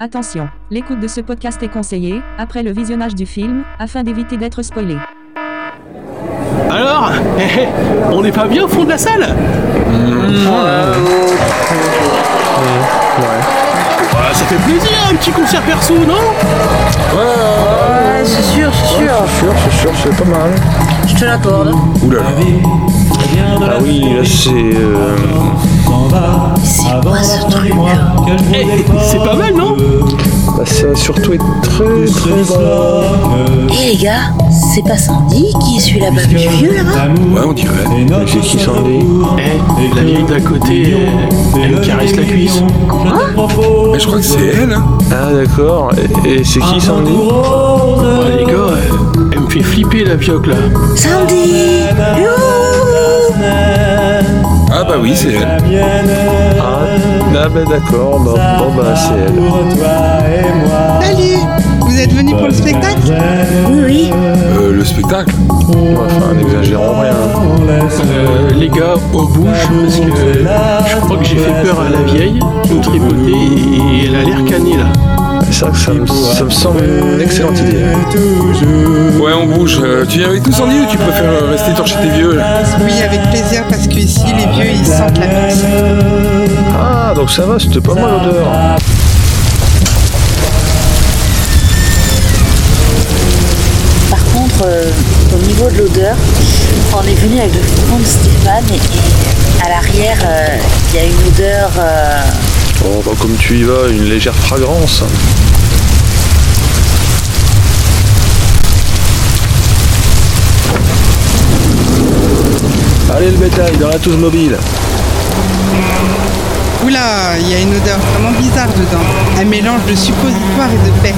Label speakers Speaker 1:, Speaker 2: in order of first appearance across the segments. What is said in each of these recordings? Speaker 1: Attention, l'écoute de ce podcast est conseillée, après le visionnage du film, afin d'éviter d'être spoilé.
Speaker 2: Alors, hé, hé, on n'est pas bien au fond de la salle
Speaker 3: Mm.
Speaker 2: Mm. Ah, Ça fait plaisir, un petit concert perso, non
Speaker 4: Ouais, c'est sûr, c'est sûr.
Speaker 3: C'est sûr, c'est sûr, c'est pas mal.
Speaker 4: Je te l'accorde.
Speaker 3: Ouh là là. Ah oui, là c'est. euh,
Speaker 4: C'est quoi ce truc
Speaker 2: Eh, C'est pas mal, non
Speaker 3: bah, ça a surtout été très très bas.
Speaker 4: Eh les gars, c'est pas Sandy qui essuie la bague du vieux hein là-bas
Speaker 3: Ouais, on dirait. Mais c'est qui Sandy
Speaker 2: Eh, la vieille d'à côté, elle, elle me caresse la cuisse.
Speaker 3: Mais Je crois que c'est elle. hein. Ah d'accord. Et, et c'est qui Sandy
Speaker 2: Ouais, Ah, les gars, euh, elle, elle me fait flipper la pioque, là.
Speaker 4: Sandy Youhou
Speaker 3: Ah bah oui, c'est elle. Ah, ah bah d'accord. Bon, bon, bah c'est elle.
Speaker 5: Salut Vous êtes venu pour le spectacle
Speaker 4: Oui, oui.
Speaker 3: Euh, le spectacle Ouais, Enfin, n'exagérons rien.
Speaker 2: Euh, les gars, aux bouches, parce que je crois que j'ai fait peur à la vieille, je me tripotais et, elle a l'air canée, là.
Speaker 3: C'est vrai que ça me, ça me semble une excellente idée. Ouais, on bouge. Euh, tu viens avec nous, Sandy, ou tu préfères euh, rester torcher tes vieux
Speaker 5: Oui, avec plaisir, parce que ici, les vieux, ils sentent la mix.
Speaker 3: Ah, donc ça va, c'était pas mal l'odeur.
Speaker 4: Par contre, euh, au niveau de l'odeur, on est venu avec le front de Stéphane et, et à l'arrière, euh, il y a une odeur... euh,
Speaker 3: Oh, bah, comme tu y vas, une légère fragrance. Allez, le bétail, dans la touche mobile.
Speaker 5: Oula, il y a une odeur vraiment bizarre dedans. Un mélange de suppositoire et de paix.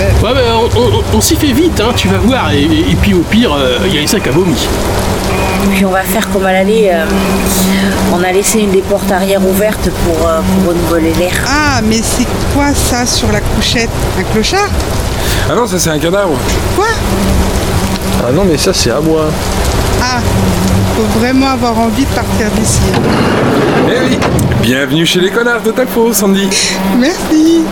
Speaker 5: Euh,
Speaker 2: Ouais, mais on, on- on- on s'y fait vite, hein, tu vas voir, et, et puis au pire, euh, il y a les sacs à vomi.
Speaker 4: Puis on va faire comme à l'aller, euh, on a laissé une des portes arrière ouvertes pour, euh, pour renouveler l'air.
Speaker 5: Ah, mais c'est quoi ça sur la couchette Un clochard
Speaker 3: Ah non, ça c'est un cadavre.
Speaker 5: Quoi
Speaker 3: Ah non, mais ça c'est à moi.
Speaker 5: Ah, faut vraiment avoir envie de partir d'ici. hein.
Speaker 3: Eh oui, bienvenue chez les connards de Taco, Sandy.
Speaker 5: Merci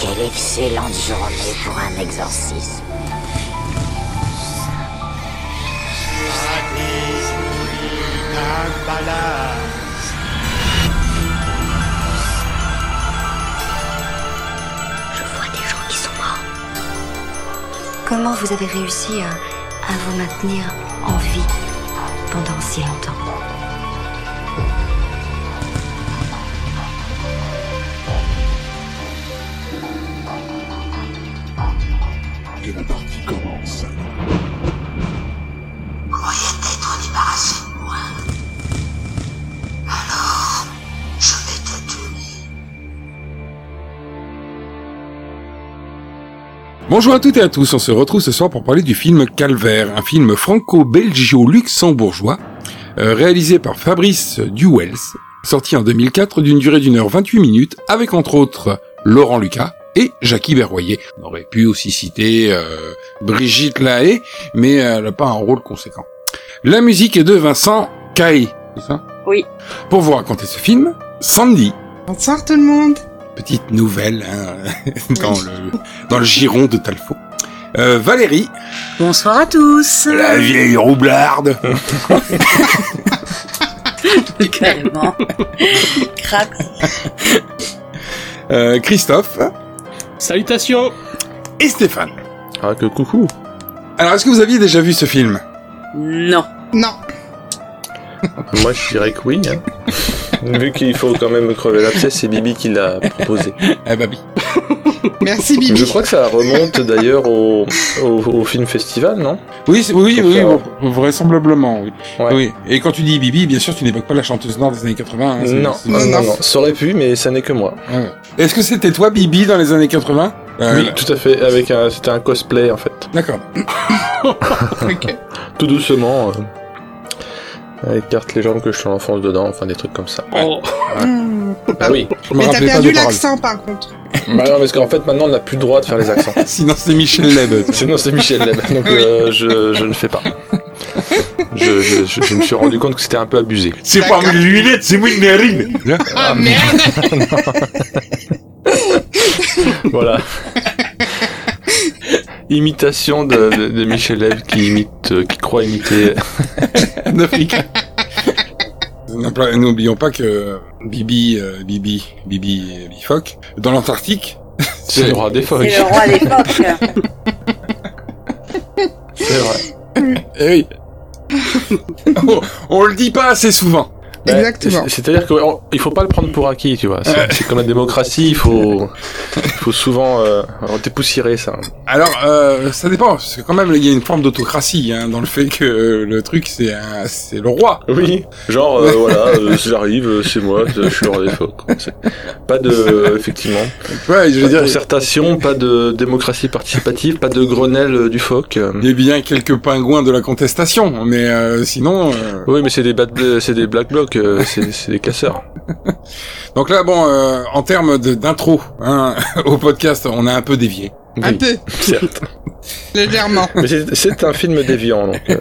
Speaker 6: Quelle excellente journée pour un exorcisme. Je vois des gens qui sont morts.
Speaker 7: Comment vous avez réussi à, à vous maintenir en vie pendant si longtemps
Speaker 6: croyais t'être débarrassé de moi. Alors, je vais te donner
Speaker 8: Bonjour à toutes et à tous, on se retrouve ce soir pour parler du film Calvaire, un film franco-belgio-luxembourgeois euh, réalisé par Fabrice Duwels, sorti en 2004 d'une durée d'une heure 28 minutes avec entre autres Laurent Lucas et Jackie Berroyer. On aurait pu aussi citer euh, Brigitte Lahaye, mais elle n'a pas un rôle conséquent. La musique est de Vincent Caille, c'est ça
Speaker 9: Oui.
Speaker 8: Pour vous raconter ce film, Sandy,
Speaker 5: Bonsoir tout le monde
Speaker 8: petite nouvelle hein, dans, le, dans le giron de Talfo. Euh, Valérie,
Speaker 4: Bonsoir à tous
Speaker 8: la vieille roublarde.
Speaker 4: Carrément. Crac.
Speaker 8: Euh, Christophe
Speaker 2: Salutations
Speaker 8: et Stéphane.
Speaker 3: Ah, que coucou.
Speaker 8: Alors, est-ce que vous aviez déjà vu ce film
Speaker 9: Non.
Speaker 5: Non,
Speaker 3: Moi, je dirais que oui. hein. Vu qu'il faut quand même crever l'abcès, c'est Bibi qui l'a proposé.
Speaker 8: Eh bah oui.
Speaker 5: merci Bibi
Speaker 3: Je crois que ça remonte d'ailleurs au, au, au film festival, non
Speaker 8: Oui, c'est- oui,
Speaker 3: Sauf
Speaker 8: oui,
Speaker 3: que-
Speaker 8: bon, vraisemblablement, oui.
Speaker 3: Ouais.
Speaker 8: oui. Et quand tu dis Bibi, bien sûr, tu n'évoques pas la chanteuse nord des années 80. hein, c'est-
Speaker 3: non.
Speaker 8: c'est-
Speaker 3: non,
Speaker 5: non.
Speaker 3: non, non. Ça aurait pu, mais ça n'est que moi.
Speaker 8: Ouais, ouais. Est-ce que c'était toi, Bibi, dans les années 80 Euh,
Speaker 3: oui, tout à fait. Avec un, c'était un cosplay en fait,
Speaker 8: D'accord.
Speaker 3: tout doucement. euh. écarte les jambes que je suis en enfance dedans, enfin des trucs comme ça.
Speaker 5: Mmh.
Speaker 3: Ah oui.
Speaker 8: Je me
Speaker 5: Mais t'as
Speaker 8: rappelais pas
Speaker 5: perdu
Speaker 8: des paroles.
Speaker 5: l'accent par contre.
Speaker 3: Bah non, parce qu'en fait maintenant on n'a plus le droit de faire les accents.
Speaker 8: Sinon c'est Michel Leb.
Speaker 3: Sinon c'est Michel Leb, donc euh, je, je ne fais pas. Je, je- je- je me suis rendu compte que c'était un peu abusé.
Speaker 8: C'est
Speaker 5: pas
Speaker 8: mes
Speaker 5: mes
Speaker 8: lunettes, c'est mes narines.
Speaker 5: Ah merde
Speaker 3: Voilà. Imitation de, de- de Michel Leb qui imite, euh, qui croit imiter.
Speaker 8: Un Africain. N'empl- N'oublions pas que Bibi, euh, Bibi, Bibi, euh, Bifoc, dans l'Antarctique,
Speaker 3: C'est le roi des phoques.
Speaker 10: C'est le roi à l'époque.
Speaker 3: C'est vrai.
Speaker 8: eh oui. on, on le dit pas assez souvent.
Speaker 3: Ouais,
Speaker 5: Exactement.
Speaker 3: c'est- C'est-à-dire qu'il faut pas le prendre pour acquis, tu vois. C'est c'est comme la démocratie, il faut, il faut souvent euh, dépoussiérer ça.
Speaker 8: Alors, euh, ça dépend, parce que quand même, il y a une forme d'autocratie hein, dans le fait que euh, le truc, c'est un- c'est le roi.
Speaker 3: Oui. Genre, euh, voilà, euh, j'arrive, euh, c'est moi, je suis le roi des phoques. C'est- Pas de, euh, effectivement,
Speaker 8: Ouais, je
Speaker 3: pas
Speaker 8: veux
Speaker 3: de
Speaker 8: dire, euh,
Speaker 3: concertation, pas de démocratie participative, pas de Grenelle euh, du phoque. euh.
Speaker 8: il y a bien quelques pingouins de la contestation, mais euh, sinon... euh,
Speaker 3: Oui, mais c'est des, bad- c'est des black blocs, euh, c'est c'est des casseurs.
Speaker 8: Donc là, bon, euh, en termes de- d'intro hein, au podcast, on a un peu dévié.
Speaker 5: Un
Speaker 3: Oui,
Speaker 5: peu,
Speaker 3: certes.
Speaker 5: légèrement.
Speaker 3: Mais c'est- c'est un film déviant, donc euh,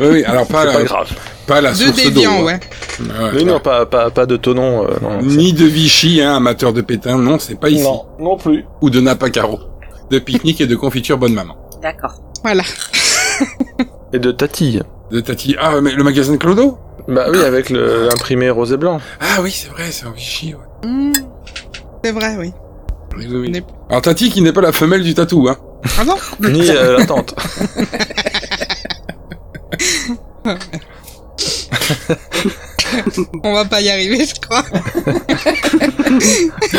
Speaker 8: Oui, oui, alors pas,
Speaker 3: c'est pas
Speaker 8: la,
Speaker 3: grave.
Speaker 8: pas la
Speaker 5: Deux
Speaker 8: source
Speaker 5: déviants,
Speaker 8: d'eau,
Speaker 5: ouais.
Speaker 8: hein. Ouais,
Speaker 3: Oui, non, pas, pas, pas de tonon. euh, non, c'est-
Speaker 8: Ni de Vichy, hein, amateur de pétain, non, c'est pas ici.
Speaker 3: non, non plus.
Speaker 8: Ou de Napacaro. De pique-nique et de confiture bonne maman.
Speaker 10: D'accord.
Speaker 5: Voilà.
Speaker 3: Et de Tati.
Speaker 8: De Tati. Ah, mais le magasin Clodo
Speaker 3: Bah oui, avec le- l'imprimé rose et blanc.
Speaker 8: Ah oui, c'est vrai, c'est un Vichy, ouais.
Speaker 5: Mmh. C'est vrai, oui.
Speaker 8: Oui, oui, oui.
Speaker 5: N'est-
Speaker 8: Alors Tati qui n'est pas la femelle du tatou, hein.
Speaker 5: Ah non
Speaker 3: Ni euh, la tante.
Speaker 5: On va pas y arriver, je crois.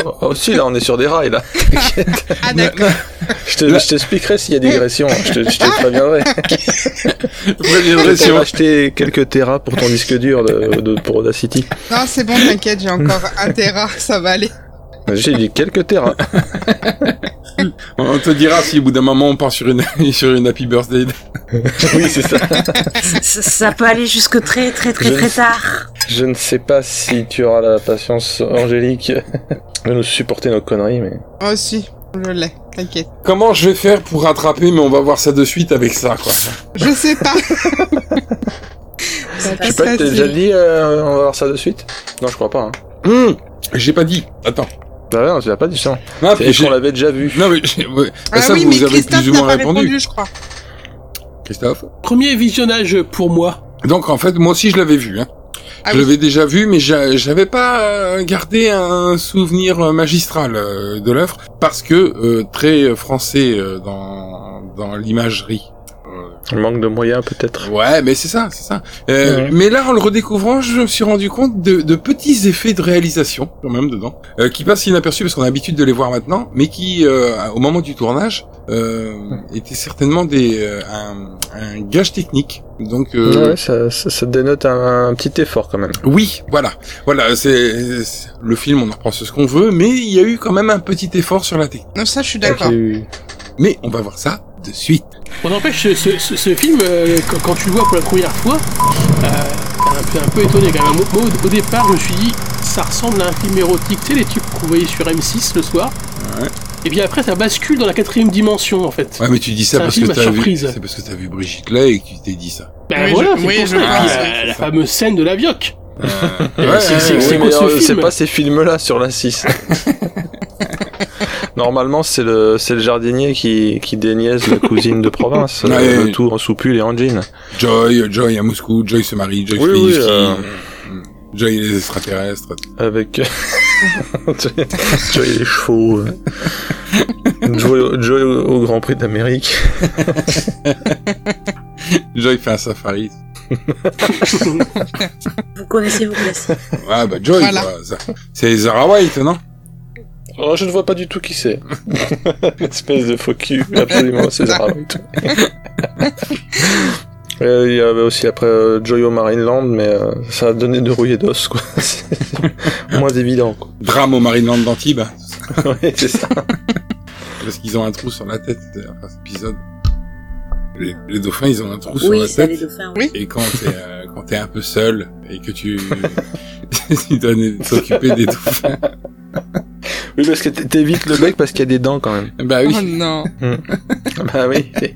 Speaker 3: Oh, oh, si, là, on est sur des rails, là.
Speaker 5: Ah d'accord.
Speaker 3: Je te- je t'expliquerai s'il y a digression. Je te, je te préviendrai. Je vais acheter quelques terras pour ton disque dur de, de- pour Audacity.
Speaker 5: Non, c'est bon, t'inquiète, j'ai encore un terrain, ça va aller.
Speaker 3: J'ai dit quelques terras.
Speaker 8: On te dira si au bout d'un moment on part sur une, sur une Happy Birthday.
Speaker 3: Oui, c'est ça.
Speaker 10: Ça, ça peut aller jusque très très très
Speaker 3: Je-
Speaker 10: très tard.
Speaker 3: Je ne sais pas si tu auras la patience angélique de nous supporter nos conneries, mais...
Speaker 5: Oh si, je l'ai, t'inquiète.
Speaker 8: Comment je vais faire pour rattraper, mais on va voir ça de suite avec ça, quoi.
Speaker 5: Je sais pas.
Speaker 10: C'est
Speaker 3: Je sais pas, t'as déjà dit, euh, on va voir ça de suite Non, je crois pas. Hein.
Speaker 8: Hum, j'ai pas dit. Attends.
Speaker 3: Bah ouais, on se l'a pas dit ça.
Speaker 8: Ah,
Speaker 3: C'est
Speaker 8: puis j'ai-
Speaker 3: qu'on l'avait déjà vu.
Speaker 8: Non, mais, j'ai- ouais. Bah,
Speaker 5: Ah
Speaker 8: ça,
Speaker 5: oui,
Speaker 8: vous
Speaker 5: mais
Speaker 8: avez
Speaker 5: Christophe
Speaker 8: plus ou
Speaker 5: n'a
Speaker 8: moins
Speaker 5: pas
Speaker 8: répondu.
Speaker 5: répondu, je crois.
Speaker 8: Christophe.
Speaker 2: Premier visionnage pour moi.
Speaker 8: Donc, en fait, moi aussi, je l'avais vu, hein.
Speaker 5: Ah
Speaker 8: je
Speaker 5: oui.
Speaker 8: l'avais déjà vu, mais j'a- j'avais pas euh, gardé un souvenir euh, magistral euh, de l'œuvre parce que euh, très français euh, dans dans l'imagerie. Euh,
Speaker 3: Le manque de moyens, peut-être.
Speaker 8: Ouais, mais c'est ça, c'est ça. Euh,
Speaker 3: Ouais.
Speaker 8: Mais là, en le redécouvrant, je me suis rendu compte de, de petits effets de réalisation quand même dedans, euh, qui passent inaperçus parce qu'on a l'habitude de les voir maintenant, mais qui, euh, au moment du tournage, euh, étaient certainement des euh, un, un gage technique. Donc euh,
Speaker 3: Ouais, ça, ça, ça dénote un, un petit effort, quand même.
Speaker 8: oui, voilà, voilà, c'est c'est- le film, on en pense ce qu'on veut, mais il y a eu quand même un petit effort sur la technique.
Speaker 5: Non, ça, je suis
Speaker 8: Ah.
Speaker 5: d'accord.
Speaker 3: J'ai-
Speaker 8: Mais on va voir ça de suite.
Speaker 2: On empêche ce, ce- ce- ce film, euh, quand, quand tu le vois pour la première fois, euh, un, peu, un peu étonné quand même. Moi, au, au départ, je me suis dit, ça ressemble à un film érotique, tu sais, les trucs qu'on voyait sur M6 le soir.
Speaker 8: Ouais.
Speaker 2: Et puis après, ça bascule dans la quatrième dimension, en fait.
Speaker 8: Ouais, mais tu dis
Speaker 2: C'est
Speaker 8: ça
Speaker 2: un
Speaker 8: parce que
Speaker 2: film à
Speaker 8: t'as vu,
Speaker 2: surprise.
Speaker 8: c'est parce que t'as vu Brigitte Lay et que tu t'es dit ça.
Speaker 2: Ben
Speaker 5: Oui,
Speaker 2: voilà,
Speaker 5: je-
Speaker 2: c'est
Speaker 5: oui,
Speaker 2: pour
Speaker 5: je
Speaker 2: ça. Et puis,
Speaker 5: pense,
Speaker 2: euh,
Speaker 8: oui.
Speaker 2: la fameuse scène de la vioque.
Speaker 8: Ouais,
Speaker 2: c'est-
Speaker 8: ouais,
Speaker 2: c'est-
Speaker 8: ouais,
Speaker 2: c'est-
Speaker 8: ouais.
Speaker 2: quoi
Speaker 3: mais,
Speaker 2: ce
Speaker 3: euh,
Speaker 2: film
Speaker 3: c'est pas ces films-là sur la 6. Normalement, c'est le, c'est le jardinier qui, qui déniaise la cousine de province, euh,
Speaker 8: Ouais.
Speaker 3: le tout en soupule et en jean.
Speaker 8: Joy, euh, Joy à Moscou, Joy se marie, Joy
Speaker 3: Oui,
Speaker 8: se fait
Speaker 3: oui,
Speaker 8: ici,
Speaker 3: euh.
Speaker 8: Joy et les extraterrestres.
Speaker 3: Avec. tu vois, tu vois, les chevaux. euh. Joy, au- Joy au, au Grand Prix d'Amérique.
Speaker 8: Joy fait un safari.
Speaker 10: Vous connaissez vos classiques.
Speaker 8: Ah bah Joy,
Speaker 5: Voilà.
Speaker 8: quoi, ça- c'est Zara White, non
Speaker 3: Oh, je ne vois pas du tout qui c'est. Espèce de faux cul, absolument, c'est Zara. Euh, Il y avait aussi après euh, Joy au Marineland, mais euh, ça a donné de rouillé d'os, quoi. C'est moins évident, quoi.
Speaker 8: Drame au Marineland d'Antibes, hein.
Speaker 3: Ouais, c'est ça.
Speaker 8: parce qu'ils ont un trou sur la tête euh, après cet épisode. Les, les dauphins, ils ont un trou sur
Speaker 10: Oui,
Speaker 8: la
Speaker 10: c'est les
Speaker 8: tête.
Speaker 10: dauphins.
Speaker 5: Oui.
Speaker 8: Et quand t'es euh, quand t'es un peu seul et que tu tu dois t'occuper des dauphins,
Speaker 3: Oui, parce que t- t'évites le bec parce qu'il y a des dents quand même.
Speaker 8: bah
Speaker 5: Oh
Speaker 8: oui.
Speaker 5: non.
Speaker 3: Ah bah oui, c'est-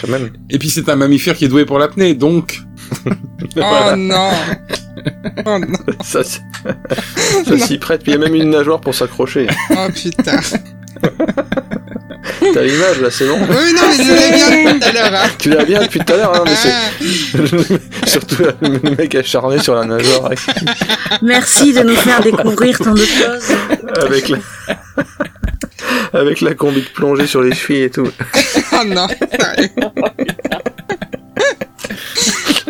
Speaker 3: quand même.
Speaker 8: Et puis c'est un mammifère qui est doué pour l'apnée, donc
Speaker 5: Oh
Speaker 3: Voilà.
Speaker 5: non. Oh non.
Speaker 3: Ça, c'est- ça s'y prête. Puis il y a même une nageoire pour s'accrocher.
Speaker 5: Oh putain.
Speaker 3: T'as l'image là, c'est bon.
Speaker 5: Oui, non, mais c'était bien tout à l'heure. hein.
Speaker 3: Tu l'as bien depuis tout à l'heure, hein, mais c'est
Speaker 5: Ah.
Speaker 3: surtout le mec acharné sur la nageoire avec,
Speaker 10: Merci de nous faire découvrir tant de choses.
Speaker 3: avec la avec la combi de plongée sur les chevilles et tout.
Speaker 5: Oh non. sérieux.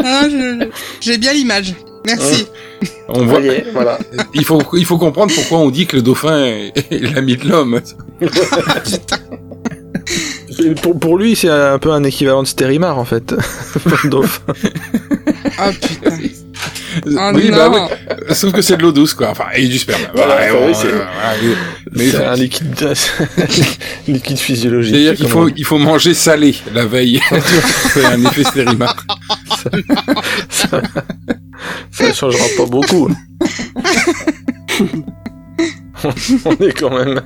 Speaker 5: Ah, je- J'ai bien l'image. Merci.
Speaker 8: on voit.
Speaker 3: Vous voyez, voilà.
Speaker 8: Il faut il faut comprendre pourquoi on dit que le dauphin est, est l'ami de l'homme.
Speaker 3: Et Pour, pour lui, c'est un peu un équivalent de Stérimar en fait. Dauphin.
Speaker 5: Oh putain. Oh
Speaker 8: oui,
Speaker 5: non.
Speaker 8: Ah. bah oui. Sauf que c'est de l'eau douce quoi. Enfin et du sperme.
Speaker 3: Voilà,
Speaker 8: Ouais,
Speaker 3: enfin,
Speaker 8: bon,
Speaker 3: Ah, oui, c'est-
Speaker 8: euh, voilà, oui. Mais
Speaker 3: c'est un liquide, liquide physiologique.
Speaker 8: C'est-à-dire qu'il
Speaker 3: comment
Speaker 8: faut, il faut manger salé la veille. c'est un effet stérimar.
Speaker 3: Ça changera pas beaucoup. hein. on est quand même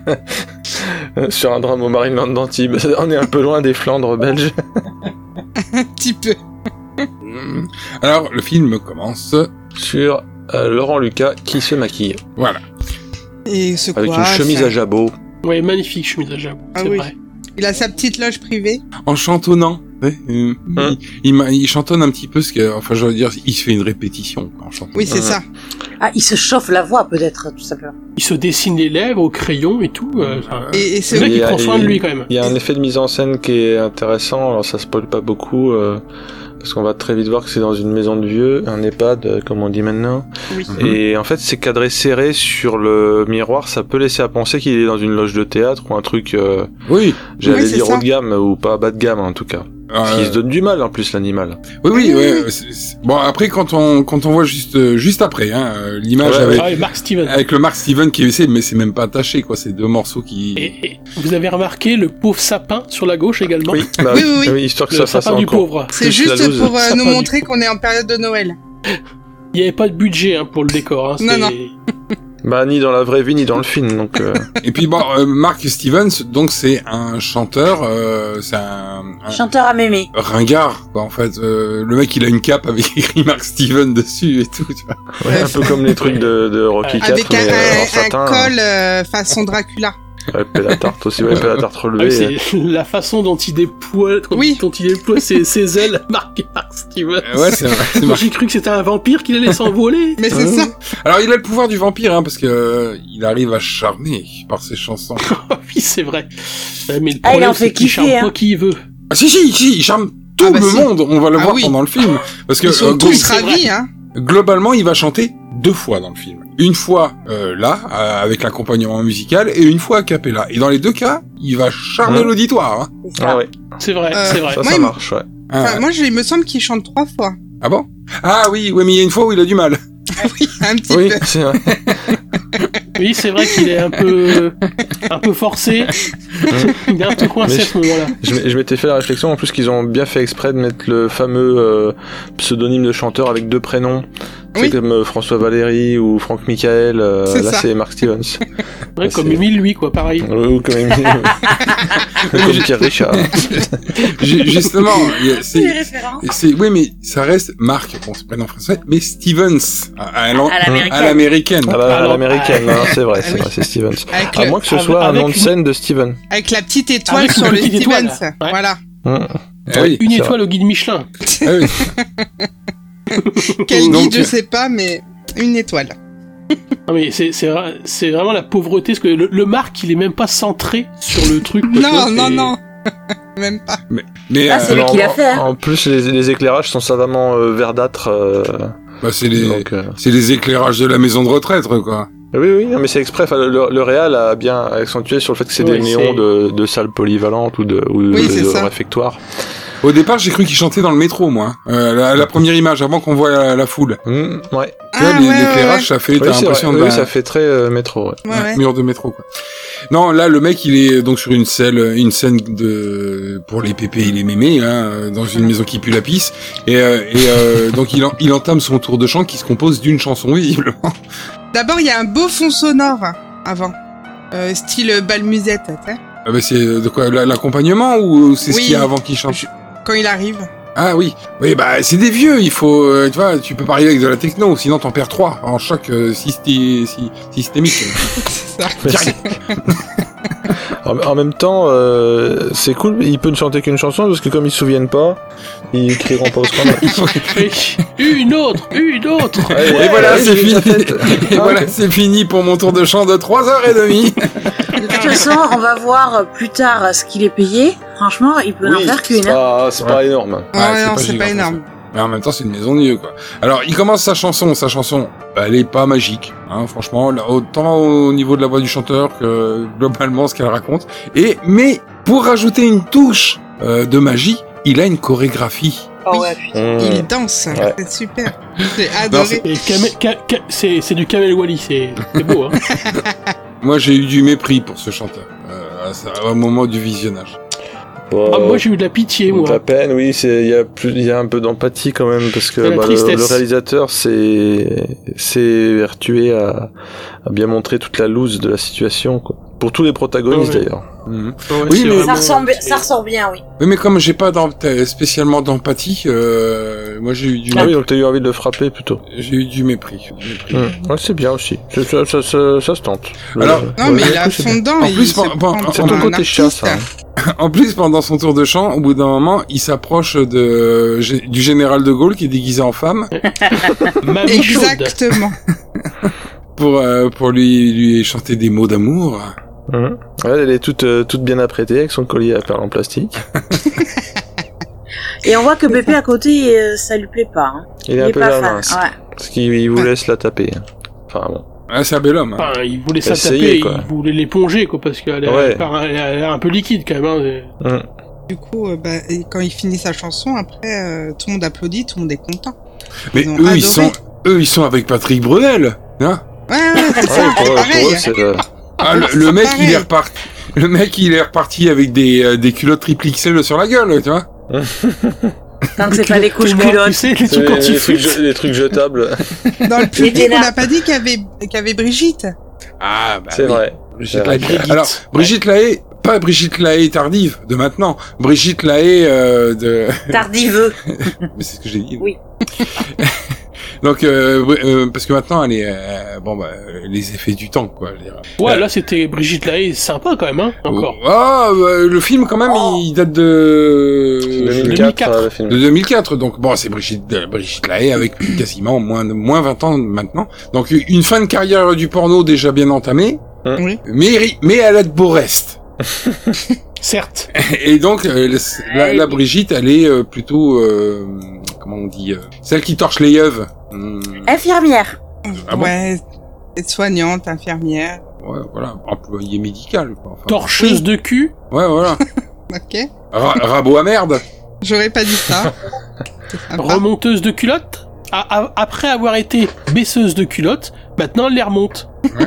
Speaker 3: euh, sur un drame au Marineland d'Antibes. On est un peu loin des Flandres belges.
Speaker 5: Un petit peu.
Speaker 8: Alors, le film commence.
Speaker 3: Sur euh, Laurent Lucas qui se maquille
Speaker 8: Voilà.
Speaker 5: Et ce
Speaker 3: avec une chemise à jabot.
Speaker 2: Ouais, magnifique chemise à jabot,
Speaker 5: Ah
Speaker 2: c'est
Speaker 5: oui.
Speaker 2: vrai.
Speaker 5: Il a sa petite loge privée.
Speaker 8: En chantonnant. ouais, euh,
Speaker 3: Hein.
Speaker 8: il, il m'a- il chantonne un petit peu ce que, enfin, je veux dire, il se fait une répétition en chantant.
Speaker 5: Oui, c'est
Speaker 3: Ah.
Speaker 5: ça.
Speaker 10: Ah, il se chauffe la voix peut-être, tout simplement.
Speaker 2: Il se dessine les lèvres au crayon et tout. euh, enfin,
Speaker 5: Et, et
Speaker 2: c'est
Speaker 5: c'est
Speaker 2: vrai
Speaker 3: Et-
Speaker 2: qu'il prend soin de lui quand même.
Speaker 3: Il y a un effet de mise en scène qui est intéressant. Alors ça spoil pas beaucoup euh, parce qu'on va très vite voir que c'est dans une maison de vieux, un EHPAD euh, comme on dit maintenant.
Speaker 5: Oui.
Speaker 2: Mhm.
Speaker 3: Et en fait, c'est cadré serré sur le miroir, ça peut laisser à penser qu'il est dans une loge de théâtre ou un truc. euh,
Speaker 8: Oui.
Speaker 3: J'allais
Speaker 5: Oui, c'est
Speaker 3: dire
Speaker 5: ça.
Speaker 3: haut de gamme ou pas bas de gamme en tout cas. Parce qu'il
Speaker 8: Euh,
Speaker 3: se donne du mal en plus l'animal.
Speaker 8: oui, oui, ouais, c'est- c'est- Bon, après, quand on, quand on voit juste, euh, juste après, hein, euh, l'image
Speaker 3: Ouais,
Speaker 8: avec,
Speaker 2: Ah, et Mark Steven.
Speaker 8: avec le Mark Steven qui essaie, mais c'est même pas attaché, quoi. C'est deux morceaux qui.
Speaker 2: Et, et vous avez remarqué le pauvre sapin sur la gauche également
Speaker 3: bah,
Speaker 5: Oui, oui, oui.
Speaker 3: histoire que
Speaker 2: Le
Speaker 3: ça fasse
Speaker 2: sapin du
Speaker 3: encore.
Speaker 2: pauvre.
Speaker 5: C'est
Speaker 3: plus la
Speaker 5: juste
Speaker 3: loose.
Speaker 5: pour euh,
Speaker 2: Ça
Speaker 5: nous
Speaker 2: pas du
Speaker 5: montrer qu'on est en période de Noël.
Speaker 2: Il n'y avait pas de budget hein, pour le décor. Hein,
Speaker 5: Non,
Speaker 2: c'est-
Speaker 5: non.
Speaker 3: Bah ni dans la vraie vie ni dans le film donc. euh,
Speaker 8: Et puis, bon, euh, Mark Stevens, donc, c'est un chanteur, euh, c'est un- un,
Speaker 10: Chanteur à mémé.
Speaker 8: ringard quoi en fait Euh, le mec il a une cape avec écrit Mark Steven dessus et tout tu vois.
Speaker 3: ouais, un peu comme les trucs de, de Rocky 4
Speaker 5: Avec un,
Speaker 3: mais euh, en
Speaker 5: un- un
Speaker 8: hein.
Speaker 3: satin.
Speaker 5: col euh, façon Dracula.
Speaker 3: Ouais, Pélatarte aussi, ouais, Pélatarte
Speaker 2: Ah oui,
Speaker 3: relevée. euh,
Speaker 2: c'est la façon dont il déploie, dont,
Speaker 5: Oui.
Speaker 2: dont il déploie ses, ses ailes, Mark, Mark Steven.
Speaker 3: Eh
Speaker 8: Euh, ouais c'est vrai, c'est
Speaker 2: Moi,
Speaker 8: vrai.
Speaker 2: j'ai cru que c'était un vampire qui allait s'envoler.
Speaker 5: Mais
Speaker 8: Hein
Speaker 5: c'est ça.
Speaker 8: alors il a le pouvoir du vampire hein, parce que euh, il arrive à charmer par ses chansons
Speaker 2: Ah oui, c'est vrai. Euh, Mais le
Speaker 10: Ah, il
Speaker 2: problème,
Speaker 10: en fait
Speaker 2: c'est qu'il
Speaker 10: kiffer,
Speaker 2: charme
Speaker 10: hein.
Speaker 2: pas qui il veut.
Speaker 8: ah si si si il charme tout
Speaker 5: Ah, bah,
Speaker 8: le
Speaker 5: si.
Speaker 8: monde on va le
Speaker 5: Ah
Speaker 8: voir
Speaker 5: oui.
Speaker 8: pendant le film parce que
Speaker 5: Ils sont
Speaker 8: euh,
Speaker 5: tous
Speaker 8: glo-
Speaker 2: c'est vrai.
Speaker 5: ravis, hein.
Speaker 8: globalement il va chanter deux fois dans le film une fois euh, là euh, avec l'accompagnement musical et une fois a cappella et dans les deux cas il va charmer
Speaker 3: Ouais.
Speaker 8: l'auditoire hein.
Speaker 10: C'est ça.
Speaker 3: Ah ouais,
Speaker 2: C'est vrai,
Speaker 5: Euh,
Speaker 2: c'est vrai.
Speaker 3: ça,
Speaker 5: Moi,
Speaker 3: ça
Speaker 5: il-
Speaker 3: marche, ouais.
Speaker 8: Ah,
Speaker 5: Enfin, moi, je, il me semble qu'il chante trois fois.
Speaker 8: ah bon ah oui ouais mais il y a une fois où il a du mal
Speaker 5: Oui, un petit
Speaker 3: Oui,
Speaker 5: peu.
Speaker 3: c'est vrai.
Speaker 2: Oui, c'est vrai qu'il est un peu, un peu forcé. Il est un peu coincé
Speaker 3: Mais
Speaker 2: à ce moment-là.
Speaker 3: Je m'ai- je m'étais fait la réflexion, en plus qu'ils ont bien fait exprès de mettre le fameux euh, pseudonyme de chanteur avec deux prénoms. C'est
Speaker 5: Oui.
Speaker 3: comme euh, François Valéry ou Franck Michael, euh,
Speaker 5: C'est
Speaker 3: là
Speaker 5: ça.
Speaker 3: c'est Mark Stevens.
Speaker 2: Ouais,
Speaker 3: c'est-
Speaker 2: comme Emile, lui, quoi, pareil.
Speaker 3: ou comme, Émile- comme Pierre Richard.
Speaker 8: Ju- justement il y a- c'est-
Speaker 10: références.
Speaker 8: Et c'est oui, mais ça reste Marc, bon, c'est pas en français, mais Stevens à, à
Speaker 3: Hein
Speaker 8: l'an-
Speaker 10: À
Speaker 8: à
Speaker 10: l'américaine.
Speaker 8: l'américaine.
Speaker 3: Ah bah, à
Speaker 2: Alors,
Speaker 3: l'américaine, hein, c'est vrai,
Speaker 5: Ah
Speaker 3: c'est
Speaker 5: oui.
Speaker 3: vrai, c'est Stevens.
Speaker 5: Avec,
Speaker 3: À
Speaker 8: Ah
Speaker 5: le-
Speaker 3: moins que ce
Speaker 2: avec-
Speaker 3: soit un nom de
Speaker 2: avec-
Speaker 3: scène de Steven.
Speaker 5: avec la petite étoile
Speaker 2: Avec
Speaker 5: sur
Speaker 2: une
Speaker 5: le
Speaker 2: petite
Speaker 5: Stevens.
Speaker 2: étoile, ouais.
Speaker 5: Voilà.
Speaker 3: Hum.
Speaker 8: Ah oui,
Speaker 2: Euh, Une
Speaker 3: c'est
Speaker 2: étoile au guide Michelin.
Speaker 8: ah oui.
Speaker 5: Quel
Speaker 8: Donc,
Speaker 5: guide, je
Speaker 8: euh,
Speaker 5: sais pas, mais une étoile.
Speaker 2: Non mais c'est c'est vra- c'est vraiment la pauvreté parce que le, le Marc il est même pas centré sur le truc. tu vois,
Speaker 5: Non, non,
Speaker 2: c'est-
Speaker 5: non. Même pas.
Speaker 8: Mais
Speaker 10: Ah,
Speaker 8: euh,
Speaker 10: c'est lui
Speaker 3: Alors,
Speaker 10: qui l'a fait. hein.
Speaker 3: En plus, les, les éclairages sont savamment euh, verdâtres. euh,
Speaker 8: bah, c'est les,
Speaker 3: donc, euh,
Speaker 8: c'est les éclairages de la maison de retraite, quoi.
Speaker 3: Ah Oui, oui, non, mais c'est exprès. Enfin, le, le Real a bien accentué sur le fait que c'est
Speaker 2: Ouais,
Speaker 3: des néons
Speaker 2: c'est-
Speaker 3: de, de salles polyvalentes ou de, ou
Speaker 5: Oui,
Speaker 3: de,
Speaker 5: c'est
Speaker 3: de
Speaker 5: ça.
Speaker 3: réfectoires.
Speaker 8: Au départ, j'ai cru qu'il chantait dans le métro, moi. Euh, la, la première image, avant qu'on voit la, la foule.
Speaker 3: Mmh, ouais.
Speaker 8: Tu vois,
Speaker 5: Ah,
Speaker 8: les-
Speaker 5: ouais, ouais,
Speaker 8: l'éclairage,
Speaker 5: ouais.
Speaker 8: ça fait,
Speaker 3: Oui,
Speaker 8: t'as
Speaker 3: c'est
Speaker 8: l'impression
Speaker 3: vrai.
Speaker 8: d'un
Speaker 3: Oui, ça fait très euh, métro. Ouais.
Speaker 5: Ouais, ouais.
Speaker 8: mur de métro, quoi. Non, là, le mec, il est donc sur une selle, une scène de, pour les pépés et les mémés, hein, dans une maison qui pue la pisse. Et, euh, et euh, donc, il, en- il entame son tour de chant qui se compose d'une chanson, visiblement.
Speaker 5: D'abord, il y a un beau fond sonore avant. Euh, style balmusette, tu sais.
Speaker 8: Ah bah, c'est de quoi, la- l'accompagnement ou c'est ce
Speaker 5: Oui.
Speaker 8: qu'il y a avant qu'il chante?
Speaker 5: Quand il arrive.
Speaker 8: Ah oui, oui bah c'est des vieux, il faut, euh, tu vois, tu peux pas arriver avec de la techno, sinon t'en perds trois en choc euh, systé- si- systémique.
Speaker 5: C'est ça.
Speaker 8: Direct.
Speaker 3: En, en même temps, euh, c'est cool. Il peut ne chanter qu'une chanson parce que comme ils se souviennent pas, ils crieront pas au scandale.
Speaker 2: Et une autre, une autre.
Speaker 3: Ouais,
Speaker 8: Et voilà,
Speaker 3: ouais,
Speaker 8: c'est
Speaker 3: j'ai eu
Speaker 8: fini.
Speaker 3: la tête.
Speaker 8: Et
Speaker 3: Ah,
Speaker 8: voilà,
Speaker 3: ok.
Speaker 8: c'est fini pour mon tour de chant de 3h30.
Speaker 10: De toute façon, on va voir euh, plus tard euh, ce qu'il est payé. Franchement, il peut en
Speaker 3: Oui,
Speaker 10: faire
Speaker 3: c'est
Speaker 10: qu'une. hein.
Speaker 3: pas, c'est pas énorme.
Speaker 5: Ah,
Speaker 8: c'est
Speaker 5: non,
Speaker 8: pas
Speaker 5: c'est
Speaker 8: gigantesque.
Speaker 5: pas énorme.
Speaker 8: Mais en même temps, c'est une maison de vieux, quoi. Alors, il commence sa chanson, sa chanson, bah, elle est pas magique, hein, franchement, là, autant au niveau de la voix du chanteur que globalement ce qu'elle raconte. Et mais pour rajouter une touche euh, de magie, il a une chorégraphie.
Speaker 10: Ah ouais, putain.
Speaker 3: Mmh.
Speaker 5: Il danse,
Speaker 3: Euh, Ouais.
Speaker 5: c'est super. J'ai adoré.
Speaker 2: Et Kamel- Ka- Ka- c'est c'est du Kamel Wally, c'est c'est beau. Hein.
Speaker 8: Moi, j'ai eu du mépris pour ce chanteur euh, à ça- au moment du visionnage.
Speaker 3: Oh.
Speaker 2: Ah, moi j'ai eu de la pitié,
Speaker 3: De la
Speaker 2: moi.
Speaker 3: peine, oui, c'est- il y a plus, il y a un peu d'empathie quand même parce que
Speaker 2: De la
Speaker 3: bah, le,
Speaker 2: tristesse.
Speaker 3: le réalisateur s'est s'est vertué à, à bien montrer toute la loose de la situation quoi. Pour tous les protagonistes
Speaker 2: Ouais.
Speaker 3: d'ailleurs.
Speaker 8: Mhm.
Speaker 2: Ouais,
Speaker 8: Oui,
Speaker 2: c'est
Speaker 8: mais-
Speaker 2: vraiment-
Speaker 10: Ça ressort, bi-
Speaker 2: c'est-
Speaker 10: ça ressort bien, oui.
Speaker 8: Oui, mais comme j'ai pas d'emp- euh, spécialement d'empathie, euh, moi j'ai eu du
Speaker 3: Ah oui,
Speaker 8: mépris.
Speaker 3: donc t'as eu envie de le frapper plutôt. Mm.
Speaker 8: j'ai eu du mépris. du mépris.
Speaker 2: Mm.
Speaker 3: Ouais, c'est bien aussi. Ça, ça, ça, ça- ça se tente. Euh,
Speaker 8: Alors-
Speaker 3: Ouais.
Speaker 5: Non, mais il
Speaker 3: Ouais,
Speaker 5: a
Speaker 3: c'est
Speaker 5: fond
Speaker 3: bien.
Speaker 5: dedans.
Speaker 8: En
Speaker 5: il
Speaker 8: plus,
Speaker 5: se
Speaker 8: par-
Speaker 5: prend
Speaker 8: par-
Speaker 5: pour
Speaker 8: c'est
Speaker 3: C'est
Speaker 8: ton
Speaker 5: un
Speaker 3: ton côté chat,
Speaker 8: hein.
Speaker 5: artiste.
Speaker 3: ça.
Speaker 8: En plus, pendant son tour de chant, au bout d'un moment, il s'approche de gé- du général de Gaulle qui est déguisé en femme
Speaker 2: Ma vie chaude.
Speaker 5: Exactement.
Speaker 8: pour euh, pour lui lui chanter des mots d'amour.
Speaker 3: Mhm. Ouais, elle est toute, euh, toute bien apprêtée avec son collier à perles en plastique.
Speaker 10: Et on voit que Pépé à côté, euh, ça lui plaît pas. hein.
Speaker 3: Il est
Speaker 10: il
Speaker 3: un
Speaker 10: est
Speaker 3: peu
Speaker 10: pas
Speaker 3: la
Speaker 10: fan.
Speaker 3: mince.
Speaker 10: Ouais.
Speaker 3: Parce qu'il il vous laisse la taper. hein. Enfin bon.
Speaker 8: Ah, c'est un bel homme. hein.
Speaker 2: Enfin, il voulait ça taper,
Speaker 3: Essayez, quoi.
Speaker 2: il voulait l'éponger, quoi, parce qu'elle a,
Speaker 3: Ouais.
Speaker 2: elle part- elle a- elle a un peu liquide quand même. Hein.
Speaker 3: Mhm.
Speaker 5: Du coup, euh, bah, et quand il finit sa chanson, après, euh, tout le monde applaudit, tout le monde est content.
Speaker 8: Mais
Speaker 5: ils ont
Speaker 8: eux, ils
Speaker 5: adoré.
Speaker 8: sont eux, ils sont avec Patrick Brunel. Hein
Speaker 5: Ouais, ouais, c'est
Speaker 3: Ouais,
Speaker 5: ça,
Speaker 3: pour,
Speaker 5: c'est
Speaker 3: pour eux,
Speaker 5: pareil.
Speaker 3: c'est euh, le-
Speaker 8: Ah, le,
Speaker 5: C'est
Speaker 8: le mec, il
Speaker 5: pareil.
Speaker 8: est reparti. Le mec, il est reparti avec des, euh, des culottes triple XL sur la gueule, tu vois.
Speaker 10: Tant que c'est pas des couches
Speaker 2: Tu
Speaker 10: culottes.
Speaker 2: sais, les trucs
Speaker 3: les,
Speaker 2: anti
Speaker 3: trucs, je- les trucs jetables.
Speaker 5: Bah Dans le public, on
Speaker 10: ténards.
Speaker 5: n'a pas dit qu'il y avait, qu'il y avait Brigitte.
Speaker 8: Ah, bah.
Speaker 3: c'est
Speaker 8: oui.
Speaker 3: vrai.
Speaker 8: Brigitte
Speaker 3: C'est vrai.
Speaker 8: Lahaye. Alors, Brigitte Lahaye, pas Brigitte Lahaye tardive de maintenant. Brigitte Lahaye euh, de.
Speaker 10: Tardiveux.
Speaker 8: Mais c'est ce que j'ai dit.
Speaker 10: Oui.
Speaker 8: Donc, euh, Bri- euh, parce que maintenant, elle est. euh, bon, bah, les effets du temps, quoi. je veux dire.
Speaker 2: Ouais,
Speaker 3: euh,
Speaker 2: là c'était Brigitte Lahaye, sympa quand même, hein, encore.
Speaker 8: Ah, bah, le film, quand même, il date de.
Speaker 3: 2004, euh, le film.
Speaker 8: de 2004. Donc bon, c'est Brigitte, euh, Brigitte Lahaye avec quasiment moins de- moins 20 ans maintenant. Donc une fin de carrière du porno déjà bien entamée,
Speaker 5: Oui.
Speaker 8: mais ri- mais elle a de beaux restes.
Speaker 2: Certes.
Speaker 8: Et donc euh, la- la, la Brigitte, elle est euh, plutôt euh, comment on dit euh, celle qui torche les yeux. Mmh.
Speaker 10: Infirmière.
Speaker 8: Ah bon
Speaker 5: ouais, soignante, infirmière.
Speaker 8: voilà, employée médicale. Quoi, enfin,
Speaker 2: Ah, Torcheuse de cul.
Speaker 8: Ouais, voilà.
Speaker 5: Ok.
Speaker 8: Ra- rabot à merde.
Speaker 5: J'aurais pas dit ça. C'est sympa.
Speaker 2: remonteuse de culotte. A- a- après avoir été baisseuse de culotte, maintenant elle les remonte.
Speaker 8: Ouais.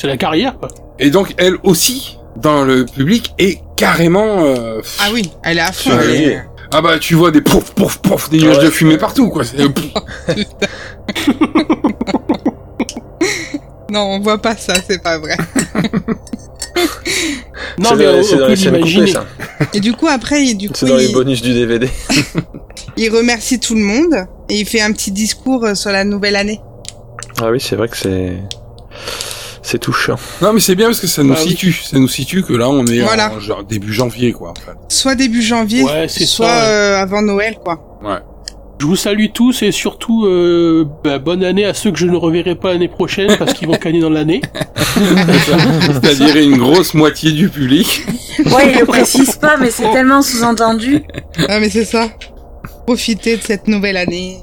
Speaker 2: C'est la carrière, quoi.
Speaker 8: Et donc elle aussi dans le public est carrément. euh,
Speaker 5: Ah oui, elle est à fond.
Speaker 8: Ah
Speaker 5: elle
Speaker 3: oui.
Speaker 5: est-
Speaker 8: Ah bah tu vois des pouf pouf pouf des nuages
Speaker 3: Ouais.
Speaker 8: de fumée partout quoi. C'est- euh, pff.
Speaker 5: Non, on voit pas ça, c'est pas vrai.
Speaker 2: Non,
Speaker 3: C'est
Speaker 2: mais
Speaker 3: dans-
Speaker 2: on,
Speaker 3: c'est dans
Speaker 2: on
Speaker 3: les
Speaker 2: peut
Speaker 3: scènes coupées,
Speaker 2: l'imaginer.
Speaker 3: ça.
Speaker 5: Et du coup, après, il- du coup,
Speaker 3: C'est dans les
Speaker 5: il,
Speaker 3: bonus du DVD.
Speaker 5: il remercie tout le monde et il fait un petit discours euh, sur la nouvelle année.
Speaker 3: Ah oui, c'est vrai que c'est. C'est touchant.
Speaker 8: Non mais c'est bien parce que ça nous
Speaker 2: Ah oui.
Speaker 8: situe, ça nous situe que là on est en
Speaker 5: Voilà.
Speaker 8: genre début janvier quoi. En fait.
Speaker 5: Soit début janvier,
Speaker 2: Ouais, c'est
Speaker 5: soit
Speaker 2: ça, ouais.
Speaker 5: euh, avant Noël, quoi.
Speaker 2: Je vous salue tous et surtout euh, bah, bonne année à ceux que je ne reverrai pas l'année prochaine parce qu'ils vont canner dans l'année.
Speaker 8: C'est-à-dire une grosse moitié du public.
Speaker 10: Ouais, il le précise pas, mais c'est tellement sous-entendu.
Speaker 5: ah, mais c'est ça. Profiter de cette nouvelle année.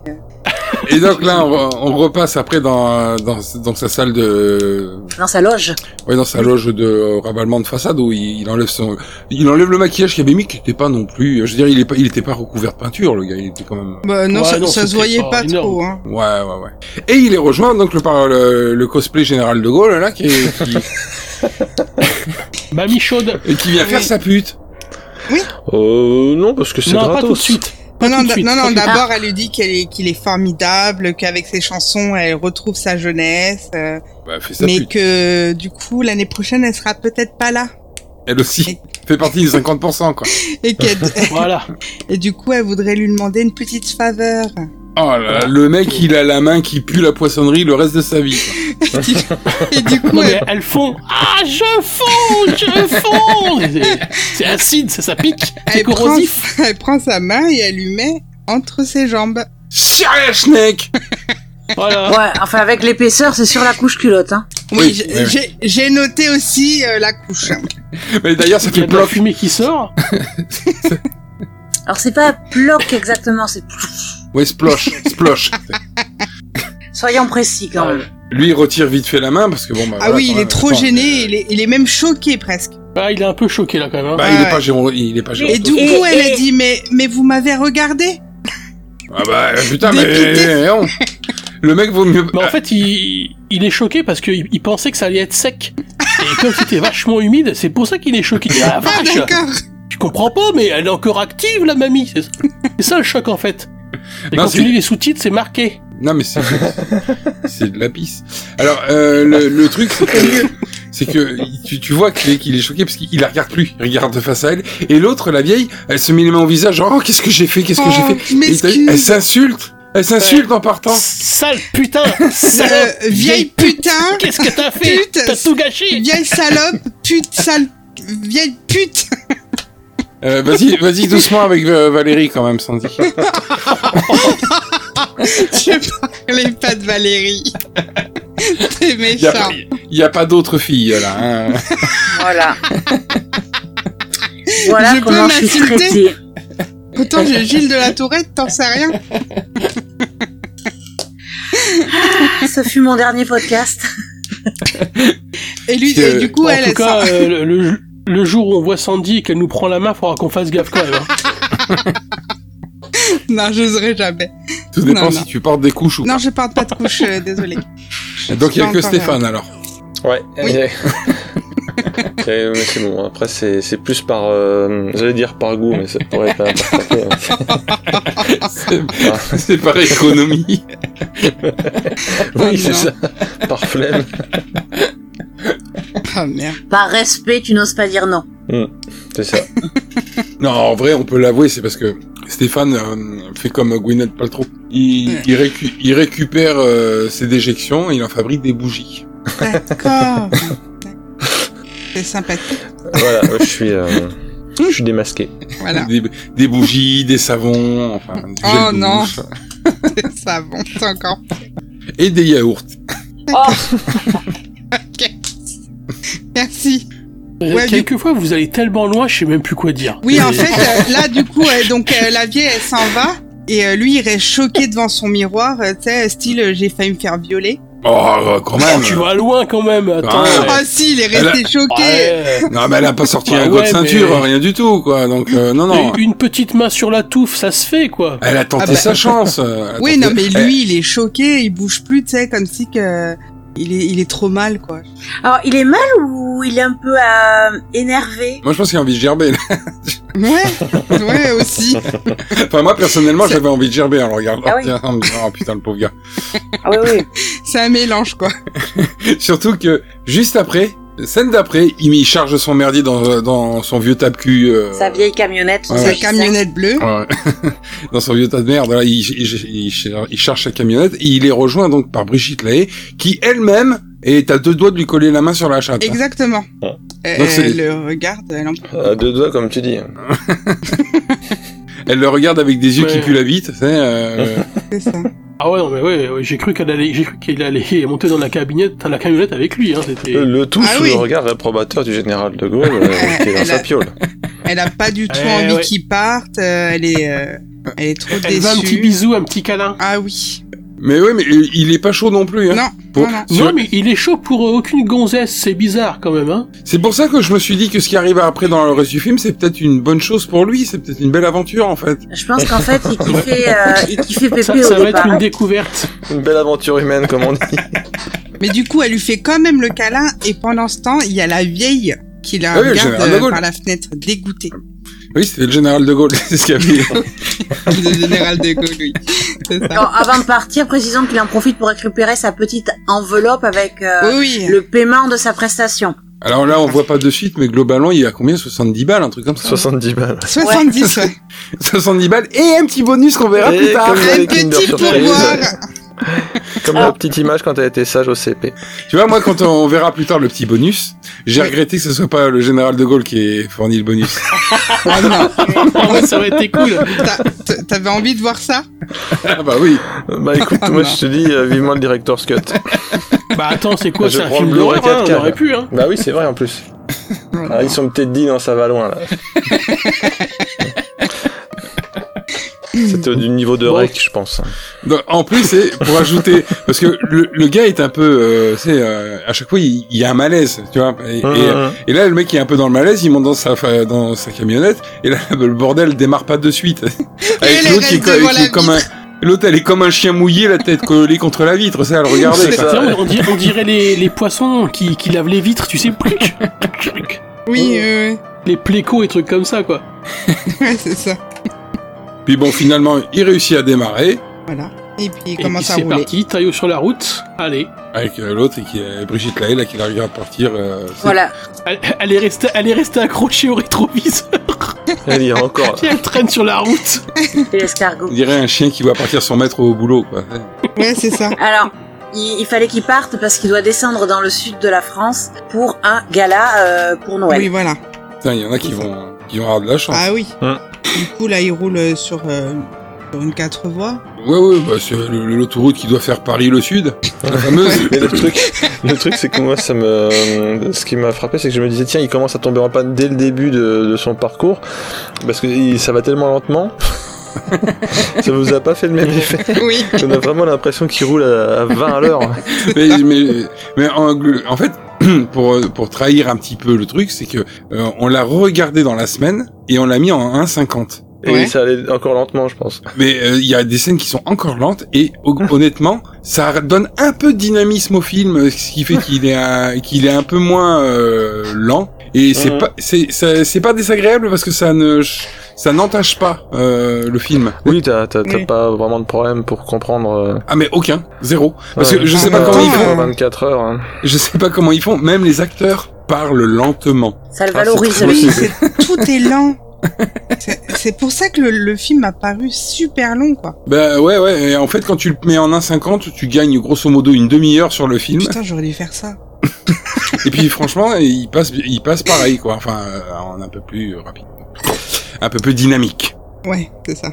Speaker 8: Et donc là, on, re- on repasse après dans, dans, dans sa salle de,
Speaker 10: Dans sa loge.
Speaker 8: ouais, dans sa loge de euh, ravalement de façade où il, il enlève son, il enlève le maquillage qu'il avait mis, qui n'était pas non plus, je veux dire, il est pas, il était pas recouvert de peinture, le gars, il était quand même,
Speaker 5: Bah, non,
Speaker 2: Ouais,
Speaker 5: ça,
Speaker 2: non,
Speaker 5: ça se
Speaker 2: c'était
Speaker 5: voyait
Speaker 2: pas
Speaker 5: pas
Speaker 2: énorme.
Speaker 5: trop. Hein.
Speaker 8: ouais, ouais, ouais. Et il est rejoint donc le par le, le cosplay général de Gaulle là, qui, est- qui,
Speaker 2: Mamie chaude.
Speaker 8: et qui vient faire sa pute.
Speaker 3: Euh, non, parce que c'est
Speaker 2: Non, pas
Speaker 3: gratos.
Speaker 2: tout de suite. Pas
Speaker 5: Non, non,
Speaker 2: tout de
Speaker 5: d'a-
Speaker 2: suite,
Speaker 5: non,
Speaker 2: pas
Speaker 5: non,
Speaker 2: tout de
Speaker 5: d'abord, elle lui dit qu'elle est- qu'il est, formidable, qu'avec ses chansons, elle retrouve sa jeunesse, euh,
Speaker 8: Bah, fait sa
Speaker 5: mais
Speaker 8: pute.
Speaker 5: que du coup, l'année prochaine, elle sera peut-être pas là.
Speaker 8: Elle aussi. Fait partie des 50%, quoi.
Speaker 5: Et, qu'elle-
Speaker 2: suite. Voilà.
Speaker 5: et du coup, elle voudrait lui demander une petite faveur.
Speaker 8: Oh là, là, le mec, il a la main qui pue la poissonnerie le reste de sa vie. quoi.
Speaker 5: Et du coup,
Speaker 2: Non, mais
Speaker 5: elle-
Speaker 2: elles font Ah, je fonds Je fonds C'est- C'est acide, ça, ça pique, c'est
Speaker 5: elle, prend,
Speaker 2: corrosif.
Speaker 5: elle prend sa main et elle lui met entre ses jambes.
Speaker 8: Sérieux, Schneck
Speaker 2: Voilà.
Speaker 10: Ouais, enfin, avec l'épaisseur, c'est sur la couche culotte, hein.
Speaker 5: Oui,
Speaker 8: Oui,
Speaker 5: j'ai-
Speaker 8: oui, Ah, oui.
Speaker 5: j'ai- j'ai noté aussi euh, la couche.
Speaker 8: Mais d'ailleurs, ça
Speaker 2: Il y a
Speaker 8: fait
Speaker 2: de la
Speaker 8: plof.
Speaker 2: fumée qui sort.
Speaker 10: Alors, c'est pas bloc exactement, c'est plouf.
Speaker 8: Ouais, splosh, splosh.
Speaker 10: Soyons précis, quand même.
Speaker 8: Lui, il retire vite fait la main parce que bon, bah.
Speaker 5: Ah
Speaker 8: voilà,
Speaker 5: oui,
Speaker 8: quand
Speaker 5: il
Speaker 8: même,
Speaker 5: est trop
Speaker 8: attends,
Speaker 5: gêné,
Speaker 8: euh,
Speaker 5: il est, il est même choqué presque.
Speaker 2: Ah, il est un peu choqué, là, quand même. hein.
Speaker 8: Bah,
Speaker 5: Ouais,
Speaker 8: il est
Speaker 5: ouais.
Speaker 8: pas Géron, il est pas Géron.
Speaker 5: Et du coup, elle a dit, mais, mais vous m'avez regardé
Speaker 8: Ah bah, euh, putain, mais.
Speaker 5: Dépité.
Speaker 8: eh, non. Le mec vaut mieux.
Speaker 2: Mais en fait, il, il est choqué parce qu'il il pensait que ça allait être sec. Et comme c'était vachement humide, c'est pour ça qu'il est choqué. Il dit, Ah,
Speaker 5: Ah,
Speaker 2: vache
Speaker 5: d'accord.
Speaker 2: Tu comprends pas, mais elle est encore active, la mamie. C'est c'est ça le choc, en fait. Et
Speaker 8: Non,
Speaker 2: quand tu
Speaker 8: c'est-
Speaker 2: lis les sous-titres, c'est marqué.
Speaker 8: Non, mais c'est. c'est de la pisse. Alors, euh, le, le truc, c'est que. C'est que tu, tu vois qu'il est, qu'il est choqué parce qu'il la regarde plus, il regarde de face à elle. Et l'autre, la vieille, elle se met les mains au visage, genre oh, qu'est-ce que j'ai fait, qu'est-ce que j'ai
Speaker 5: Oh,
Speaker 8: fait.
Speaker 5: je
Speaker 8: Et t'as vu, elle
Speaker 5: m'excuse.
Speaker 8: s'insulte, elle s'insulte en partant.
Speaker 2: Hein. Sale putain
Speaker 5: Euh,
Speaker 2: Sale
Speaker 5: vieille putain
Speaker 2: Qu'est-ce que t'as fait
Speaker 5: Pute.
Speaker 2: T'as tout gâché
Speaker 5: Vieille salope Pute sale Vieille pute
Speaker 8: Euh, vas-y, vas-y doucement avec euh, Valérie quand même, Sandy.
Speaker 5: Je parlais pas de Valérie. T'es
Speaker 8: Il y a,
Speaker 5: méchant.
Speaker 8: pas- y a pas d'autres filles là. hein.
Speaker 10: Voilà. voilà
Speaker 5: Je peux
Speaker 10: comment je suis
Speaker 5: m'insulter
Speaker 10: traitée.
Speaker 5: Pourtant, j'ai Gilles de la Tourette, t'en sais rien.
Speaker 4: Ah,
Speaker 10: Ce fut mon dernier podcast.
Speaker 5: Et lui,
Speaker 8: Parce que,
Speaker 5: et du coup,
Speaker 2: en
Speaker 5: elle,
Speaker 2: tout
Speaker 5: elle
Speaker 2: cas,
Speaker 5: sent-
Speaker 2: euh, le, le- le jour où on voit Sandy et qu'elle nous prend la main, faudra qu'on fasse gaffe quand même. hein.
Speaker 5: Non, j'oserais jamais.
Speaker 8: Tout dépend
Speaker 5: Non,
Speaker 8: si
Speaker 5: non.
Speaker 8: tu portes des couches ou
Speaker 5: Non, je parle pas de couche, euh, désolé.
Speaker 8: pas. Donc il y a
Speaker 5: Non,
Speaker 8: que
Speaker 5: pas
Speaker 8: Stéphane alors.
Speaker 3: Ouais.
Speaker 5: Oui.
Speaker 3: Après, mais c'est bon. Après, c'est c'est plus par, euh, j'allais dire par goût, mais ça pourrait être un hein. parfait.
Speaker 8: C'est c'est par économie.
Speaker 3: Oui,
Speaker 5: non.
Speaker 3: c'est ça. Par flemme.
Speaker 5: Ah merde.
Speaker 10: Par respect, tu n'oses pas dire non.
Speaker 3: C'est ça.
Speaker 8: Non, en vrai, on peut l'avouer, c'est parce que Stéphane euh, fait comme Gwyneth Paltrow. Il, il, récu- il récupère euh, ses déjections et il en fabrique des bougies.
Speaker 5: D'accord. C'est sympathique.
Speaker 3: Voilà. ouais, Je suis, euh, je suis démasqué.
Speaker 5: Voilà.
Speaker 8: Des, des bougies, des savons, enfin. Du gel
Speaker 5: Oh,
Speaker 8: de
Speaker 5: non.
Speaker 8: douche.
Speaker 5: Ça bon, c'est encore.
Speaker 8: Et des yaourts.
Speaker 5: Merci.
Speaker 2: Euh,
Speaker 5: Ouais, du-
Speaker 2: Quelquefois, vous allez tellement loin, je sais même plus quoi dire.
Speaker 5: Oui, en fait, euh, là, du coup, euh, donc euh, la vieille, elle s'en va. Et euh, lui, il reste choqué devant son miroir, euh, tu sais, style euh, j'ai failli me faire violer.
Speaker 8: Oh, quand même.
Speaker 2: Tu vas loin quand même. Attends.
Speaker 8: Ouais.
Speaker 5: Ah si, il est
Speaker 8: Elle a-
Speaker 5: resté choqué.
Speaker 2: Ouais.
Speaker 8: Non, mais elle a pas sorti
Speaker 2: Bah
Speaker 8: un goût
Speaker 2: ouais,
Speaker 8: de ceinture, hein,
Speaker 2: mais-
Speaker 8: rien du tout, quoi. Donc, euh, non, non.
Speaker 2: Une petite main sur la touffe, ça se fait quoi.
Speaker 8: Elle a tenté
Speaker 5: Ah bah.
Speaker 8: sa chance. euh, elle a
Speaker 5: Oui,
Speaker 8: tenté-
Speaker 5: non, mais
Speaker 8: Eh,
Speaker 5: lui, il est choqué, il bouge plus, tu sais, comme si que il est, il est trop mal, quoi.
Speaker 10: Alors, il est mal ou il est un peu euh, énervé
Speaker 8: Eh, Moi, je pense qu'il a envie de gerber. là.
Speaker 5: Ouais, ouais, aussi.
Speaker 8: enfin, moi, personnellement, j'avais envie de gerber en le regardant.
Speaker 10: Ah oui.
Speaker 8: Tiens, en me disant, oh, putain, le pauvre gars.
Speaker 10: Ah oui, oui.
Speaker 5: C'est un mélange, quoi.
Speaker 8: Surtout que, juste après, scène d'après, il m'y charge son merdier dans, euh, dans son vieux tape-cul. euh,
Speaker 10: Sa vieille camionnette.
Speaker 8: Ouais.
Speaker 5: Sa
Speaker 10: s'agissant.
Speaker 5: camionnette bleue.
Speaker 8: ouais. dans son vieux tas de merde, là, il, il- il- il charge sa camionnette et il est rejoint donc par Brigitte Lahaye, qui elle-même est à deux doigts de lui coller la main sur la chatte.
Speaker 5: Exactement.
Speaker 3: Ouais.
Speaker 5: Euh,
Speaker 8: Donc, c'est-
Speaker 5: elle le regarde, elle en
Speaker 3: À Euh, deux doigts, comme tu dis.
Speaker 8: Elle le regarde avec des yeux qui
Speaker 2: Ouais.
Speaker 8: puent la bite, tu sais, euh,
Speaker 5: c'est ça.
Speaker 2: Ah ouais, non, mais ouais, ouais, j'ai cru qu'elle allait, j'ai cru qu'il allait monter dans la cabinette, la camionnette avec lui. Hein, c'était.
Speaker 3: Le, le tout
Speaker 5: Ah
Speaker 3: sous
Speaker 5: oui.
Speaker 3: le regard réprobateur du général de Gaulle, euh, qui est dans
Speaker 5: Elle
Speaker 3: sa
Speaker 5: a-
Speaker 3: piole.
Speaker 5: Elle a pas du tout
Speaker 2: Eh
Speaker 5: envie
Speaker 2: ouais.
Speaker 5: qu'il parte, euh, elle est, euh, elle est trop
Speaker 2: Elle veut un petit
Speaker 5: déçue.
Speaker 2: bisou, un petit câlin.
Speaker 5: Ah oui.
Speaker 8: Mais ouais, mais euh, il est pas chaud non plus. Hein.
Speaker 5: Non,
Speaker 8: Pour-
Speaker 5: non, non.
Speaker 8: sur-
Speaker 2: Non, mais il est chaud pour euh, aucune gonzesse, c'est bizarre quand même, hein.
Speaker 8: C'est pour ça que je me suis dit que ce qui arrive après dans le reste du film, c'est peut-être une bonne chose pour lui, c'est peut-être une belle aventure en fait.
Speaker 10: Je pense qu'en fait, il kiffait, euh, il kiffait
Speaker 2: Ça,
Speaker 10: Pépé
Speaker 2: ça
Speaker 10: au
Speaker 2: va être
Speaker 10: départ.
Speaker 2: une découverte.
Speaker 3: Une belle aventure humaine, comme on dit.
Speaker 5: Mais du coup, elle lui fait quand même le câlin et pendant ce temps, il y a la vieille qui la
Speaker 8: Ah oui,
Speaker 5: regarde
Speaker 8: général de
Speaker 5: euh,
Speaker 8: Gaulle.
Speaker 5: par la fenêtre dégoûtée.
Speaker 8: Oui, c'était le général de Gaulle, c'est ce qu'il y avait.
Speaker 5: Le général de Gaulle, oui. C'est ça.
Speaker 4: Non, avant de partir, précisons qu'il en profite pour récupérer sa petite enveloppe avec euh,
Speaker 5: oui, oui.
Speaker 4: le paiement de sa prestation.
Speaker 8: Alors là, on voit pas de suite, mais globalement, il y a combien 70 balles, un truc comme ça.
Speaker 3: 70 balles.
Speaker 5: 70, ouais.
Speaker 8: 70 balles et un petit bonus qu'on verra
Speaker 3: Et
Speaker 8: plus tard.
Speaker 3: comme
Speaker 5: Un
Speaker 3: les Kinder
Speaker 5: petit
Speaker 3: Surprise.
Speaker 5: pourboire.
Speaker 3: Comme la petite image quand elle était sage au CP.
Speaker 8: Tu vois, moi, quand on verra plus tard le petit bonus, j'ai regretté que ce soit pas le général de Gaulle qui ait fourni le bonus.
Speaker 5: Ah non,
Speaker 2: En vrai, ça aurait été cool.
Speaker 5: T'as- t- t'avais envie de voir ça
Speaker 8: ah bah oui.
Speaker 3: Bah écoute,
Speaker 5: Ah,
Speaker 3: moi
Speaker 5: non.
Speaker 3: je te dis euh, vivement le director's cut.
Speaker 2: Bah attends, c'est quoi
Speaker 3: Je
Speaker 2: C'est un
Speaker 3: prends
Speaker 2: film
Speaker 3: le Blu-ray
Speaker 2: d'horreur, hein, on
Speaker 3: 4K,
Speaker 2: aurait
Speaker 3: là.
Speaker 2: pu, hein.
Speaker 3: bah oui, c'est vrai en plus. Ah, ils sont peut-être dit non, ça va loin là. C'était du niveau de
Speaker 2: Bon.
Speaker 3: rec, je pense.
Speaker 8: Donc, en plus, c'est pour ajouter, parce que le, le gars est un peu, euh, tu sais, euh, à chaque fois, il, il y a un malaise, tu vois. Et, et,
Speaker 3: Hum, hum.
Speaker 8: Et là, le mec il est un peu dans le malaise, il monte dans sa, fa- dans sa camionnette, et là, le bordel démarre pas de suite.
Speaker 5: Et elle
Speaker 8: l'autre qui est
Speaker 5: reste
Speaker 8: co-
Speaker 5: devant
Speaker 8: qui
Speaker 5: la
Speaker 8: est comme un, l'autre, elle est comme un chien mouillé, la tête collée contre la vitre, ça, à le regarder.
Speaker 3: C'est
Speaker 8: quoi.
Speaker 3: ça.
Speaker 2: Tiens, on, dirait, on dirait les, les poissons qui, qui lavent les vitres, tu sais, plic, plic.
Speaker 5: Oui, oui,
Speaker 2: les plécos et trucs comme ça, quoi.
Speaker 5: oui. Ouais, c'est ça.
Speaker 8: Puis bon, finalement, il réussit à démarrer,
Speaker 5: Voilà. Et puis, il
Speaker 2: Et puis
Speaker 5: commence à
Speaker 2: c'est
Speaker 5: rouler.
Speaker 2: parti, taillot sur la route, allez.
Speaker 8: avec euh, l'autre, et qui est Brigitte Lahaye, là, qui la regarde partir. euh, c'est-
Speaker 4: Voilà.
Speaker 2: Elle, elle est restée, elle est restée accrochée au rétroviseur,
Speaker 3: Elle y est encore.
Speaker 2: puis elle traîne sur la route.
Speaker 4: C'est l'escargot.
Speaker 8: On dirait un chien qui va partir son maître au boulot, quoi.
Speaker 5: Ouais, c'est ça.
Speaker 4: Alors, il, il fallait qu'il parte parce qu'il doit descendre dans le sud de la France pour un gala euh, pour Noël.
Speaker 5: Oui, voilà.
Speaker 8: Putain, il y en a qui vont, qui vont avoir de la chance.
Speaker 5: Ah oui.
Speaker 2: Hein.
Speaker 3: Hum.
Speaker 5: Du coup, là, il roule euh, sur, euh, sur une quatre voies.
Speaker 8: Ouais, ouais, bah, c'est le- l'autoroute qui doit faire Paris le Sud, la fameuse.
Speaker 3: Mais le truc, le truc, c'est que moi, ça me, ce qui m'a frappé, c'est que je me disais, tiens, il commence à tomber en panne dès le début de, de son parcours, parce que il- ça va tellement lentement. ça vous a pas fait le même effet.
Speaker 5: Oui.
Speaker 3: On a vraiment l'impression qu'il roule à, à 20 à l'heure.
Speaker 8: mais, mais, mais en, gl- en fait, pour, euh, pour trahir un petit peu le truc, c'est que euh, on l'a regardé dans la semaine et on l'a mis en 1,50.
Speaker 3: Et
Speaker 5: Ouais.
Speaker 3: ça allait encore lentement, je pense.
Speaker 8: Mais euh, il y a des scènes qui sont encore lentes et ho- honnêtement, ça donne un peu de dynamisme au film, ce qui fait qu'il est un, qu'il est un peu moins euh, lent. Et c'est
Speaker 3: Mhm.
Speaker 8: pas c'est ça- c'est pas désagréable parce que ça ne ch- ça n'entache pas euh, le film.
Speaker 3: Oui, t'as t'as- t'as
Speaker 5: Oui.
Speaker 3: pas vraiment de problème pour comprendre. euh,
Speaker 8: Ah mais aucun, zéro. Parce
Speaker 3: ouais.
Speaker 8: que je sais pas
Speaker 3: Euh,
Speaker 8: comment ils
Speaker 5: Attends.
Speaker 8: font,
Speaker 3: 24 heures. hein.
Speaker 8: je sais pas comment ils font, même les acteurs parlent lentement.
Speaker 4: Ça le
Speaker 3: Ah, c'est
Speaker 4: valorise.
Speaker 3: très
Speaker 4: lui.
Speaker 3: beau,
Speaker 5: Oui,
Speaker 3: c'est-
Speaker 5: c'est- tout est lent. C'est- C'est pour ça que le, le film m'a paru super long, quoi.
Speaker 8: Bah ouais ouais et en fait quand tu le mets en 1,50 tu gagnes grosso modo une demi-heure sur le film
Speaker 5: Putain, j'aurais dû faire ça.
Speaker 8: et puis franchement il passe il passe pareil quoi enfin euh, en un peu plus rapide un peu plus dynamique
Speaker 5: Ouais, c'est ça.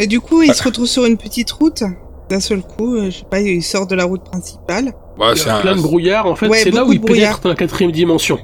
Speaker 5: Et du
Speaker 2: Ah.
Speaker 5: coup, il se retrouve sur une petite route. D'un seul coup, euh, je sais pas, il sort de la route principale.
Speaker 8: bah,
Speaker 2: Il y
Speaker 8: c'est
Speaker 2: a
Speaker 8: un-
Speaker 2: plein de brouillard, en fait,
Speaker 5: Ouais,
Speaker 2: c'est là
Speaker 5: beaucoup
Speaker 2: où il
Speaker 5: de brouillard.
Speaker 2: pénètre dans la quatrième dimension.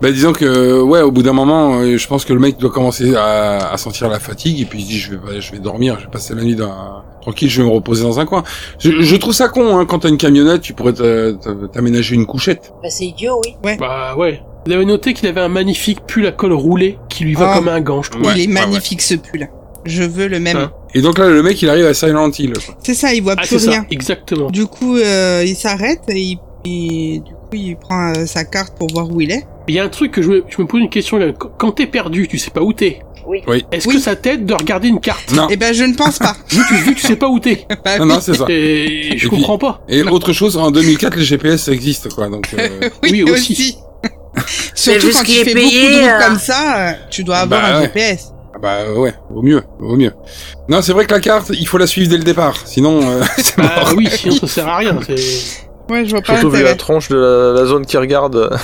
Speaker 8: bah disons que ouais au bout d'un moment euh, je pense que le mec doit commencer à, à sentir la fatigue et puis il se dit je vais pas- je vais dormir je vais passer la nuit dans tranquille je vais me reposer dans un coin je, je trouve ça con hein, quand t'as une camionnette tu pourrais t'a- t'a- t'aménager une couchette
Speaker 4: Bah, c'est idiot, oui.
Speaker 2: Bah ouais. Vous avez noté qu'il avait un magnifique pull à col roulé qui lui va
Speaker 5: Ah.
Speaker 2: comme un gant, je trouve.
Speaker 8: Ouais,
Speaker 5: il est
Speaker 8: ouais,
Speaker 5: magnifique ce pull. Je veux le même.
Speaker 2: Hein
Speaker 8: et donc là le mec il arrive à Silent Hill quoi.
Speaker 5: C'est ça, il voit
Speaker 2: Ah,
Speaker 5: plus
Speaker 2: c'est
Speaker 5: rien.
Speaker 2: ça, exactement.
Speaker 5: Du coup, euh, il s'arrête et, il- et du coup, il prend euh, sa carte pour voir où il est.
Speaker 2: Il y a un truc que je me, je me pose une question là. Qu- Quand t'es perdu, tu sais pas où t'es.
Speaker 4: Oui.
Speaker 8: Oui.
Speaker 2: Est-ce
Speaker 5: Oui.
Speaker 2: que ça t'aide de regarder une carte
Speaker 8: non
Speaker 5: Eh ben, je ne pense pas.
Speaker 2: Vu que vu que tu sais pas où t'es.
Speaker 5: Bah
Speaker 8: non
Speaker 5: oui.
Speaker 8: non c'est ça
Speaker 2: Et je
Speaker 8: Et puis-
Speaker 2: comprends pas.
Speaker 8: Et autre chose, en 2004, les GPS ça existe, quoi. Donc, euh,
Speaker 5: Oui,
Speaker 2: Oui,
Speaker 5: aussi.
Speaker 2: aussi.
Speaker 5: Surtout
Speaker 4: vu ce
Speaker 5: quand
Speaker 4: qu'il
Speaker 5: tu
Speaker 4: est
Speaker 5: fais
Speaker 4: payé,
Speaker 5: beaucoup de routes
Speaker 4: euh,
Speaker 5: comme ça, euh, tu dois avoir
Speaker 8: Bah
Speaker 5: un
Speaker 8: ouais.
Speaker 5: GPS.
Speaker 8: ah bah ouais, au mieux, au mieux. Non, c'est vrai que la carte, il faut la suivre dès le départ, sinon euh, c'est mort.
Speaker 2: Bah oui, sinon ça sert à rien. c'est-
Speaker 5: Ouais, je vois pas
Speaker 3: Surtout vu la
Speaker 5: l'intérêt.
Speaker 3: tronche de la, la zone qui regarde.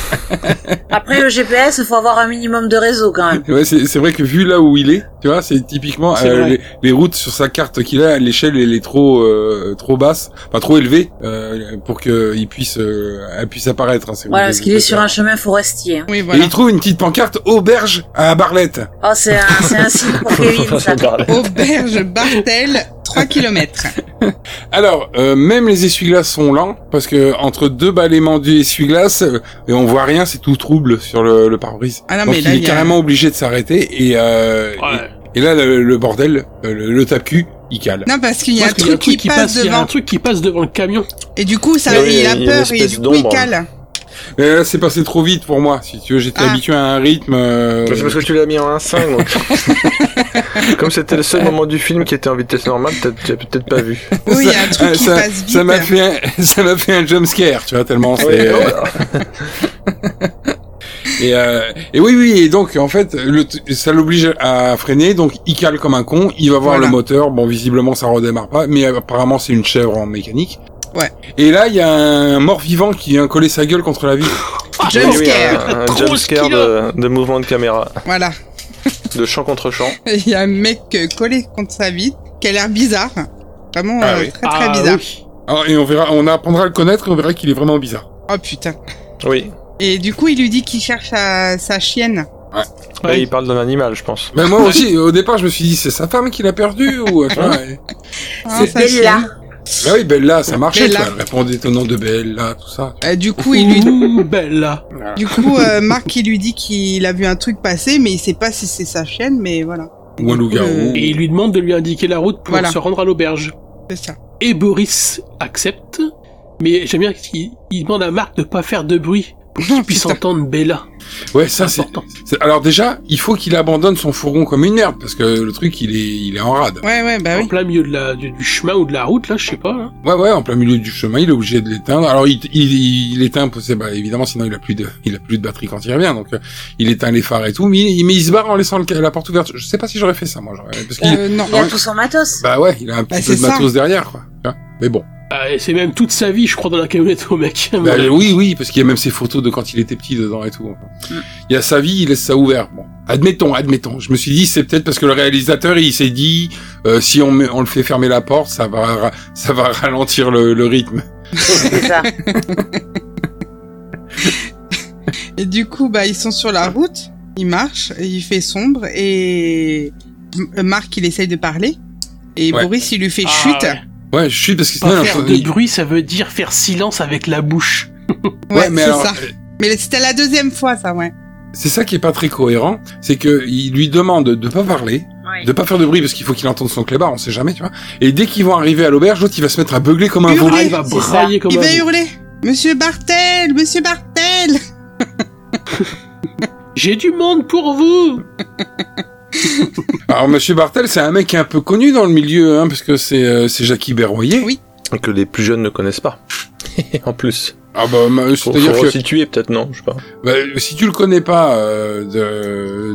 Speaker 4: Après, le GPS, il faut avoir un minimum de réseau quand même.
Speaker 8: Ouais, c'est c'est vrai que vu là où il est, tu vois, c'est typiquement
Speaker 2: C'est
Speaker 8: euh,
Speaker 2: vrai.
Speaker 8: les, les routes sur sa carte qu'il a, l'échelle elle est trop euh, trop basse, enfin trop élevée euh, pour que il puisse euh, elle puisse apparaître. hein, c'est
Speaker 4: Voilà,
Speaker 8: obligé
Speaker 4: parce
Speaker 8: de
Speaker 4: qu'il
Speaker 8: le
Speaker 4: est sur
Speaker 8: faire.
Speaker 4: un chemin forestier. hein.
Speaker 5: Oui,
Speaker 8: Et
Speaker 5: voilà.
Speaker 8: il trouve une petite pancarte auberge à Barlette. Bah,
Speaker 4: Oh, c'est un, c'est un site pour Kevin, ça.
Speaker 3: Regarde.
Speaker 5: Auberge Bartel, 3 km.
Speaker 8: Alors, euh, même les essuie-glaces sont lents parce que entre deux balayements d'essuie-glaces euh, et on voit rien, c'est tout trouble sur le, le pare-brise.
Speaker 5: Ah non,
Speaker 8: Donc
Speaker 5: mais
Speaker 8: il
Speaker 5: là,
Speaker 8: est
Speaker 5: il y a-
Speaker 8: carrément obligé de s'arrêter et, euh, et, et là le, le bordel, euh, le, le tape-cul, il cale.
Speaker 5: Non, parce qu'il y a un
Speaker 2: Parce qu'il y a
Speaker 5: truc qui passe
Speaker 2: il y a un
Speaker 5: devant.
Speaker 2: truc qui passe devant le camion.
Speaker 5: Et du coup, ça,
Speaker 8: Oui,
Speaker 5: il a
Speaker 8: il y a une
Speaker 5: peur et
Speaker 8: espèce
Speaker 5: du coup, il
Speaker 8: d'ombre.
Speaker 5: cale.
Speaker 8: Mais là, c'est passé trop vite pour moi. Si tu veux, j'étais
Speaker 5: Ah.
Speaker 8: habitué à un rythme. euh,
Speaker 3: Bah, C'est parce que tu l'as mis en 1.5, donc. Comme c'était le seul moment du film qui était en vitesse normale, t'as- tu l'as peut-être pas vu.
Speaker 5: Oui, il y a un truc qui
Speaker 8: ça,
Speaker 5: passe vite.
Speaker 8: ça m'a fait un, ça m'a fait un jump scare, tu vois tellement
Speaker 3: Oui,
Speaker 8: c'est. euh,
Speaker 3: oh, alors.
Speaker 8: et, euh, et oui oui et donc en fait le t- ça l'oblige à freiner donc il cale comme un con, il va voir
Speaker 5: Voilà.
Speaker 8: le moteur, bon visiblement ça redémarre pas mais apparemment c'est une chèvre en mécanique.
Speaker 5: Ouais.
Speaker 8: Et là il y a un mort vivant qui vient coller sa gueule contre la vitre.
Speaker 3: Oui,
Speaker 5: Jump
Speaker 3: oui,
Speaker 5: scare.
Speaker 3: un, un
Speaker 2: Trop
Speaker 3: jump scare de, de mouvement de caméra,
Speaker 5: Voilà.
Speaker 3: de champ contre champ.
Speaker 5: Il y a un mec euh, collé contre sa vie qui a l'air bizarre. Vraiment
Speaker 8: Ah
Speaker 5: euh,
Speaker 8: oui.
Speaker 5: très très
Speaker 2: Ah
Speaker 5: bizarre.
Speaker 2: oui.
Speaker 8: Alors, et on verra on apprendra à le connaître et on verra qu'il est vraiment bizarre.
Speaker 5: Oh putain.
Speaker 3: Oui.
Speaker 5: Et du coup, il lui dit qu'il cherche sa- sa chienne.
Speaker 3: Là,
Speaker 2: Oui.
Speaker 3: il parle d'un animal, je pense.
Speaker 8: Mais moi aussi au départ je me suis dit c'est sa femme qui l'a perdu ou tu vois, et-
Speaker 5: Hein,
Speaker 4: C'est
Speaker 5: sa
Speaker 4: Bella.
Speaker 5: chienne.
Speaker 8: Bah oui, Bella, ça marchait,
Speaker 5: Bella.
Speaker 8: quoi. Elle répondait au nom de Bella, tout ça.
Speaker 5: Euh, du coup, il lui
Speaker 2: Ouh, Bella.
Speaker 5: Du coup, euh, Marc, il lui dit qu'il a vu un truc passer, mais il sait pas si c'est sa chienne, mais voilà,
Speaker 8: Ou un
Speaker 5: Euh.
Speaker 8: loup-garou.
Speaker 2: Et il lui demande de lui indiquer la route pour
Speaker 5: Voilà.
Speaker 2: se rendre à l'auberge.
Speaker 5: c'est ça.
Speaker 2: Et Boris accepte, mais j'aime bien qu'il il demande à Marc de pas faire de bruit pour qu'il puisse
Speaker 5: putain. ah
Speaker 2: entendre Bella.
Speaker 8: Ouais, ça, c'est...
Speaker 2: Important.
Speaker 8: c'est- Alors déjà, il faut qu'il abandonne son fourgon comme une herbe, parce que le truc, il est, il est en rade.
Speaker 5: Ouais, ouais, bah
Speaker 2: En
Speaker 5: oui.
Speaker 2: plein milieu de la, du, du chemin ou de la route, là, je sais pas. hein.
Speaker 8: Ouais, ouais, en plein milieu du chemin, il est obligé de l'éteindre. Alors, il, il, il éteint, parce que, bah, évidemment, sinon, il a plus de, il a plus de batterie quand il revient, donc, euh, il éteint les phares et tout, mais il, mais il se barre en laissant le- la porte ouverte. Je sais pas si j'aurais fait ça, moi, j'aurais- parce qu'il,
Speaker 5: Euh, non.
Speaker 4: Il a tout son matos.
Speaker 8: bah ouais, il a un petit
Speaker 5: Bah,
Speaker 8: peu
Speaker 5: c'est
Speaker 8: de
Speaker 5: ça.
Speaker 8: matos derrière, quoi. Tu vois. Mais bon.
Speaker 2: Ah, et c'est même toute sa vie, je crois, dans la camionnette au mec.
Speaker 8: Bah, oui, oui, parce qu'il y a même ses photos de quand il était petit dedans et tout. Il y a sa vie, il laisse ça ouvert. Bon. Admettons, admettons. Je me suis dit, c'est peut-être parce que le réalisateur, il s'est dit, euh, si on, met- on le fait fermer la porte, ça va, ra- ça va ralentir le, le rythme.
Speaker 4: C'est ça.
Speaker 5: Et du coup, bah, ils sont sur la route, ils marchent, et il fait sombre, et M- Marc, il essaye de parler, et
Speaker 8: Ouais.
Speaker 5: Boris, il lui fait
Speaker 2: Ah,
Speaker 5: chute.
Speaker 2: ouais.
Speaker 8: Ouais, je suis parce que
Speaker 2: Pas
Speaker 8: sinon,
Speaker 2: faire de bruit, ça veut dire faire silence avec la bouche.
Speaker 5: Ouais,
Speaker 8: mais
Speaker 5: c'est
Speaker 8: alors, euh,
Speaker 5: ça. Mais c'était la deuxième fois, ça, ouais.
Speaker 8: c'est ça qui est pas très cohérent, c'est que il lui demande de pas parler,
Speaker 4: Oui.
Speaker 8: de pas faire de bruit parce qu'il faut qu'il entende son clébard, on sait jamais, tu vois. Et dès qu'ils vont arriver à l'auberge, l'autre il va se mettre à beugler comme un
Speaker 5: Hurler.
Speaker 8: veau.
Speaker 2: Ah, il va
Speaker 4: c'est
Speaker 2: brailler comme
Speaker 5: il
Speaker 2: un
Speaker 5: va
Speaker 2: veau.
Speaker 5: hurler. Monsieur Bartel, monsieur Bartel!
Speaker 2: J'ai du monde pour vous
Speaker 8: Alors Monsieur Bartel, c'est un mec qui est un peu connu dans le milieu, hein, parce que c'est euh, c'est Jackie Berroyer.
Speaker 5: Oui.
Speaker 3: Que les plus jeunes ne connaissent pas. en plus.
Speaker 8: Ah bah ma-
Speaker 3: Faut,
Speaker 8: c'est-à-dire
Speaker 3: faut
Speaker 8: que
Speaker 3: resituer, peut-être, non, je sais pas.
Speaker 8: Bah, si tu le connais pas euh,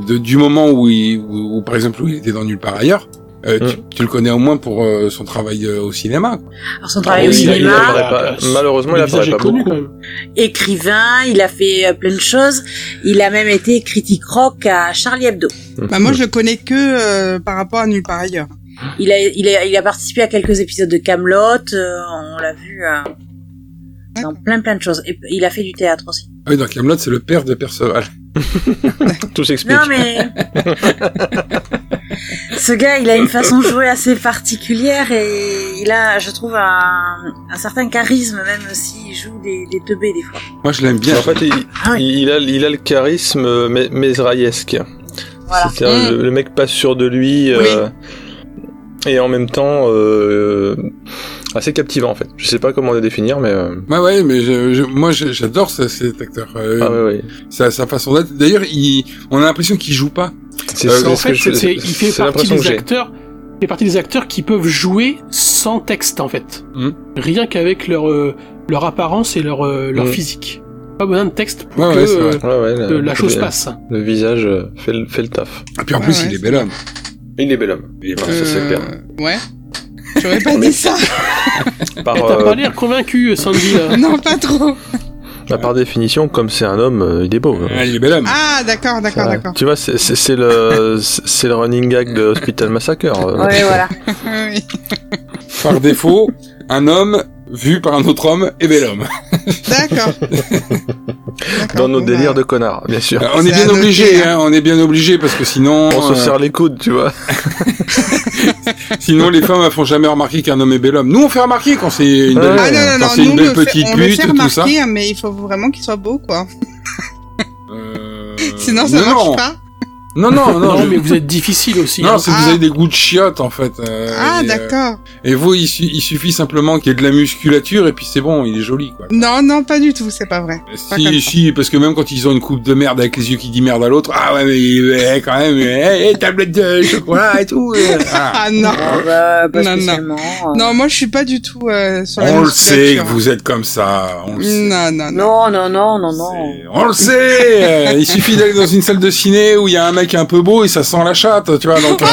Speaker 8: de, de- du moment où, il, où, où, par exemple où il était dans nulle part ailleurs, euh,
Speaker 3: Hum.
Speaker 8: tu, tu le connais au moins pour euh, son travail euh, au cinéma. quoi.
Speaker 4: Alors son travail
Speaker 2: Oui,
Speaker 4: au
Speaker 3: Ah il- il
Speaker 4: cinéma,
Speaker 3: apparaît pas- Malheureusement, il
Speaker 2: Le visage
Speaker 3: apparaît
Speaker 2: est
Speaker 3: pas
Speaker 2: connu,
Speaker 3: beaucoup.
Speaker 2: quand même.
Speaker 4: écrivain, il a fait euh, plein de choses. Il a même été critique rock à Charlie Hebdo.
Speaker 3: Hum.
Speaker 5: Bah, moi, je le connais que euh, par rapport à nulle part ailleurs.
Speaker 4: Il a, il a, il a participé à quelques épisodes de Camelot. on l'a vu euh, dans plein plein de choses. Et il a fait du théâtre aussi.
Speaker 8: Ah oui, dans Camelot, c'est le père de Perceval.
Speaker 3: Tout s'explique.
Speaker 4: Non mais ce gars, il a une façon de jouer assez particulière et il a, je trouve, un, un certain charisme même s'il joue des, des teubés des fois.
Speaker 8: Moi, je l'aime bien.
Speaker 3: En fait, il,
Speaker 5: Ah
Speaker 3: il a, il a le charisme euh, mé- mésraïesque.
Speaker 4: Voilà.
Speaker 3: C'est-à-dire,
Speaker 5: Mm.
Speaker 3: le, le mec passe sûr de lui. euh, Et en même temps, euh, assez captivant, en fait. Je sais pas comment le définir, mais. euh,
Speaker 8: Ouais, ouais, mais je, je- moi, je- j'adore ce- cet acteur. Euh,
Speaker 3: Ah, ouais, ouais.
Speaker 8: sa, sa façon d'être. D'ailleurs, il, on a l'impression qu'il joue pas.
Speaker 3: C'est
Speaker 8: Euh,
Speaker 3: c'est
Speaker 2: En
Speaker 3: ce que
Speaker 2: fait,
Speaker 3: je-
Speaker 2: c'est- il fait partie
Speaker 3: c'est l'impression que
Speaker 2: des
Speaker 3: j'ai.
Speaker 2: acteurs. il fait partie des acteurs qui peuvent jouer sans texte en fait.
Speaker 8: Mhm.
Speaker 2: Rien qu'avec leur euh, leur apparence et leur euh, leur
Speaker 3: Mhm.
Speaker 2: physique. Pas besoin de texte pour
Speaker 8: Ouais,
Speaker 2: que
Speaker 8: ouais, c'est vrai.
Speaker 2: euh,
Speaker 3: Ouais, ouais,
Speaker 2: que la chose
Speaker 3: le-
Speaker 2: passe.
Speaker 3: Le visage euh, fait le, fait le taf.
Speaker 8: Et puis en
Speaker 5: Ouais,
Speaker 8: plus,
Speaker 5: Ah ouais,
Speaker 8: il est
Speaker 5: c'est
Speaker 8: bel homme.
Speaker 3: Il est bel homme. Ça, c'est
Speaker 5: Euh,
Speaker 3: clair.
Speaker 5: Ouais. J'aurais pas dit ça.
Speaker 3: Par,
Speaker 2: Et t'as
Speaker 3: euh,
Speaker 2: pas l'air convaincu, euh, Sandy. Là.
Speaker 5: Non, pas trop.
Speaker 3: bah, par définition, comme c'est un homme, euh, il est beau.
Speaker 8: Ouais, il est bel homme.
Speaker 5: Ah, d'accord, d'accord,
Speaker 3: Voilà.
Speaker 5: d'accord.
Speaker 3: Tu vois, c'est- c'est c'est le, c'est c'est le running gag de Hospital Massacre. euh.
Speaker 5: Ah
Speaker 4: Ouais, voilà.
Speaker 5: Oui.
Speaker 8: Par défaut, un homme vu par un autre homme et bel homme.
Speaker 5: D'accord. Ah,
Speaker 3: Dans nos délires
Speaker 5: bah.
Speaker 3: de connards, bien sûr.
Speaker 8: Euh, on est bien obligé, hein, on est bien obligé parce que sinon.
Speaker 3: On se
Speaker 8: euh,
Speaker 3: serre les coudes, tu vois.
Speaker 8: Sinon, les femmes ne font jamais remarquer qu'un homme est bel homme. Nous, on fait remarquer quand c'est une belle,
Speaker 5: Ah non, non,
Speaker 8: quand
Speaker 5: non,
Speaker 8: c'est une
Speaker 5: nous,
Speaker 8: belle
Speaker 5: on le fait-
Speaker 8: petite
Speaker 5: on le
Speaker 8: pute,
Speaker 5: fait
Speaker 8: tout ça.
Speaker 5: remarquer, hein, mais il faut vraiment qu'il soit beau, quoi.
Speaker 8: Euh,
Speaker 5: Sinon, ça
Speaker 8: non,
Speaker 5: marche
Speaker 8: non.
Speaker 5: pas.
Speaker 8: Non, non, non. je-
Speaker 2: mais vous êtes difficile aussi.
Speaker 8: Non,
Speaker 2: hein.
Speaker 8: c'est que vous
Speaker 5: Ah.
Speaker 8: avez des goûts de chiottes, en fait. euh,
Speaker 5: Ah,
Speaker 8: et, euh,
Speaker 5: d'accord.
Speaker 8: Et vous, il, su- il suffit simplement qu'il y ait de la musculature et puis c'est bon, il est joli, quoi.
Speaker 5: Non, non, pas du tout, c'est pas vrai. Pas comme
Speaker 8: Si, si, parce que même quand ils ont une coupe de merde avec les yeux qui dit merde à l'autre, ah ouais, mais eh, quand même, eh, eh, tablette de chocolat et tout. eh. Ah.
Speaker 5: Ah non.
Speaker 4: Ah bah, pas
Speaker 5: Non, non.
Speaker 4: spécialement. euh.
Speaker 5: Non, moi, je suis pas du tout euh, sur la
Speaker 8: On le sait que
Speaker 5: musculature.
Speaker 8: vous êtes comme ça. On le sait.
Speaker 5: Non, non, non.
Speaker 4: Non, non, non, non, non.
Speaker 8: C'est- On le sait. euh, Il suffit d'aller dans une salle de ciné où il y a un mec un peu beau et ça sent la chatte, tu vois. Donc, euh,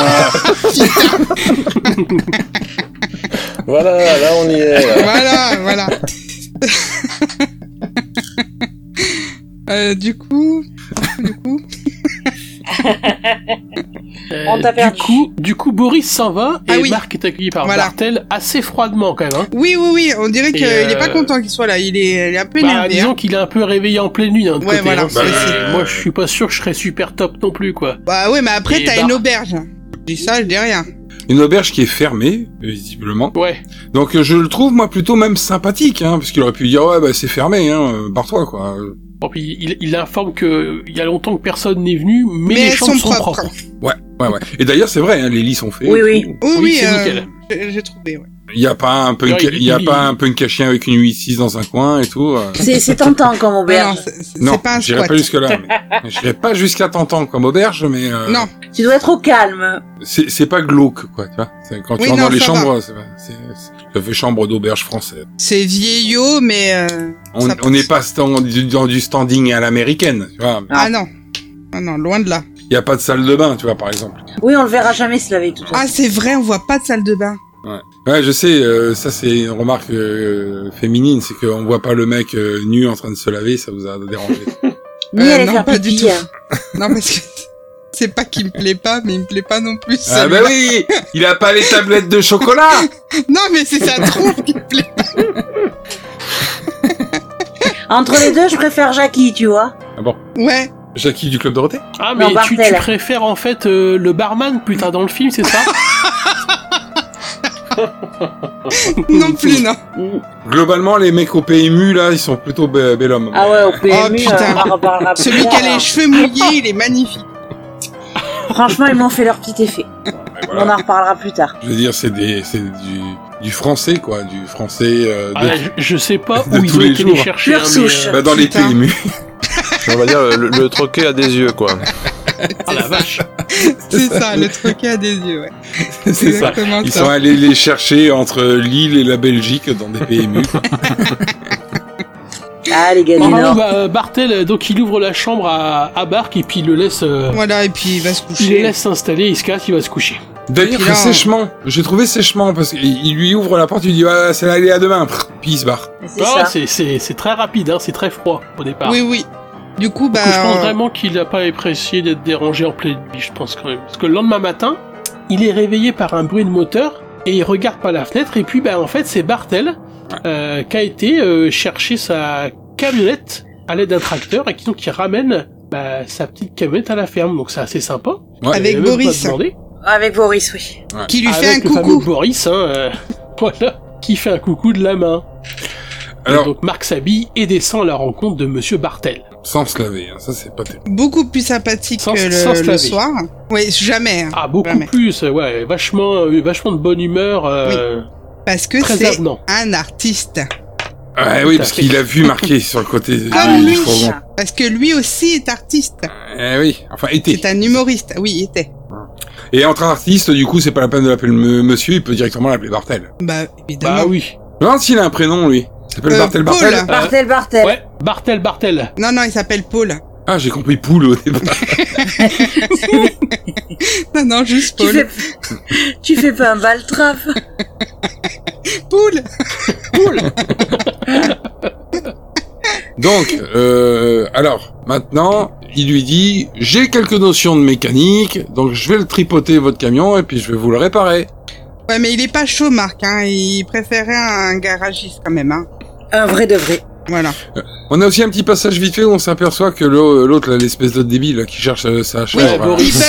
Speaker 3: voilà, là on y est. là.
Speaker 5: Voilà, voilà. Euh, du coup, du coup,
Speaker 2: Euh,
Speaker 4: On t'a perdu.
Speaker 2: Du coup, du coup, Boris s'en va et
Speaker 5: Ah oui.
Speaker 2: Marc est accueilli par
Speaker 5: Voilà.
Speaker 2: Bartel assez froidement quand même. hein.
Speaker 5: oui, oui, oui, on dirait
Speaker 2: Et,
Speaker 5: qu'il est pas
Speaker 2: euh,
Speaker 5: content qu'il soit là, il est, il est un peu
Speaker 2: Bah,
Speaker 5: énervé.
Speaker 2: disons
Speaker 5: hein.
Speaker 2: qu'il est un peu réveillé en pleine nuit. d'un autre
Speaker 5: Ouais,
Speaker 2: côté,
Speaker 5: voilà,
Speaker 2: hein.
Speaker 5: c'est-
Speaker 2: Euh,
Speaker 8: c'est-
Speaker 2: Moi, je suis pas sûr que je serais super top non plus, quoi.
Speaker 5: Bah ouais, mais après
Speaker 2: Et
Speaker 5: t'as
Speaker 2: bah-
Speaker 5: une auberge. Je dis ça, je dis rien.
Speaker 8: une auberge qui est fermée, visiblement.
Speaker 2: Ouais.
Speaker 8: Donc euh, je le trouve moi plutôt même sympathique, hein, parce qu'il aurait pu dire ouais bah c'est fermé, hein, euh, barre-toi quoi. Euh,
Speaker 2: Bon, puis il, il informe que il y a longtemps que personne n'est venu, mais,
Speaker 5: Mais
Speaker 2: les
Speaker 5: elles
Speaker 2: chambres
Speaker 5: sont
Speaker 2: sont
Speaker 5: propres.
Speaker 2: propres.
Speaker 8: Ouais, ouais, ouais. Et d'ailleurs c'est vrai, hein, les lits sont faits.
Speaker 4: Oui,
Speaker 8: et
Speaker 4: oui.
Speaker 8: tout.
Speaker 5: Oui,
Speaker 2: Oui,
Speaker 5: oui,
Speaker 2: c'est
Speaker 5: euh,
Speaker 2: nickel.
Speaker 5: j'ai- j'ai trouvé. Ouais.
Speaker 8: Il y a pas un punk,
Speaker 2: Il-
Speaker 8: il y a
Speaker 2: il-
Speaker 8: pas un punk à chien avec une 8-6 dans un coin et tout. euh.
Speaker 4: C'est c'est tentant comme
Speaker 5: Non,
Speaker 4: auberge.
Speaker 5: c'est- c'est
Speaker 8: Non,
Speaker 5: c'est pas un
Speaker 8: j'irai
Speaker 5: squat.
Speaker 8: pas jusque là. J'irai pas jusqu'à Tantan comme auberge, mais euh,
Speaker 5: Non,
Speaker 4: Tu dois être au calme.
Speaker 8: c'est c'est pas glauque quoi. Tu vois C'est- quand
Speaker 5: Oui,
Speaker 8: tu rentres
Speaker 5: non,
Speaker 8: dans les
Speaker 5: ça
Speaker 8: chambres, c'est c'est- c'est- ça fait chambre d'auberge française.
Speaker 5: c'est vieillot, mais euh,
Speaker 8: On
Speaker 5: Ça
Speaker 8: on n'est pas dans du, dans du standing à l'américaine. Tu vois,
Speaker 4: Ah.
Speaker 5: ah non, ah non, loin de là.
Speaker 8: il y a pas de salle de bain, tu vois par exemple.
Speaker 4: Oui, on le verra jamais se laver, de toute façon.
Speaker 5: Ah c'est vrai, on voit pas de salle de bain.
Speaker 8: Ouais, je sais, euh, ça c'est une remarque euh, féminine, c'est qu'on voit pas le mec euh, nu en train de se laver, ça vous a dérangé.
Speaker 4: Ni
Speaker 5: Euh,
Speaker 4: aller
Speaker 5: non,
Speaker 4: faire
Speaker 5: pas du
Speaker 4: pipi.
Speaker 5: tout.
Speaker 4: hein.
Speaker 5: Non parce que c'est pas qu'il me plaît pas, mais il me plaît pas non plus.
Speaker 8: ah bah
Speaker 5: celui-là.
Speaker 8: oui, il a pas les tablettes de chocolat.
Speaker 5: Non mais c'est sa tronche qui me plaît.
Speaker 4: Entre les deux, je préfère Jackie, tu vois.
Speaker 8: Ah bon,
Speaker 5: Ouais.
Speaker 8: Jackie du club Dorothée.
Speaker 2: Ah, mais
Speaker 4: Non,
Speaker 2: tu, tu
Speaker 4: Bartel.
Speaker 2: préfères en fait euh, le barman plus tard dans le film, c'est ça
Speaker 5: Non plus, non.
Speaker 8: Globalement, les mecs au PMU là, ils sont plutôt be- bel homme.
Speaker 4: Ah ouais, au PMU,
Speaker 5: Oh, putain.
Speaker 4: euh, on en reparlera plus
Speaker 5: Celui qui
Speaker 4: tard,
Speaker 5: a les
Speaker 4: hein.
Speaker 5: cheveux mouillés, il est magnifique.
Speaker 4: Franchement, ils m'ont fait leur petit effet.
Speaker 8: Mais voilà.
Speaker 4: On en reparlera plus tard.
Speaker 8: Je veux dire, c'est des, c'est du, du français quoi, du français euh, de-
Speaker 2: Ah, je, je sais pas
Speaker 8: De
Speaker 2: où
Speaker 8: tous
Speaker 2: ils
Speaker 8: les
Speaker 2: ont été les
Speaker 8: jours.
Speaker 2: chercher.
Speaker 4: Pure
Speaker 2: hein,
Speaker 4: souche.
Speaker 2: mais, euh,
Speaker 8: bah, dans les
Speaker 5: Putain.
Speaker 8: PMU.
Speaker 3: On va dire le, le- le troquet a des yeux, quoi.
Speaker 2: ah la vache.
Speaker 5: C'est ça, le truc a des yeux, ouais.
Speaker 8: c'est ça.
Speaker 5: exactement
Speaker 8: Ils
Speaker 5: ça.
Speaker 8: sont allés les chercher entre Lille et la Belgique dans des PMU.
Speaker 4: Ah, les gars
Speaker 2: Bon,
Speaker 4: du Nord.
Speaker 2: bah, euh, Bartel, euh, donc il ouvre la chambre à, à Bark et puis il le laisse. euh,
Speaker 5: Voilà, et puis il va se
Speaker 2: Il le
Speaker 5: coucher.
Speaker 2: laisse s'installer, il se casse, il va se coucher.
Speaker 8: D'ailleurs,
Speaker 5: Puis là, on-
Speaker 8: sèchement, j'ai trouvé sèchement parce qu'il il lui ouvre la porte, il dit ah, c'est l'aller à demain, Prr, puis il se barre.
Speaker 4: Mais C'est
Speaker 2: Ah,
Speaker 4: ça.
Speaker 2: C'est c'est- c'est très rapide, hein, c'est très froid au départ.
Speaker 5: Oui, oui. Du coup, bah.
Speaker 2: Parce que je pense
Speaker 5: euh,
Speaker 2: vraiment qu'il n'a pas apprécié d'être dérangé en pleine nuit, je pense quand même. Parce que le lendemain matin, il est réveillé par un bruit de moteur et il regarde par la fenêtre et puis bah, en fait c'est Bartel euh, qui a été euh, chercher sa camionnette à l'aide d'un tracteur et qui donc qui ramène bah, sa petite camionnette à la ferme. Donc c'est assez sympa. Il
Speaker 8: Ouais.
Speaker 5: Avec
Speaker 2: avait même pas
Speaker 5: Boris.
Speaker 2: demandé.
Speaker 4: Avec Boris, oui.
Speaker 5: Qui lui fait un
Speaker 2: Avec le fameux
Speaker 5: coucou.
Speaker 2: Boris, hein, euh, voilà, qui fait un coucou de la main.
Speaker 8: Alors,
Speaker 2: Et donc Marc s'habille et descend à la rencontre de Monsieur Bartel.
Speaker 8: sans se laver, hein, ça c'est pas terrible.
Speaker 5: Beaucoup plus sympathique
Speaker 2: Sans-
Speaker 5: que le,
Speaker 2: sans se
Speaker 5: le
Speaker 2: laver.
Speaker 5: soir. Oui, jamais. hein.
Speaker 2: Ah beaucoup
Speaker 5: Jamais.
Speaker 2: plus, euh, ouais, vachement, euh, vachement de bonne humeur, euh,
Speaker 5: Parce que
Speaker 2: très
Speaker 5: c'est
Speaker 2: avenant.
Speaker 5: un artiste.
Speaker 8: Ah
Speaker 2: tout
Speaker 8: oui,
Speaker 2: à
Speaker 8: parce
Speaker 2: fait.
Speaker 8: qu'il a vu marqué sur le côté du,
Speaker 5: Comme
Speaker 8: du
Speaker 5: lui.
Speaker 8: fourgon.
Speaker 5: Parce que lui aussi est artiste.
Speaker 8: Eh oui, enfin été.
Speaker 5: C'est un humoriste. Oui, il était.
Speaker 8: Et entre artistes, du coup, c'est pas la peine de l'appeler me- monsieur, il peut directement l'appeler Bartel.
Speaker 5: Bah,
Speaker 2: Bah
Speaker 5: évidemment.
Speaker 2: oui.
Speaker 8: Je me demande s'il a un prénom lui. Il s'appelle
Speaker 5: Euh,
Speaker 8: Bartel
Speaker 5: Paul.
Speaker 8: Bartel.
Speaker 4: Bartel, Bartel.
Speaker 2: Ouais, Bartel, Bartel.
Speaker 5: Non, non, il s'appelle Paul.
Speaker 8: Ah, j'ai compris poule au départ.
Speaker 5: Non, non, juste
Speaker 4: Tu
Speaker 5: Paul.
Speaker 4: fais... tu fais pas un baltrap.
Speaker 5: Paul
Speaker 8: Donc, euh, alors, maintenant, il lui dit, j'ai quelques notions de mécanique, donc je vais le tripoter votre camion et puis je vais vous le réparer.
Speaker 5: Ouais, mais il est pas chaud, Marc. Hein. Il préférait un garagiste quand même. Hein.
Speaker 4: Un vrai de vrai.
Speaker 5: Voilà.
Speaker 8: On a aussi un petit passage vite fait où on s'aperçoit que l'au- l'autre, là, l'espèce d'autre débile là, qui cherche euh, sa chaise.
Speaker 2: Ouais,
Speaker 8: là.
Speaker 2: Boris.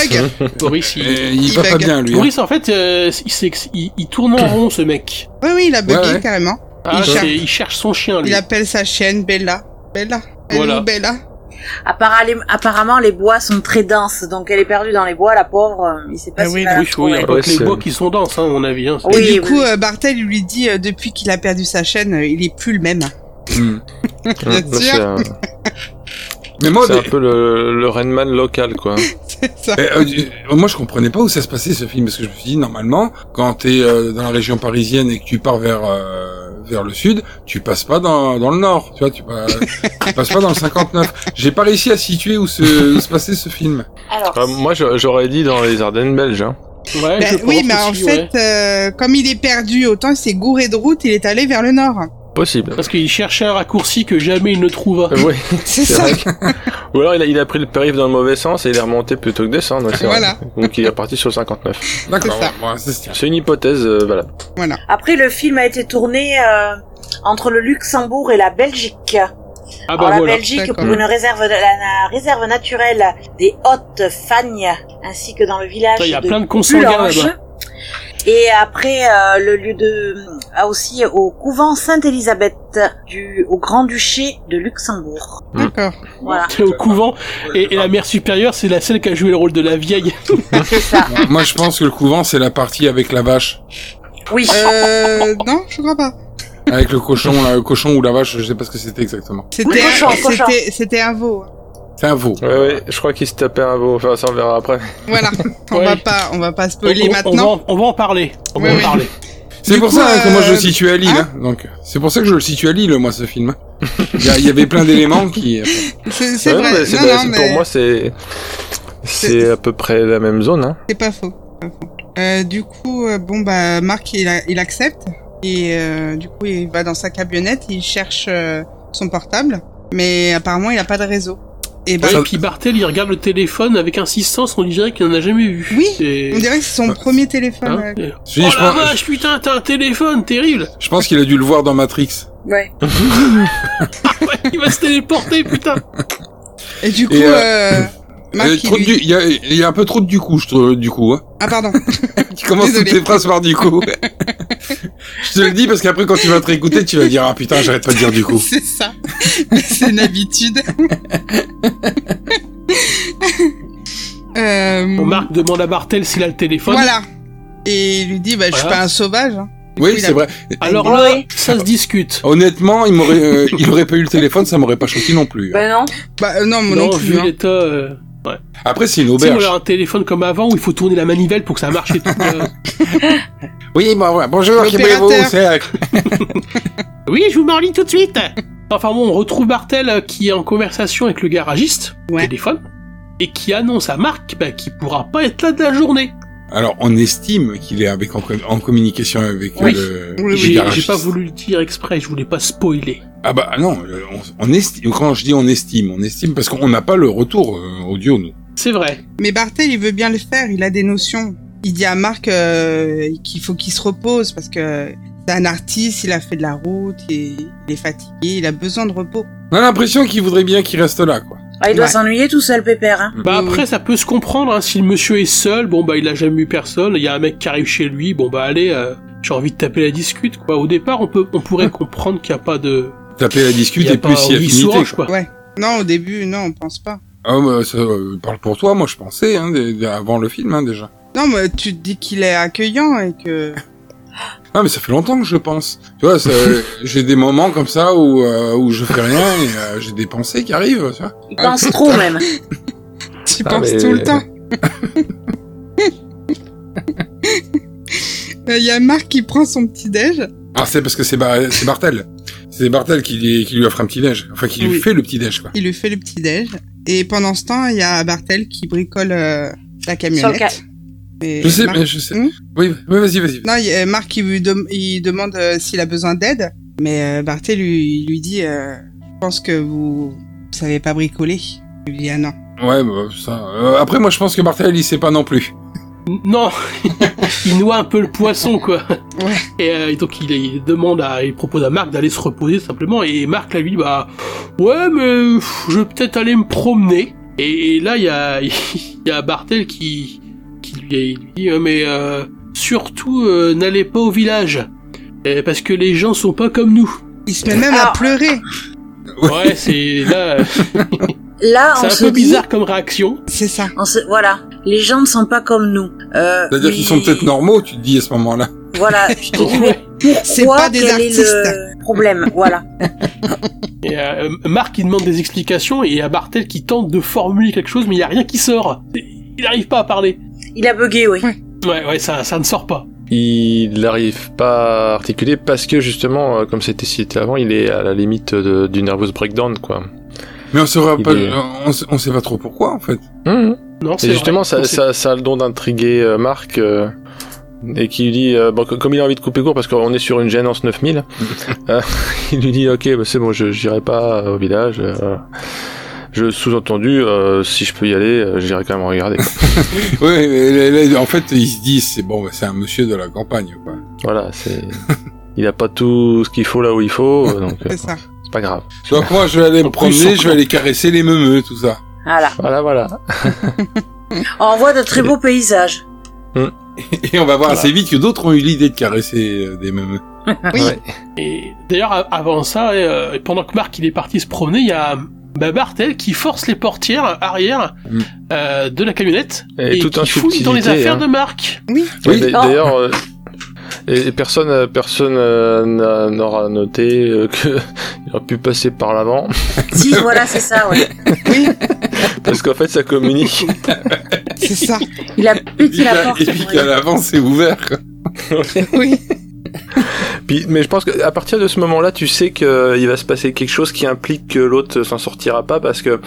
Speaker 2: Boris, il,
Speaker 8: Et il va pas bien, lui, hein.
Speaker 2: Boris, en fait, euh, il, s'ex- il- il tourne en rond, ce mec.
Speaker 5: Oui, oui, il a bugué
Speaker 2: Ouais, ouais.
Speaker 5: carrément.
Speaker 2: Ah,
Speaker 5: il,
Speaker 2: c'est-
Speaker 5: cherche,
Speaker 2: il cherche son chien, lui.
Speaker 5: il appelle sa chienne Bella. Bella. Elle
Speaker 2: Voilà.
Speaker 5: est où, Bella
Speaker 4: Apparemment les, apparemment, les bois sont très denses, donc elle est perdue dans les bois, la pauvre. euh, Il sait pas si
Speaker 2: Eh oui,
Speaker 4: elle va la
Speaker 2: oui, hein. oui, il y a
Speaker 4: retrouver.
Speaker 2: pas que les
Speaker 3: c'est-
Speaker 2: bois qui sont denses, hein, à mon avis. Hein, c'est-
Speaker 5: Et du coup, euh, Bartel lui dit euh, depuis qu'il a perdu sa chaîne, euh, il est plus le même.
Speaker 8: Hmm.
Speaker 5: Bien
Speaker 3: Là,
Speaker 5: sûr.
Speaker 3: Hein, c'est un-
Speaker 8: Mais moi,
Speaker 3: c'est
Speaker 8: des-
Speaker 3: un peu le, le Renman local, quoi.
Speaker 8: Eh, euh, du- euh, moi, je comprenais pas où ça se passait ce film parce que je me suis dit normalement, quand t'es euh, dans la région parisienne et que tu pars vers euh, vers le sud, tu passes pas dans, dans le nord, tu vois, tu, pas- tu passes pas dans le 59. J'ai pas réussi à situer où se, où se passait ce film.
Speaker 3: Ah, moi, je- j'aurais dit dans les Ardennes belges. Hein.
Speaker 2: Ouais,
Speaker 5: Ben oui, mais en fait, euh, comme il est perdu, autant il s'est gouré de route, il est allé vers le nord.
Speaker 3: Possible.
Speaker 2: Parce qu'il cherchait un raccourci que jamais il ne trouva.
Speaker 3: Ouais,
Speaker 5: C'est
Speaker 3: ça. Ou alors il a, il a pris le périph' dans le mauvais sens et il est remonté plutôt que descendre. c'est vrai.
Speaker 5: Voilà.
Speaker 3: Donc il est reparti sur le 59.
Speaker 8: D'accord.
Speaker 5: C'est ça.
Speaker 8: bon, c'est ça.
Speaker 3: C'est une hypothèse, euh, voilà.
Speaker 5: Voilà.
Speaker 4: Après, le film a été tourné euh, entre le Luxembourg et la Belgique.
Speaker 2: Ah
Speaker 4: Alors,
Speaker 2: bah
Speaker 4: Oh, la
Speaker 2: voilà.
Speaker 4: Belgique
Speaker 5: D'accord.
Speaker 4: pour une réserve, de- la, la réserve naturelle des Hautes Fagnes, ainsi que dans le village
Speaker 2: Putain, il y a
Speaker 4: de
Speaker 2: plein de consanguins
Speaker 4: Bullange.
Speaker 2: là-bas.
Speaker 4: Et après, euh, le lieu de ah, aussi au couvent Sainte-Élisabeth du au Grand-Duché de Luxembourg.
Speaker 5: D'accord.
Speaker 4: Voilà,
Speaker 2: C'est au couvent. Et, et la mère supérieure, c'est la celle qui a joué le rôle de la vieille.
Speaker 4: c'est ça.
Speaker 8: Bon, moi, je pense que le couvent, c'est la partie avec la vache,
Speaker 4: Oui.
Speaker 5: Euh, non, je crois pas.
Speaker 8: avec le cochon, là, le cochon ou la vache, je sais pas ce que c'était exactement.
Speaker 5: C'était un-
Speaker 4: cochon, cochon.
Speaker 5: c'était- c'était un veau.
Speaker 8: C'est un veau.
Speaker 3: Ouais, ouais, je crois qu'il se tapait un veau. Enfin, ça on verra après.
Speaker 5: Voilà. On
Speaker 2: Ouais.
Speaker 5: va pas, on va pas
Speaker 2: On,
Speaker 5: spoiler
Speaker 2: on- on va,
Speaker 5: maintenant.
Speaker 2: en- on va en parler. On va
Speaker 5: Ouais,
Speaker 2: en
Speaker 5: ouais.
Speaker 2: parler.
Speaker 8: C'est
Speaker 5: Du
Speaker 8: pour
Speaker 5: coup,
Speaker 8: ça hein, que moi je
Speaker 5: euh,
Speaker 8: le situe à Lille.
Speaker 5: hein
Speaker 8: hein, donc, c'est pour ça que je le situe à Lille, moi, ce film. Il y, a- il y avait plein d'éléments qui.
Speaker 5: C'est c'est
Speaker 3: Ouais,
Speaker 5: vrai.
Speaker 3: mais c'est-
Speaker 5: non,
Speaker 3: bah,
Speaker 5: non,
Speaker 3: c'est-
Speaker 5: mais
Speaker 3: Pour moi, c'est c'est à peu près la même zone. Hein.
Speaker 5: c'est pas faux. c'est pas faux. Euh, du coup, euh, bon bah Marc, il, a- il accepte et euh, du coup il va dans sa camionnette, il cherche euh, son portable, mais apparemment il a pas de réseau. Et bah,
Speaker 2: Ouais, Ah, et puis Bartel, il regarde le téléphone avec insistance, on dirait qu'il n'en a jamais vu.
Speaker 5: Oui,
Speaker 2: C'est-
Speaker 5: on dirait que c'est son premier téléphone.
Speaker 2: Hein
Speaker 5: euh,
Speaker 8: Je,
Speaker 2: oh
Speaker 8: je
Speaker 2: la
Speaker 8: pense,
Speaker 2: vache, putain, t'as un téléphone, terrible
Speaker 8: je pense qu'il a dû le voir dans Matrix.
Speaker 4: Ouais.
Speaker 2: Il va se téléporter, putain
Speaker 5: Et du coup,
Speaker 8: Et,
Speaker 5: euh,
Speaker 8: Il y, a
Speaker 5: Marc,
Speaker 8: trop
Speaker 5: il
Speaker 8: de
Speaker 5: lui...
Speaker 8: du- il y a, il y a un peu trop de du coup, je trouve, du coup. Hein.
Speaker 5: ah pardon,
Speaker 8: Tu commences toutes
Speaker 5: Désolée.
Speaker 8: tes phrases par du coup. je te le dis parce qu'après, quand tu vas te réécouter, tu vas dire Ah putain, j'arrête pas de dire du coup.
Speaker 5: c'est ça, c'est une habitude. euh,
Speaker 2: Bon, Marc demande à Bartel s'il a le téléphone.
Speaker 5: voilà. Et il lui dit, bah je suis
Speaker 2: Voilà.
Speaker 5: pas un sauvage. hein.
Speaker 8: Oui,
Speaker 5: il
Speaker 8: c'est
Speaker 5: a-
Speaker 8: vrai.
Speaker 2: Alors là, ça se discute.
Speaker 8: Honnêtement, il m'aurait, euh, il aurait pas eu le téléphone, ça m'aurait pas choqué non plus. hein.
Speaker 4: Ben non.
Speaker 5: Bah euh, non, moi non,
Speaker 2: Non,
Speaker 5: plus.
Speaker 2: vu
Speaker 5: hein.
Speaker 2: l'état... euh, Ouais.
Speaker 8: Après, c'est une
Speaker 2: Tu sais, on
Speaker 8: auberge.
Speaker 2: a un téléphone comme avant où il faut tourner la manivelle pour que ça marche et tout. euh.
Speaker 8: Oui, bon, voilà. bonjour, qui
Speaker 5: L'opérateur.
Speaker 8: voulez-vous C'est-
Speaker 2: Oui, je vous mets en ligne tout de suite Enfin bon, on retrouve Bartel euh, qui est en conversation avec le garagiste, au
Speaker 5: Ouais.
Speaker 2: téléphone, et qui annonce à Marc bah, qu'il pourra pas être là de la journée.
Speaker 8: Alors, on estime qu'il est avec en, com- en communication avec euh,
Speaker 2: Oui.
Speaker 8: le,
Speaker 5: Oui,
Speaker 8: le
Speaker 5: oui.
Speaker 2: J'ai j'ai
Speaker 8: garagiste.
Speaker 2: pas voulu le dire exprès, je voulais pas spoiler.
Speaker 8: Ah bah non, euh, on, on estime. Quand je dis on estime, on estime parce qu'on n'a pas le retour euh, audio nous.
Speaker 2: C'est vrai.
Speaker 5: Mais Bartel, il veut bien le faire, il a des notions. Il dit à Marc euh, qu'il faut qu'il se repose parce que c'est un artiste, il a fait de la route, il, il est fatigué, il a besoin de repos.
Speaker 8: On a l'impression qu'il voudrait bien qu'il reste là, quoi.
Speaker 4: Ah, il doit
Speaker 5: Ouais.
Speaker 4: s'ennuyer tout seul, Pépère. Hein.
Speaker 2: Bah
Speaker 5: Oui,
Speaker 2: après, ça peut se comprendre, hein, si le monsieur est seul, bon bah il a jamais eu personne, il y a un mec qui arrive chez lui, bon bah allez, euh, j'ai envie de taper la discute, quoi. Au départ, on, peut, on pourrait comprendre qu'il n'y a pas de...
Speaker 8: Taper la discute
Speaker 2: il y a
Speaker 8: et puis
Speaker 2: pas
Speaker 8: s'y
Speaker 2: huit
Speaker 8: affinité.
Speaker 2: souroches, quoi.
Speaker 5: Ouais. Non, au début, non, on pense pas.
Speaker 8: Ah, bah, ça euh, parle pour toi, moi je pensais, hein, dès- dès avant le film hein, déjà.
Speaker 5: Non, mais tu te dis qu'il est accueillant et que.
Speaker 8: Ah mais ça fait longtemps que je pense. Tu vois, ça- euh, j'ai des moments comme ça où, euh, où je fais rien et euh, j'ai des pensées qui arrivent, tu vois.
Speaker 4: Il pense trop même.
Speaker 5: Tu
Speaker 3: Ah,
Speaker 5: penses
Speaker 3: mais-
Speaker 5: tout le temps. Euh, Il y a Marc qui prend son petit déj.
Speaker 8: Ah c'est parce que c'est Bar- c'est Bartel. C'est Bartel qui, lui- qui lui offre un petit déj. Enfin qui lui
Speaker 5: Oui.
Speaker 8: fait le petit déj quoi.
Speaker 5: Il lui fait le petit déj. Et pendant ce temps, il y a Bartel qui bricole euh, la camionnette. Et
Speaker 8: Je sais,
Speaker 5: Marc-
Speaker 8: mais je sais.
Speaker 5: Hmm
Speaker 8: Oui, oui, vas-y, vas-y.
Speaker 5: Non, il y a Marc il, lui dem- il demande euh, s'il a besoin d'aide, mais euh, Barthé lui, il lui dit euh, Je pense que vous savez pas bricoler. Il lui dit Ah non.
Speaker 8: Ouais, bah, ça. euh, après moi je pense que Bartel il sait pas non plus.
Speaker 2: Non, il noie un peu le poisson, quoi. Et, euh, et donc il, il demande à, il propose à Marc d'aller se reposer simplement. Et Marc là lui dit, bah ouais, mais pff, je vais peut-être aller me promener. Et, et là il y a, il y a Bartel qui, qui lui, lui dit, euh, mais euh, surtout euh, n'allez pas au village Euh, parce que les gens sont pas comme nous.
Speaker 5: Il se met même à pleurer.
Speaker 2: Ouais, c'est là, euh,
Speaker 4: Là,
Speaker 2: c'est
Speaker 4: on
Speaker 2: un
Speaker 4: se
Speaker 2: peu
Speaker 4: dit-
Speaker 2: bizarre comme réaction.
Speaker 5: C'est ça.
Speaker 4: on se- voilà, les gens ne sont pas comme nous. Euh,
Speaker 8: C'est-à-dire
Speaker 4: mais-
Speaker 8: qu'ils sont peut-être normaux, tu te dis à ce moment-là.
Speaker 4: Voilà, tu te dis, mais
Speaker 5: C'est
Speaker 4: pourquoi
Speaker 5: pas des
Speaker 4: Quel est
Speaker 5: artistes.
Speaker 4: le problème Voilà.
Speaker 2: Et euh, Marc il demande des explications et il y a Bartel qui tente de formuler quelque chose mais il y a rien qui sort. Il n'arrive pas à parler.
Speaker 4: Il a bugué, oui.
Speaker 2: Ouais ouais ça ça ne sort pas.
Speaker 3: Il n'arrive pas à articuler parce que justement, euh, comme c'était cité avant, il est à la limite de- du nervous breakdown, quoi.
Speaker 8: Mais on saura
Speaker 3: Il
Speaker 8: pas,
Speaker 3: est-
Speaker 8: on, s- on sait pas trop pourquoi, en fait.
Speaker 3: Hum.
Speaker 2: Non Mmh, c'est
Speaker 3: Et justement,
Speaker 2: vrai.
Speaker 3: ça,
Speaker 2: Donc, c'est-
Speaker 3: ça, ça a le don d'intriguer euh, Marc. euh, Et qui lui dit, euh, bon, co- comme il a envie de couper court parce qu'on est sur une gênance 9000, euh, il lui dit, ok, bah, c'est bon, je j'irai pas au village. euh, je sous-entendu, euh, si je peux y aller, euh, j'irai quand même regarder. quoi.
Speaker 8: Ouais, mais là, là, en fait, ils se disent, c'est bon, bah, c'est un monsieur de la campagne, quoi.
Speaker 3: voilà, c'est, il a pas tout ce qu'il faut là où il faut, euh, donc euh,
Speaker 5: C'est ça.
Speaker 3: c'est pas grave.
Speaker 8: Donc moi, je vais aller me
Speaker 2: En plus, ils
Speaker 8: promener,
Speaker 2: sont
Speaker 8: je vais aller caresser les meumeux, tout ça.
Speaker 4: Voilà.
Speaker 3: Voilà, voilà.
Speaker 4: On voit de très beaux paysages.
Speaker 8: Et on va voir
Speaker 3: Voilà.
Speaker 8: assez vite que d'autres ont eu l'idée de caresser euh, des meumeux.
Speaker 5: Oui.
Speaker 3: Ouais.
Speaker 2: Et d'ailleurs, a- avant ça, euh, pendant que Marc il est parti se promener, il y a bah, Bartel qui force les portières arrière
Speaker 8: Mm.
Speaker 2: euh, de la camionnette
Speaker 3: Et tout
Speaker 2: qui
Speaker 3: en
Speaker 2: fouille dans les
Speaker 3: subtilité,
Speaker 2: affaires de
Speaker 3: hein.
Speaker 2: Marc.
Speaker 3: Ouais,
Speaker 8: Oui.
Speaker 3: d'a-
Speaker 4: Oh.
Speaker 3: D'ailleurs, euh, et, et personne, euh, personne euh, n'a- n'aura noté euh, que il aurait pu passer par l'avant,
Speaker 4: Si, voilà, c'est ça, ouais.
Speaker 3: parce qu'en fait, ça communique.
Speaker 5: C'est ça.
Speaker 4: Il a
Speaker 8: Et puis
Speaker 4: pété la
Speaker 8: qu'à
Speaker 4: porte.
Speaker 8: et puis qu'à l'avant, c'est ouvert. quoi.
Speaker 3: Puis, mais je pense qu'à partir de ce moment-là, tu sais qu'il va se passer quelque chose qui implique que l'autre s'en sortira pas, parce que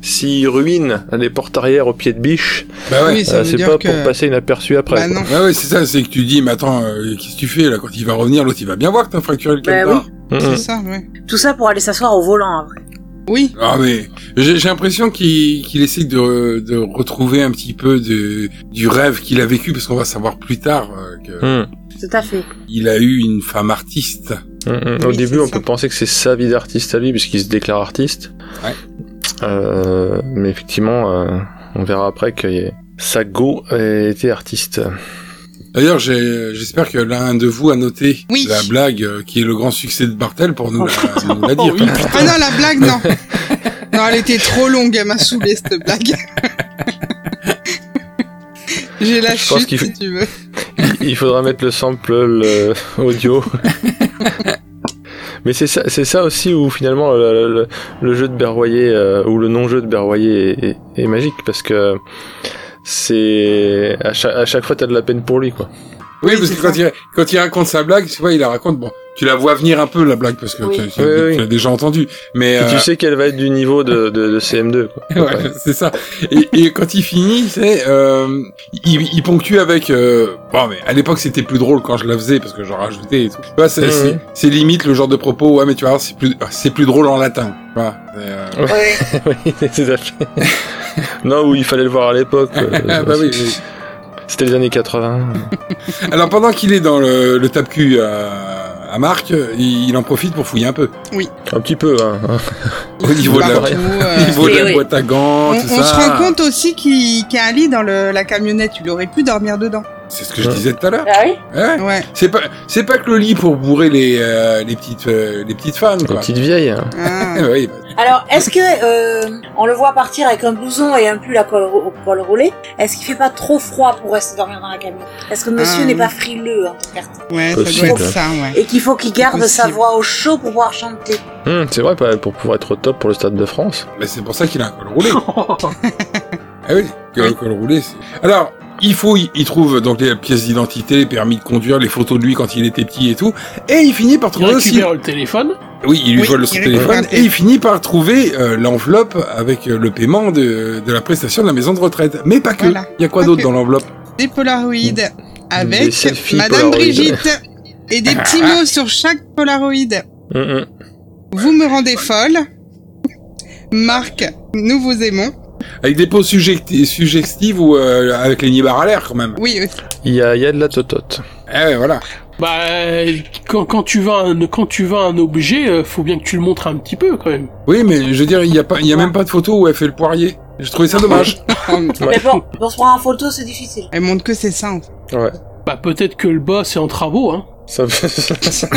Speaker 3: s'il ruine les portes arrière au pied de biche,
Speaker 8: Bah ouais.
Speaker 5: Oui, ça
Speaker 3: euh,
Speaker 5: veut
Speaker 3: c'est
Speaker 5: dire
Speaker 3: pas
Speaker 5: que.
Speaker 3: pour passer inaperçu après.
Speaker 5: bah
Speaker 3: quoi.
Speaker 5: non.
Speaker 8: Ouais, ouais, c'est ça, c'est que tu dis, mais attends, euh, qu'est-ce que tu fais, là, quand il va revenir, l'autre, il va bien voir que t'as fracturé le
Speaker 4: Bah
Speaker 8: calbar.
Speaker 3: Mm, mm.
Speaker 5: C'est ça, ouais.
Speaker 4: Tout ça pour aller s'asseoir au volant. hein. après.
Speaker 5: Oui.
Speaker 8: Ah mais j'ai j'ai l'impression qu'il qu'il essaie de, re- de retrouver un petit peu de, du rêve qu'il a vécu parce qu'on va savoir plus tard euh, qu'il
Speaker 3: Mm,
Speaker 4: Tout à fait.
Speaker 8: a eu une femme artiste.
Speaker 3: mm, mm. Au
Speaker 5: Oui,
Speaker 3: début,
Speaker 5: c'est
Speaker 3: on
Speaker 5: ça.
Speaker 3: peut penser que c'est sa vie d'artiste à lui, puisqu'il se déclare artiste.
Speaker 8: Ouais.
Speaker 3: Euh, mais effectivement, euh, on verra après que y- sa go était artiste.
Speaker 8: D'ailleurs j'ai- j'espère que l'un de vous a noté
Speaker 5: Oui.
Speaker 8: la blague euh, qui est le grand succès de Bartel pour nous la, nous la
Speaker 2: Oh
Speaker 8: dire.
Speaker 2: oui,
Speaker 5: Ah non, la blague, non. non, elle était trop longue, elle m'a saoulé cette blague. J'ai la
Speaker 3: Je pense
Speaker 5: chute,
Speaker 3: qu'il faut-
Speaker 5: si tu veux.
Speaker 3: Il faudra mettre le sample le- audio. Mais c'est ça, c'est ça aussi où finalement le, le- le- le jeu de Berroyer euh, ou le non-jeu de Berroyer est, est- est magique parce que c'est à chaque, à chaque fois t'as de la peine pour lui quoi.
Speaker 8: Oui,
Speaker 5: Oui,
Speaker 8: parce
Speaker 5: c'est
Speaker 8: que quand il, quand il raconte sa blague, tu vois, il la raconte, bon, tu la vois venir un peu la blague parce que
Speaker 4: Oui.
Speaker 8: tu, tu-
Speaker 3: Oui, oui.
Speaker 8: tu l'as déjà entendu. Mais
Speaker 3: Et
Speaker 8: euh,
Speaker 3: tu sais qu'elle va être du niveau de, de, de CM2 quoi.
Speaker 8: Ouais, c'est ça. Et, et quand il finit, c'est euh, il, il ponctue avec. euh, bon, mais à l'époque c'était plus drôle quand je la faisais parce que j'en rajoutais. Et tout. Tu vois, c'est,
Speaker 3: Mhm.
Speaker 8: c'est, c'est limite le genre de propos. Ouais, mais tu vois, c'est plus c'est plus drôle en latin. Tu vois, c'est, euh,
Speaker 3: oui, tout à fait. non, où il fallait le voir à l'époque. euh,
Speaker 8: ah, bah oui, oui.
Speaker 3: C'était les années 80.
Speaker 8: Alors pendant qu'il est dans le, le tape cul euh, à, à Marc, il, il en profite pour fouiller un peu
Speaker 3: Un petit peu. Hein.
Speaker 8: au niveau de la,
Speaker 5: Partout,
Speaker 8: au
Speaker 5: euh,
Speaker 8: niveau de
Speaker 4: Oui,
Speaker 8: la
Speaker 4: oui.
Speaker 8: boîte à
Speaker 5: On,
Speaker 8: gants, tout ça.
Speaker 5: on se rend compte aussi qu'il qu'il y a un lit dans le- la camionnette. Il aurait pu dormir dedans.
Speaker 8: C'est ce que je disais tout à l'heure.
Speaker 4: Ah oui
Speaker 8: Ouais.
Speaker 5: Ouais.
Speaker 8: C'est pas c'est pas que le lit pour bourrer les euh, les petites euh, les petites femmes
Speaker 3: Une
Speaker 8: quoi.
Speaker 3: petite vieille. hein.
Speaker 5: Ah.
Speaker 8: Eh oui, bah,
Speaker 4: Alors, est-ce que euh, on le voit partir avec un blouson et un pull à col, au col roulé Est-ce qu'il fait pas trop froid pour rester dormir dans la camion Est-ce que Monsieur
Speaker 5: Ah.
Speaker 4: n'est pas frileux hein, en tout cas
Speaker 5: Ouais, ça
Speaker 3: Possible.
Speaker 5: doit être ça, ouais.
Speaker 4: Et qu'il faut qu'il garde
Speaker 5: Possible.
Speaker 4: sa voix au chaud pour pouvoir chanter.
Speaker 3: Hum, c'est vrai pour- pour pouvoir être au top pour le Stade de France.
Speaker 8: Mais bah, c'est pour ça qu'il a un col roulé. Ah oui, que le col roulé, c'est... Alors, il fouille, il trouve donc les pièces d'identité, les permis de conduire, les photos de lui quand il était petit et tout, et il finit par
Speaker 2: Il
Speaker 8: trouver aussi...
Speaker 2: récupère le téléphone.
Speaker 8: Oui, il lui
Speaker 5: Oui,
Speaker 8: vole
Speaker 5: il
Speaker 8: son
Speaker 5: récupère
Speaker 8: téléphone,
Speaker 5: le
Speaker 8: et il finit par trouver euh, l'enveloppe avec euh, le paiement de, de la prestation de la maison de retraite. Mais pas que,
Speaker 5: Voilà.
Speaker 8: il y a quoi
Speaker 5: Pas
Speaker 8: d'autre
Speaker 5: que.
Speaker 8: dans l'enveloppe
Speaker 5: Des Polaroids
Speaker 3: Des
Speaker 5: avec
Speaker 3: selfies
Speaker 5: Madame
Speaker 3: Polaroid.
Speaker 5: Brigitte et des petits mots sur chaque Polaroid.
Speaker 3: Hum, hum.
Speaker 5: Vous me rendez folle. Marc, nous vous aimons.
Speaker 8: Avec des peaux sujecti- suggestives ou euh, avec les nibards à l'air quand même.
Speaker 5: Oui, oui.
Speaker 3: Il y a, il y a de la totote.
Speaker 8: Eh ouais, voilà.
Speaker 2: Bah, quand, quand tu vends un, quand tu vends un objet, euh, faut bien que tu le montres un petit peu quand même.
Speaker 8: Oui, mais je veux dire, il n'y a, pas- il y a même pas de photo où elle fait le poirier. J'ai trouvé ça dommage.
Speaker 4: Mais bon, pour se prendre en photo, c'est difficile.
Speaker 5: Elle montre que c'est ça, en fait.
Speaker 3: Ouais.
Speaker 2: Bah, peut-être que le boss est en travaux, hein.
Speaker 3: Ça, ça-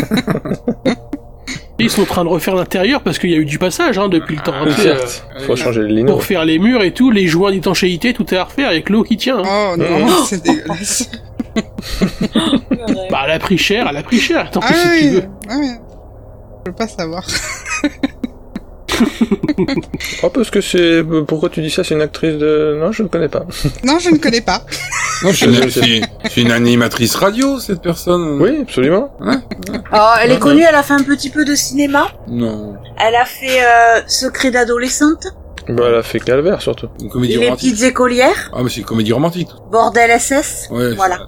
Speaker 2: Et ils sont en train de refaire l'intérieur parce qu'il y a eu du passage, hein, depuis le temps.
Speaker 3: Ah,
Speaker 2: hein, tu sais, euh,
Speaker 3: certes, faut changer le lino.
Speaker 2: pour faire les murs et tout, les joints d'étanchéité, tout est à refaire, il y a que l'eau qui tient. hein.
Speaker 5: Oh
Speaker 3: Euh.
Speaker 5: non, c'est dégueulasse.
Speaker 4: Oh,
Speaker 2: Bah, elle a pris cher, elle a pris cher, tant
Speaker 5: Ah
Speaker 2: pis si tu
Speaker 5: oui,
Speaker 2: veux.
Speaker 5: ah oui. Je veux pas savoir.
Speaker 3: Oh, parce que c'est. Pourquoi tu dis ça C'est une actrice de. Non, je ne connais pas.
Speaker 5: Non, je ne connais pas.
Speaker 8: Non, c'est une, c'est- c'est une animatrice radio, cette personne.
Speaker 3: Oui, absolument.
Speaker 4: Oh, elle
Speaker 8: Ouais,
Speaker 4: est connue, elle a fait un petit peu de cinéma.
Speaker 8: Non.
Speaker 4: Elle a fait euh, Secret d'adolescente,
Speaker 3: Bah, elle a fait Calvaire surtout.
Speaker 8: Une comédie
Speaker 4: Les
Speaker 8: romantique.
Speaker 4: petites écolières,
Speaker 8: Ah, mais c'est une comédie romantique.
Speaker 4: Bordel SS.
Speaker 8: Ouais.
Speaker 4: Voilà.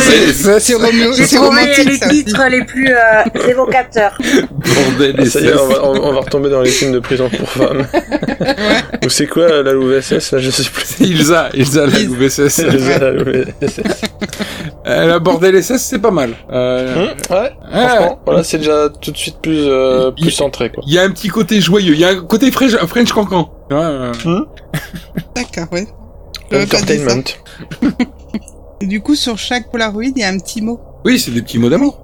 Speaker 8: C'est- c'est-
Speaker 5: C'est Roméo-
Speaker 4: J'ai
Speaker 5: c'est
Speaker 4: trouvé
Speaker 5: romantique,
Speaker 4: les
Speaker 5: ça.
Speaker 4: titres les plus euh, évocateurs.
Speaker 8: Bordel,
Speaker 3: Ah,
Speaker 8: et
Speaker 3: ça y est, on va, on- on va retomber dans les films de prison pour femmes. Ou c'est quoi la Louve SS là Je sais plus.
Speaker 8: c'est Ilsa, Ilsa la UVSS.
Speaker 3: La Louve SS.
Speaker 8: Euh, la bordel SS, c'est pas mal. Euh,
Speaker 3: Hum, ouais, franchement, voilà, c'est déjà tout de suite plus, euh,
Speaker 8: Il-
Speaker 3: plus centré quoi.
Speaker 8: Il y a un petit côté joyeux, il y a un côté French, French cancan. Tu vois, euh,
Speaker 5: D'accord, ouais. J'aurais pas dit ça.
Speaker 3: Euh, Entertainment.
Speaker 5: Du coup, sur chaque Polaroid, il y a un petit mot.
Speaker 8: Oui, c'est des petits mots d'amour.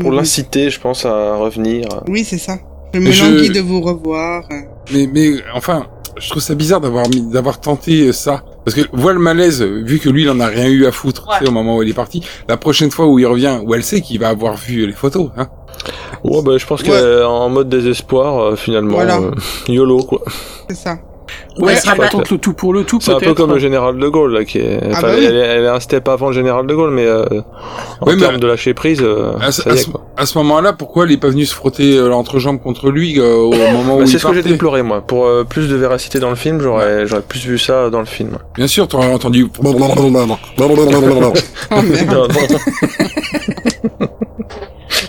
Speaker 3: Pour l'inciter, je pense, à revenir.
Speaker 5: Oui, c'est ça. Je me
Speaker 8: Je-
Speaker 5: languis de vous revoir. euh.
Speaker 8: Mais, mais enfin, je trouve ça bizarre d'avoir mis- d'avoir tenté euh, ça. Parce que vois le malaise, euh, vu que lui, il en a rien eu à foutre
Speaker 4: Ouais.
Speaker 8: tu sais, au moment où il est parti. La prochaine fois où il revient, où elle sait qu'il va avoir vu les photos. Hein.
Speaker 3: Ouais, bah, je pense
Speaker 5: Ouais.
Speaker 3: qu'en mode désespoir, euh, finalement,
Speaker 5: Voilà.
Speaker 3: euh, YOLO quoi.
Speaker 5: C'est ça.
Speaker 4: Ouais,
Speaker 2: Ouais,
Speaker 4: c'est
Speaker 2: elle
Speaker 4: pas-
Speaker 2: tente le tout pour le tout,
Speaker 3: C'est un
Speaker 2: peut-être.
Speaker 3: peu comme le général de Gaulle là, qui est.
Speaker 5: Ah
Speaker 3: enfin,
Speaker 5: bah oui.
Speaker 3: elle, est, elle est un step avant le général de Gaulle, mais euh, en
Speaker 8: Ouais, mais-
Speaker 3: termes de lâcher prise, euh,
Speaker 8: À, ce-
Speaker 3: ça
Speaker 8: à
Speaker 3: y est
Speaker 8: ce,
Speaker 3: quoi.
Speaker 8: à ce moment-là, pourquoi elle est pas venue se frotter euh, l'entrejambe contre lui euh, au moment
Speaker 3: Bah,
Speaker 8: où
Speaker 3: c'est
Speaker 8: il
Speaker 3: ce que j'ai
Speaker 8: partait
Speaker 3: déploré moi. Pour euh, plus de véracité dans le film, j'aurais j'aurais plus vu ça dans le film.
Speaker 8: Bien sûr, t'aurais entendu.
Speaker 5: Oh merde.
Speaker 3: Non, non.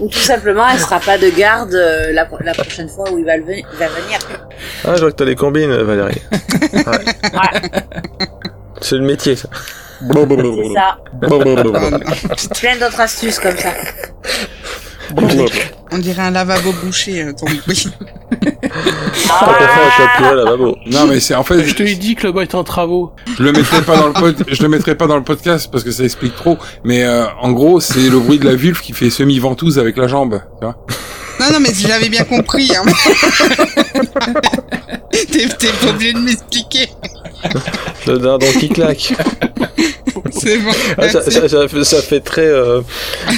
Speaker 4: Ou tout simplement, elle sera pas de garde euh, la, la prochaine fois où il va, le ve- il va venir.
Speaker 3: Ah, je vois que t'as les combines, Valérie. Ouais. C'est le métier, ça.
Speaker 4: C'est ça.
Speaker 5: Oh non.
Speaker 4: Plein d'autres astuces comme ça.
Speaker 5: On dirait un lavabo bouché, euh, ton bruit.
Speaker 3: Ah, t'as fait un chapeau, là, babo.
Speaker 8: non, mais c'est en fait,
Speaker 2: Je te l'ai dit que le bas est en travaux.
Speaker 8: Je le mettrai pas dans le pod... je le mettrai pas dans le podcast parce que ça explique trop. Mais euh, en gros, c'est le bruit de la vulve qui fait semi ventouse avec la jambe. Tu vois
Speaker 5: Non, non, mais si j'avais bien compris. Hein. T'es t'es pas obligé de m'expliquer. Ah.
Speaker 3: Le dindon qui claque.
Speaker 5: C'est bon.
Speaker 3: Ah, ça, ça, ça fait, ça fait très euh,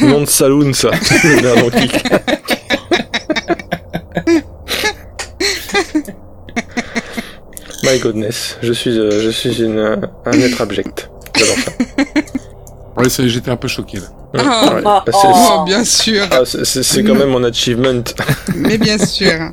Speaker 3: nom de saloon, ça. Le dindon qui claque. My goodness, je suis, euh, je suis une, euh, un être abject. J'adore ça.
Speaker 8: ouais, c'est- j'étais un peu choqué là.
Speaker 3: Ouais,
Speaker 5: Oh.
Speaker 3: ouais. Bah, c'est-
Speaker 5: Oh, bien sûr.
Speaker 3: ah, c'est- c'est c'est quand même mon achievement.
Speaker 5: Mais bien sûr.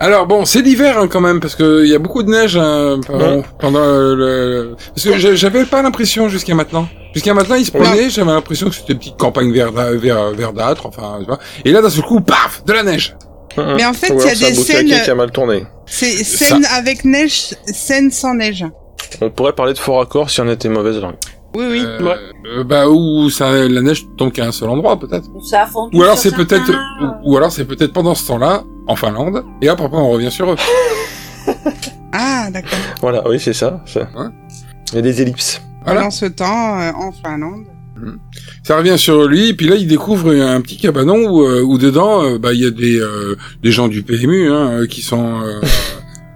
Speaker 8: Alors bon, c'est l'hiver hein, quand même parce que il y a beaucoup de neige hein, pendant,
Speaker 3: Ouais.
Speaker 8: pendant le, le- parce que j'a- j'avais pas l'impression jusqu'à maintenant. Jusqu'à maintenant, il se
Speaker 3: Ouais.
Speaker 8: promenait, j'avais l'impression que c'était une petite campagne verda- ver- verdâtre, enfin, tu vois. Et là, d'un seul coup, paf, de la neige.
Speaker 5: Mais en fait,
Speaker 3: Ou
Speaker 5: il y a
Speaker 3: alors c'est un
Speaker 5: des
Speaker 3: boukaki
Speaker 5: scènes.
Speaker 3: qui a mal tourné.
Speaker 5: C'est scène avec neige, scène sans neige.
Speaker 3: On pourrait parler de faux raccords si on était mauvaise langue.
Speaker 5: Oui, oui.
Speaker 8: Euh, euh, bah ou ça, la neige tombe qu'à un seul endroit peut-être.
Speaker 4: Ou ça a fondu
Speaker 8: Ou alors
Speaker 4: sur
Speaker 8: c'est peut-être, euh,
Speaker 4: certains-
Speaker 8: ou, ou alors c'est peut-être pendant ce temps-là en Finlande, et hop, après on revient sur eux.
Speaker 5: Ah, d'accord.
Speaker 3: Voilà, oui, c'est ça. ça.
Speaker 8: Ouais.
Speaker 3: Il y a des ellipses.
Speaker 8: Voilà.
Speaker 5: Pendant ce temps, euh, en Finlande.
Speaker 8: Ça revient sur lui, et puis là il découvre un petit cabanon où, euh, où dedans, euh, bah il y a des euh, des gens du PMU hein, euh, qui sont euh,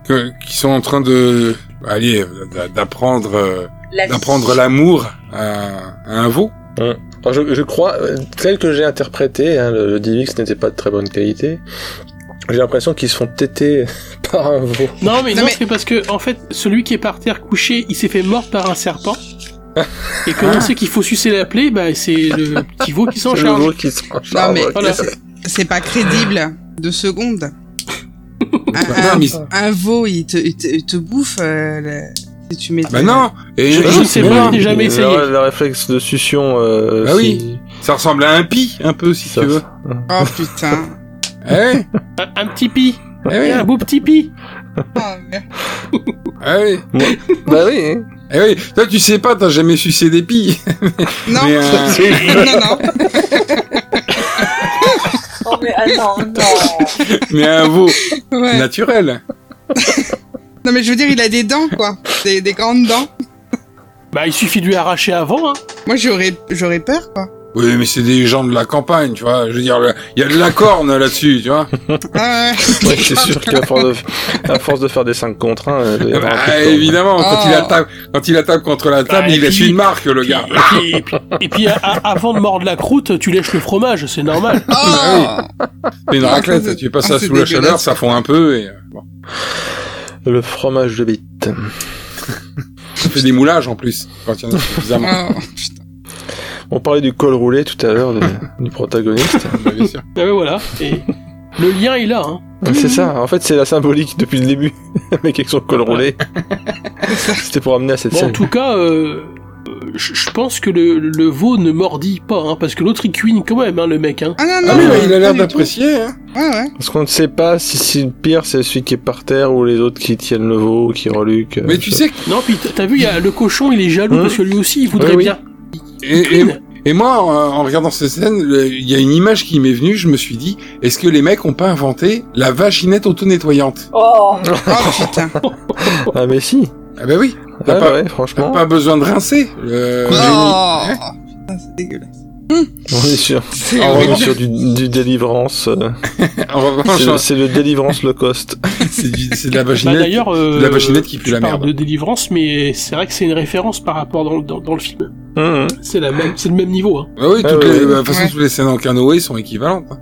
Speaker 8: que- qui sont en train de bah, allez euh, d'a- d'apprendre euh,
Speaker 4: La vie.
Speaker 8: d'apprendre l'amour à, à un veau.
Speaker 3: Alors, je, je crois, euh, tel que j'ai interprété, hein, le, le DivX n'était pas de très bonne qualité. J'ai l'impression qu'ils se font téter par un veau.
Speaker 2: Non, mais
Speaker 5: Non,
Speaker 2: non,
Speaker 5: mais-
Speaker 2: c'est parce que, en fait, celui qui est par terre couché, il s'est fait mort par un serpent. Et comme on sait qu'il faut sucer la plaie, bah, c'est le petit veau qui s'en
Speaker 3: Le veau
Speaker 2: charge.
Speaker 3: qui se prend
Speaker 5: Non, mais
Speaker 2: voilà.
Speaker 5: c'est- c'est pas crédible. Deux secondes.
Speaker 8: non,
Speaker 5: Un, un,
Speaker 8: Ah, mais-
Speaker 5: un veau, il te, il te, il te bouffe. euh, le- si tu mets.
Speaker 8: Bah non. Et
Speaker 2: Je- je
Speaker 8: et-
Speaker 2: sais
Speaker 8: mais-
Speaker 2: pas, j'ai jamais essayé.
Speaker 3: Le, le réflexe de succion. Euh,
Speaker 8: Bah oui. Ça ressemble à un pi un peu si
Speaker 3: Ça-
Speaker 8: tu veux.
Speaker 5: Oh putain.
Speaker 8: Eh,
Speaker 2: Un, un petit pi.
Speaker 8: eh
Speaker 2: Et
Speaker 8: oui.
Speaker 2: Un beau petit pi.
Speaker 5: Oh,
Speaker 8: Ah oui.
Speaker 3: Ouais. bah oui.
Speaker 8: Eh oui, toi tu sais pas, t'as jamais sucé des pilles.
Speaker 5: Non.
Speaker 8: Mais, euh,
Speaker 5: non, non.
Speaker 4: Oh, mais attends, non.
Speaker 8: mais un veau
Speaker 5: Ouais.
Speaker 8: naturel.
Speaker 5: Non, mais je veux dire, il a des dents, quoi. Des, des grandes dents.
Speaker 2: Bah, il suffit de lui arracher avant, hein.
Speaker 5: Moi, j'aurais, j'aurais peur, quoi.
Speaker 8: Oui, mais c'est des gens de la campagne, tu vois. Je veux dire, le- il y a de la corne là-dessus, tu vois.
Speaker 5: Ah, ouais.
Speaker 3: Ouais, c'est sûr qu'à force, de... à force de faire des 5 contre 1, il doit y avoir un peu
Speaker 8: Bah,
Speaker 3: de temps.
Speaker 8: évidemment, quand,
Speaker 5: Ah.
Speaker 8: il attaque, quand il attaque contre la table,
Speaker 2: et
Speaker 8: il laisse
Speaker 2: puis-
Speaker 8: une marque, le gars.
Speaker 2: Et puis, et puis, à- à- avant de mordre la croûte, tu lèches le fromage, c'est normal.
Speaker 8: Bah
Speaker 5: Oh
Speaker 8: C'est une
Speaker 5: Ah,
Speaker 8: raclette,
Speaker 5: c'est-
Speaker 8: tu passes
Speaker 5: ah,
Speaker 8: ça
Speaker 5: c'est
Speaker 8: sous la chaleur,
Speaker 5: dégueulasse.
Speaker 8: ça fond un peu et euh, bon,
Speaker 3: Le fromage de bite.
Speaker 8: ça fait des moulages en plus quand il y en a suffisamment.
Speaker 5: Oh.
Speaker 3: On parlait du col roulé tout à l'heure, de- du protagoniste.
Speaker 8: Bah, bien sûr.
Speaker 2: Ah ouais, voilà. Et le lien est là, hein.
Speaker 3: C'est ça, en fait c'est la symbolique depuis le début. Le mec avec son col roulé. C'était pour amener à cette
Speaker 2: Bon, en
Speaker 3: scène.
Speaker 2: tout cas, euh, euh, je je pense que le, le veau ne mordit pas, hein, parce que l'autre il cuine quand même, hein, le mec. Hein.
Speaker 5: Ah, non, non.
Speaker 8: Ah oui, bah, il a
Speaker 5: pas
Speaker 8: l'air
Speaker 5: du
Speaker 8: d'apprécier. Hein.
Speaker 5: tout. Ouais, ouais.
Speaker 3: Parce qu'on ne sait pas si, si le pire c'est celui qui est par terre ou les autres qui tiennent le veau, qui reluquent. euh,
Speaker 8: Mais tu
Speaker 3: ça.
Speaker 8: sais, que-
Speaker 2: Non, puis t- t'as vu, il y a le cochon, il est jaloux
Speaker 3: Hein
Speaker 2: parce que lui aussi il voudrait
Speaker 3: Oui, oui.
Speaker 2: bien. Bah,
Speaker 8: et, et,
Speaker 2: Queen.
Speaker 8: et moi, en, en regardant cette scène, le- il y a une image qui m'est venue. Je me suis dit, est-ce que les mecs ont pas inventé la vaginette auto-nettoyante
Speaker 4: Oh,
Speaker 5: Oh, putain.
Speaker 3: Ah mais si
Speaker 8: Ah bah oui,
Speaker 3: Ah
Speaker 8: T'as pas-
Speaker 3: ouais,
Speaker 8: t'as
Speaker 3: franchement,
Speaker 8: pas besoin de rincer. euh,
Speaker 5: Oh Putain, c'est dégueulasse. Oh.
Speaker 3: on est sûr.
Speaker 5: C'est
Speaker 8: Ah,
Speaker 3: On est
Speaker 8: horrible.
Speaker 3: sur du, du délivrance. euh,
Speaker 2: Ah,
Speaker 8: en
Speaker 3: c'est le-
Speaker 8: revanche,
Speaker 3: C'est le délivrance le cost.
Speaker 8: c'est du- c'est de la
Speaker 2: Bah,
Speaker 8: vaginette.
Speaker 2: d'ailleurs, euh,
Speaker 8: de la machinette qui
Speaker 2: tu
Speaker 8: pue la
Speaker 2: parles
Speaker 8: merde.
Speaker 2: de délivrance, mais c'est vrai que c'est une référence par rapport dans, dans, dans le film.
Speaker 3: Hum, hum.
Speaker 2: C'est la même, c'est le même niveau. Hein.
Speaker 8: Ah oui,
Speaker 3: Ah
Speaker 8: toutes
Speaker 3: ouais,
Speaker 8: les-
Speaker 3: ouais.
Speaker 8: bah, de toute façon,
Speaker 5: Ouais.
Speaker 8: toutes les scènes en canoë sont équivalentes. hein.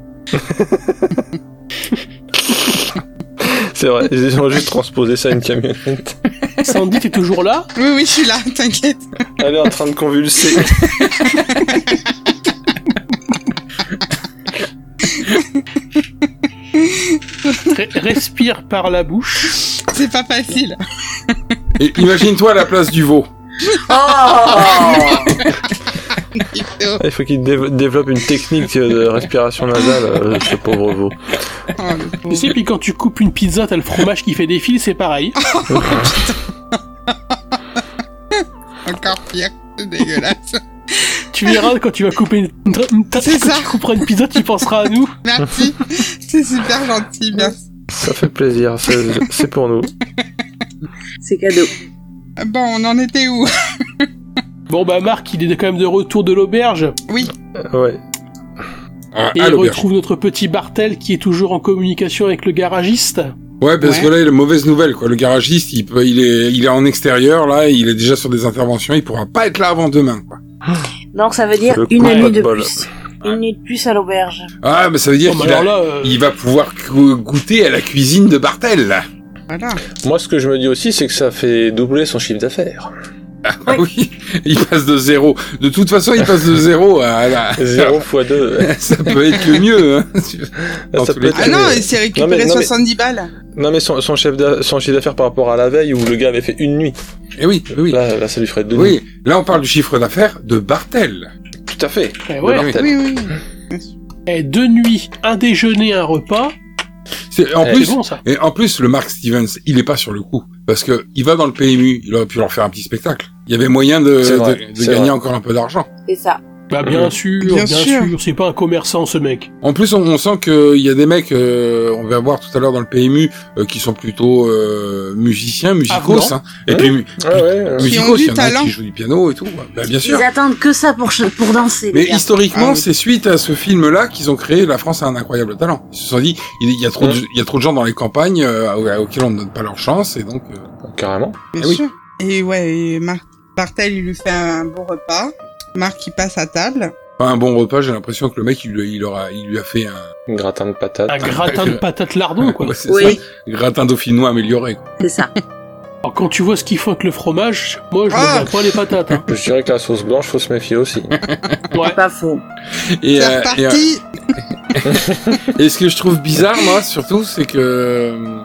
Speaker 3: C'est vrai, ils ont juste transposé ça à une camionnette.
Speaker 2: Sandy, t'es toujours là
Speaker 5: Oui, oui, je suis là, t'inquiète.
Speaker 3: Elle est en train de convulser.
Speaker 2: Re- Respire par la bouche.
Speaker 5: C'est pas facile.
Speaker 8: Et imagine-toi la place du veau.
Speaker 4: Oh
Speaker 5: Guido.
Speaker 3: Ah, Il faut qu'il dév- développe une technique de respiration nasale, euh, ce pauvre veau.
Speaker 5: Oh, le
Speaker 2: Tu sais,
Speaker 5: pauvre.
Speaker 2: puis quand tu coupes une pizza, t'as le fromage qui fait des fils, c'est pareil.
Speaker 5: Encore pire. C'est dégueulasse.
Speaker 2: Tu verras quand tu vas couper une, une- quand
Speaker 5: C'est ça.
Speaker 2: tu couperas une pizza, tu penseras à nous.
Speaker 5: Merci. C'est super gentil, merci.
Speaker 3: Ça fait plaisir, c'est c'est pour nous.
Speaker 4: c'est cadeau.
Speaker 5: Bon, on en était où
Speaker 2: Bon bah Marc, il est quand même de retour de l'auberge
Speaker 3: Ouais.
Speaker 8: Ah,
Speaker 2: et
Speaker 8: à
Speaker 2: il
Speaker 8: l'auberge.
Speaker 2: retrouve notre petit Bartel qui est toujours en communication avec le garagiste.
Speaker 8: Ouais, parce
Speaker 5: Ouais.
Speaker 8: que là, il y a une mauvaise nouvelle, quoi. Le garagiste, il, peut- il est, il est en extérieur, là, et il est déjà sur des interventions, il pourra pas être là avant demain, quoi.
Speaker 4: Donc ça veut dire
Speaker 3: Le
Speaker 4: une
Speaker 3: coup, pas
Speaker 4: nuit
Speaker 3: de
Speaker 4: de
Speaker 3: bol.
Speaker 4: plus. Une nuit de plus à l'auberge.
Speaker 8: Ah, mais ça veut dire
Speaker 2: Bon, bah,
Speaker 8: qu'il a-
Speaker 2: alors là, euh,
Speaker 8: il va pouvoir cou- goûter à la cuisine de Bartel, là.
Speaker 5: Voilà.
Speaker 3: Moi, ce que je me dis aussi, c'est que ça fait doubler son chiffre d'affaires.
Speaker 8: Ah oui, il passe de zéro. De toute façon, il passe de zéro à la...
Speaker 3: 0 x 2.
Speaker 8: Ça peut être le mieux, hein. Dans
Speaker 3: ça
Speaker 8: tous
Speaker 3: peut
Speaker 8: les
Speaker 3: être-
Speaker 5: Ah non, il s'est récupéré
Speaker 3: Euh, Non, mais- non, mais-
Speaker 5: 70 balles.
Speaker 3: Non, mais son, son, chef d'a- son chiffre d'affaires par rapport à la veille où le gars avait fait une nuit.
Speaker 8: Eh oui, eh oui.
Speaker 3: Là, là ça lui ferait deux nuits.
Speaker 8: Oui, là, on parle du chiffre d'affaires de Bartel.
Speaker 3: Tout à fait.
Speaker 2: eh ouais.
Speaker 8: Oui,
Speaker 3: Euh,
Speaker 5: Oui, oui.
Speaker 2: Eh, deux nuits, un déjeuner, un repas.
Speaker 8: C'est- En
Speaker 3: Eh,
Speaker 8: plus,
Speaker 2: C'est bon ça.
Speaker 8: Et en plus, le Mark Stevens, il est pas sur le coup. Parce que il va dans le PMU, il aurait pu leur faire un petit spectacle. Il y avait moyen de,
Speaker 3: C'est
Speaker 8: de-
Speaker 3: vrai,
Speaker 8: de
Speaker 3: c'est
Speaker 8: gagner
Speaker 3: vrai.
Speaker 8: encore un peu d'argent.
Speaker 4: C'est ça.
Speaker 2: Bah bien sûr, bien,
Speaker 5: Bien
Speaker 2: sûr,
Speaker 5: sûr.
Speaker 2: c'est pas un commerçant ce mec.
Speaker 8: En plus, on, on sent qu'il y a des mecs, euh, on va voir tout à l'heure dans le PMU, euh, qui sont plutôt euh, musiciens, musicos.
Speaker 2: Afghans.
Speaker 8: hein. Et
Speaker 3: Ouais.
Speaker 8: puis, mu-
Speaker 3: Ah ouais. euh,
Speaker 5: Qui
Speaker 8: musicos,
Speaker 5: ont du
Speaker 8: il y en a
Speaker 5: talent.
Speaker 8: qui jouent du piano et tout. Bah, bien sûr.
Speaker 4: Ils attendent que ça pour, ch- pour danser.
Speaker 8: Mais
Speaker 4: les gars.
Speaker 8: historiquement,
Speaker 5: Ah oui.
Speaker 8: c'est suite à ce film-là qu'ils ont créé La France a un incroyable talent. Ils se sont dit, il y a
Speaker 3: Mmh.
Speaker 8: trop, de, il y a trop de gens dans les campagnes euh, auxquels on ne donne pas leur chance, et donc. euh,
Speaker 3: Carrément.
Speaker 5: Bien
Speaker 8: Ah oui.
Speaker 5: sûr. Et ouais, et Mar- Bartel, il lui fait un bon repas. Marc, il passe à table.
Speaker 8: Pas un bon repas, j'ai l'impression que le mec, il, lui- il, aura, il lui a fait un...
Speaker 3: Un gratin de patates.
Speaker 2: Un gratin de patates lardons quoi.
Speaker 8: Ouais, c'est
Speaker 4: Oui,
Speaker 8: ça. Gratin dauphinois amélioré. quoi.
Speaker 4: c'est ça.
Speaker 2: Alors, quand tu vois ce qu'il faut avec le fromage, moi je ne
Speaker 5: Ah.
Speaker 2: pas les patates. hein.
Speaker 3: Je dirais que la sauce blanche, faut se méfier aussi.
Speaker 2: Ouais.
Speaker 4: Pas faux.
Speaker 8: Et,
Speaker 5: C'est
Speaker 8: euh, et, euh,
Speaker 5: reparti.
Speaker 8: et ce que je trouve bizarre, moi, surtout, c'est que euh,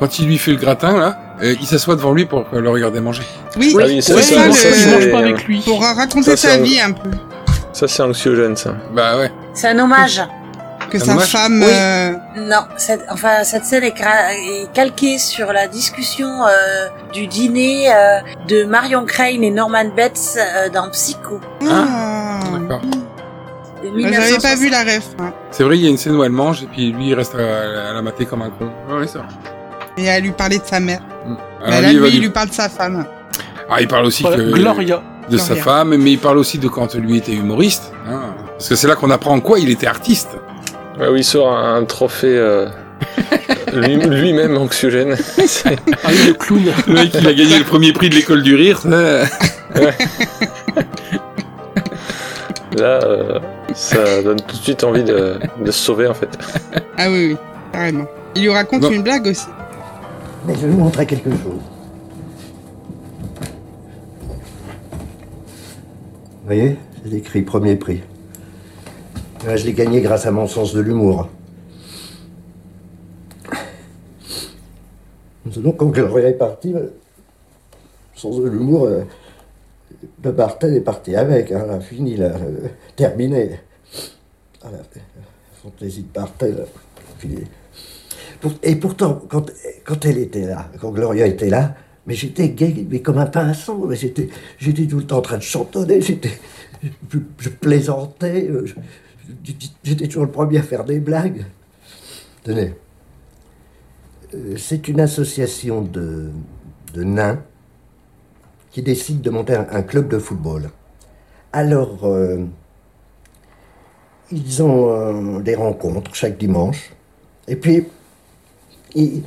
Speaker 8: quand il lui fait le gratin, là, euh, il s'assoit devant lui pour euh, le regarder manger.
Speaker 5: Oui,
Speaker 3: Ah oui, ça,
Speaker 5: Ouais,
Speaker 3: c'est
Speaker 5: ça,
Speaker 2: il mange-
Speaker 5: le-
Speaker 2: il mange pas
Speaker 3: c'est-
Speaker 2: avec lui.
Speaker 5: pour raconter
Speaker 3: Ça, c'est
Speaker 5: sa
Speaker 3: un-
Speaker 5: vie un peu.
Speaker 3: Ça, c'est anxiogène, ça.
Speaker 8: Bah ouais.
Speaker 4: C'est un hommage.
Speaker 5: que sa femme.
Speaker 4: Oui.
Speaker 5: euh,
Speaker 4: Non, cette, enfin cette scène est, cra- est calquée sur la discussion euh, du dîner euh, de Marion Crane et Norman Bates euh, dans Psycho.
Speaker 8: Hein
Speaker 5: Ah.
Speaker 8: D'accord.
Speaker 4: de
Speaker 5: Bah, J'avais pas
Speaker 4: 1960.
Speaker 5: vu la ref. hein.
Speaker 8: C'est vrai, il y a une scène où elle mange et puis lui il reste à, à la mater comme un con. Ouais, ouais, ça.
Speaker 5: Et à lui parler de sa mère.
Speaker 8: Alors,
Speaker 5: Bah, là,
Speaker 8: lui, Ah, il va
Speaker 5: lui, il
Speaker 8: lui-
Speaker 5: lui parle de sa femme.
Speaker 8: Ah, il parle aussi
Speaker 2: Voilà,
Speaker 8: que-
Speaker 2: Gloria.
Speaker 8: de sa
Speaker 5: Gloria.
Speaker 8: femme, mais il parle aussi de quand lui était humoriste. hein. Parce que c'est là qu'on apprend en quoi il était artiste.
Speaker 3: Ouais, oui, il sort un, un trophée euh, lui- lui-même anxiogène. C'est-
Speaker 2: Ah oui, le clown.
Speaker 8: Le mec, il a gagné le premier prix de l'école du rire. ça.
Speaker 3: Là, euh, ça donne tout de suite envie de, de se sauver en fait.
Speaker 5: Ah oui, oui, carrément. Il lui raconte
Speaker 8: Non.
Speaker 5: une blague aussi.
Speaker 11: Mais je vais vous montrer quelque chose. Vous voyez, c'est écrit premier prix. Là, je l'ai gagné grâce à mon sens de l'humour. Donc, quand Gloria est partie, le sens de l'humour, euh, le Bartel est parti avec. Hein, là, fini, là, euh, terminé. Ah, la fantaisie de Bartel. euh, là, fini. Pour- et pourtant, quand, quand elle était là, quand Gloria était là, mais j'étais gay, mais comme un pinceau. Mais j'étais, j'étais tout le temps en train de chantonner. J'étais, je, je plaisantais. euh, je- je- j'étais toujours le premier à faire des blagues. Tenez, Euh, c'est une association de, de nains qui décide de monter un, un club de football. Alors, euh, ils ont euh, des rencontres chaque dimanche. Et puis, ils,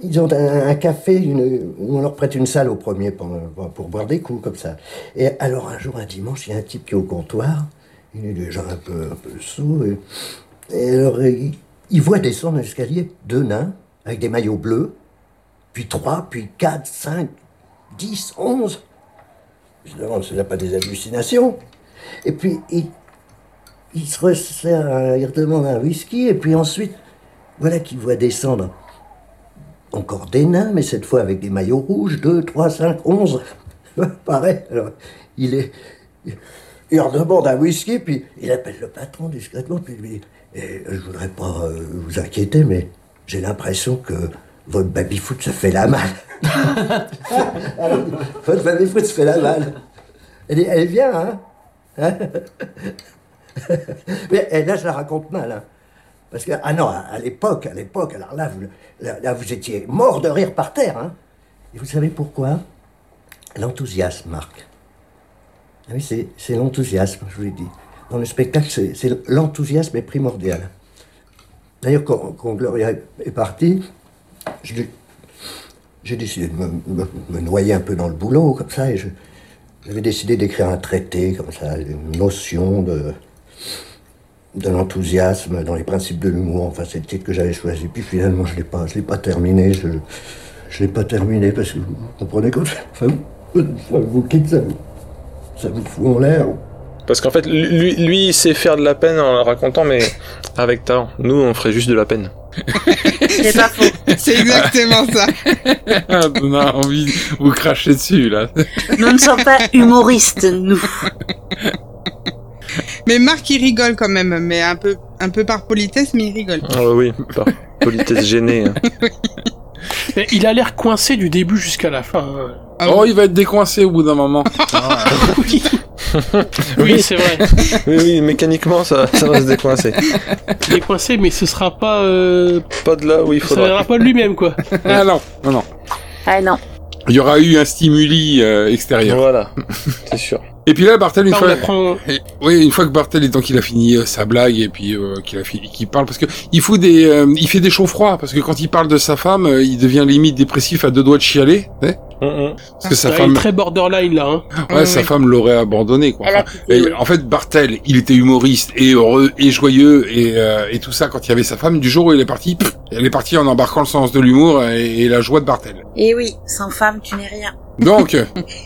Speaker 11: ils ont un, un café une- où on leur prête une salle au premier pour, pour boire des coups, comme ça. Et alors, un jour, un dimanche, il y a un type qui est au comptoir. Il est déjà un peu, un peu saoul. Et, et alors, il, il voit descendre l'escalier deux nains avec des maillots bleus, puis trois, puis quatre, cinq, dix, onze. Je me demande, ce n'est pas des hallucinations. Et puis, il, il se resserre, un- il redemande un whisky, et puis ensuite, voilà qu'il voit descendre encore des nains, mais cette fois avec des maillots rouges, 2, 3, 5, 11. Pareil. Alors, il est. Il leur demande un whisky, puis il appelle le patron discrètement, puis il lui dit Eh, Je voudrais pas euh, vous inquiéter, mais j'ai l'impression que votre baby-foot se fait la malle. Alors, votre baby-foot se fait la malle. Elle, est- elle vient, hein, Hein Mais eh, là, je la raconte mal. hein. Parce que, ah non, à, à l'époque, à l'époque, alors là vous, là, là, vous étiez mort de rire par terre. hein. Et vous savez pourquoi L'enthousiasme, Marc. Ah oui, c'est c'est l'enthousiasme, je vous l'ai dit. Dans le spectacle, c'est- c'est l'enthousiasme est primordial. D'ailleurs, quand, quand Gloria est- est partie, je l'ai- j'ai décidé de me, me- me noyer un peu dans le boulot, comme ça, et je- j'avais décidé d'écrire un traité, comme ça, une notion de de l'enthousiasme, dans les principes de l'humour. Enfin, c'est le titre que j'avais choisi. Puis finalement, je l'ai pas, je l'ai pas terminé. Je, je l'ai pas terminé parce que vous comprenez quand enfin, vous, ça vous quitte, ça vous, ça vous fout en l'air.
Speaker 3: Parce qu'en fait, lui, lui, il sait faire de la peine en la racontant, mais avec talent. Nous, on ferait juste de la peine.
Speaker 4: C'est pas faux.
Speaker 5: C'est exactement ça.
Speaker 8: Ah, On a envie de vous cracher dessus, là.
Speaker 4: Nous ne sommes pas humoristes, nous.
Speaker 5: Mais Marc, il rigole quand même, mais un peu, un peu par politesse, mais il rigole.
Speaker 3: Ah bah oui, par politesse gênée. hein.
Speaker 2: Mais il a l'air coincé du début jusqu'à la fin. hein.
Speaker 5: Ah
Speaker 8: oh,
Speaker 5: oui.
Speaker 8: il va être décoincé au bout d'un moment.
Speaker 2: Oui, c'est vrai.
Speaker 3: Oui, oui, mécaniquement, ça, ça va se décoincer.
Speaker 2: Il est coincé, mais ce sera pas. euh,
Speaker 3: Pas de là où il
Speaker 2: Ça
Speaker 3: faudra.
Speaker 2: viendra pas de lui-même, quoi.
Speaker 8: Ah non, non, non.
Speaker 4: Ah non.
Speaker 8: Il y aura eu un stimuli euh, extérieur.
Speaker 3: Voilà, c'est sûr.
Speaker 8: Et puis là, Bartel, une
Speaker 2: Là, on
Speaker 8: fois...
Speaker 2: apprend.
Speaker 8: Et- oui, une fois que Bartel, donc il a fini euh, sa blague et puis euh, qu'il a fini, qu'il parle, parce que il fout des, euh, il fait des chauds froids, parce que quand il parle de sa femme, euh, il devient limite dépressif à deux doigts de chialer, tu sais,
Speaker 3: Mm, mm.
Speaker 8: parce que sa
Speaker 2: Ouais, Il est
Speaker 8: femme,
Speaker 2: très borderline, là. hein.
Speaker 8: ouais,
Speaker 5: Oui,
Speaker 8: sa
Speaker 5: oui.
Speaker 8: femme l'aurait abandonné, quoi.
Speaker 4: Elle a
Speaker 8: Enfin,
Speaker 4: quitté,
Speaker 8: et
Speaker 4: oui.
Speaker 8: en fait, Bartel, il était humoriste et heureux et joyeux et, euh, et tout ça quand il y avait sa femme. Du jour où il est parti, pff, elle est partie en embarquant le sens de l'humour et, et la joie de Bartel.
Speaker 4: Et Eh oui, sans femme, tu n'es rien.
Speaker 8: Donc,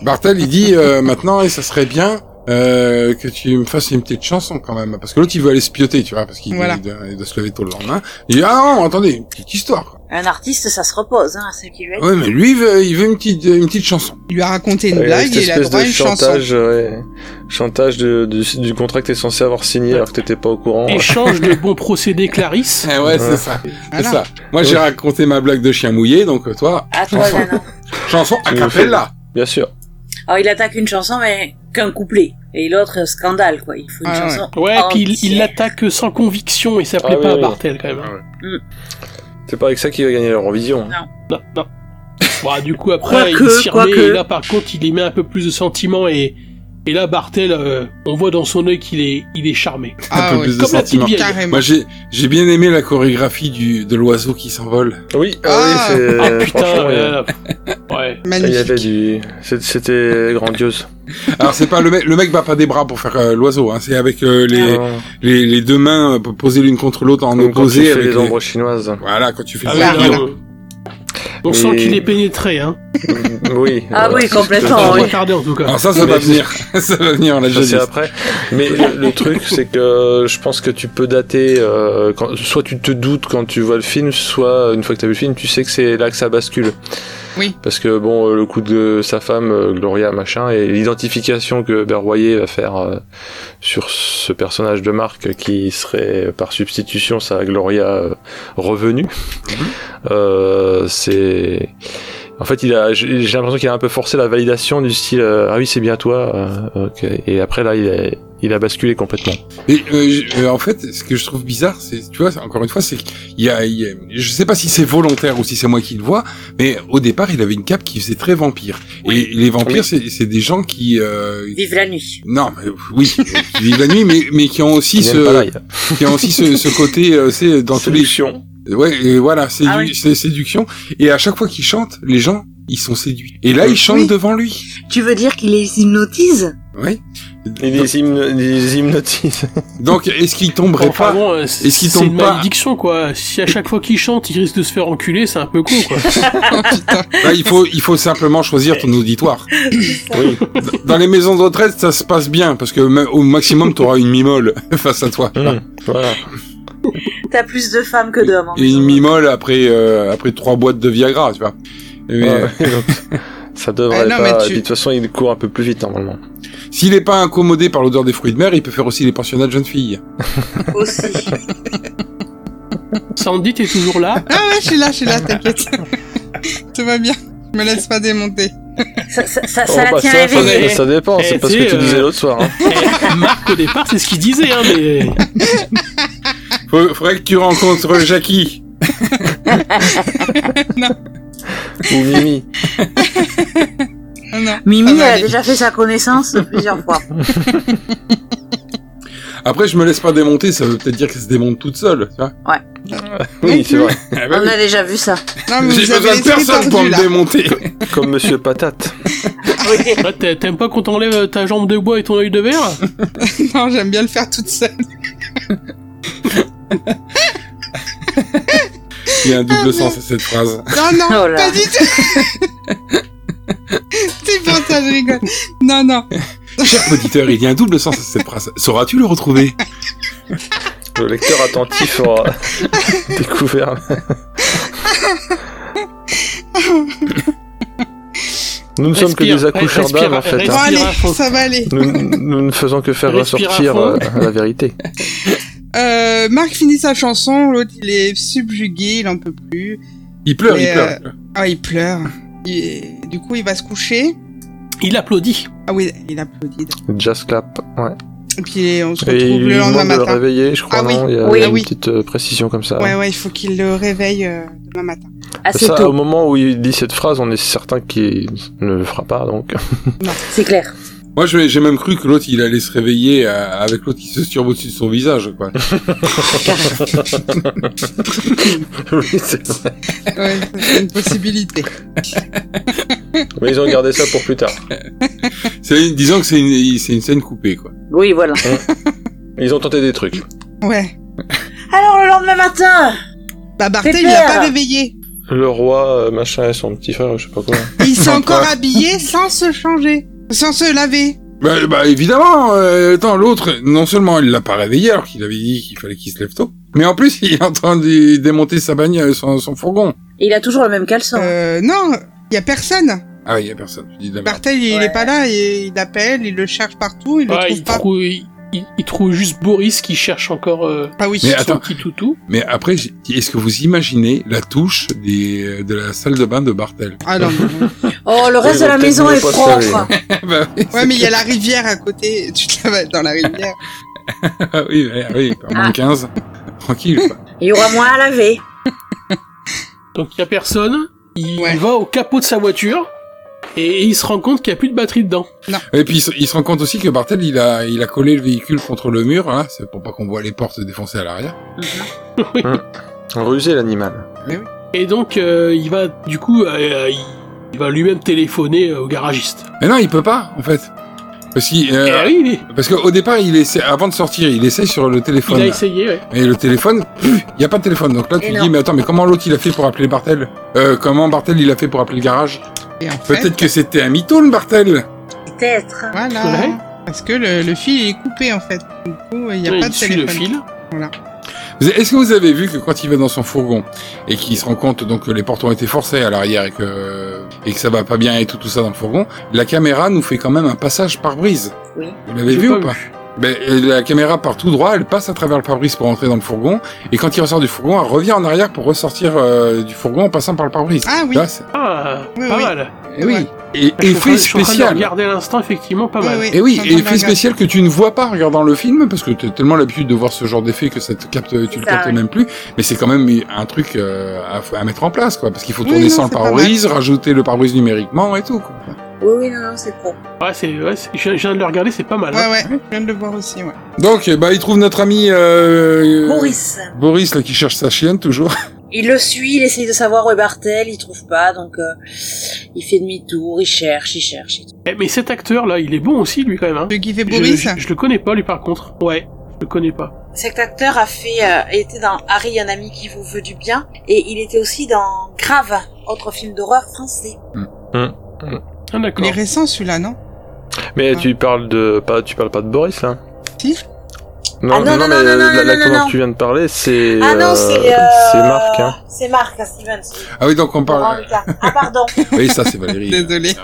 Speaker 8: Bartel, il dit euh, maintenant, et ça serait bien euh, que tu me fasses une petite chanson quand même, parce que l'autre il veut aller se pioter, tu vois, parce qu'il
Speaker 5: Voilà.
Speaker 8: il doit, il doit se lever tôt le lendemain. Il dit ah non, attendez, une petite histoire. quoi.
Speaker 4: Un artiste, ça se repose, hein, c'est qui lui a dit.
Speaker 8: Ouais, mais lui, il veut, il veut une, petite, une petite chanson.
Speaker 5: Il lui a raconté
Speaker 3: Ouais, cette espèce de chantage, ouais. chantage de, du- du contrat que t'es censé avoir signé alors que t'étais pas au courant.
Speaker 2: Échange de bons procédés, Clarisse.
Speaker 8: Eh ouais, c'est ça. C'est ça. Moi, j'ai raconté ma blague de chien mouillé, donc euh, toi,
Speaker 4: À toi,
Speaker 8: chanson,
Speaker 4: Nana.
Speaker 8: chanson a
Speaker 3: Tu me
Speaker 8: cappella.
Speaker 3: Bien sûr.
Speaker 4: Alors, il attaque une chanson, mais qu'un couplet. Et l'autre, euh, scandale, quoi. Il faut une chanson.
Speaker 2: Ouais, puis il- il
Speaker 4: entière.
Speaker 2: l'attaque sans conviction et ça
Speaker 3: Ah
Speaker 2: plaît
Speaker 3: oui,
Speaker 2: pas à
Speaker 3: oui.
Speaker 2: Bartel quand même. hein.
Speaker 3: C'est pas avec ça qu'il va gagner l'Eurovision.
Speaker 4: Non.
Speaker 2: Non, non. Bon, Bah, du coup, après,
Speaker 3: Quoique,
Speaker 2: il s'y remet,
Speaker 3: quoique.
Speaker 2: et là, par contre, il y met un peu plus de sentiment, et, et là, Bartel, euh, on voit dans son œil qu'il est, il est charmé.
Speaker 5: Ah
Speaker 8: un peu plus de
Speaker 2: Comme la petite
Speaker 8: sentiments.
Speaker 2: vieille.
Speaker 8: Moi, j'ai j'ai bien aimé la chorégraphie du, de l'oiseau qui s'envole.
Speaker 3: Oui, ah, oui, c'est.
Speaker 2: Ah, putain,
Speaker 3: franchement,
Speaker 2: euh, ouais.
Speaker 3: il y avait du. c'est- C'était grandiose.
Speaker 8: Alors, c'est pas le mec, le mec bat pas des bras pour faire euh, l'oiseau, hein. C'est avec euh, les,
Speaker 3: Ah.
Speaker 8: les, les deux mains euh, posées l'une contre l'autre en
Speaker 3: Comme quand tu
Speaker 8: opposé.
Speaker 3: fais
Speaker 8: avec
Speaker 3: les ombres chinoises.
Speaker 8: Voilà, quand tu fais
Speaker 2: Ah
Speaker 8: le
Speaker 2: oui,
Speaker 8: papillon.
Speaker 2: là, euh, on sent
Speaker 3: Et-
Speaker 2: qu'il est pénétré, hein.
Speaker 3: Oui.
Speaker 4: Ah oui, complètement,
Speaker 2: On
Speaker 4: oui.
Speaker 2: va tarder, en tout cas.
Speaker 8: Alors ça, ça
Speaker 3: Mais
Speaker 8: va
Speaker 3: c'est-
Speaker 8: venir. ça va venir, on l'a
Speaker 3: Ça,
Speaker 8: déjà
Speaker 3: c'est
Speaker 8: dit.
Speaker 3: après. Mais le, le truc, c'est que euh, je pense que tu peux dater. euh, quand, soit tu te doutes quand tu vois le film, soit une fois que tu as vu le film, tu sais que c'est là que ça bascule.
Speaker 5: Oui.
Speaker 3: Parce que bon, euh, le coup de sa femme, euh, Gloria, machin, et l'identification que Berroyer va faire euh, sur ce personnage de Marc qui serait euh, par substitution sa Gloria euh, revenue, euh, c'est. En fait, il a, j'ai j'ai l'impression qu'il a un peu forcé la validation du style euh, ah oui c'est bien toi euh, ok. et après là il a, il a basculé complètement.
Speaker 8: Et euh, j- euh, en fait, ce que je trouve bizarre, c'est, tu vois, encore une fois, c'est qu'il y a, il y a- je sais pas si c'est volontaire ou si c'est moi qui le vois, mais au départ, il avait une cape qui faisait très vampire. Et les vampires, c'est- c'est des gens qui, euh,
Speaker 4: Vive la nuit.
Speaker 8: non, mais, oui, qui vivent la nuit, mais, mais qui ont aussi
Speaker 3: Qui n'aiment pas
Speaker 8: ce,
Speaker 3: l'ail.
Speaker 8: qui ont aussi ce, ce côté, euh, c'est dans tous les
Speaker 3: Séduction.
Speaker 8: Ouais, et voilà, c'est
Speaker 4: Ah
Speaker 8: du-
Speaker 4: oui.
Speaker 8: c'est séduction. Et à chaque fois qu'il chante, les gens, ils sont séduits. Et là, il chante
Speaker 4: Oui.
Speaker 8: devant lui.
Speaker 4: Tu veux dire qu'il les hypnotise
Speaker 8: Oui.
Speaker 3: Il les, hymne, il les hypnotise.
Speaker 8: Donc, est-ce qu'il tomberait
Speaker 2: Enfin,
Speaker 8: pas
Speaker 2: bon, euh, c'est
Speaker 8: s'il
Speaker 2: c'est
Speaker 8: tombe
Speaker 2: une
Speaker 8: pas-
Speaker 2: malédiction, quoi. Si à chaque fois qu'il chante, il risque de se faire enculer, c'est un peu con, quoi.
Speaker 8: Là, il faut, il faut simplement choisir ton auditoire.
Speaker 3: oui.
Speaker 8: Dans les maisons de retraite, ça se passe bien parce que ma- au maximum, t'auras une mimole face à toi.
Speaker 3: Mmh. Voilà.
Speaker 4: T'as plus de femmes que d'hommes. hein. en
Speaker 8: Et une
Speaker 4: fait.
Speaker 8: mimole après, euh, après trois boîtes de Viagra, tu vois. Mais,
Speaker 3: Ouais.
Speaker 8: euh,
Speaker 3: Donc, ça devrait
Speaker 5: Ah non, mais
Speaker 3: pas.
Speaker 5: tu-
Speaker 3: et puis, de toute façon il court un peu plus vite normalement.
Speaker 8: S'il est pas incommodé par l'odeur des fruits de mer, il peut faire aussi les pensionnats de jeunes filles.
Speaker 4: Aussi.
Speaker 2: Sandy, t'es toujours là.
Speaker 5: Ah ouais, je suis là, je suis là, t'inquiète. Tout va bien. Je me laisse pas démonter.
Speaker 4: Ça, ça, ça,
Speaker 3: Oh,
Speaker 4: ça la
Speaker 3: bah,
Speaker 4: tient
Speaker 3: ça, ça,
Speaker 4: éveillée.
Speaker 3: ça dépend.
Speaker 2: Eh,
Speaker 3: c'est pas ce
Speaker 2: tu
Speaker 3: que
Speaker 2: sais,
Speaker 3: tu disais
Speaker 2: euh,
Speaker 3: l'autre soir. hein.
Speaker 2: Eh, Marc, au départ, c'est ce qu'il disait, hein, mais.
Speaker 8: Faut- Faudrait que tu rencontres Jackie.
Speaker 3: Ou Mimi.
Speaker 5: Ah non.
Speaker 4: Mimi,
Speaker 5: ça va
Speaker 4: elle a
Speaker 5: aller.
Speaker 4: déjà fait sa connaissance plusieurs fois.
Speaker 8: Après, je me laisse pas démonter, ça veut peut-être dire qu'elle se démonte toute seule, tu vois.
Speaker 3: Oui c'est vrai.
Speaker 8: Ah bah
Speaker 4: On a déjà vu ça.
Speaker 5: Non,
Speaker 8: oui.
Speaker 5: Ah, mais
Speaker 8: J'ai
Speaker 5: vous avez
Speaker 8: besoin de
Speaker 5: l'esprit
Speaker 8: personne
Speaker 5: tordu,
Speaker 8: pour me
Speaker 5: là.
Speaker 8: démonter.
Speaker 3: Comme Monsieur Patate.
Speaker 2: Là, t'a- T'aimes pas qu'on t'enlève ta jambe de bois et ton œil de verre
Speaker 5: Non, j'aime bien le faire toute seule.
Speaker 8: Il y a un
Speaker 5: Ah,
Speaker 8: double sens à cette phrase.
Speaker 5: Non, non,
Speaker 4: Oh là.
Speaker 5: pas du tout. C'est pour ça, je rigole. Non, non.
Speaker 8: Cher auditeur, il y a un double sens à cette phrase. Sauras-tu le retrouver
Speaker 3: Le lecteur attentif aura découvert. Nous ne sommes que
Speaker 2: Respire,
Speaker 3: des accoucheurs
Speaker 2: respire,
Speaker 3: d'âme en fait.
Speaker 5: Bon,
Speaker 3: hein.
Speaker 5: allez,
Speaker 2: Respire à fond.
Speaker 5: ça va aller.
Speaker 3: Nous, nous ne faisons que faire
Speaker 2: Respire à
Speaker 3: ressortir
Speaker 2: fond.
Speaker 3: euh, la vérité.
Speaker 5: Euh, Marc finit sa chanson, l'autre il est subjugué, il en peut plus.
Speaker 8: Il pleure,
Speaker 5: Mais,
Speaker 8: il pleure.
Speaker 5: Ah, il pleure. Il- Du coup, il va se coucher.
Speaker 2: Il applaudit.
Speaker 5: Ah oui, il applaudit.
Speaker 3: Jazz clap, ouais.
Speaker 5: Et puis on se
Speaker 3: Et
Speaker 5: retrouve
Speaker 3: il lui
Speaker 5: le lendemain
Speaker 3: demande de le
Speaker 5: matin.
Speaker 3: réveiller, je crois,
Speaker 5: Ah oui,
Speaker 3: non Il y a
Speaker 4: oui,
Speaker 3: une
Speaker 5: oui.
Speaker 3: petite euh, précision comme ça.
Speaker 5: Ouais, ouais, il faut qu'il le réveille euh, demain matin.
Speaker 4: Assez
Speaker 3: ça, au
Speaker 4: Ah, tôt,
Speaker 3: moment où il dit cette phrase, on est certain qu'il ne le fera pas, donc. oh.
Speaker 4: c'est clair.
Speaker 8: Moi, je- j'ai même cru que l'autre, il allait se réveiller euh, avec l'autre qui se surbe au-dessus de son visage, quoi.
Speaker 3: Oui, c'est vrai.
Speaker 5: Ouais, c'est une possibilité.
Speaker 3: Mais ils ont gardé ça pour plus tard.
Speaker 8: C'est, disons que c'est une, c'est une scène coupée, quoi.
Speaker 4: Oui, voilà.
Speaker 3: Ils ont tenté des trucs.
Speaker 5: Ouais.
Speaker 4: Alors, le lendemain matin
Speaker 5: Bah, Barthé, il l'a
Speaker 4: Pépère.
Speaker 5: pas réveillé.
Speaker 3: Le roi, euh, machin, et son petit frère, je sais pas quoi.
Speaker 5: Il s'est encore habillé sans se changer, sans se laver.
Speaker 8: Bah, bah, évidemment, euh, attends, l'autre, non seulement il l'a pas réveillé alors qu'il avait dit qu'il fallait qu'il se lève tôt, Mais en plus, il est en train de démonter sa bagnole, euh, son, son fourgon.
Speaker 4: Et il a toujours le même caleçon.
Speaker 5: Euh, non, il y a personne.
Speaker 8: Ah oui, il y a personne. Je dis de la merde.
Speaker 5: Bartel, il est pas là, il, il appelle, il le cherche partout, il le
Speaker 2: Ouais,
Speaker 5: trouve
Speaker 2: il,
Speaker 5: pas.
Speaker 2: trouve, il, il- il trouve juste Boris qui cherche encore euh,
Speaker 8: Mais
Speaker 2: son
Speaker 8: attends.
Speaker 2: petit toutou.
Speaker 8: Mais après, j'ai- est-ce que vous imaginez la touche des, euh, de la salle de bain de Bartel
Speaker 5: Ah non.
Speaker 4: Oh, le reste de la maison est propre.
Speaker 8: Bah
Speaker 5: ouais, mais il y a la rivière à côté, tu te laves dans la rivière.
Speaker 8: Ah oui, oui, oui, par moins
Speaker 4: Ah.
Speaker 8: 15. Tranquille. quoi.
Speaker 4: Il y aura moins à laver.
Speaker 2: Donc il y a personne. Il va au capot de sa voiture et il se rend compte qu'il n'y a plus de batterie dedans.
Speaker 8: Et puis, il se- il se rend compte aussi que Bartel, il a, il a collé le véhicule contre le mur, hein, c'est pour pas qu'on voit les portes défoncées à l'arrière.
Speaker 3: Rusé l'animal.
Speaker 2: Et donc euh, il va du coup euh, il, il va lui-même téléphoner euh, au garagiste.
Speaker 8: Mais non, il peut pas, en fait. Parce qu'il,
Speaker 2: Eh
Speaker 8: euh, parce qu'au départ, il essaie, avant de sortir, il essaie sur le téléphone.
Speaker 2: Il a essayé, ouais.
Speaker 8: Et le téléphone, il n'y a pas de téléphone. Donc là, tu
Speaker 2: Et
Speaker 8: te
Speaker 2: non.
Speaker 8: dis, mais attends, mais comment l'autre il a fait pour appeler Bartel euh, Comment Bartel il a fait pour appeler le garage
Speaker 5: Et en
Speaker 8: Peut-être que c'était un mytho, le Bartel
Speaker 4: Peut-être.
Speaker 5: Voilà. Parce que le, le fil est coupé en fait. Du coup, il n'y a
Speaker 8: Ouais,
Speaker 5: pas
Speaker 8: il
Speaker 5: de
Speaker 8: suit
Speaker 5: téléphone.
Speaker 8: le fil.
Speaker 5: Voilà.
Speaker 8: Vous- Est-ce que vous avez vu que quand il va dans son fourgon et qu'il se rend compte donc que les portes ont été forcées à l'arrière et que et que ça va pas bien et tout tout ça dans le fourgon, la caméra nous fait quand même un passage par brise.
Speaker 4: Oui.
Speaker 8: Vous l'avez
Speaker 2: J'ai
Speaker 8: vu
Speaker 2: pas
Speaker 8: ou pas ben, euh, la caméra part tout droit, elle passe à travers le pare-brise pour entrer dans le fourgon, et quand il ressort du fourgon, elle revient en arrière pour ressortir euh, du fourgon en passant par le pare-brise.
Speaker 5: Ah oui.
Speaker 8: Là, c'est-
Speaker 2: Ah, pas mal.
Speaker 8: Eh oui.
Speaker 2: Je suis
Speaker 8: Et
Speaker 2: en train-
Speaker 8: effet
Speaker 2: je suis en train de
Speaker 8: spécial.
Speaker 2: regarder à l'instant, effectivement, pas mal.
Speaker 8: Et Eh oui, et effet spécial que tu ne vois pas en regardant le film, parce que tu as tellement l'habitude de voir ce genre d'effet que ça te capte, tu le
Speaker 2: ça,
Speaker 8: captes
Speaker 2: ouais.
Speaker 8: même plus. Mais c'est quand même un truc euh, à, à mettre en place, quoi, parce qu'il faut
Speaker 2: Oui,
Speaker 8: tourner
Speaker 2: non,
Speaker 8: sans le
Speaker 2: c'est pas
Speaker 8: pare-brise,
Speaker 2: mal.
Speaker 8: rajouter le pare-brise numériquement et tout. Quoi.
Speaker 4: Oui, oui, non, non, c'est pro.
Speaker 2: Ouais, c'est, ouais, c'est- je, je viens de le regarder, c'est pas mal. hein.
Speaker 5: Ouais, ouais, je viens de le voir aussi, ouais.
Speaker 8: Donc, eh ben, il trouve notre ami euh,
Speaker 4: Boris.
Speaker 8: Boris là qui cherche sa chienne toujours.
Speaker 4: Il le suit, il essaye de savoir où est Bartel, il trouve pas, donc euh, il fait demi-tour, il cherche, il cherche. il trouve.
Speaker 2: Eh, mais cet acteur-là, il est bon aussi, lui, quand même. Hein.
Speaker 5: fait
Speaker 4: Boris
Speaker 2: je, je le connais pas, lui, par contre. Ouais, je le connais pas.
Speaker 4: Cet acteur a fait euh, était dans Harry, un ami qui vous veut du bien, et il était aussi dans Grave, autre film d'horreur français.
Speaker 2: Ah, d'accord.
Speaker 5: Il est récent celui-là, non
Speaker 3: Mais tu parles de pas, tu parles pas de Boris là
Speaker 5: Si.
Speaker 3: Non,
Speaker 4: Ah non, non, non,
Speaker 3: mais
Speaker 4: non,
Speaker 3: euh,
Speaker 4: non,
Speaker 3: la-
Speaker 4: non,
Speaker 3: l'acteur
Speaker 4: non,
Speaker 3: dont
Speaker 4: non.
Speaker 3: tu viens de parler, c'est
Speaker 4: Ah non,
Speaker 3: euh,
Speaker 4: c'est, euh,
Speaker 3: c'est Marc. Hein.
Speaker 4: C'est Marc hein, Stevens.
Speaker 8: Ah oui, donc on
Speaker 4: Laurent
Speaker 8: parle.
Speaker 4: Lucas. Ah pardon.
Speaker 8: Oui, ça c'est Valérie.
Speaker 5: Désolé.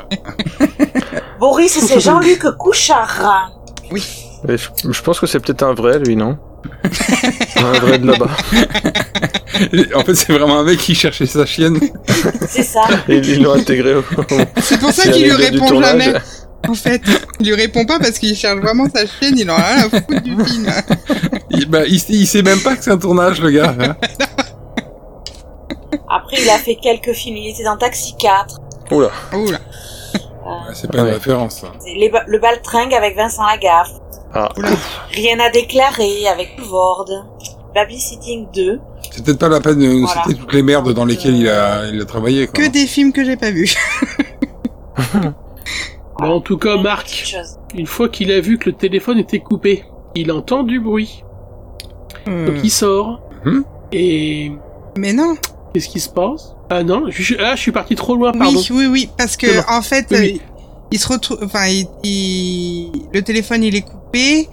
Speaker 4: Boris, c'est Jean-Luc Couchard.
Speaker 3: Mais je, je pense que c'est peut-être un vrai, lui, non Un vrai de là-bas.
Speaker 8: en fait, c'est vraiment un mec qui cherchait sa chienne.
Speaker 4: C'est ça.
Speaker 3: Et ils l'ont intégré au.
Speaker 5: C'est pour ça
Speaker 3: C'est
Speaker 5: qu'il lui
Speaker 3: l'anecdote du
Speaker 5: répond
Speaker 3: tournage.
Speaker 5: jamais. En fait, il lui répond pas parce qu'il cherche vraiment sa chienne, il en a rien à foutre du film.
Speaker 8: Il, bah, il, il sait même pas que c'est un tournage, le gars. hein.
Speaker 4: Après, il a fait quelques films. Il était dans Taxi 4,
Speaker 3: Oula.
Speaker 5: Oula.
Speaker 8: Ouais, c'est pas une référence. ça.
Speaker 4: c'est Les Ba- Le Baltringue avec Vincent Lagaffe,
Speaker 3: Ah.
Speaker 4: Rien à déclarer avec Pouvorde, Babysitting 2.
Speaker 8: C'est peut-être pas la peine de nous
Speaker 4: Voilà.
Speaker 8: citer toutes les merdes dans lesquelles il a, il a travaillé. Quoi.
Speaker 5: Que des films que j'ai pas vus.
Speaker 2: Bon, en tout cas,
Speaker 5: Oh,
Speaker 2: Marc, une fois qu'il a vu que le téléphone était coupé, il entend du bruit.
Speaker 5: Hmm.
Speaker 2: Donc il sort.
Speaker 8: Mhm.
Speaker 2: Et.
Speaker 5: Mais non
Speaker 2: Qu'est-ce qui se passe Ah non, je, je- ah, je suis parti trop loin, pardon.
Speaker 5: Oui, oui, oui, parce que
Speaker 2: C'est bon.
Speaker 5: en fait,
Speaker 2: Oui, oui.
Speaker 5: euh, il se retrouve, enfin, il, il- le téléphone il est coupé.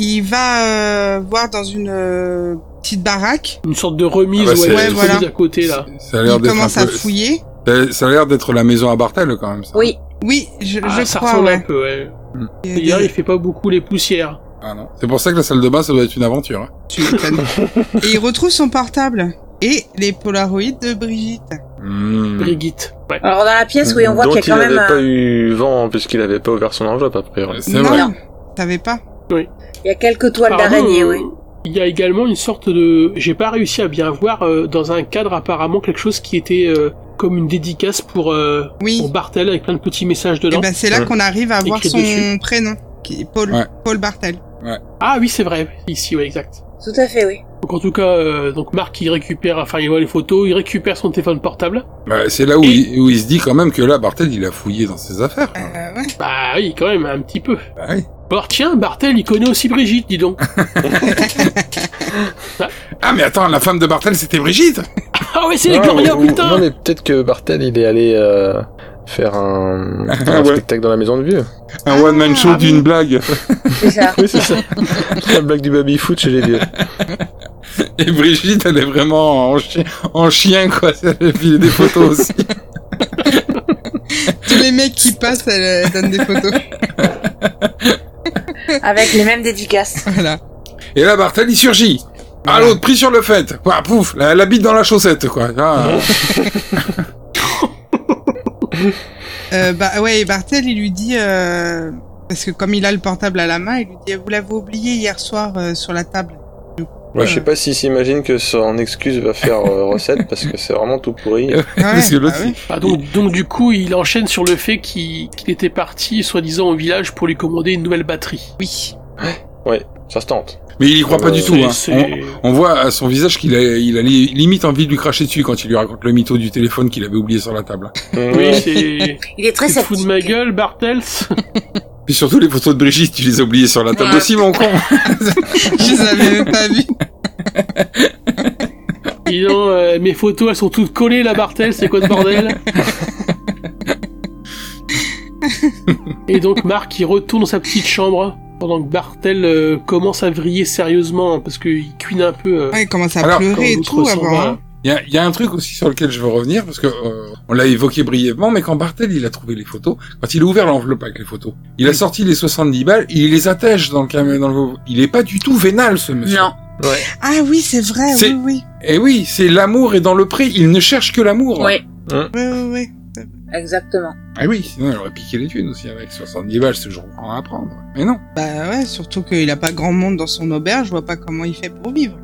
Speaker 5: Il va euh, voir dans une euh, petite baraque.
Speaker 2: Une sorte de remise,
Speaker 8: Ah bah,
Speaker 2: ouais,
Speaker 8: c'est-
Speaker 2: une
Speaker 8: Ouais,
Speaker 2: remise
Speaker 8: voilà.
Speaker 2: à côté, là.
Speaker 8: Ça a l'air
Speaker 5: Il
Speaker 8: d'être
Speaker 5: commence
Speaker 8: un
Speaker 5: à
Speaker 8: peu-
Speaker 5: fouiller.
Speaker 8: Ça, ça a l'air d'être la maison à Bartel quand même. ça.
Speaker 4: Oui.
Speaker 5: Oui, je,
Speaker 2: Ah,
Speaker 5: je
Speaker 2: ça
Speaker 5: crois.
Speaker 2: ressemble
Speaker 5: ouais.
Speaker 2: un peu, ouais.
Speaker 5: Et
Speaker 2: D'ailleurs,
Speaker 5: des-
Speaker 2: il fait pas beaucoup les poussières.
Speaker 8: Ah non. C'est pour ça que la salle de bain, ça doit être une aventure. hein.
Speaker 5: Et il retrouve son portable et les Polaroids de Brigitte.
Speaker 8: Hmm.
Speaker 2: Brigitte. Ouais.
Speaker 4: Alors dans la pièce, oui, on voit
Speaker 3: Dont
Speaker 4: qu'il y a
Speaker 3: il
Speaker 4: quand
Speaker 3: n'avait
Speaker 4: même,
Speaker 3: pas
Speaker 4: euh,
Speaker 3: eu vent, puisqu'il n'avait pas ouvert son enveloppe après.
Speaker 5: non, vrai. T'avais pas.
Speaker 2: Oui.
Speaker 4: il y a quelques toiles
Speaker 2: Apparemment,
Speaker 4: d'araignée,
Speaker 2: euh,
Speaker 4: oui.
Speaker 2: Il y a également une sorte de. J'ai pas réussi à bien voir euh, dans un cadre apparemment quelque chose qui était euh, comme une dédicace pour, euh, pour Bartel avec plein de petits messages dedans.
Speaker 5: Et ben c'est là qu'on arrive à voir
Speaker 2: Écrit
Speaker 5: son
Speaker 2: dessus.
Speaker 5: prénom, qui est Paul,
Speaker 2: Ouais.
Speaker 5: Paul Bartel.
Speaker 2: Ah oui, c'est vrai. Ici, ouais, exact.
Speaker 4: Tout à fait, oui.
Speaker 2: Donc en tout cas, euh, donc Marc il récupère, enfin il voit les photos, il récupère son téléphone portable.
Speaker 8: Bah, c'est là où, il, où il se dit quand même que là, Bartel, il a fouillé dans ses affaires. quoi.
Speaker 2: Bah oui, quand même, un petit peu.
Speaker 8: Bah oui.
Speaker 2: Bon, tiens, Bartel, il connaît aussi Brigitte, dis donc.
Speaker 8: Ah mais attends, la femme de Bartel, c'était Brigitte
Speaker 2: ah ouais, c'est les
Speaker 3: Non,
Speaker 2: Gloria,
Speaker 3: ou- ou-
Speaker 2: putain
Speaker 3: Non, mais peut-être que Bartel, il est allé euh, faire un, un
Speaker 8: Ouais.
Speaker 3: spectacle dans la maison de vieux.
Speaker 5: Ah.
Speaker 8: Un one-man show d'une blague.
Speaker 4: C'est ça.
Speaker 3: La blague du baby-foot chez les vieux.
Speaker 8: Et Brigitte, elle est vraiment en, chi- en chien, quoi. Elle filé des photos aussi.
Speaker 5: Tous les mecs qui passent, elle euh, donne des photos.
Speaker 4: Avec les mêmes dédicaces.
Speaker 5: Voilà.
Speaker 8: Et là, Bartel, il surgit. Ah, l'autre, pris sur le fait. Ouah, pouf, la, la bite dans la chaussette, quoi. Ah.
Speaker 5: Euh, bah ouais, et Bartel, il lui dit euh, parce que comme il a le portable à la main, il lui dit vous l'avez oublié hier soir euh, sur la table.
Speaker 3: Moi, je sais pas s'il s'imagine que son excuse va faire euh, recette parce que c'est vraiment tout pourri.
Speaker 8: Parce que l'autre,
Speaker 2: Ah, donc, donc du coup, il enchaîne sur le fait qu'il qu'il était parti, soi-disant, au village pour lui commander une nouvelle batterie.
Speaker 5: Oui.
Speaker 3: Ouais, ça se tente.
Speaker 8: Mais il y croit pas
Speaker 3: Euh,
Speaker 8: du tout.
Speaker 3: c'est-
Speaker 8: hein.
Speaker 3: c'est-
Speaker 8: On, on voit à son visage qu'il a, il a li- limite envie de lui cracher dessus quand il lui raconte le mytho du téléphone qu'il avait oublié sur la table.
Speaker 2: Oui, c'est.
Speaker 4: Il est très
Speaker 2: Tu te fous de ma gueule, Bartels
Speaker 8: Puis surtout les photos de Brigitte, tu les as oubliées sur la table aussi, mon con.
Speaker 5: Je les avais même pas vues.
Speaker 2: Dis donc, euh, mes photos, elles sont toutes collées, là, Bartels, c'est quoi de bordel Et donc, Marc, il retourne dans sa petite chambre pendant que Bartel euh, commence à vriller sérieusement hein, parce qu'il cuine un peu. euh,
Speaker 5: Ouais, il commence à
Speaker 8: Alors,
Speaker 5: pleurer et
Speaker 2: quand
Speaker 5: tout
Speaker 2: l'autre s'en
Speaker 5: avant.
Speaker 2: va.
Speaker 5: hein.
Speaker 8: Il y a, il y a un truc aussi sur lequel je veux revenir parce que euh, on l'a évoqué brièvement, mais quand Bartel il a trouvé les photos, quand il a ouvert l'enveloppe avec les photos, il a sorti les 70 balles, il les attache dans le camion. Dans le... Il est pas du tout vénal ce monsieur.
Speaker 4: Non.
Speaker 3: Ouais.
Speaker 5: Ah oui, c'est vrai.
Speaker 8: C'est-
Speaker 5: Oui, oui,
Speaker 8: Et oui, c'est l'amour est dans le pré. Il ne cherche que l'amour.
Speaker 4: Oui,
Speaker 5: oui, oui, oui.
Speaker 4: exactement.
Speaker 8: Ah oui, sinon il aurait piqué les thunes aussi avec 70 balles, c'est toujours grand à prendre. Mais non.
Speaker 5: Bah ouais, surtout qu'il a pas grand monde dans son auberge. Je vois pas comment il fait pour vivre.